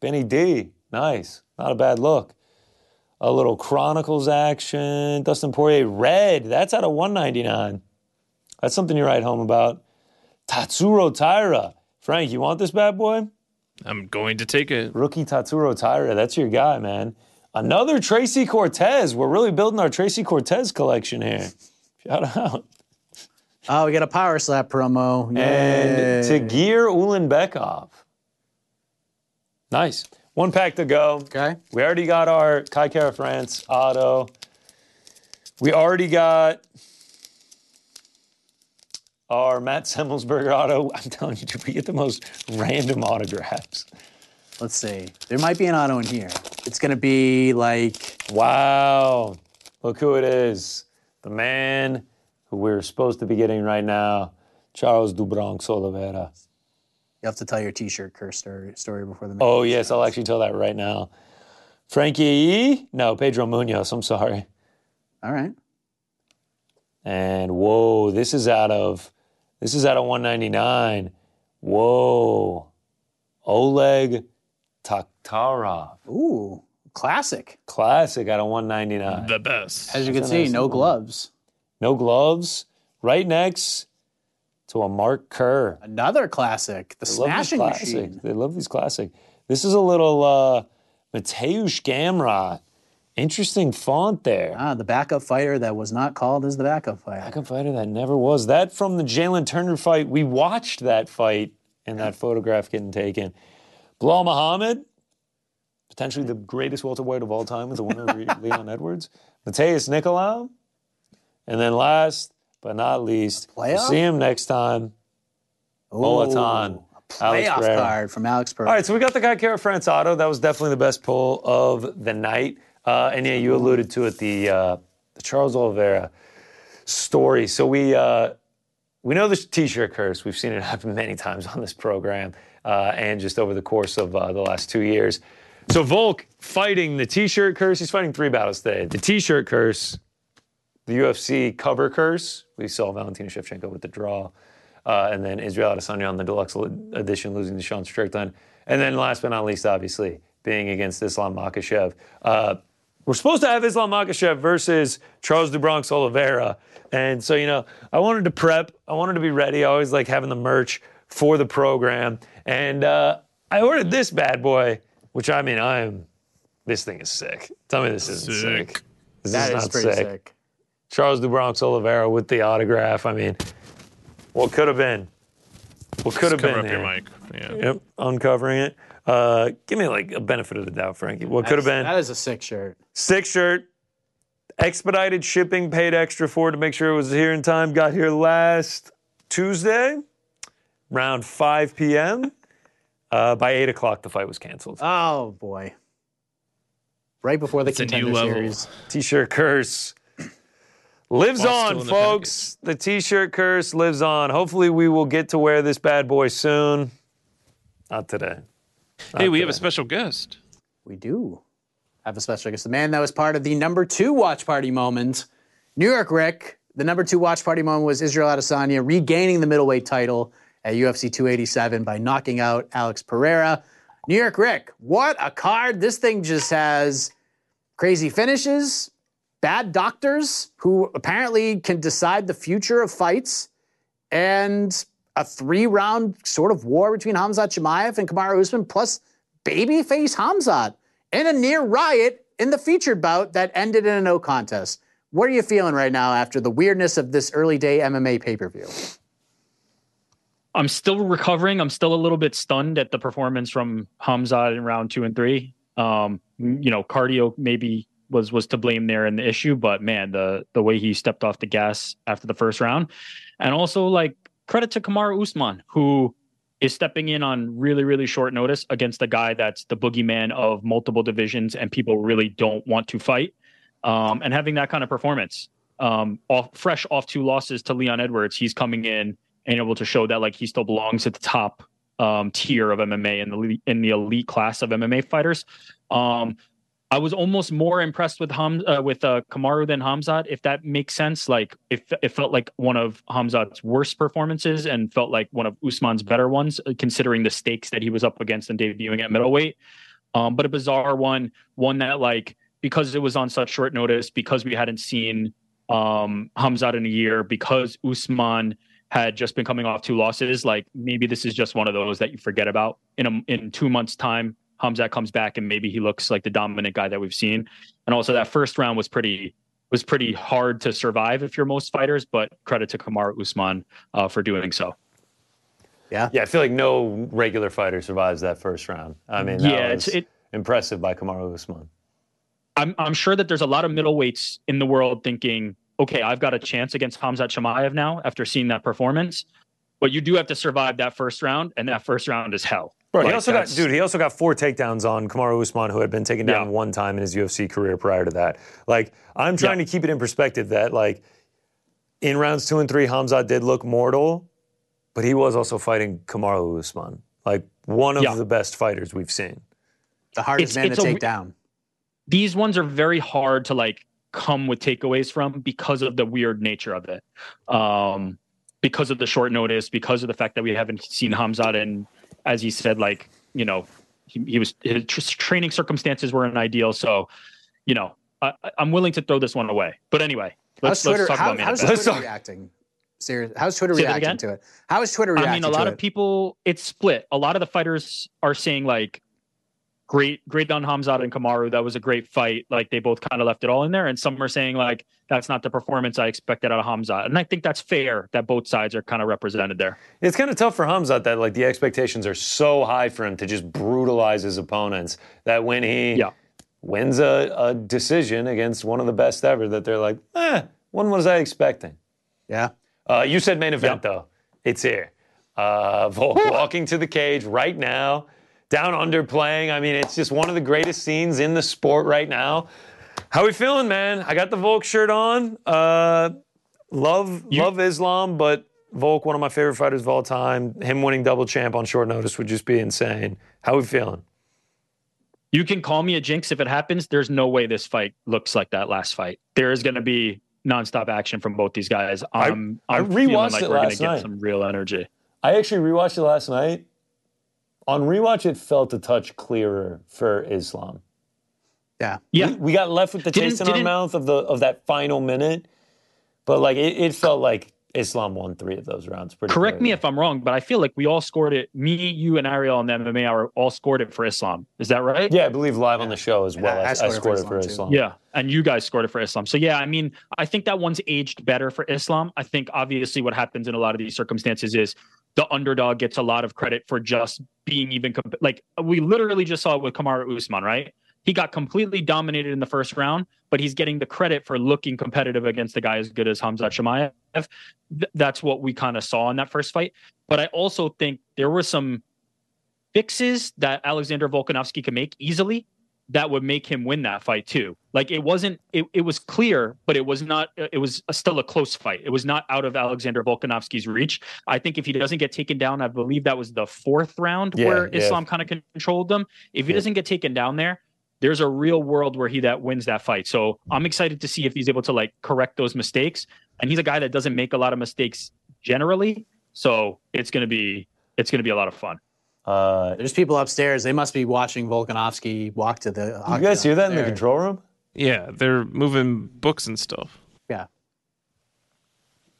[SPEAKER 3] Benny D, nice, not a bad look. A little Chronicles action, Dustin Poirier, red, that's out of 199. That's something you write home about. Tatsuro Taira, Frank, you want this bad boy?
[SPEAKER 4] I'm going to take it.
[SPEAKER 3] Rookie Tatsuro Taira, that's your guy, man. Another Tracy Cortez. We're really building our Tracy Cortez collection here. Shout out.
[SPEAKER 2] Oh, we got a power slap promo.
[SPEAKER 3] And
[SPEAKER 2] Yay.
[SPEAKER 3] Tagir Ulanbekov. Nice. One pack to go.
[SPEAKER 2] Okay.
[SPEAKER 3] We already got our Kai Kara France auto. We already got our Matt Semmelsberger auto. [laughs] I'm telling you, dude, we get the most random autographs.
[SPEAKER 2] Let's see. There might be an auto in here. It's going to be like,
[SPEAKER 3] Wow. Look who it is. The man who we're supposed to be getting right now, Charles Dubronx Oliveira.
[SPEAKER 2] you have to tell your t shirt curse story, story before the match.
[SPEAKER 3] Oh, yes, I'll actually tell that right now. Frankie, no, Pedro Munoz, I'm sorry.
[SPEAKER 2] All right.
[SPEAKER 3] And whoa, this is out of this is out of 199. Whoa. Oleg Taktarov.
[SPEAKER 2] Ooh, classic.
[SPEAKER 3] Classic out of 199.
[SPEAKER 4] The best.
[SPEAKER 2] As you can see, no gloves.
[SPEAKER 3] No gloves. Right next to a Mark Kerr.
[SPEAKER 2] Another classic. The
[SPEAKER 3] They love these
[SPEAKER 2] smashing
[SPEAKER 3] classics.
[SPEAKER 2] machine.
[SPEAKER 3] They love these classic. This is a little uh, Mateusz Gamrot. Interesting font there.
[SPEAKER 2] Ah, the backup fighter that was not called as the backup fighter.
[SPEAKER 3] Backup fighter that never was. That from the Jalen Turner fight. We watched that fight and that photograph getting taken. Bilal Muhammad, potentially the greatest welterweight of all time with a
[SPEAKER 2] [laughs]
[SPEAKER 3] win over Leon Edwards. Mateus Nicolau. And then last but not least, we'll
[SPEAKER 2] playoff?
[SPEAKER 3] see him next time. Molatan. Alex
[SPEAKER 2] Playoff
[SPEAKER 3] Pereira.
[SPEAKER 2] card from Alex Pereira.
[SPEAKER 3] All right, so we got the guy Cara France Auto. That was definitely the best pull of the night. Uh, and yeah, you alluded to it the uh, the Charles Oliveira story. So we uh, we know this T-shirt curse. We've seen it [laughs] happen many times on this program uh, and just over the course of uh, the last two years. So Volk fighting the T-shirt curse. He's fighting three battles today. The T-shirt curse, the UFC cover curse. We saw Valentina Shevchenko with the draw uh, and then Israel Adesanya on the deluxe l- edition, losing to Sean Strickland. And then last but not least, obviously, being against Islam Makashev. Uh, we're supposed to have Islam Makashev versus Charles DuBronx Oliveira. And so, you know, I wanted to prep, I wanted to be ready. I always like having the merch for the program. And uh, I ordered this bad boy, which I mean, I'm, this thing is sick. Tell me this isn't sick.
[SPEAKER 4] Sick.
[SPEAKER 3] This
[SPEAKER 2] that
[SPEAKER 3] is
[SPEAKER 2] is
[SPEAKER 3] not
[SPEAKER 2] pretty sick.
[SPEAKER 3] sick. Charles DuBronx Oliveira with the autograph. I mean, what could have been? What could have been?
[SPEAKER 4] Cover up your
[SPEAKER 3] there.
[SPEAKER 4] mic. Yeah.
[SPEAKER 3] Yep, uncovering it. Uh, give me like a benefit of the doubt, Frankie. What could have been?
[SPEAKER 2] That is a sick shirt.
[SPEAKER 3] Sick shirt, expedited shipping, paid extra for it to make sure it was here in time. Got here last Tuesday, around 5 p.m. Uh, Uh, by eight o'clock, the fight was canceled.
[SPEAKER 2] Oh boy. Right before the
[SPEAKER 4] It's a new
[SPEAKER 2] contender
[SPEAKER 4] level.
[SPEAKER 2] series.
[SPEAKER 3] T-shirt curse lives
[SPEAKER 4] While still
[SPEAKER 3] on,
[SPEAKER 4] in the
[SPEAKER 3] folks. The T-shirt curse lives on. Hopefully, we will get to wear this bad boy soon. Not today.
[SPEAKER 4] Hey, we have a
[SPEAKER 3] today.
[SPEAKER 4] special guest.
[SPEAKER 2] We do have a special guest, the man that was part of the number two watch party moment. New York Rick, the number two watch party moment was Israel Adesanya regaining the middleweight title at UFC 287 by knocking out Alex Pereira. New York Rick, what a card. This thing just has crazy finishes, bad doctors who apparently can decide the future of fights, and a three round sort of war between Hamzat Chimaev and Kamara Usman, plus babyface Hamzat in a near riot in the featured bout that ended in a no contest. What are you feeling right now after the weirdness of this early day MMA pay per view?
[SPEAKER 11] I'm still recovering. I'm still a little bit stunned at the performance from Hamzat in round two and three. Um, you know, cardio maybe was was to blame there in the issue, but man, the the way he stepped off the gas after the first round, and also like credit to Kamara Usman who is stepping in on really really short notice against a guy that's the boogeyman of multiple divisions and people really don't want to fight, um, and having that kind of performance, um, off, fresh off two losses to Leon Edwards, he's coming in and able to show that like he still belongs at the top um, tier of MMA in the le- in the elite class of MMA fighters. Um, I was almost more impressed with Ham uh, with uh, Kamaru than Hamzat, if that makes sense. Like, if it felt like one of Hamzat's worst performances, and felt like one of Usman's better ones, uh, considering the stakes that he was up against and debuting at middleweight. Um, but a bizarre one, one that like because it was on such short notice, because we hadn't seen um, Hamzat in a year, because Usman had just been coming off two losses, like maybe this is just one of those that you forget about in a, in two months' time. Hamzat comes back and maybe he looks like the dominant guy that we've seen. And also that first round was pretty was pretty hard to survive if you're most fighters, but credit to Kamar Usman uh, for doing so.
[SPEAKER 3] Yeah, I feel like no regular fighter survives that first round. I mean, that
[SPEAKER 11] Yeah,
[SPEAKER 3] was
[SPEAKER 11] it's- it-
[SPEAKER 3] impressive by Kamaru Usman.
[SPEAKER 11] I'm I'm sure that there's a lot of middleweights in the world thinking, okay, I've got a chance against Hamzat Shamayev now after seeing that performance. But you do have to survive that first round, and that first round is hell.
[SPEAKER 3] Bro, he
[SPEAKER 11] Like,
[SPEAKER 3] also got
[SPEAKER 11] that's-
[SPEAKER 3] dude. He also got four takedowns on Kamaru Usman, who had been taken down
[SPEAKER 11] Yeah.
[SPEAKER 3] one time in his UFC career prior to that. Like, I'm trying to keep it in perspective that like in rounds two and three, Hamzat did look mortal, but he was also fighting Kamaru Usman, like one of
[SPEAKER 11] Yeah.
[SPEAKER 3] the best fighters we've seen.
[SPEAKER 2] The hardest
[SPEAKER 11] It's-
[SPEAKER 2] man
[SPEAKER 11] it's
[SPEAKER 2] to
[SPEAKER 11] a w-
[SPEAKER 2] take down.
[SPEAKER 11] these ones are very hard to like come with takeaways from because of the weird nature of it um because of the short notice because of the fact that we haven't seen hamzat and as he said like you know he, he was his tr- training circumstances weren't ideal so you know I, I- i'm willing to throw this one away but anyway let's,
[SPEAKER 2] How's Twitter,
[SPEAKER 11] let's talk
[SPEAKER 2] how-
[SPEAKER 11] about Man
[SPEAKER 2] how's
[SPEAKER 11] of Valor. [laughs]
[SPEAKER 2] Twitter reacting? Serious. How's Twitter
[SPEAKER 11] Say that
[SPEAKER 2] reacting
[SPEAKER 11] again?
[SPEAKER 2] to it? How is Twitter reacting
[SPEAKER 11] I mean, a
[SPEAKER 2] to
[SPEAKER 11] lot
[SPEAKER 2] it?
[SPEAKER 11] of people. It's split. A lot of the fighters are saying like, "Great, great on Hamzat and Kamaru. That was a great fight. Like they both kind of left it all in there." And some are saying like, "That's not the performance I expected out of Hamzat." And I think that's fair that both sides are kind of represented there.
[SPEAKER 3] It's kind of tough for Hamzat that like the expectations are so high for him to just brutalize his opponents that when he
[SPEAKER 11] Yeah.
[SPEAKER 3] wins a, a decision against one of the best ever, that they're like, eh, when was I expecting?
[SPEAKER 2] yeah.
[SPEAKER 3] Uh, you said main event though. It's here. Uh, Volk walking to the cage right now, down under playing. I mean, it's just one of the greatest scenes in the sport right now. How we feeling, man? I got the Volk shirt on. Uh, love love Islam, but Volk, one of my favorite fighters of all time. Him winning double champ on short notice would just be insane. How we feeling?
[SPEAKER 11] You can call me a jinx if it happens. There's no way this fight looks like that last fight. There is going to be nonstop action from both these guys.
[SPEAKER 3] I-
[SPEAKER 11] I'm,
[SPEAKER 3] I
[SPEAKER 11] I'm feeling
[SPEAKER 3] rewatched
[SPEAKER 11] like
[SPEAKER 3] it
[SPEAKER 11] we're gonna
[SPEAKER 3] last
[SPEAKER 11] get
[SPEAKER 3] night.
[SPEAKER 11] some real energy.
[SPEAKER 3] I actually rewatched it last night. On rewatch, it felt a touch clearer for Islam.
[SPEAKER 2] Yeah.
[SPEAKER 11] Yeah,
[SPEAKER 3] We, we got left with the
[SPEAKER 11] Didn't-
[SPEAKER 3] taste in our
[SPEAKER 11] didn't-
[SPEAKER 3] mouth of the of that final minute, but like it, it felt like Islam won three of those rounds. Pretty
[SPEAKER 11] correct me
[SPEAKER 3] clearly.
[SPEAKER 11] if I'm wrong, but I feel like we all scored it. Me, you, and Ariel on the MMA Hour all scored it for Islam. Is that right?
[SPEAKER 3] yeah, I believe live on the show as
[SPEAKER 2] Yeah,
[SPEAKER 3] well.
[SPEAKER 2] I
[SPEAKER 3] I, I
[SPEAKER 2] scored
[SPEAKER 3] scored,
[SPEAKER 2] it for
[SPEAKER 3] it for
[SPEAKER 2] Islam, too.
[SPEAKER 3] Islam.
[SPEAKER 11] Yeah, and you guys scored it for Islam. So yeah, I mean, I think that one's aged better for Islam. I think obviously what happens in a lot of these circumstances is the underdog gets a lot of credit for just being even comp- like we literally just saw it with Kamara Usman, right? He got completely dominated in the first round, but he's getting the credit for looking competitive against a guy as good as Hamza Shamayev. Th- that's what we kind of saw in that first fight. But I also think there were some fixes that Alexander Volkanovski can make easily that would make him win that fight too. Like it wasn't it, it was clear, but it was not uh, it was still a close fight. It was not out of Alexander Volkanovski's reach. I think if he doesn't get taken down, I believe that was the fourth round
[SPEAKER 12] Yeah,
[SPEAKER 11] where
[SPEAKER 12] yeah.
[SPEAKER 11] Islam kind of controlled them. If he
[SPEAKER 12] Yeah.
[SPEAKER 11] doesn't get taken down there, there's a real world where he that wins that fight. So I'm excited to see if he's able to like correct those mistakes. And he's a guy that doesn't make a lot of mistakes generally. So it's gonna be it's gonna be a lot of fun.
[SPEAKER 3] Uh,
[SPEAKER 2] There's people upstairs. They must be watching Volkanovski walk to the.
[SPEAKER 3] you guys hear that in the
[SPEAKER 2] octagon.
[SPEAKER 3] control room?
[SPEAKER 13] Yeah, they're moving books and stuff.
[SPEAKER 2] Yeah.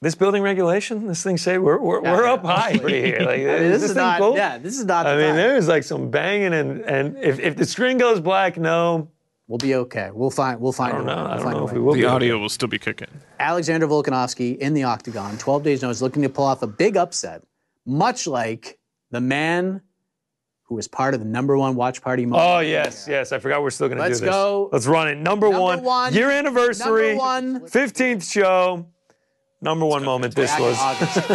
[SPEAKER 3] This building regulation, this thing say we're we're, we're up high pretty
[SPEAKER 2] [laughs]
[SPEAKER 3] here. Like,
[SPEAKER 2] I mean, this is
[SPEAKER 3] thing
[SPEAKER 2] not-
[SPEAKER 3] cool?
[SPEAKER 2] yeah, this is not
[SPEAKER 3] I
[SPEAKER 2] the
[SPEAKER 3] mean,
[SPEAKER 2] time.
[SPEAKER 3] there's like some banging and and if, if the screen goes black, no.
[SPEAKER 2] We'll be okay. We'll find we'll find.
[SPEAKER 3] I don't
[SPEAKER 2] a way.
[SPEAKER 3] know.
[SPEAKER 2] We'll
[SPEAKER 3] I don't
[SPEAKER 2] find a
[SPEAKER 3] know if
[SPEAKER 2] way.
[SPEAKER 3] we will.
[SPEAKER 13] the
[SPEAKER 3] be.
[SPEAKER 13] audio will still be kicking.
[SPEAKER 2] Alexander Volkanovski in the octagon, 12 days notice, looking to pull off a big upset, much like the man who was part of the number one watch party. Moment.
[SPEAKER 3] Oh yes, yes. I forgot we're still gonna
[SPEAKER 2] Let's
[SPEAKER 3] do this.
[SPEAKER 2] go.
[SPEAKER 3] Let's run it. Number,
[SPEAKER 2] Number
[SPEAKER 3] one,
[SPEAKER 2] one.
[SPEAKER 3] year anniversary,
[SPEAKER 2] Number one.
[SPEAKER 3] fifteenth show. Number one moment. This
[SPEAKER 2] Back in
[SPEAKER 3] was
[SPEAKER 2] August.
[SPEAKER 3] [laughs]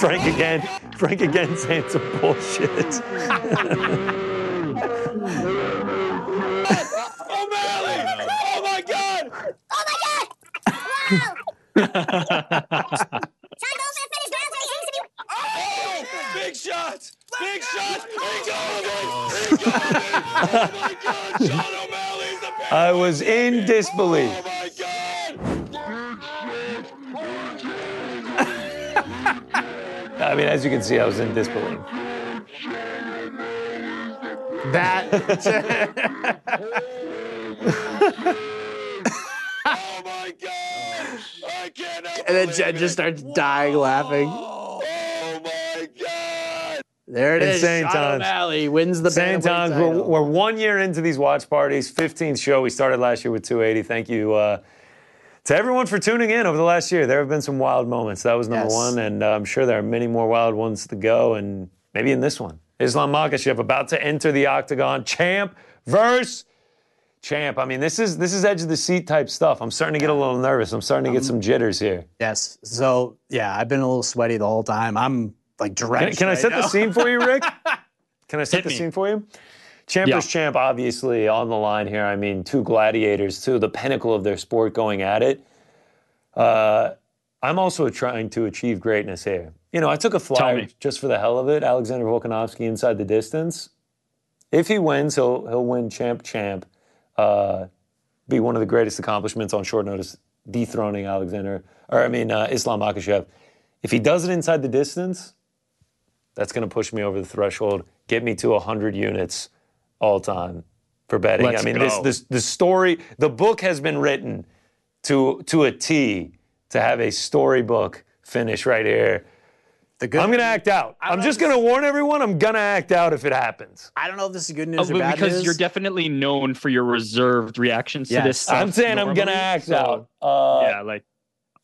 [SPEAKER 3] Frank again. Frank again saying some bullshit. [laughs] Oh,
[SPEAKER 4] O'Malley! Oh my God! Oh, big shots! Big shots! Big O'Malley! Big O'Malley! Oh my God! Sean O'Malley's the best!
[SPEAKER 3] I was in disbelief.
[SPEAKER 4] Oh my God!
[SPEAKER 3] I mean, as you can see, I was in disbelief.
[SPEAKER 2] That
[SPEAKER 4] oh my God! I cannot
[SPEAKER 2] and then
[SPEAKER 4] believe
[SPEAKER 2] Jen just
[SPEAKER 4] it.
[SPEAKER 2] starts dying laughing.
[SPEAKER 4] Oh my God!
[SPEAKER 2] There it is.
[SPEAKER 3] Insane
[SPEAKER 2] Sean
[SPEAKER 3] times.
[SPEAKER 2] O'Malley wins the
[SPEAKER 3] Same
[SPEAKER 2] bantamweight
[SPEAKER 3] times. We're,
[SPEAKER 2] title.
[SPEAKER 3] we're one year into these watch parties. 15th show. We started last year with 280. Thank you uh, to everyone for tuning in over the last year. There have been some wild moments. That was number
[SPEAKER 2] Yes.
[SPEAKER 3] one, and uh, I'm sure there are many more wild ones to go. And maybe in this one, Islam Makhachev about to enter the octagon. Champ versus champ. I mean, this is this is edge of the seat type stuff. I'm starting to get a little nervous. I'm starting to get
[SPEAKER 2] Um,
[SPEAKER 3] some jitters here.
[SPEAKER 2] Yes. So yeah, I've been a little sweaty the whole time. I'm like
[SPEAKER 3] Can,
[SPEAKER 2] drenched.
[SPEAKER 3] can I
[SPEAKER 2] right
[SPEAKER 3] set
[SPEAKER 2] now.
[SPEAKER 3] the scene for you,
[SPEAKER 11] [laughs]
[SPEAKER 3] Rick? Can I set
[SPEAKER 11] Hit
[SPEAKER 3] the
[SPEAKER 11] me.
[SPEAKER 3] scene for you? Champ
[SPEAKER 11] Yeah.
[SPEAKER 3] versus champ, obviously on the line here. I mean, two gladiators, two the pinnacle of their sport, going at it. Uh, I'm also trying to achieve greatness here. You know, I took a flyer
[SPEAKER 11] me.
[SPEAKER 3] just for the hell of it. Alexander Volkanovski inside the distance. If he wins, he'll he'll win champ champ. Uh, be one of the greatest accomplishments on short notice, dethroning Alexander or I mean uh, Islam Makhachev. If he does it inside the distance, that's going to push me over the threshold, get me to 100 units all time for betting.
[SPEAKER 11] Let's
[SPEAKER 3] I mean,
[SPEAKER 11] go.
[SPEAKER 3] this, this the story, the book has been written to to a T to have a storybook finish right here.
[SPEAKER 2] The good.
[SPEAKER 3] I'm going to act out. I'm just going to warn everyone. I'm going to act out if it happens.
[SPEAKER 2] I don't know if this is good news
[SPEAKER 11] Oh,
[SPEAKER 2] or
[SPEAKER 11] but
[SPEAKER 2] bad
[SPEAKER 11] because
[SPEAKER 2] news.
[SPEAKER 11] you're definitely known for your reserved reactions
[SPEAKER 2] Yes.
[SPEAKER 11] to this.
[SPEAKER 3] I'm
[SPEAKER 11] stuff
[SPEAKER 3] saying I'm going to
[SPEAKER 11] normally,
[SPEAKER 3] act
[SPEAKER 11] so,
[SPEAKER 3] out. Uh,
[SPEAKER 11] yeah, like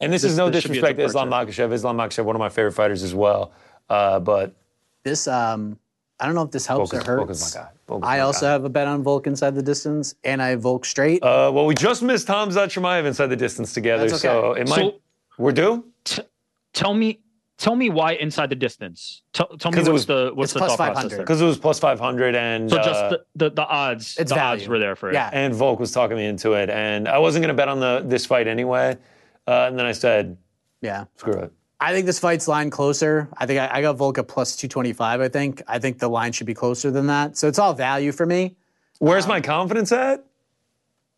[SPEAKER 3] And this,
[SPEAKER 11] This-
[SPEAKER 3] is no
[SPEAKER 11] this should be a
[SPEAKER 3] disrespect to Islam Makhachev. Islam Makhachev, one of my favorite fighters as well. Uh, but
[SPEAKER 2] this um I don't know if this helps
[SPEAKER 3] Volkan's-
[SPEAKER 2] or
[SPEAKER 3] Volkan's
[SPEAKER 2] hurts.
[SPEAKER 3] my guy. Volkan's
[SPEAKER 2] I
[SPEAKER 3] my
[SPEAKER 2] also
[SPEAKER 3] guy.
[SPEAKER 2] have a bet on Volk inside the distance, and I Volk straight.
[SPEAKER 3] Uh, well, we just missed Hamzat Shemaev inside the distance together,
[SPEAKER 2] That's
[SPEAKER 3] so
[SPEAKER 2] okay.
[SPEAKER 3] it might.
[SPEAKER 11] So-
[SPEAKER 3] we're due.
[SPEAKER 11] tell me, tell me why inside the distance. Tell, tell me what's
[SPEAKER 3] 'Cause it was-
[SPEAKER 11] the what's
[SPEAKER 2] it's
[SPEAKER 11] the
[SPEAKER 2] plus
[SPEAKER 11] thought process
[SPEAKER 2] 500.
[SPEAKER 11] there.
[SPEAKER 3] Because it was plus 500 and
[SPEAKER 11] So just
[SPEAKER 3] uh,
[SPEAKER 11] the, the, the odds.
[SPEAKER 2] It's
[SPEAKER 11] the
[SPEAKER 2] value.
[SPEAKER 11] odds were there for it.
[SPEAKER 2] Yeah.
[SPEAKER 3] and Volk was talking me into it, and I wasn't going to bet on the this fight anyway. Uh, and then I said,
[SPEAKER 2] yeah,
[SPEAKER 3] screw it.
[SPEAKER 2] I think this fight's line closer. I think I, I got Volk at plus two twenty five. I think I think the line should be closer than that. So it's all value for me.
[SPEAKER 3] Where's my confidence at?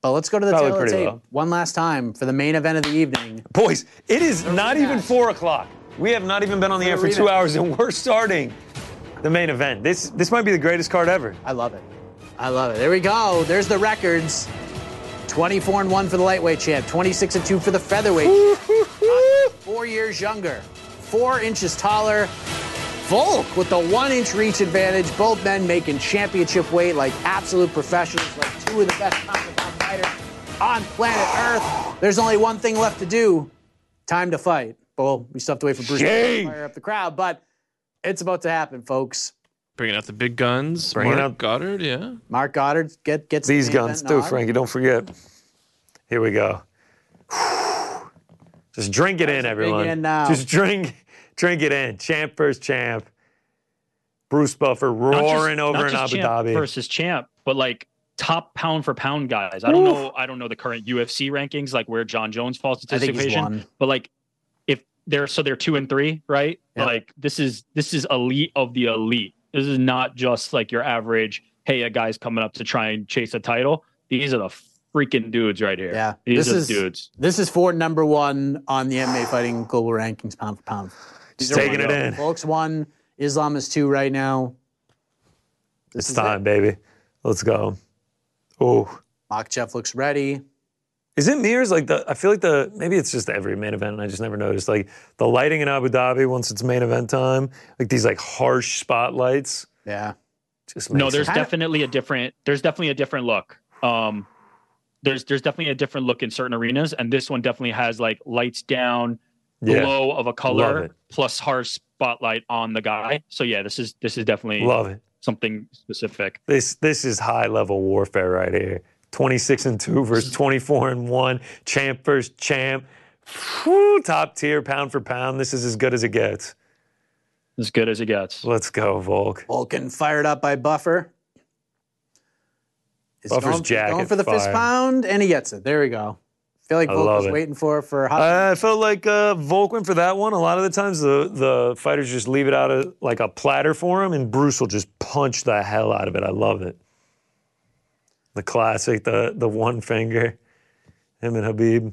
[SPEAKER 2] But let's go to the
[SPEAKER 3] Probably
[SPEAKER 2] tail of the
[SPEAKER 3] pretty
[SPEAKER 2] tape
[SPEAKER 3] low.
[SPEAKER 2] one last time for the main event of the evening.
[SPEAKER 3] Boys, it is not even
[SPEAKER 2] match.
[SPEAKER 3] four o'clock. We have not even been on the air for
[SPEAKER 2] Rematch.
[SPEAKER 3] two hours, and we're starting the main event. This this might be the greatest card ever.
[SPEAKER 2] I love it. I love it. There we go. There's the records. 24 and 1 for the lightweight champ, 26 and 2 for the featherweight champ. Four years younger, four inches taller. Volk with the one inch reach advantage. Both men making championship weight like absolute professionals, like two of the best octagon fighters on planet Earth. There's only one thing left to do time to fight. Well, we still have to wait for Bruce to
[SPEAKER 3] Shame.
[SPEAKER 2] fire up the crowd, but it's about to happen, folks.
[SPEAKER 13] Bringing out the big guns.
[SPEAKER 3] Bringing
[SPEAKER 13] Mark
[SPEAKER 3] out-
[SPEAKER 13] Goddard, yeah.
[SPEAKER 2] Mark Goddard get, gets the
[SPEAKER 3] These
[SPEAKER 2] main
[SPEAKER 3] guns
[SPEAKER 2] event
[SPEAKER 3] too,
[SPEAKER 2] nod.
[SPEAKER 3] Frankie. Don't forget. Here we go. [sighs] Just drink it
[SPEAKER 2] it
[SPEAKER 3] in, everyone.
[SPEAKER 2] in now.
[SPEAKER 3] Just drink, drink it in. Champ versus champ. Bruce Buffer
[SPEAKER 11] Not just-
[SPEAKER 3] roaring over
[SPEAKER 11] not
[SPEAKER 3] in
[SPEAKER 11] just
[SPEAKER 3] Abu
[SPEAKER 11] champ
[SPEAKER 3] Dhabi.
[SPEAKER 11] versus champ, but like top pound for pound guys. I don't
[SPEAKER 3] Oof.
[SPEAKER 11] know. I don't know the current UFC rankings, like where John Jones falls to
[SPEAKER 2] I think he's
[SPEAKER 11] participation.
[SPEAKER 2] one.
[SPEAKER 11] But like, if they're so they're two and three, right?
[SPEAKER 2] Yeah.
[SPEAKER 11] Like this is this is elite of the elite. This is not just like your average. Hey, a guy's coming up to try and chase a title. These are the freaking dudes right here.
[SPEAKER 2] Yeah,
[SPEAKER 11] these
[SPEAKER 2] this
[SPEAKER 11] are
[SPEAKER 2] is-
[SPEAKER 11] the dudes.
[SPEAKER 2] This is for number one on the MMA fighting global rankings, pound for pound. These
[SPEAKER 3] Just
[SPEAKER 2] are
[SPEAKER 3] taking
[SPEAKER 2] one of
[SPEAKER 3] it
[SPEAKER 2] them.
[SPEAKER 3] in.
[SPEAKER 2] Volk's one, Islam is two right now. This
[SPEAKER 3] it's
[SPEAKER 2] is
[SPEAKER 3] time, baby. Let's go. Oh,
[SPEAKER 2] Mock Jeff looks ready.
[SPEAKER 3] is it mirrors? Like the I feel like the maybe it's just every main event, and I just never noticed. Like the lighting in Abu Dhabi once it's main event time, like these like harsh spotlights.
[SPEAKER 2] Yeah.
[SPEAKER 3] Just
[SPEAKER 11] no
[SPEAKER 3] makes
[SPEAKER 11] there's
[SPEAKER 3] it-
[SPEAKER 11] definitely a different there's definitely a different look um there's there's definitely a different look in certain arenas and this one definitely has like lights down
[SPEAKER 3] Yeah.
[SPEAKER 11] glow of a
[SPEAKER 3] Love
[SPEAKER 11] color
[SPEAKER 3] it.
[SPEAKER 11] plus hard spotlight on the guy so yeah this is this is definitely
[SPEAKER 3] love it.
[SPEAKER 11] something specific
[SPEAKER 3] This this is high level warfare right here. 26 and 2 versus 24 and 1. Champ versus champ. Whew, top tier, pound for pound. This is as good as it gets.
[SPEAKER 11] as good as it gets
[SPEAKER 3] Let's go, Volk.
[SPEAKER 2] Vulcan fired up by Buffer. He's
[SPEAKER 3] Buffer's
[SPEAKER 2] going, he's
[SPEAKER 3] jacket
[SPEAKER 2] going for the fist
[SPEAKER 3] fire.
[SPEAKER 2] pound, and he gets it. There we go. I feel like
[SPEAKER 3] I
[SPEAKER 2] Volk
[SPEAKER 3] love
[SPEAKER 2] was
[SPEAKER 3] it.
[SPEAKER 2] waiting for for a hot.
[SPEAKER 3] Uh, I felt like uh, Volk went for that one. A lot of the times, the, the fighters just leave it out of like a platter for him, and Bruce will just punch the hell out of it. I love it. The classic, the the one finger, him and Habib.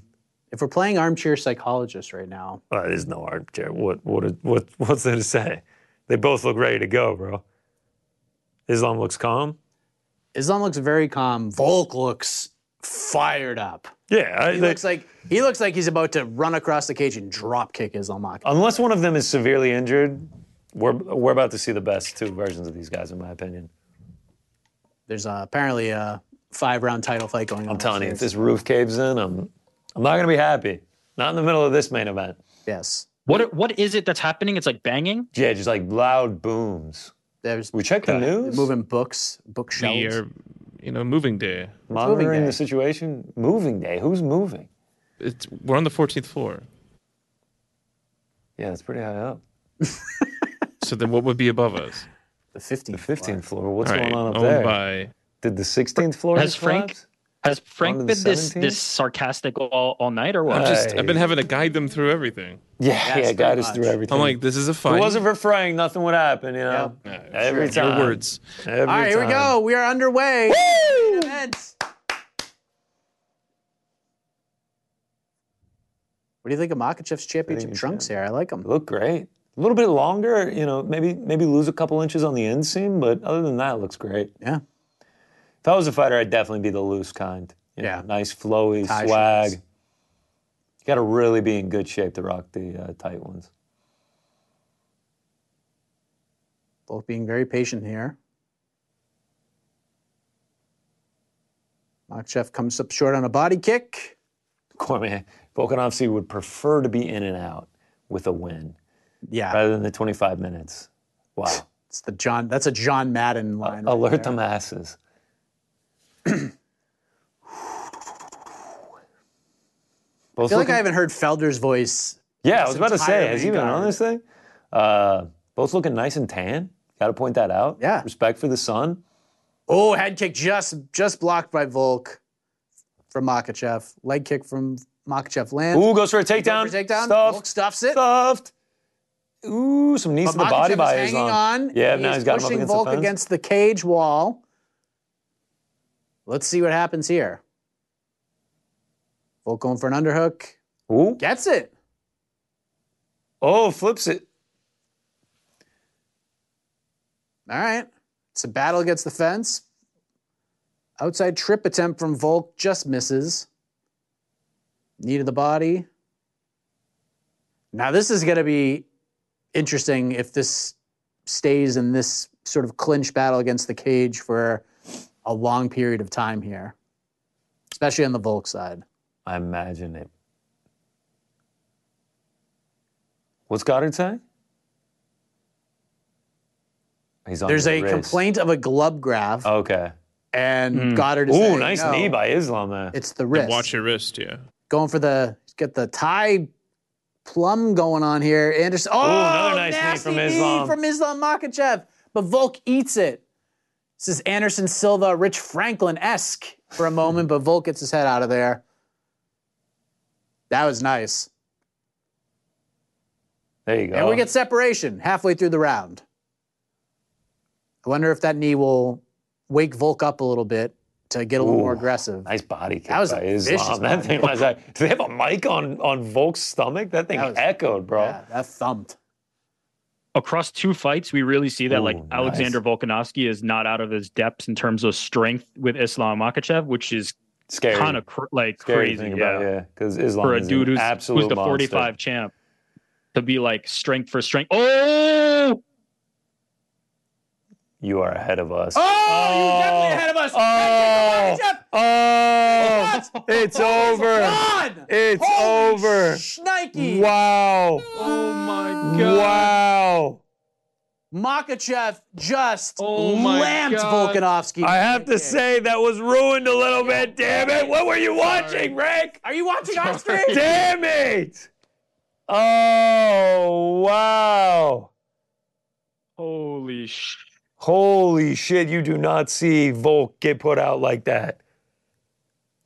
[SPEAKER 2] if we're playing armchair psychologist right now,
[SPEAKER 3] Uh, there's no armchair. What what what what's there to say? They both look ready to go, bro. Islam looks calm.
[SPEAKER 2] Islam looks very calm. Volk looks fired up.
[SPEAKER 3] Yeah, I,
[SPEAKER 2] He
[SPEAKER 3] they-
[SPEAKER 2] looks like he looks like he's about to run across the cage and drop kick Islam Makhachev.
[SPEAKER 3] unless one of them is severely injured, we're we're about to see the best two versions of these guys, in my opinion.
[SPEAKER 2] There's uh, apparently a five round title fight going on.
[SPEAKER 3] I'm telling you, if this roof caves in, I'm I'm not gonna be happy. Not in the middle of this main event.
[SPEAKER 2] Yes.
[SPEAKER 11] what what is it that's happening it's like banging
[SPEAKER 3] Yeah, just like loud booms.
[SPEAKER 2] There's
[SPEAKER 3] We check the
[SPEAKER 2] they're
[SPEAKER 3] news,
[SPEAKER 2] moving books, bookshelves.
[SPEAKER 4] We are, uh, you know, moving day.
[SPEAKER 3] monitoring
[SPEAKER 2] moving
[SPEAKER 3] the
[SPEAKER 2] day.
[SPEAKER 3] situation. Moving day. Who's moving?
[SPEAKER 4] It's we're on the 14th floor.
[SPEAKER 3] Yeah, it's pretty high up.
[SPEAKER 4] So then, what would be above us?
[SPEAKER 2] The 15th.
[SPEAKER 3] The 15th floor. What's
[SPEAKER 4] All
[SPEAKER 3] going
[SPEAKER 4] right,
[SPEAKER 3] on up
[SPEAKER 4] owned
[SPEAKER 3] there?
[SPEAKER 4] by
[SPEAKER 3] Did the 16th floor
[SPEAKER 11] Has
[SPEAKER 3] just
[SPEAKER 11] Frank-
[SPEAKER 3] collapse?
[SPEAKER 11] has frank
[SPEAKER 3] On to
[SPEAKER 11] been
[SPEAKER 3] the
[SPEAKER 11] this
[SPEAKER 3] 17th?
[SPEAKER 11] this sarcastic all, all night or what
[SPEAKER 3] Uh,
[SPEAKER 4] just.
[SPEAKER 3] Hey.
[SPEAKER 4] I've been having to guide them through everything.
[SPEAKER 3] Yeah,
[SPEAKER 2] Yes,
[SPEAKER 3] yeah, guide
[SPEAKER 2] pretty
[SPEAKER 3] us through
[SPEAKER 2] much.
[SPEAKER 3] everything.
[SPEAKER 4] I'm like, this is a
[SPEAKER 3] if
[SPEAKER 4] fight.
[SPEAKER 3] it wasn't for Frank, nothing would happen, you know? Every
[SPEAKER 4] your
[SPEAKER 3] time.
[SPEAKER 4] words.
[SPEAKER 3] Every
[SPEAKER 2] All right, here we
[SPEAKER 3] time.
[SPEAKER 2] go. We are underway. Main event. What do you think of Makachev's championship
[SPEAKER 3] he's
[SPEAKER 2] trunks here? I like them.
[SPEAKER 3] Look great. A little bit longer, you know, maybe maybe lose a couple inches on the inseam, but other than that, it looks great.
[SPEAKER 2] Yeah.
[SPEAKER 3] If I was a fighter, I'd definitely be the loose kind. You
[SPEAKER 2] Yeah.
[SPEAKER 3] know, nice, flowy,
[SPEAKER 2] Tie
[SPEAKER 3] swag.
[SPEAKER 2] shirts.
[SPEAKER 3] You got to really be in good shape to rock the uh, tight ones. [laughs]
[SPEAKER 2] Both being very patient here. Makachev comes up short on a body kick.
[SPEAKER 3] Cormier, Volkanovski would prefer to be in and out with a win
[SPEAKER 2] Yeah,
[SPEAKER 3] rather than the 25 minutes. Wow.
[SPEAKER 2] it's the John. That's a John Madden
[SPEAKER 3] Uh,
[SPEAKER 2] line. right
[SPEAKER 3] Alert
[SPEAKER 2] there.
[SPEAKER 3] the
[SPEAKER 2] [clears throat]
[SPEAKER 3] masses.
[SPEAKER 2] I feel like I haven't heard Felder's voice.
[SPEAKER 3] yeah, I was about to
[SPEAKER 2] entire
[SPEAKER 3] say, has he
[SPEAKER 2] main
[SPEAKER 3] been on
[SPEAKER 2] card.
[SPEAKER 3] this thing? Uh, both looking nice and tan. Got to point that out.
[SPEAKER 2] Yeah.
[SPEAKER 3] Respect for the sun.
[SPEAKER 2] Oh, head kick just just blocked by Volk from Makachev. Leg kick from Makachev lands.
[SPEAKER 3] Ooh, goes for a
[SPEAKER 2] Down,
[SPEAKER 3] takedown.
[SPEAKER 2] takedown. Volk
[SPEAKER 3] Stuffed.
[SPEAKER 2] stuffs it.
[SPEAKER 3] Stuffed. Ooh, some knees to the body
[SPEAKER 2] Makachev
[SPEAKER 3] by
[SPEAKER 2] is
[SPEAKER 3] his
[SPEAKER 2] hanging on.
[SPEAKER 3] Yeah, now he's got him up
[SPEAKER 2] pushing
[SPEAKER 3] against
[SPEAKER 2] Volk
[SPEAKER 3] the fence.
[SPEAKER 2] against the cage wall. Let's see what happens here. Volk going for an underhook.
[SPEAKER 3] Ooh.
[SPEAKER 2] Gets it.
[SPEAKER 3] Oh, flips it.
[SPEAKER 2] All right. It's a battle against the fence. Outside trip attempt from Volk just misses. Knee to the body. Now, this is going to be interesting if this stays in this sort of clinch battle against the cage for a long period of time here, especially on the Volk side.
[SPEAKER 3] I imagine it. What's Goddard saying? He's on
[SPEAKER 2] There's
[SPEAKER 3] your
[SPEAKER 2] a
[SPEAKER 3] wrist.
[SPEAKER 2] complaint of a glove grab,
[SPEAKER 3] Okay.
[SPEAKER 2] and Goddard is
[SPEAKER 3] Mm. Ooh,
[SPEAKER 2] saying,
[SPEAKER 3] nice
[SPEAKER 2] "No,
[SPEAKER 3] knee by Islam there.
[SPEAKER 2] It's the
[SPEAKER 4] And
[SPEAKER 2] wrist.
[SPEAKER 4] watch your wrist, yeah.
[SPEAKER 2] going for the get the tie plum going on here. Anderson. Oh,
[SPEAKER 3] another nice knee
[SPEAKER 2] nasty
[SPEAKER 3] from Islam.
[SPEAKER 2] from Islam Makachev. but Volk eats it. This is Anderson Silva, Rich Franklin esque for a moment, but Volk gets his head out of there. That was nice.
[SPEAKER 3] There you go.
[SPEAKER 2] And we get separation halfway through the round. I wonder if that knee will wake Volk up a little bit to get a little
[SPEAKER 3] Ooh,
[SPEAKER 2] more aggressive.
[SPEAKER 3] Nice body kick
[SPEAKER 2] That was
[SPEAKER 3] by
[SPEAKER 2] a
[SPEAKER 3] Islam.
[SPEAKER 2] vicious
[SPEAKER 3] That
[SPEAKER 2] body
[SPEAKER 3] thing
[SPEAKER 2] kick.
[SPEAKER 3] was like, do they have a mic on on Volk's stomach? That thing
[SPEAKER 2] That was-
[SPEAKER 3] echoed, bro.
[SPEAKER 2] Yeah, that thumped.
[SPEAKER 11] across two fights, we really see that like
[SPEAKER 3] Ooh, nice.
[SPEAKER 11] Alexander Volkanovski is not out of his depths in terms of strength with Islam Makachev, which is
[SPEAKER 3] Scary.
[SPEAKER 11] kind of cr- like
[SPEAKER 3] Scary
[SPEAKER 11] crazy,
[SPEAKER 3] thing
[SPEAKER 11] yeah.
[SPEAKER 3] about yeah, because Islam
[SPEAKER 11] for a
[SPEAKER 3] is
[SPEAKER 11] dude
[SPEAKER 3] an
[SPEAKER 11] who's
[SPEAKER 3] absolute
[SPEAKER 11] who's the
[SPEAKER 3] monster.
[SPEAKER 11] 45 champ to be like strength for strength. Oh,
[SPEAKER 3] You are ahead of us.
[SPEAKER 2] Oh, you're definitely ahead of us. Head kick to
[SPEAKER 3] Oh,
[SPEAKER 2] Makachev.
[SPEAKER 3] [laughs] it's
[SPEAKER 2] Oh, he's
[SPEAKER 3] over.
[SPEAKER 2] gone.
[SPEAKER 3] It's
[SPEAKER 2] Holy
[SPEAKER 3] over.
[SPEAKER 2] Shnikey.
[SPEAKER 3] Wow.
[SPEAKER 4] Oh my god.
[SPEAKER 3] Wow.
[SPEAKER 2] Makachev just
[SPEAKER 4] Oh my
[SPEAKER 2] lamped
[SPEAKER 4] God.
[SPEAKER 2] Volkanovski.
[SPEAKER 3] I have to say that was ruined a little bit. Damn it. What were you
[SPEAKER 4] Sorry.
[SPEAKER 3] watching, Rick?
[SPEAKER 2] Are you watching
[SPEAKER 3] [laughs]
[SPEAKER 2] on stream?
[SPEAKER 3] Damn it. Oh, wow.
[SPEAKER 11] holy sh!
[SPEAKER 3] Holy shit, you do not see Volk get put out like that.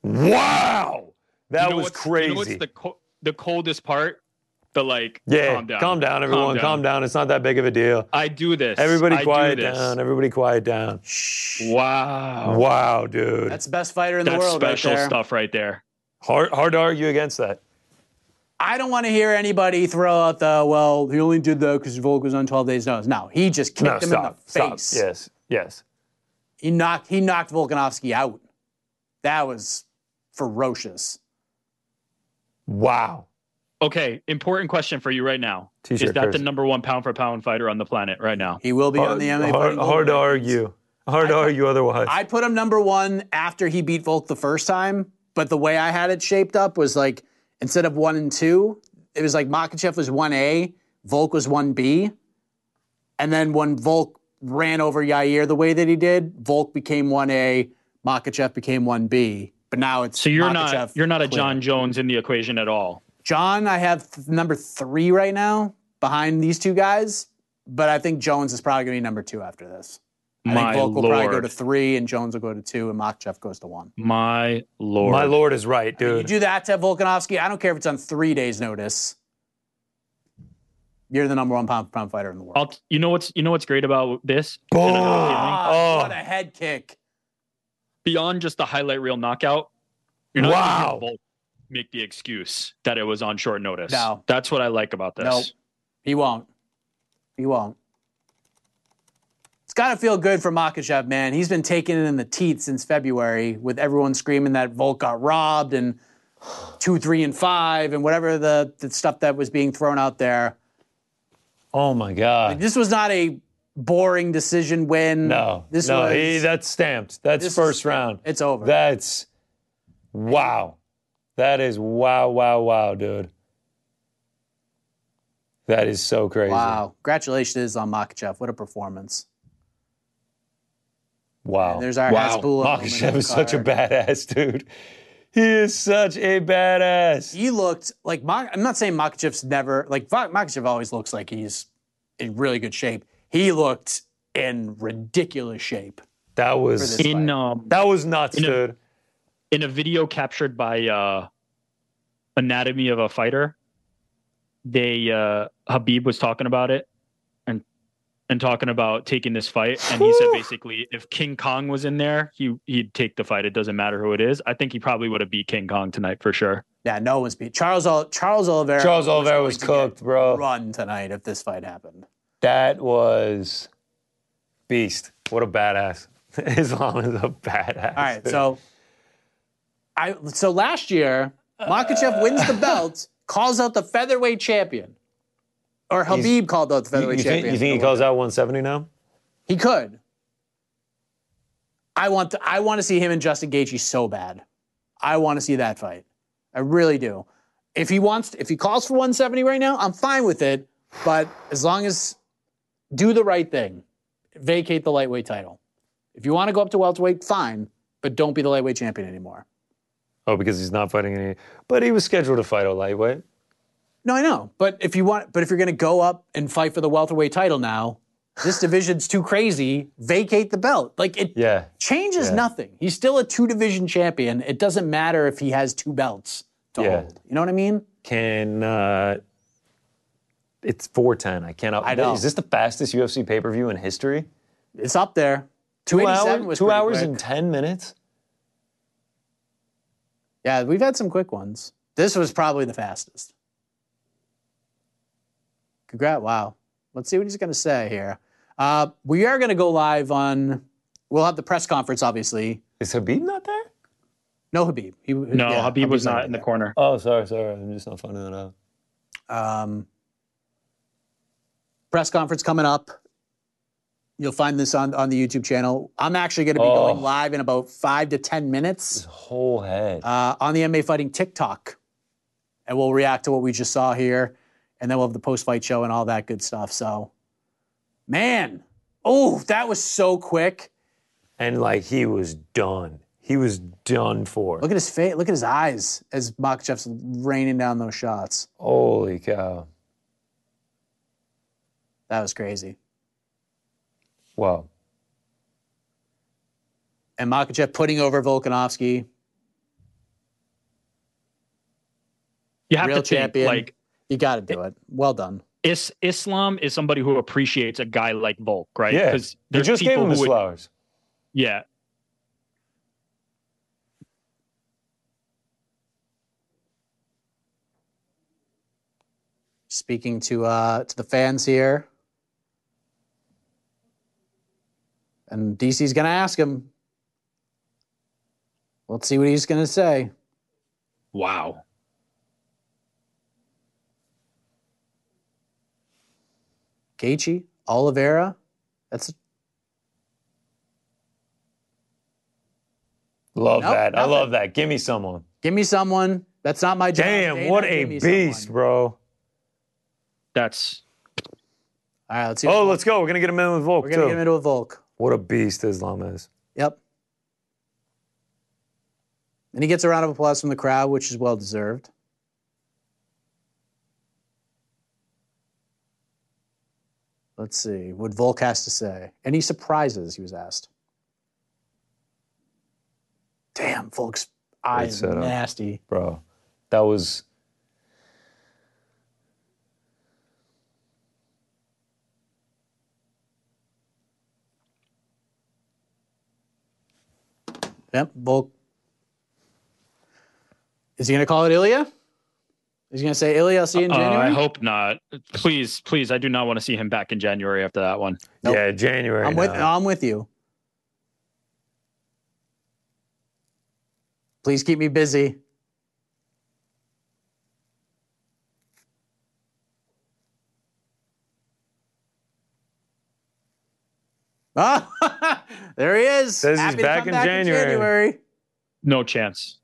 [SPEAKER 3] Wow. That
[SPEAKER 11] You know
[SPEAKER 3] was
[SPEAKER 11] what's-
[SPEAKER 3] crazy.
[SPEAKER 11] You know what's the co- the coldest part? The like,
[SPEAKER 3] yeah,
[SPEAKER 11] calm down,
[SPEAKER 3] everyone. Calm down. It's not that big of a deal.
[SPEAKER 11] I do this.
[SPEAKER 3] Everybody
[SPEAKER 11] I do
[SPEAKER 3] quiet
[SPEAKER 11] this.
[SPEAKER 3] down. Everybody quiet down.
[SPEAKER 11] Wow,
[SPEAKER 3] Wow, dude.
[SPEAKER 2] That's the best fighter in the
[SPEAKER 11] that's
[SPEAKER 2] world
[SPEAKER 11] special
[SPEAKER 2] right there.
[SPEAKER 11] stuff right there.
[SPEAKER 3] hard, hard to argue against that.
[SPEAKER 2] I don't want to hear anybody throw out the, well, he only did that because Volk was on 12 days notice. No, he just kicked
[SPEAKER 3] No,
[SPEAKER 2] him
[SPEAKER 3] stop.
[SPEAKER 2] in the
[SPEAKER 3] Stop.
[SPEAKER 2] face.
[SPEAKER 3] Yes, yes.
[SPEAKER 2] He knocked he knocked Volkanovski out. That was ferocious.
[SPEAKER 3] Wow.
[SPEAKER 11] Okay, important question for you right now.
[SPEAKER 3] T-shirt
[SPEAKER 11] is that
[SPEAKER 3] first.
[SPEAKER 11] the number one pound for pound fighter on the planet right now?
[SPEAKER 2] He will be on
[SPEAKER 3] Hard,
[SPEAKER 2] the MMA.
[SPEAKER 3] hard,
[SPEAKER 2] Fighting Gold
[SPEAKER 3] hard to
[SPEAKER 2] Rankings.
[SPEAKER 3] argue. Hard to argue otherwise.
[SPEAKER 2] I put him number one after he beat Volk the first time, but the way I had it shaped up was like instead of one and two, it was like Makachev was one A, Volk was one B, and then when Volk ran over Yair the way that he did, Volk became one A, Makachev became one B. But now it's
[SPEAKER 11] So you're
[SPEAKER 2] Makhachev
[SPEAKER 11] not you're not a
[SPEAKER 2] clear.
[SPEAKER 11] John Jones in the equation at all.
[SPEAKER 2] John, I have th- number three right now behind these two guys, but I think Jones is probably going to be number two after this. I
[SPEAKER 11] My
[SPEAKER 2] think Volk will probably go
[SPEAKER 11] lord.
[SPEAKER 2] to three, and Jones will go to two, and Makachev goes to one.
[SPEAKER 11] My lord.
[SPEAKER 3] My lord is right,
[SPEAKER 2] You
[SPEAKER 3] dude.
[SPEAKER 2] do that to Volkanovski. I don't care if it's on three days' notice. You're the number one pound for pound fighter in the world.
[SPEAKER 11] I'll, you know what's you know what's great about this?
[SPEAKER 3] Boom.
[SPEAKER 2] Ah,
[SPEAKER 3] Oh,
[SPEAKER 2] What a head kick!
[SPEAKER 11] Beyond just the highlight reel knockout, you're not gonna
[SPEAKER 3] Wow.
[SPEAKER 11] hear Volk make the excuse that it was on short notice.
[SPEAKER 2] No.
[SPEAKER 11] That's what I like about this.
[SPEAKER 2] Nope. He won't. He won't. It's got to feel good for Makachev, man. He's been taking it in the teeth since February with everyone screaming that Volk got robbed and two, three, and five, and whatever the, the stuff that was being thrown out there.
[SPEAKER 3] oh my God.
[SPEAKER 2] This was not a boring decision win.
[SPEAKER 3] No,
[SPEAKER 2] This
[SPEAKER 3] no,
[SPEAKER 2] was.
[SPEAKER 3] he- that's stamped. That's
[SPEAKER 2] this is-
[SPEAKER 3] first round.
[SPEAKER 2] it's over.
[SPEAKER 3] That's wow. That is wow, wow, wow, dude. That is so crazy.
[SPEAKER 2] Wow. Congratulations on Makachev. What a performance.
[SPEAKER 3] Wow.
[SPEAKER 2] And there's our
[SPEAKER 3] wow.
[SPEAKER 2] Hasbulla moment on
[SPEAKER 3] Makachev
[SPEAKER 2] the
[SPEAKER 3] is such a
[SPEAKER 2] card.
[SPEAKER 3] badass, dude. He is such a badass.
[SPEAKER 2] He looked like, Mak- I'm not saying Makachev's never, like, Va- Makachev always looks like he's in really good shape. He looked in ridiculous shape.
[SPEAKER 3] That
[SPEAKER 2] For
[SPEAKER 3] was
[SPEAKER 2] this-
[SPEAKER 11] In um
[SPEAKER 3] that was nuts,
[SPEAKER 11] You know-
[SPEAKER 3] dude.
[SPEAKER 11] in a video captured by uh Anatomy of a Fighter, they uh Habib was talking about it and and talking about taking this fight and he said basically if King Kong was in there, he he'd take the fight. It doesn't matter who it is. I think he probably would have beat King Kong tonight for sure.
[SPEAKER 2] Yeah, no one's beat. Charles, Ol- Charles Oliveira.
[SPEAKER 3] Charles Oliveira
[SPEAKER 2] going
[SPEAKER 3] was
[SPEAKER 2] to
[SPEAKER 3] cooked,
[SPEAKER 2] get
[SPEAKER 3] bro.
[SPEAKER 2] Run tonight if this fight happened.
[SPEAKER 3] That was beast. What a badass. [laughs] Islam is a badass.
[SPEAKER 2] All right,
[SPEAKER 3] dude.
[SPEAKER 2] so I so last year, Makachev wins the belt,
[SPEAKER 3] Uh.
[SPEAKER 2] calls out the featherweight champion. Or Habib called out the
[SPEAKER 3] you,
[SPEAKER 2] featherweight
[SPEAKER 3] you think,
[SPEAKER 2] champion.
[SPEAKER 3] you think he calls out 170 now?
[SPEAKER 2] He could. I want to, I want to see him and Justin Gaethje so bad. I want to see that fight. I really do. If he wants, if he calls for 170 right now, I'm fine with it. But as long as do the right thing, vacate the lightweight title. If you want to go up to welterweight, fine, but don't be the lightweight champion anymore.
[SPEAKER 3] Oh, because he's not fighting any. But he was scheduled to fight a lightweight.
[SPEAKER 2] No, I know. But if you want, but if you're going to go up and fight for the welterweight title now, this division's too crazy, vacate the belt. Like it
[SPEAKER 3] Yeah.
[SPEAKER 2] changes
[SPEAKER 3] Yeah.
[SPEAKER 2] nothing. He's still a two division champion. It doesn't matter if he has two belts to
[SPEAKER 3] Yeah.
[SPEAKER 2] hold. You know what I mean?
[SPEAKER 3] Can uh, it's 410. I cannot.
[SPEAKER 2] I know.
[SPEAKER 3] Is this the fastest UFC pay per view in history?
[SPEAKER 2] It's up there.
[SPEAKER 3] Two
[SPEAKER 2] 287
[SPEAKER 3] hours.
[SPEAKER 2] was
[SPEAKER 3] Two
[SPEAKER 2] pretty
[SPEAKER 3] hours
[SPEAKER 2] quick.
[SPEAKER 3] and ten minutes.
[SPEAKER 2] Yeah, we've had some quick ones. This was probably the fastest. Congrats. Wow. Let's see what he's going to say here. Uh, we are going to go live on, we'll have the press conference, obviously.
[SPEAKER 3] Is Habib not there?
[SPEAKER 2] No, Habib. He,
[SPEAKER 11] No, Habib was not in the corner.
[SPEAKER 3] Oh, sorry, sorry. I'm just not finding that out.
[SPEAKER 2] Um, press conference coming up. You'll find this on, on the YouTube channel. I'm actually going to be
[SPEAKER 3] Oh.
[SPEAKER 2] going live in about five to 10 minutes.
[SPEAKER 3] Whole head.
[SPEAKER 2] uh, on the MMA Fighting TikTok. And we'll react to what we just saw here. And then we'll have the post fight show and all that good stuff. So, man, oh, that was so quick.
[SPEAKER 3] and like he was done. He was done for.
[SPEAKER 2] Look at his face. Look at his eyes as Makhachev's raining down those shots.
[SPEAKER 3] Holy cow!
[SPEAKER 2] That was crazy.
[SPEAKER 3] Wow.
[SPEAKER 2] And Makachev putting over Volkanovski.
[SPEAKER 11] You have
[SPEAKER 2] Real
[SPEAKER 11] to think,
[SPEAKER 2] champion.
[SPEAKER 11] like
[SPEAKER 2] You got to do it. Well done.
[SPEAKER 11] is Islam is somebody who appreciates a guy like Volk, right?
[SPEAKER 3] Yeah.
[SPEAKER 11] Because
[SPEAKER 3] You
[SPEAKER 11] there's
[SPEAKER 3] just gave
[SPEAKER 11] people
[SPEAKER 3] him
[SPEAKER 11] who
[SPEAKER 3] his
[SPEAKER 11] would-
[SPEAKER 3] flowers.
[SPEAKER 11] Yeah.
[SPEAKER 2] Speaking to uh, to the fans here. And DC's going to ask him. Let's see what he's going to say.
[SPEAKER 11] Wow.
[SPEAKER 2] Gaethje, Oliveira. That's
[SPEAKER 3] Love
[SPEAKER 2] Nope,
[SPEAKER 3] that.
[SPEAKER 2] nothing.
[SPEAKER 3] I love that. Give me someone.
[SPEAKER 2] give me someone. That's not my job.
[SPEAKER 3] Damn,
[SPEAKER 2] Dana,
[SPEAKER 3] what a
[SPEAKER 2] give me
[SPEAKER 3] beast,
[SPEAKER 2] someone.
[SPEAKER 3] bro.
[SPEAKER 11] That's
[SPEAKER 2] All right, let's see.
[SPEAKER 3] Oh, let's go. We're gonna get him in with Volk
[SPEAKER 2] We're
[SPEAKER 3] too.
[SPEAKER 2] gonna get him into a Volk.
[SPEAKER 3] what a beast Islam is.
[SPEAKER 2] Yep. And he gets a round of applause from the crowd, which is well deserved. Let's see what Volk has to say. Any surprises? He was asked. Damn, Volk's eyes
[SPEAKER 3] setup.
[SPEAKER 2] nasty.
[SPEAKER 3] Bro, that was
[SPEAKER 2] Yep, Volk. Is he going to call it Ilya? Is he going to say Ilya? I'll see you in
[SPEAKER 11] Uh,
[SPEAKER 2] January.
[SPEAKER 11] I hope not. Please, please, I do not want to see him back in January after that one.
[SPEAKER 2] Nope.
[SPEAKER 3] yeah, January.
[SPEAKER 2] I'm with. uh,
[SPEAKER 3] now.
[SPEAKER 2] I'm with you. Please keep me busy. [laughs] Ah, there he is.
[SPEAKER 3] Says he's
[SPEAKER 2] Happy to
[SPEAKER 3] back
[SPEAKER 2] come
[SPEAKER 3] in
[SPEAKER 2] back
[SPEAKER 3] January.
[SPEAKER 2] In January.
[SPEAKER 11] No chance.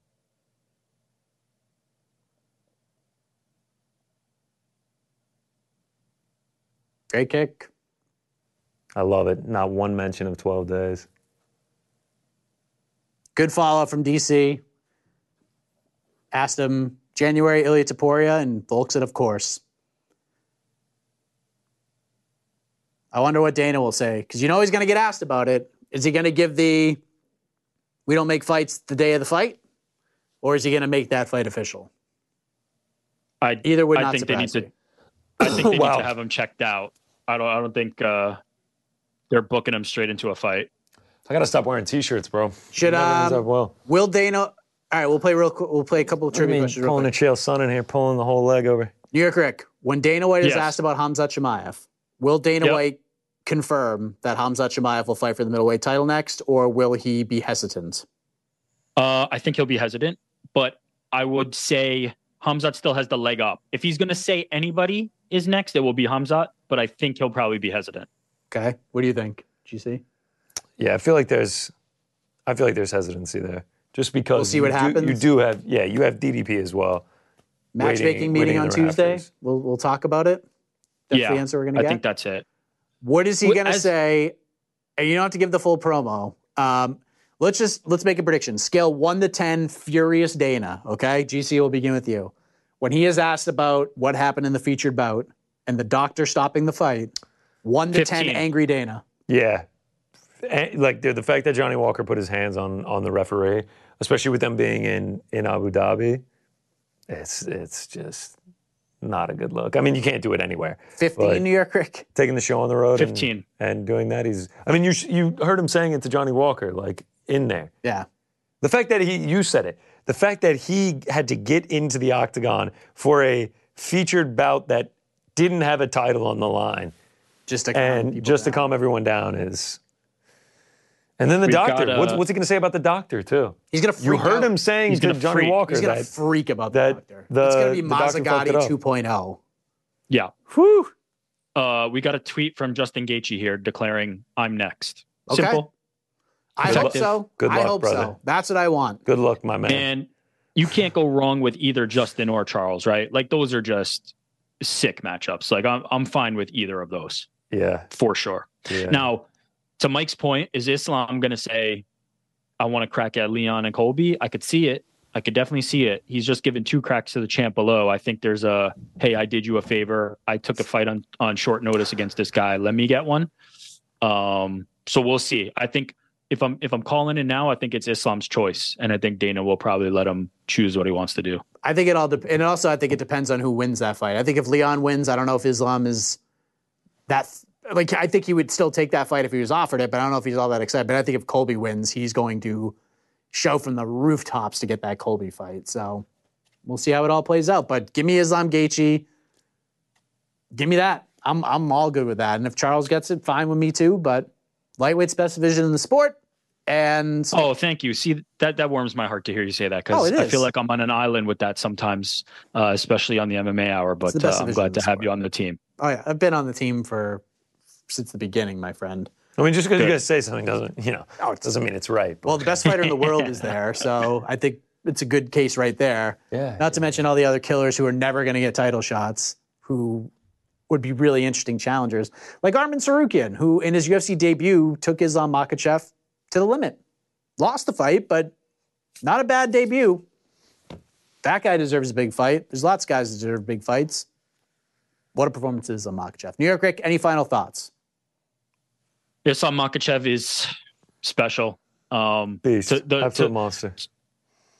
[SPEAKER 2] Great kick.
[SPEAKER 3] I love it. Not one mention of 12 days.
[SPEAKER 2] Good follow up from DC. Asked him January Ilya Taporia and Volk said, of course. I wonder what Dana will say because you know he's going to get asked about it. Is he going to give the we don't make fights the day of the fight, or is he going to make that fight official?
[SPEAKER 11] I
[SPEAKER 2] Either would
[SPEAKER 11] I
[SPEAKER 2] not
[SPEAKER 11] think they need
[SPEAKER 2] surprise
[SPEAKER 11] to. I
[SPEAKER 2] me. [laughs]
[SPEAKER 11] think they
[SPEAKER 3] Wow.
[SPEAKER 11] need to have him checked out. I don't. I don't think uh, they're booking him straight into a fight.
[SPEAKER 3] I gotta stop wearing t-shirts, bro.
[SPEAKER 2] Should
[SPEAKER 3] Everything's
[SPEAKER 2] um,
[SPEAKER 3] up well.
[SPEAKER 2] will Dana? All right, we'll play real. qu- We'll play a couple of
[SPEAKER 3] I
[SPEAKER 2] trivia
[SPEAKER 3] mean,
[SPEAKER 2] questions. Real
[SPEAKER 3] pulling a
[SPEAKER 2] quick.
[SPEAKER 3] chill son in here, pulling the whole leg over.
[SPEAKER 2] New York Rick. When Dana White is
[SPEAKER 11] Yes.
[SPEAKER 2] asked about Hamzat Shemaev, will Dana
[SPEAKER 11] Yep.
[SPEAKER 2] White confirm that Hamzat Shemaev will fight for the middleweight title next, or will he be hesitant?
[SPEAKER 11] Uh, I think he'll be hesitant, but I would say Hamzat still has the leg up. If he's going to say anybody is next, it will be Hamzat, but I think he'll probably be hesitant.
[SPEAKER 2] Okay. What do you think? Did you see?
[SPEAKER 3] Yeah, I feel like there's, I feel like there's hesitancy there, just because
[SPEAKER 2] We'll see what
[SPEAKER 3] you do- you
[SPEAKER 2] happens.
[SPEAKER 3] do have, yeah, you have DDP as well.
[SPEAKER 2] Matchmaking
[SPEAKER 3] Waiting- waiting
[SPEAKER 2] meeting
[SPEAKER 3] in
[SPEAKER 2] on
[SPEAKER 3] the
[SPEAKER 2] Tuesday.
[SPEAKER 3] rafters.
[SPEAKER 2] We'll we'll talk about it. That's the answer we're gonna
[SPEAKER 11] I
[SPEAKER 2] get.
[SPEAKER 11] think that's it.
[SPEAKER 2] What is he
[SPEAKER 11] Well,
[SPEAKER 2] going to
[SPEAKER 11] as-
[SPEAKER 2] say? And you don't have to give the full promo. Um, let's just let's make a prediction. Scale one to ten. Furious Dana. Okay, GC will begin with you. When he is asked about what happened in the featured bout and the doctor stopping the fight, One to ten, angry Dana.
[SPEAKER 3] Yeah. And, like dude, the fact that Johnny Walker put his hands on on the referee, especially with them being in in Abu Dhabi, it's it's just not a good look. I mean, you can't do it anywhere.
[SPEAKER 2] Fifteen
[SPEAKER 3] But
[SPEAKER 2] New York Rick.
[SPEAKER 3] taking the show on the road. and-
[SPEAKER 11] 15.
[SPEAKER 3] And, doing that, he's. I mean, you sh- you heard him saying it to Johnny Walker, like in there.
[SPEAKER 2] Yeah.
[SPEAKER 3] The fact that he, you said it, the fact that he had to get into the octagon for a featured bout that didn't have a title on the line
[SPEAKER 2] Just to calm
[SPEAKER 3] and
[SPEAKER 2] people
[SPEAKER 3] just to
[SPEAKER 2] down.
[SPEAKER 3] calm everyone down is. And then the
[SPEAKER 11] We've
[SPEAKER 3] doctor.
[SPEAKER 11] got,
[SPEAKER 3] what's,
[SPEAKER 11] uh,
[SPEAKER 3] what's he going to say about the doctor too?
[SPEAKER 2] He's gonna
[SPEAKER 3] You
[SPEAKER 2] freak
[SPEAKER 3] heard
[SPEAKER 2] out.
[SPEAKER 3] him saying
[SPEAKER 11] He's
[SPEAKER 3] to
[SPEAKER 11] gonna
[SPEAKER 3] Johnny
[SPEAKER 11] freak.
[SPEAKER 3] Walker
[SPEAKER 2] He's gonna
[SPEAKER 3] that
[SPEAKER 2] freak about
[SPEAKER 3] that
[SPEAKER 2] the doctor.
[SPEAKER 3] the-
[SPEAKER 2] it's gonna be
[SPEAKER 3] the doctor fucked
[SPEAKER 2] Mazzagatti
[SPEAKER 3] it up.
[SPEAKER 2] 2.0.
[SPEAKER 11] Yeah.
[SPEAKER 2] Whew.
[SPEAKER 11] Uh, we got a tweet from Justin Gaethje here declaring, "I'm next."
[SPEAKER 2] Okay.
[SPEAKER 11] Simple.
[SPEAKER 2] I hope
[SPEAKER 11] Productive.
[SPEAKER 2] so.
[SPEAKER 3] Good
[SPEAKER 2] I
[SPEAKER 3] luck,
[SPEAKER 2] hope
[SPEAKER 3] brother.
[SPEAKER 2] so. That's what I want.
[SPEAKER 3] good luck, my man.
[SPEAKER 11] And you can't go wrong with either Justin or Charles, right? Like those are just sick matchups. Like I'm I'm fine with either of those
[SPEAKER 3] yeah,
[SPEAKER 11] for sure.
[SPEAKER 3] yeah.
[SPEAKER 11] Now, to Mike's point, is Islam going to say, I want to crack at Leon and Colby? I could see it. I could definitely see it. He's just given two cracks to the champ below. I think there's a, hey, I did you a favor. I took a fight on, on short notice against this guy. Let me get one. Um, so we'll see. I think if I'm if I'm calling in now, I think it's Islam's choice, and I think Dana will probably let him choose what he wants to do.
[SPEAKER 2] I think it all, dep and also I think it depends on who wins that fight. I think if Leon wins, I don't know if Islam is that. Like I think he would still take that fight if he was offered it, but I don't know if he's all that excited. But I think if Colby wins, he's going to show from the rooftops to get that Colby fight. So we'll see how it all plays out. But give me Islam Gaethje. Give me that. I'm I'm all good with that. And if Charles gets it, fine with me too. But lightweight's best division in the sport, and
[SPEAKER 11] Oh, thank you. See that that warms my heart to hear you say that
[SPEAKER 2] Oh,
[SPEAKER 11] because
[SPEAKER 2] it
[SPEAKER 11] I feel
[SPEAKER 2] is.
[SPEAKER 11] like I'm on an island with that sometimes, uh, especially on the MMA hour.
[SPEAKER 2] the
[SPEAKER 11] But uh,
[SPEAKER 2] best
[SPEAKER 11] I'm
[SPEAKER 2] division in
[SPEAKER 11] glad
[SPEAKER 2] the
[SPEAKER 11] to have
[SPEAKER 2] sport.
[SPEAKER 11] you on the team.
[SPEAKER 2] Oh yeah, I've been on the team for since the beginning, my friend.
[SPEAKER 3] I mean, just because you
[SPEAKER 11] Good.
[SPEAKER 3] guys say something doesn't, you know, doesn't mean it's right. But
[SPEAKER 2] Well, the best fighter in the world
[SPEAKER 3] [laughs]
[SPEAKER 2] is there, so I think it's a good case right there.
[SPEAKER 3] yeah,
[SPEAKER 2] Not to mention all the other killers who are never going to get title shots, who would be really interesting challengers, like Armin Sarukian, who in his UFC debut took Islam Makachev to the limit, lost the fight, but not a bad debut. That guy deserves a big fight. There's lots of guys that deserve big fights. What a performance is on Makachev. New York Rick, any final thoughts?
[SPEAKER 11] Islam Makachev is special. Um,
[SPEAKER 3] beast,
[SPEAKER 11] To, the,
[SPEAKER 3] absolute
[SPEAKER 11] to,
[SPEAKER 3] monster.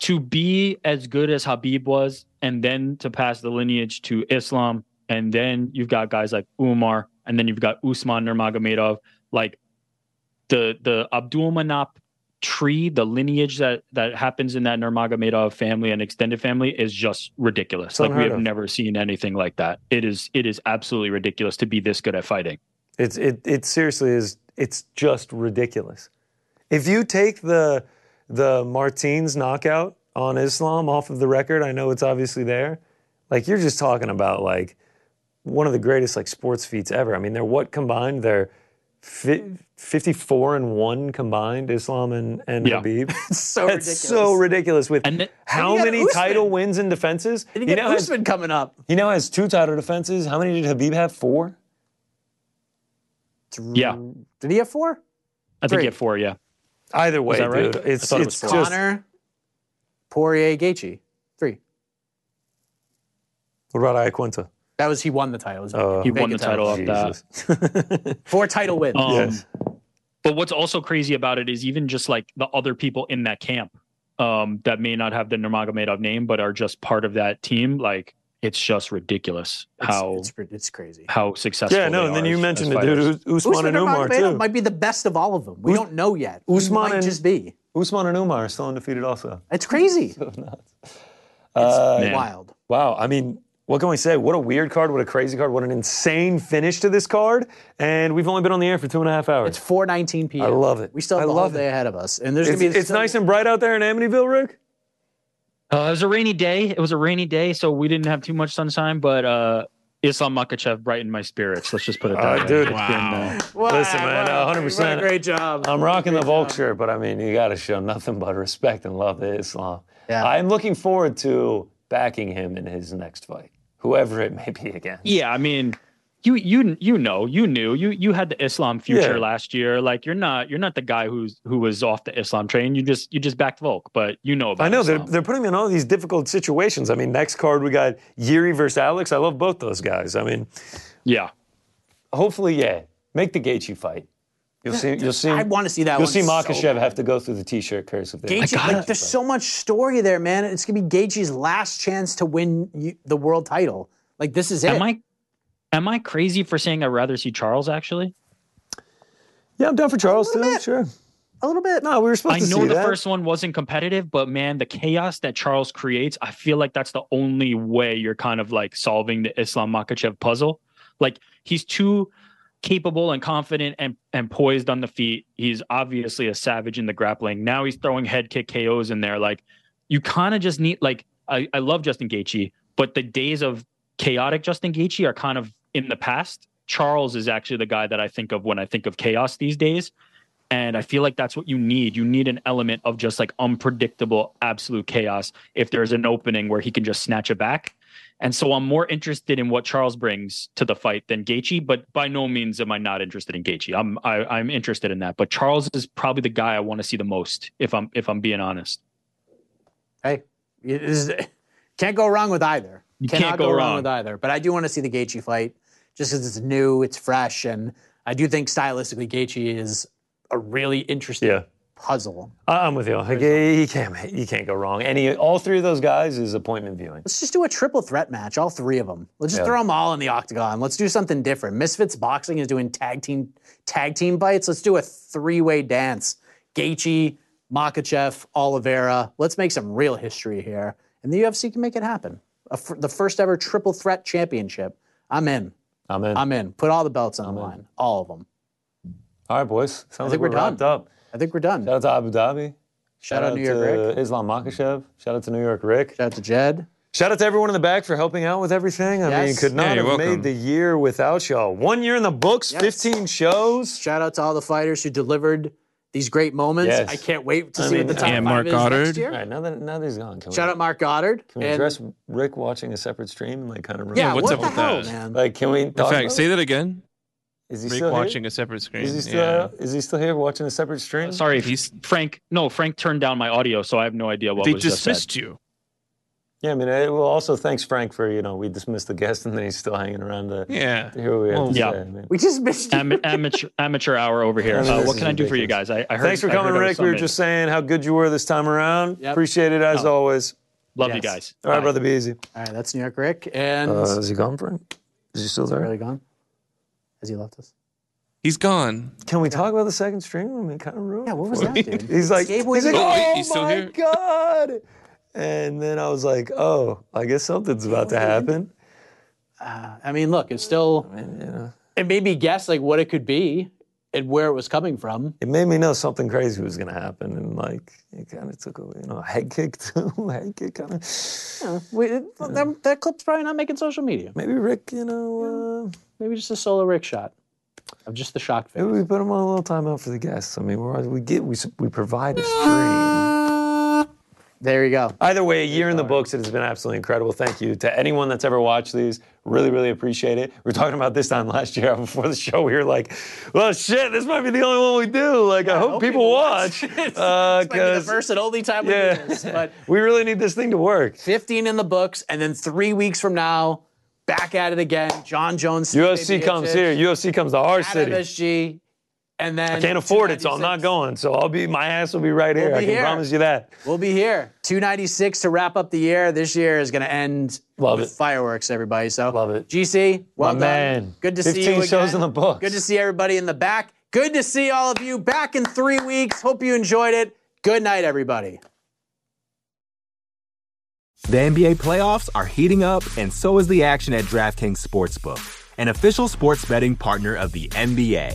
[SPEAKER 11] to be as good as Habib was, and then to pass the lineage to Islam, and then you've got guys like Umar, and then you've got Usman Nurmagomedov, like the the Abdul Manap tree, the lineage that that happens in that Nurmagomedov family and extended family is just ridiculous.
[SPEAKER 3] It's
[SPEAKER 11] like we
[SPEAKER 3] unheard
[SPEAKER 11] have
[SPEAKER 3] of.
[SPEAKER 11] never seen anything like that. It is it is absolutely ridiculous to be this good at fighting.
[SPEAKER 3] It's it it seriously is. It's just ridiculous. If you take the the Martins knockout on Islam off of the record, I know it's obviously there. Like you're just talking about like one of the greatest like sports feats ever. I mean, they're what combined? They're fi- 54 and one combined, Islam and and
[SPEAKER 11] Yeah.
[SPEAKER 3] Habib.
[SPEAKER 2] [laughs] It's so
[SPEAKER 3] That's so ridiculous. With
[SPEAKER 11] And th-
[SPEAKER 3] how
[SPEAKER 2] And you got
[SPEAKER 3] many
[SPEAKER 2] Usman.
[SPEAKER 3] title wins and defenses?
[SPEAKER 2] And you
[SPEAKER 3] He
[SPEAKER 2] get
[SPEAKER 3] now has-
[SPEAKER 2] Usman coming up.
[SPEAKER 3] He now has two title defenses. How many did Habib have? Four?
[SPEAKER 11] Yeah.
[SPEAKER 2] Did he have four?
[SPEAKER 11] I think
[SPEAKER 2] Three.
[SPEAKER 11] you have four, yeah.
[SPEAKER 3] Either way,
[SPEAKER 11] that right?
[SPEAKER 3] dude.
[SPEAKER 11] I
[SPEAKER 3] It's,
[SPEAKER 11] thought it
[SPEAKER 3] it's
[SPEAKER 11] was four.
[SPEAKER 3] just
[SPEAKER 2] Connor, Poirier, Gaethje. Three.
[SPEAKER 3] what about Iaquinta?
[SPEAKER 2] That was he won the title. It was
[SPEAKER 3] Uh,
[SPEAKER 11] He
[SPEAKER 2] Make
[SPEAKER 11] won
[SPEAKER 2] a
[SPEAKER 11] the title off that. [laughs]
[SPEAKER 3] Jesus.
[SPEAKER 2] four title wins.
[SPEAKER 11] Um,
[SPEAKER 3] Yes.
[SPEAKER 11] But what's also crazy about it is even just like the other people in that camp um, that may not have the Nurmagomedov name, but are just part of that team. Like it's just ridiculous
[SPEAKER 2] It's-
[SPEAKER 11] how
[SPEAKER 2] it's, cr- it's crazy.
[SPEAKER 11] how successful.
[SPEAKER 3] yeah, no,
[SPEAKER 11] they
[SPEAKER 3] and then
[SPEAKER 11] are
[SPEAKER 3] you
[SPEAKER 11] as-
[SPEAKER 3] mentioned
[SPEAKER 11] as
[SPEAKER 3] the
[SPEAKER 11] fighters.
[SPEAKER 3] dude Us- Usman
[SPEAKER 2] Usman
[SPEAKER 3] and Umar
[SPEAKER 2] Nurmagomedov
[SPEAKER 3] too.
[SPEAKER 2] might be the best of all of them. We
[SPEAKER 3] Us-
[SPEAKER 2] don't know yet. He
[SPEAKER 3] Usman
[SPEAKER 2] might
[SPEAKER 3] and-
[SPEAKER 2] just be.
[SPEAKER 3] Usman and Umar are still undefeated also.
[SPEAKER 2] It's
[SPEAKER 3] [laughs]
[SPEAKER 2] crazy.
[SPEAKER 3] So nuts.
[SPEAKER 2] It's
[SPEAKER 3] Uh,
[SPEAKER 11] Man.
[SPEAKER 2] wild.
[SPEAKER 3] wow, I mean, what can we say? What a weird card, what a crazy card, what an insane finish to this card. And we've only been on the air for two and a half hours.
[SPEAKER 2] It's 4:19 p.m.
[SPEAKER 3] I love it.
[SPEAKER 2] We still have
[SPEAKER 3] I
[SPEAKER 2] the whole
[SPEAKER 3] love it.
[SPEAKER 2] day ahead of us, and there's
[SPEAKER 3] It's,
[SPEAKER 2] gonna be.
[SPEAKER 3] it's nice and bright out there in Amityville, Rick.
[SPEAKER 11] Uh, it was a rainy day. It was a rainy day, so we didn't have too much sunshine, but uh, Islam Makachev brightened my spirits. Let's just put it that
[SPEAKER 3] Uh,
[SPEAKER 11] way.
[SPEAKER 3] dude.
[SPEAKER 11] It's
[SPEAKER 14] Wow.
[SPEAKER 2] Wow,
[SPEAKER 3] Listen, man,
[SPEAKER 2] wow,
[SPEAKER 3] 100%.
[SPEAKER 2] what a Great job.
[SPEAKER 3] I'm rocking the Volk shirt, but I mean, you got to show nothing but respect and love to Islam.
[SPEAKER 2] Yeah.
[SPEAKER 3] I'm looking forward to backing him in his next fight, whoever it may be against.
[SPEAKER 11] Yeah, I mean, you you you know, you knew you you had the Islam future
[SPEAKER 3] Yeah.
[SPEAKER 11] last year. Like you're not you're not the guy who's who was off the Islam train. You just you just backed Volk, but you know about.
[SPEAKER 3] I know they're,
[SPEAKER 11] Islam.
[SPEAKER 3] they're putting him in all these difficult situations. I mean, next card we got Yuri versus Alex. I love both those guys. I mean,
[SPEAKER 11] yeah.
[SPEAKER 3] hopefully, yeah, Make the Gaethje fight. You'll see. You'll see.
[SPEAKER 2] I wanna see that
[SPEAKER 3] You'll
[SPEAKER 2] one
[SPEAKER 3] see
[SPEAKER 2] so
[SPEAKER 3] Makashev
[SPEAKER 2] bad.
[SPEAKER 3] have to go through the T-shirt curse if they.
[SPEAKER 2] Gaethje, like, there's so much story there, man. It's gonna be Gaethje's last chance to win y- the world title. Like this is it.
[SPEAKER 11] Am I am I crazy for saying I'd rather see Charles actually?
[SPEAKER 3] Yeah, I'm down for Charles too. Sure.
[SPEAKER 2] A little bit.
[SPEAKER 3] No, we were supposed
[SPEAKER 11] I
[SPEAKER 3] to
[SPEAKER 11] know
[SPEAKER 3] see
[SPEAKER 11] the
[SPEAKER 3] that.
[SPEAKER 11] first one wasn't competitive, but man, the chaos that Charles creates, I feel like that's the only way you're kind of like solving the Islam Makachev puzzle. Like he's too capable and confident and, and poised on the feet. He's obviously a savage in the grappling. Now he's throwing head kick KOs in there. Like you kind of just need like I, I love Justin Gaethje, but the days of chaotic Justin Gaethje are kind of in the past. Charles is actually the guy that I think of when I think of chaos these days. And I feel like that's what you need. You need an element of just like unpredictable, absolute chaos if there's an opening where he can just snatch it back. And so I'm more interested in what Charles brings to the fight than Gaethje, but by no means am I not interested in Gaethje. I'm I, I'm interested in that, but Charles is probably the guy I want to see the most if I'm if I'm being honest.
[SPEAKER 2] hey, it is, [laughs] can't go wrong with either.
[SPEAKER 11] You
[SPEAKER 2] Cannot
[SPEAKER 11] can't go wrong.
[SPEAKER 2] with either. But I do want to see the Gaethje fight just because it's new, it's fresh, and I do think stylistically Gaethje is a really interesting
[SPEAKER 3] Yeah.
[SPEAKER 2] puzzle.
[SPEAKER 3] I- I'm with you. Like, you can't. You can't go wrong. Any. All three of those guys is appointment viewing.
[SPEAKER 2] Let's just do a triple threat match, all three of them. Let's just
[SPEAKER 3] Yeah.
[SPEAKER 2] throw them all in the octagon. Let's do something different. Misfits Boxing is doing tag team tag team bites. Let's do a three way dance. Gaethje, Makachev, Oliveira. Let's make some real history here, and the UFC can make it happen. A fir- the first ever triple threat championship. I'm in.
[SPEAKER 3] I'm in.
[SPEAKER 2] I'm in. Put all the belts on the line, all of them.
[SPEAKER 3] All right, boys.
[SPEAKER 2] think
[SPEAKER 3] Sounds like
[SPEAKER 2] we're
[SPEAKER 3] we're,
[SPEAKER 2] done.
[SPEAKER 3] wrapped up.
[SPEAKER 2] I think we're done.
[SPEAKER 3] Shout out to Abu Dhabi.
[SPEAKER 2] Shout out New York
[SPEAKER 3] to
[SPEAKER 2] Rick.
[SPEAKER 3] Islam Makashev. Shout out to New York Rick.
[SPEAKER 2] Shout out to Jed.
[SPEAKER 3] Shout out to everyone in the back for helping out with everything. I mean,
[SPEAKER 2] Yes.
[SPEAKER 3] could not
[SPEAKER 4] Yeah,
[SPEAKER 3] have
[SPEAKER 4] you're welcome.
[SPEAKER 3] made the year without y'all. One year in the books,
[SPEAKER 2] Yes.
[SPEAKER 3] 15 shows.
[SPEAKER 2] Shout out to all the fighters who delivered these great moments.
[SPEAKER 3] Yes.
[SPEAKER 2] I can't wait to
[SPEAKER 3] I
[SPEAKER 2] see
[SPEAKER 3] mean,
[SPEAKER 2] what the top
[SPEAKER 3] Yeah,
[SPEAKER 2] five
[SPEAKER 4] Mark
[SPEAKER 2] is
[SPEAKER 4] Goddard.
[SPEAKER 2] next year.
[SPEAKER 3] All right, now that, now that he's gone, can we,
[SPEAKER 2] Shout out Mark Goddard.
[SPEAKER 3] Oh, can we
[SPEAKER 2] and-
[SPEAKER 3] address Rick watching a separate stream and like kind of ruin
[SPEAKER 2] yeah,
[SPEAKER 3] it?
[SPEAKER 4] what's
[SPEAKER 2] what
[SPEAKER 4] up
[SPEAKER 2] the
[SPEAKER 4] with
[SPEAKER 2] hell,
[SPEAKER 4] that?
[SPEAKER 2] man?
[SPEAKER 3] Like, can we
[SPEAKER 4] In
[SPEAKER 3] talk
[SPEAKER 4] fact,
[SPEAKER 3] about
[SPEAKER 4] say
[SPEAKER 3] it?
[SPEAKER 4] that again.
[SPEAKER 3] Is he
[SPEAKER 4] Rick
[SPEAKER 3] still
[SPEAKER 4] watching
[SPEAKER 3] here?
[SPEAKER 4] a separate screen.
[SPEAKER 3] Is he still
[SPEAKER 4] yeah.
[SPEAKER 3] is he still here watching a separate stream?
[SPEAKER 11] Sorry, if
[SPEAKER 4] He's-
[SPEAKER 11] Frank. No, Frank turned down my audio, so I have no idea what
[SPEAKER 4] They
[SPEAKER 11] was just said.
[SPEAKER 4] dismissed you.
[SPEAKER 3] Yeah, I mean, I, well, also thanks Frank for you know we dismissed the guest and then he's still hanging around to
[SPEAKER 4] Yeah.
[SPEAKER 3] to hear what we have
[SPEAKER 4] Well,
[SPEAKER 3] to
[SPEAKER 11] yeah.
[SPEAKER 3] say. I mean,
[SPEAKER 2] We just missed you.
[SPEAKER 11] Am- amateur amateur hour over
[SPEAKER 3] [laughs]
[SPEAKER 11] here.
[SPEAKER 3] I mean,
[SPEAKER 11] Uh,
[SPEAKER 3] this
[SPEAKER 11] what
[SPEAKER 3] is
[SPEAKER 11] can I do for you
[SPEAKER 3] ridiculous.
[SPEAKER 11] guys? I, I heard.
[SPEAKER 3] thanks for
[SPEAKER 11] I heard
[SPEAKER 3] coming,
[SPEAKER 11] I was
[SPEAKER 3] Rick. We were
[SPEAKER 11] unmuted.
[SPEAKER 3] just saying how good you were this time around.
[SPEAKER 2] Yep.
[SPEAKER 3] Appreciate it as
[SPEAKER 11] No.
[SPEAKER 3] always.
[SPEAKER 11] love you
[SPEAKER 2] Yes.
[SPEAKER 11] guys.
[SPEAKER 3] All right,
[SPEAKER 11] Bye.
[SPEAKER 3] brother, be easy.
[SPEAKER 2] All right, that's New York Rick. And
[SPEAKER 3] Uh, is he gone, Frank? Is he still there?
[SPEAKER 2] really gone? Has he left us?
[SPEAKER 4] He's gone.
[SPEAKER 3] Can we talk about the second stream? I mean, kind of rude.
[SPEAKER 2] Yeah, what was that, dude?
[SPEAKER 3] [laughs] He's like,
[SPEAKER 2] Gabe, what
[SPEAKER 3] he's
[SPEAKER 2] is
[SPEAKER 3] like,
[SPEAKER 2] it?
[SPEAKER 4] Oh, wait,
[SPEAKER 3] oh
[SPEAKER 4] he's still
[SPEAKER 3] my
[SPEAKER 4] here."
[SPEAKER 3] god! And then I was like, oh, I guess something's about to happen.
[SPEAKER 2] I mean, look, it's still. It made me guess like what it could be and where it was coming from.
[SPEAKER 3] It made me know something crazy was gonna happen, and like, it kind of took a you know a head kick [laughs] too, head kick kind of.
[SPEAKER 2] We, it- that, that clip's probably not making social media.
[SPEAKER 3] Maybe Rick, you know, uh,
[SPEAKER 2] Maybe just a solo Rick shot of just the shock face.
[SPEAKER 3] maybe we put him on a little timeout for the guests. I mean, we're, we get we s- we provide a stream.
[SPEAKER 2] There you go.
[SPEAKER 3] Either way, a year in the books. It has been absolutely incredible. Thank you to anyone that's ever watched these. Really, really appreciate it. We were talking about this time last year before the show. We were like, well, shit, this might be the only one we do. Like, I, hope, people,
[SPEAKER 2] [laughs]
[SPEAKER 3] watch.
[SPEAKER 2] It's
[SPEAKER 3] uh,
[SPEAKER 2] might be the
[SPEAKER 3] 'cause-
[SPEAKER 2] first and only time we
[SPEAKER 3] yeah.
[SPEAKER 2] do
[SPEAKER 3] [laughs]
[SPEAKER 2] this. But
[SPEAKER 3] we really need this thing to work.
[SPEAKER 2] 15 in the books, and then three weeks from now, back at it again. John Jones.
[SPEAKER 3] UFC
[SPEAKER 2] Stipe
[SPEAKER 3] comes
[SPEAKER 2] Miocic,
[SPEAKER 3] here. UFC comes to our
[SPEAKER 2] At
[SPEAKER 3] city.
[SPEAKER 2] MSG, and then
[SPEAKER 3] Can't afford it, so I'm
[SPEAKER 2] 296.
[SPEAKER 3] not going. So I'll be, my ass will be right here.
[SPEAKER 2] We'll
[SPEAKER 3] I
[SPEAKER 2] be
[SPEAKER 3] can
[SPEAKER 2] here.
[SPEAKER 3] promise you that.
[SPEAKER 2] We'll be here. 296 to wrap up the year. This year is going to end
[SPEAKER 3] Love
[SPEAKER 2] with
[SPEAKER 3] it.
[SPEAKER 2] fireworks, everybody. So
[SPEAKER 3] Love it.
[SPEAKER 2] GC, well done.
[SPEAKER 3] My man.
[SPEAKER 2] Good to see you.
[SPEAKER 3] 15 shows
[SPEAKER 2] again.
[SPEAKER 3] in the books.
[SPEAKER 2] Good to see everybody in the back. Good to see all of you back in three weeks. Hope you enjoyed it. Good night, everybody.
[SPEAKER 6] The NBA playoffs are heating up, and so is the action at DraftKings Sportsbook, an official sports betting partner of the NBA.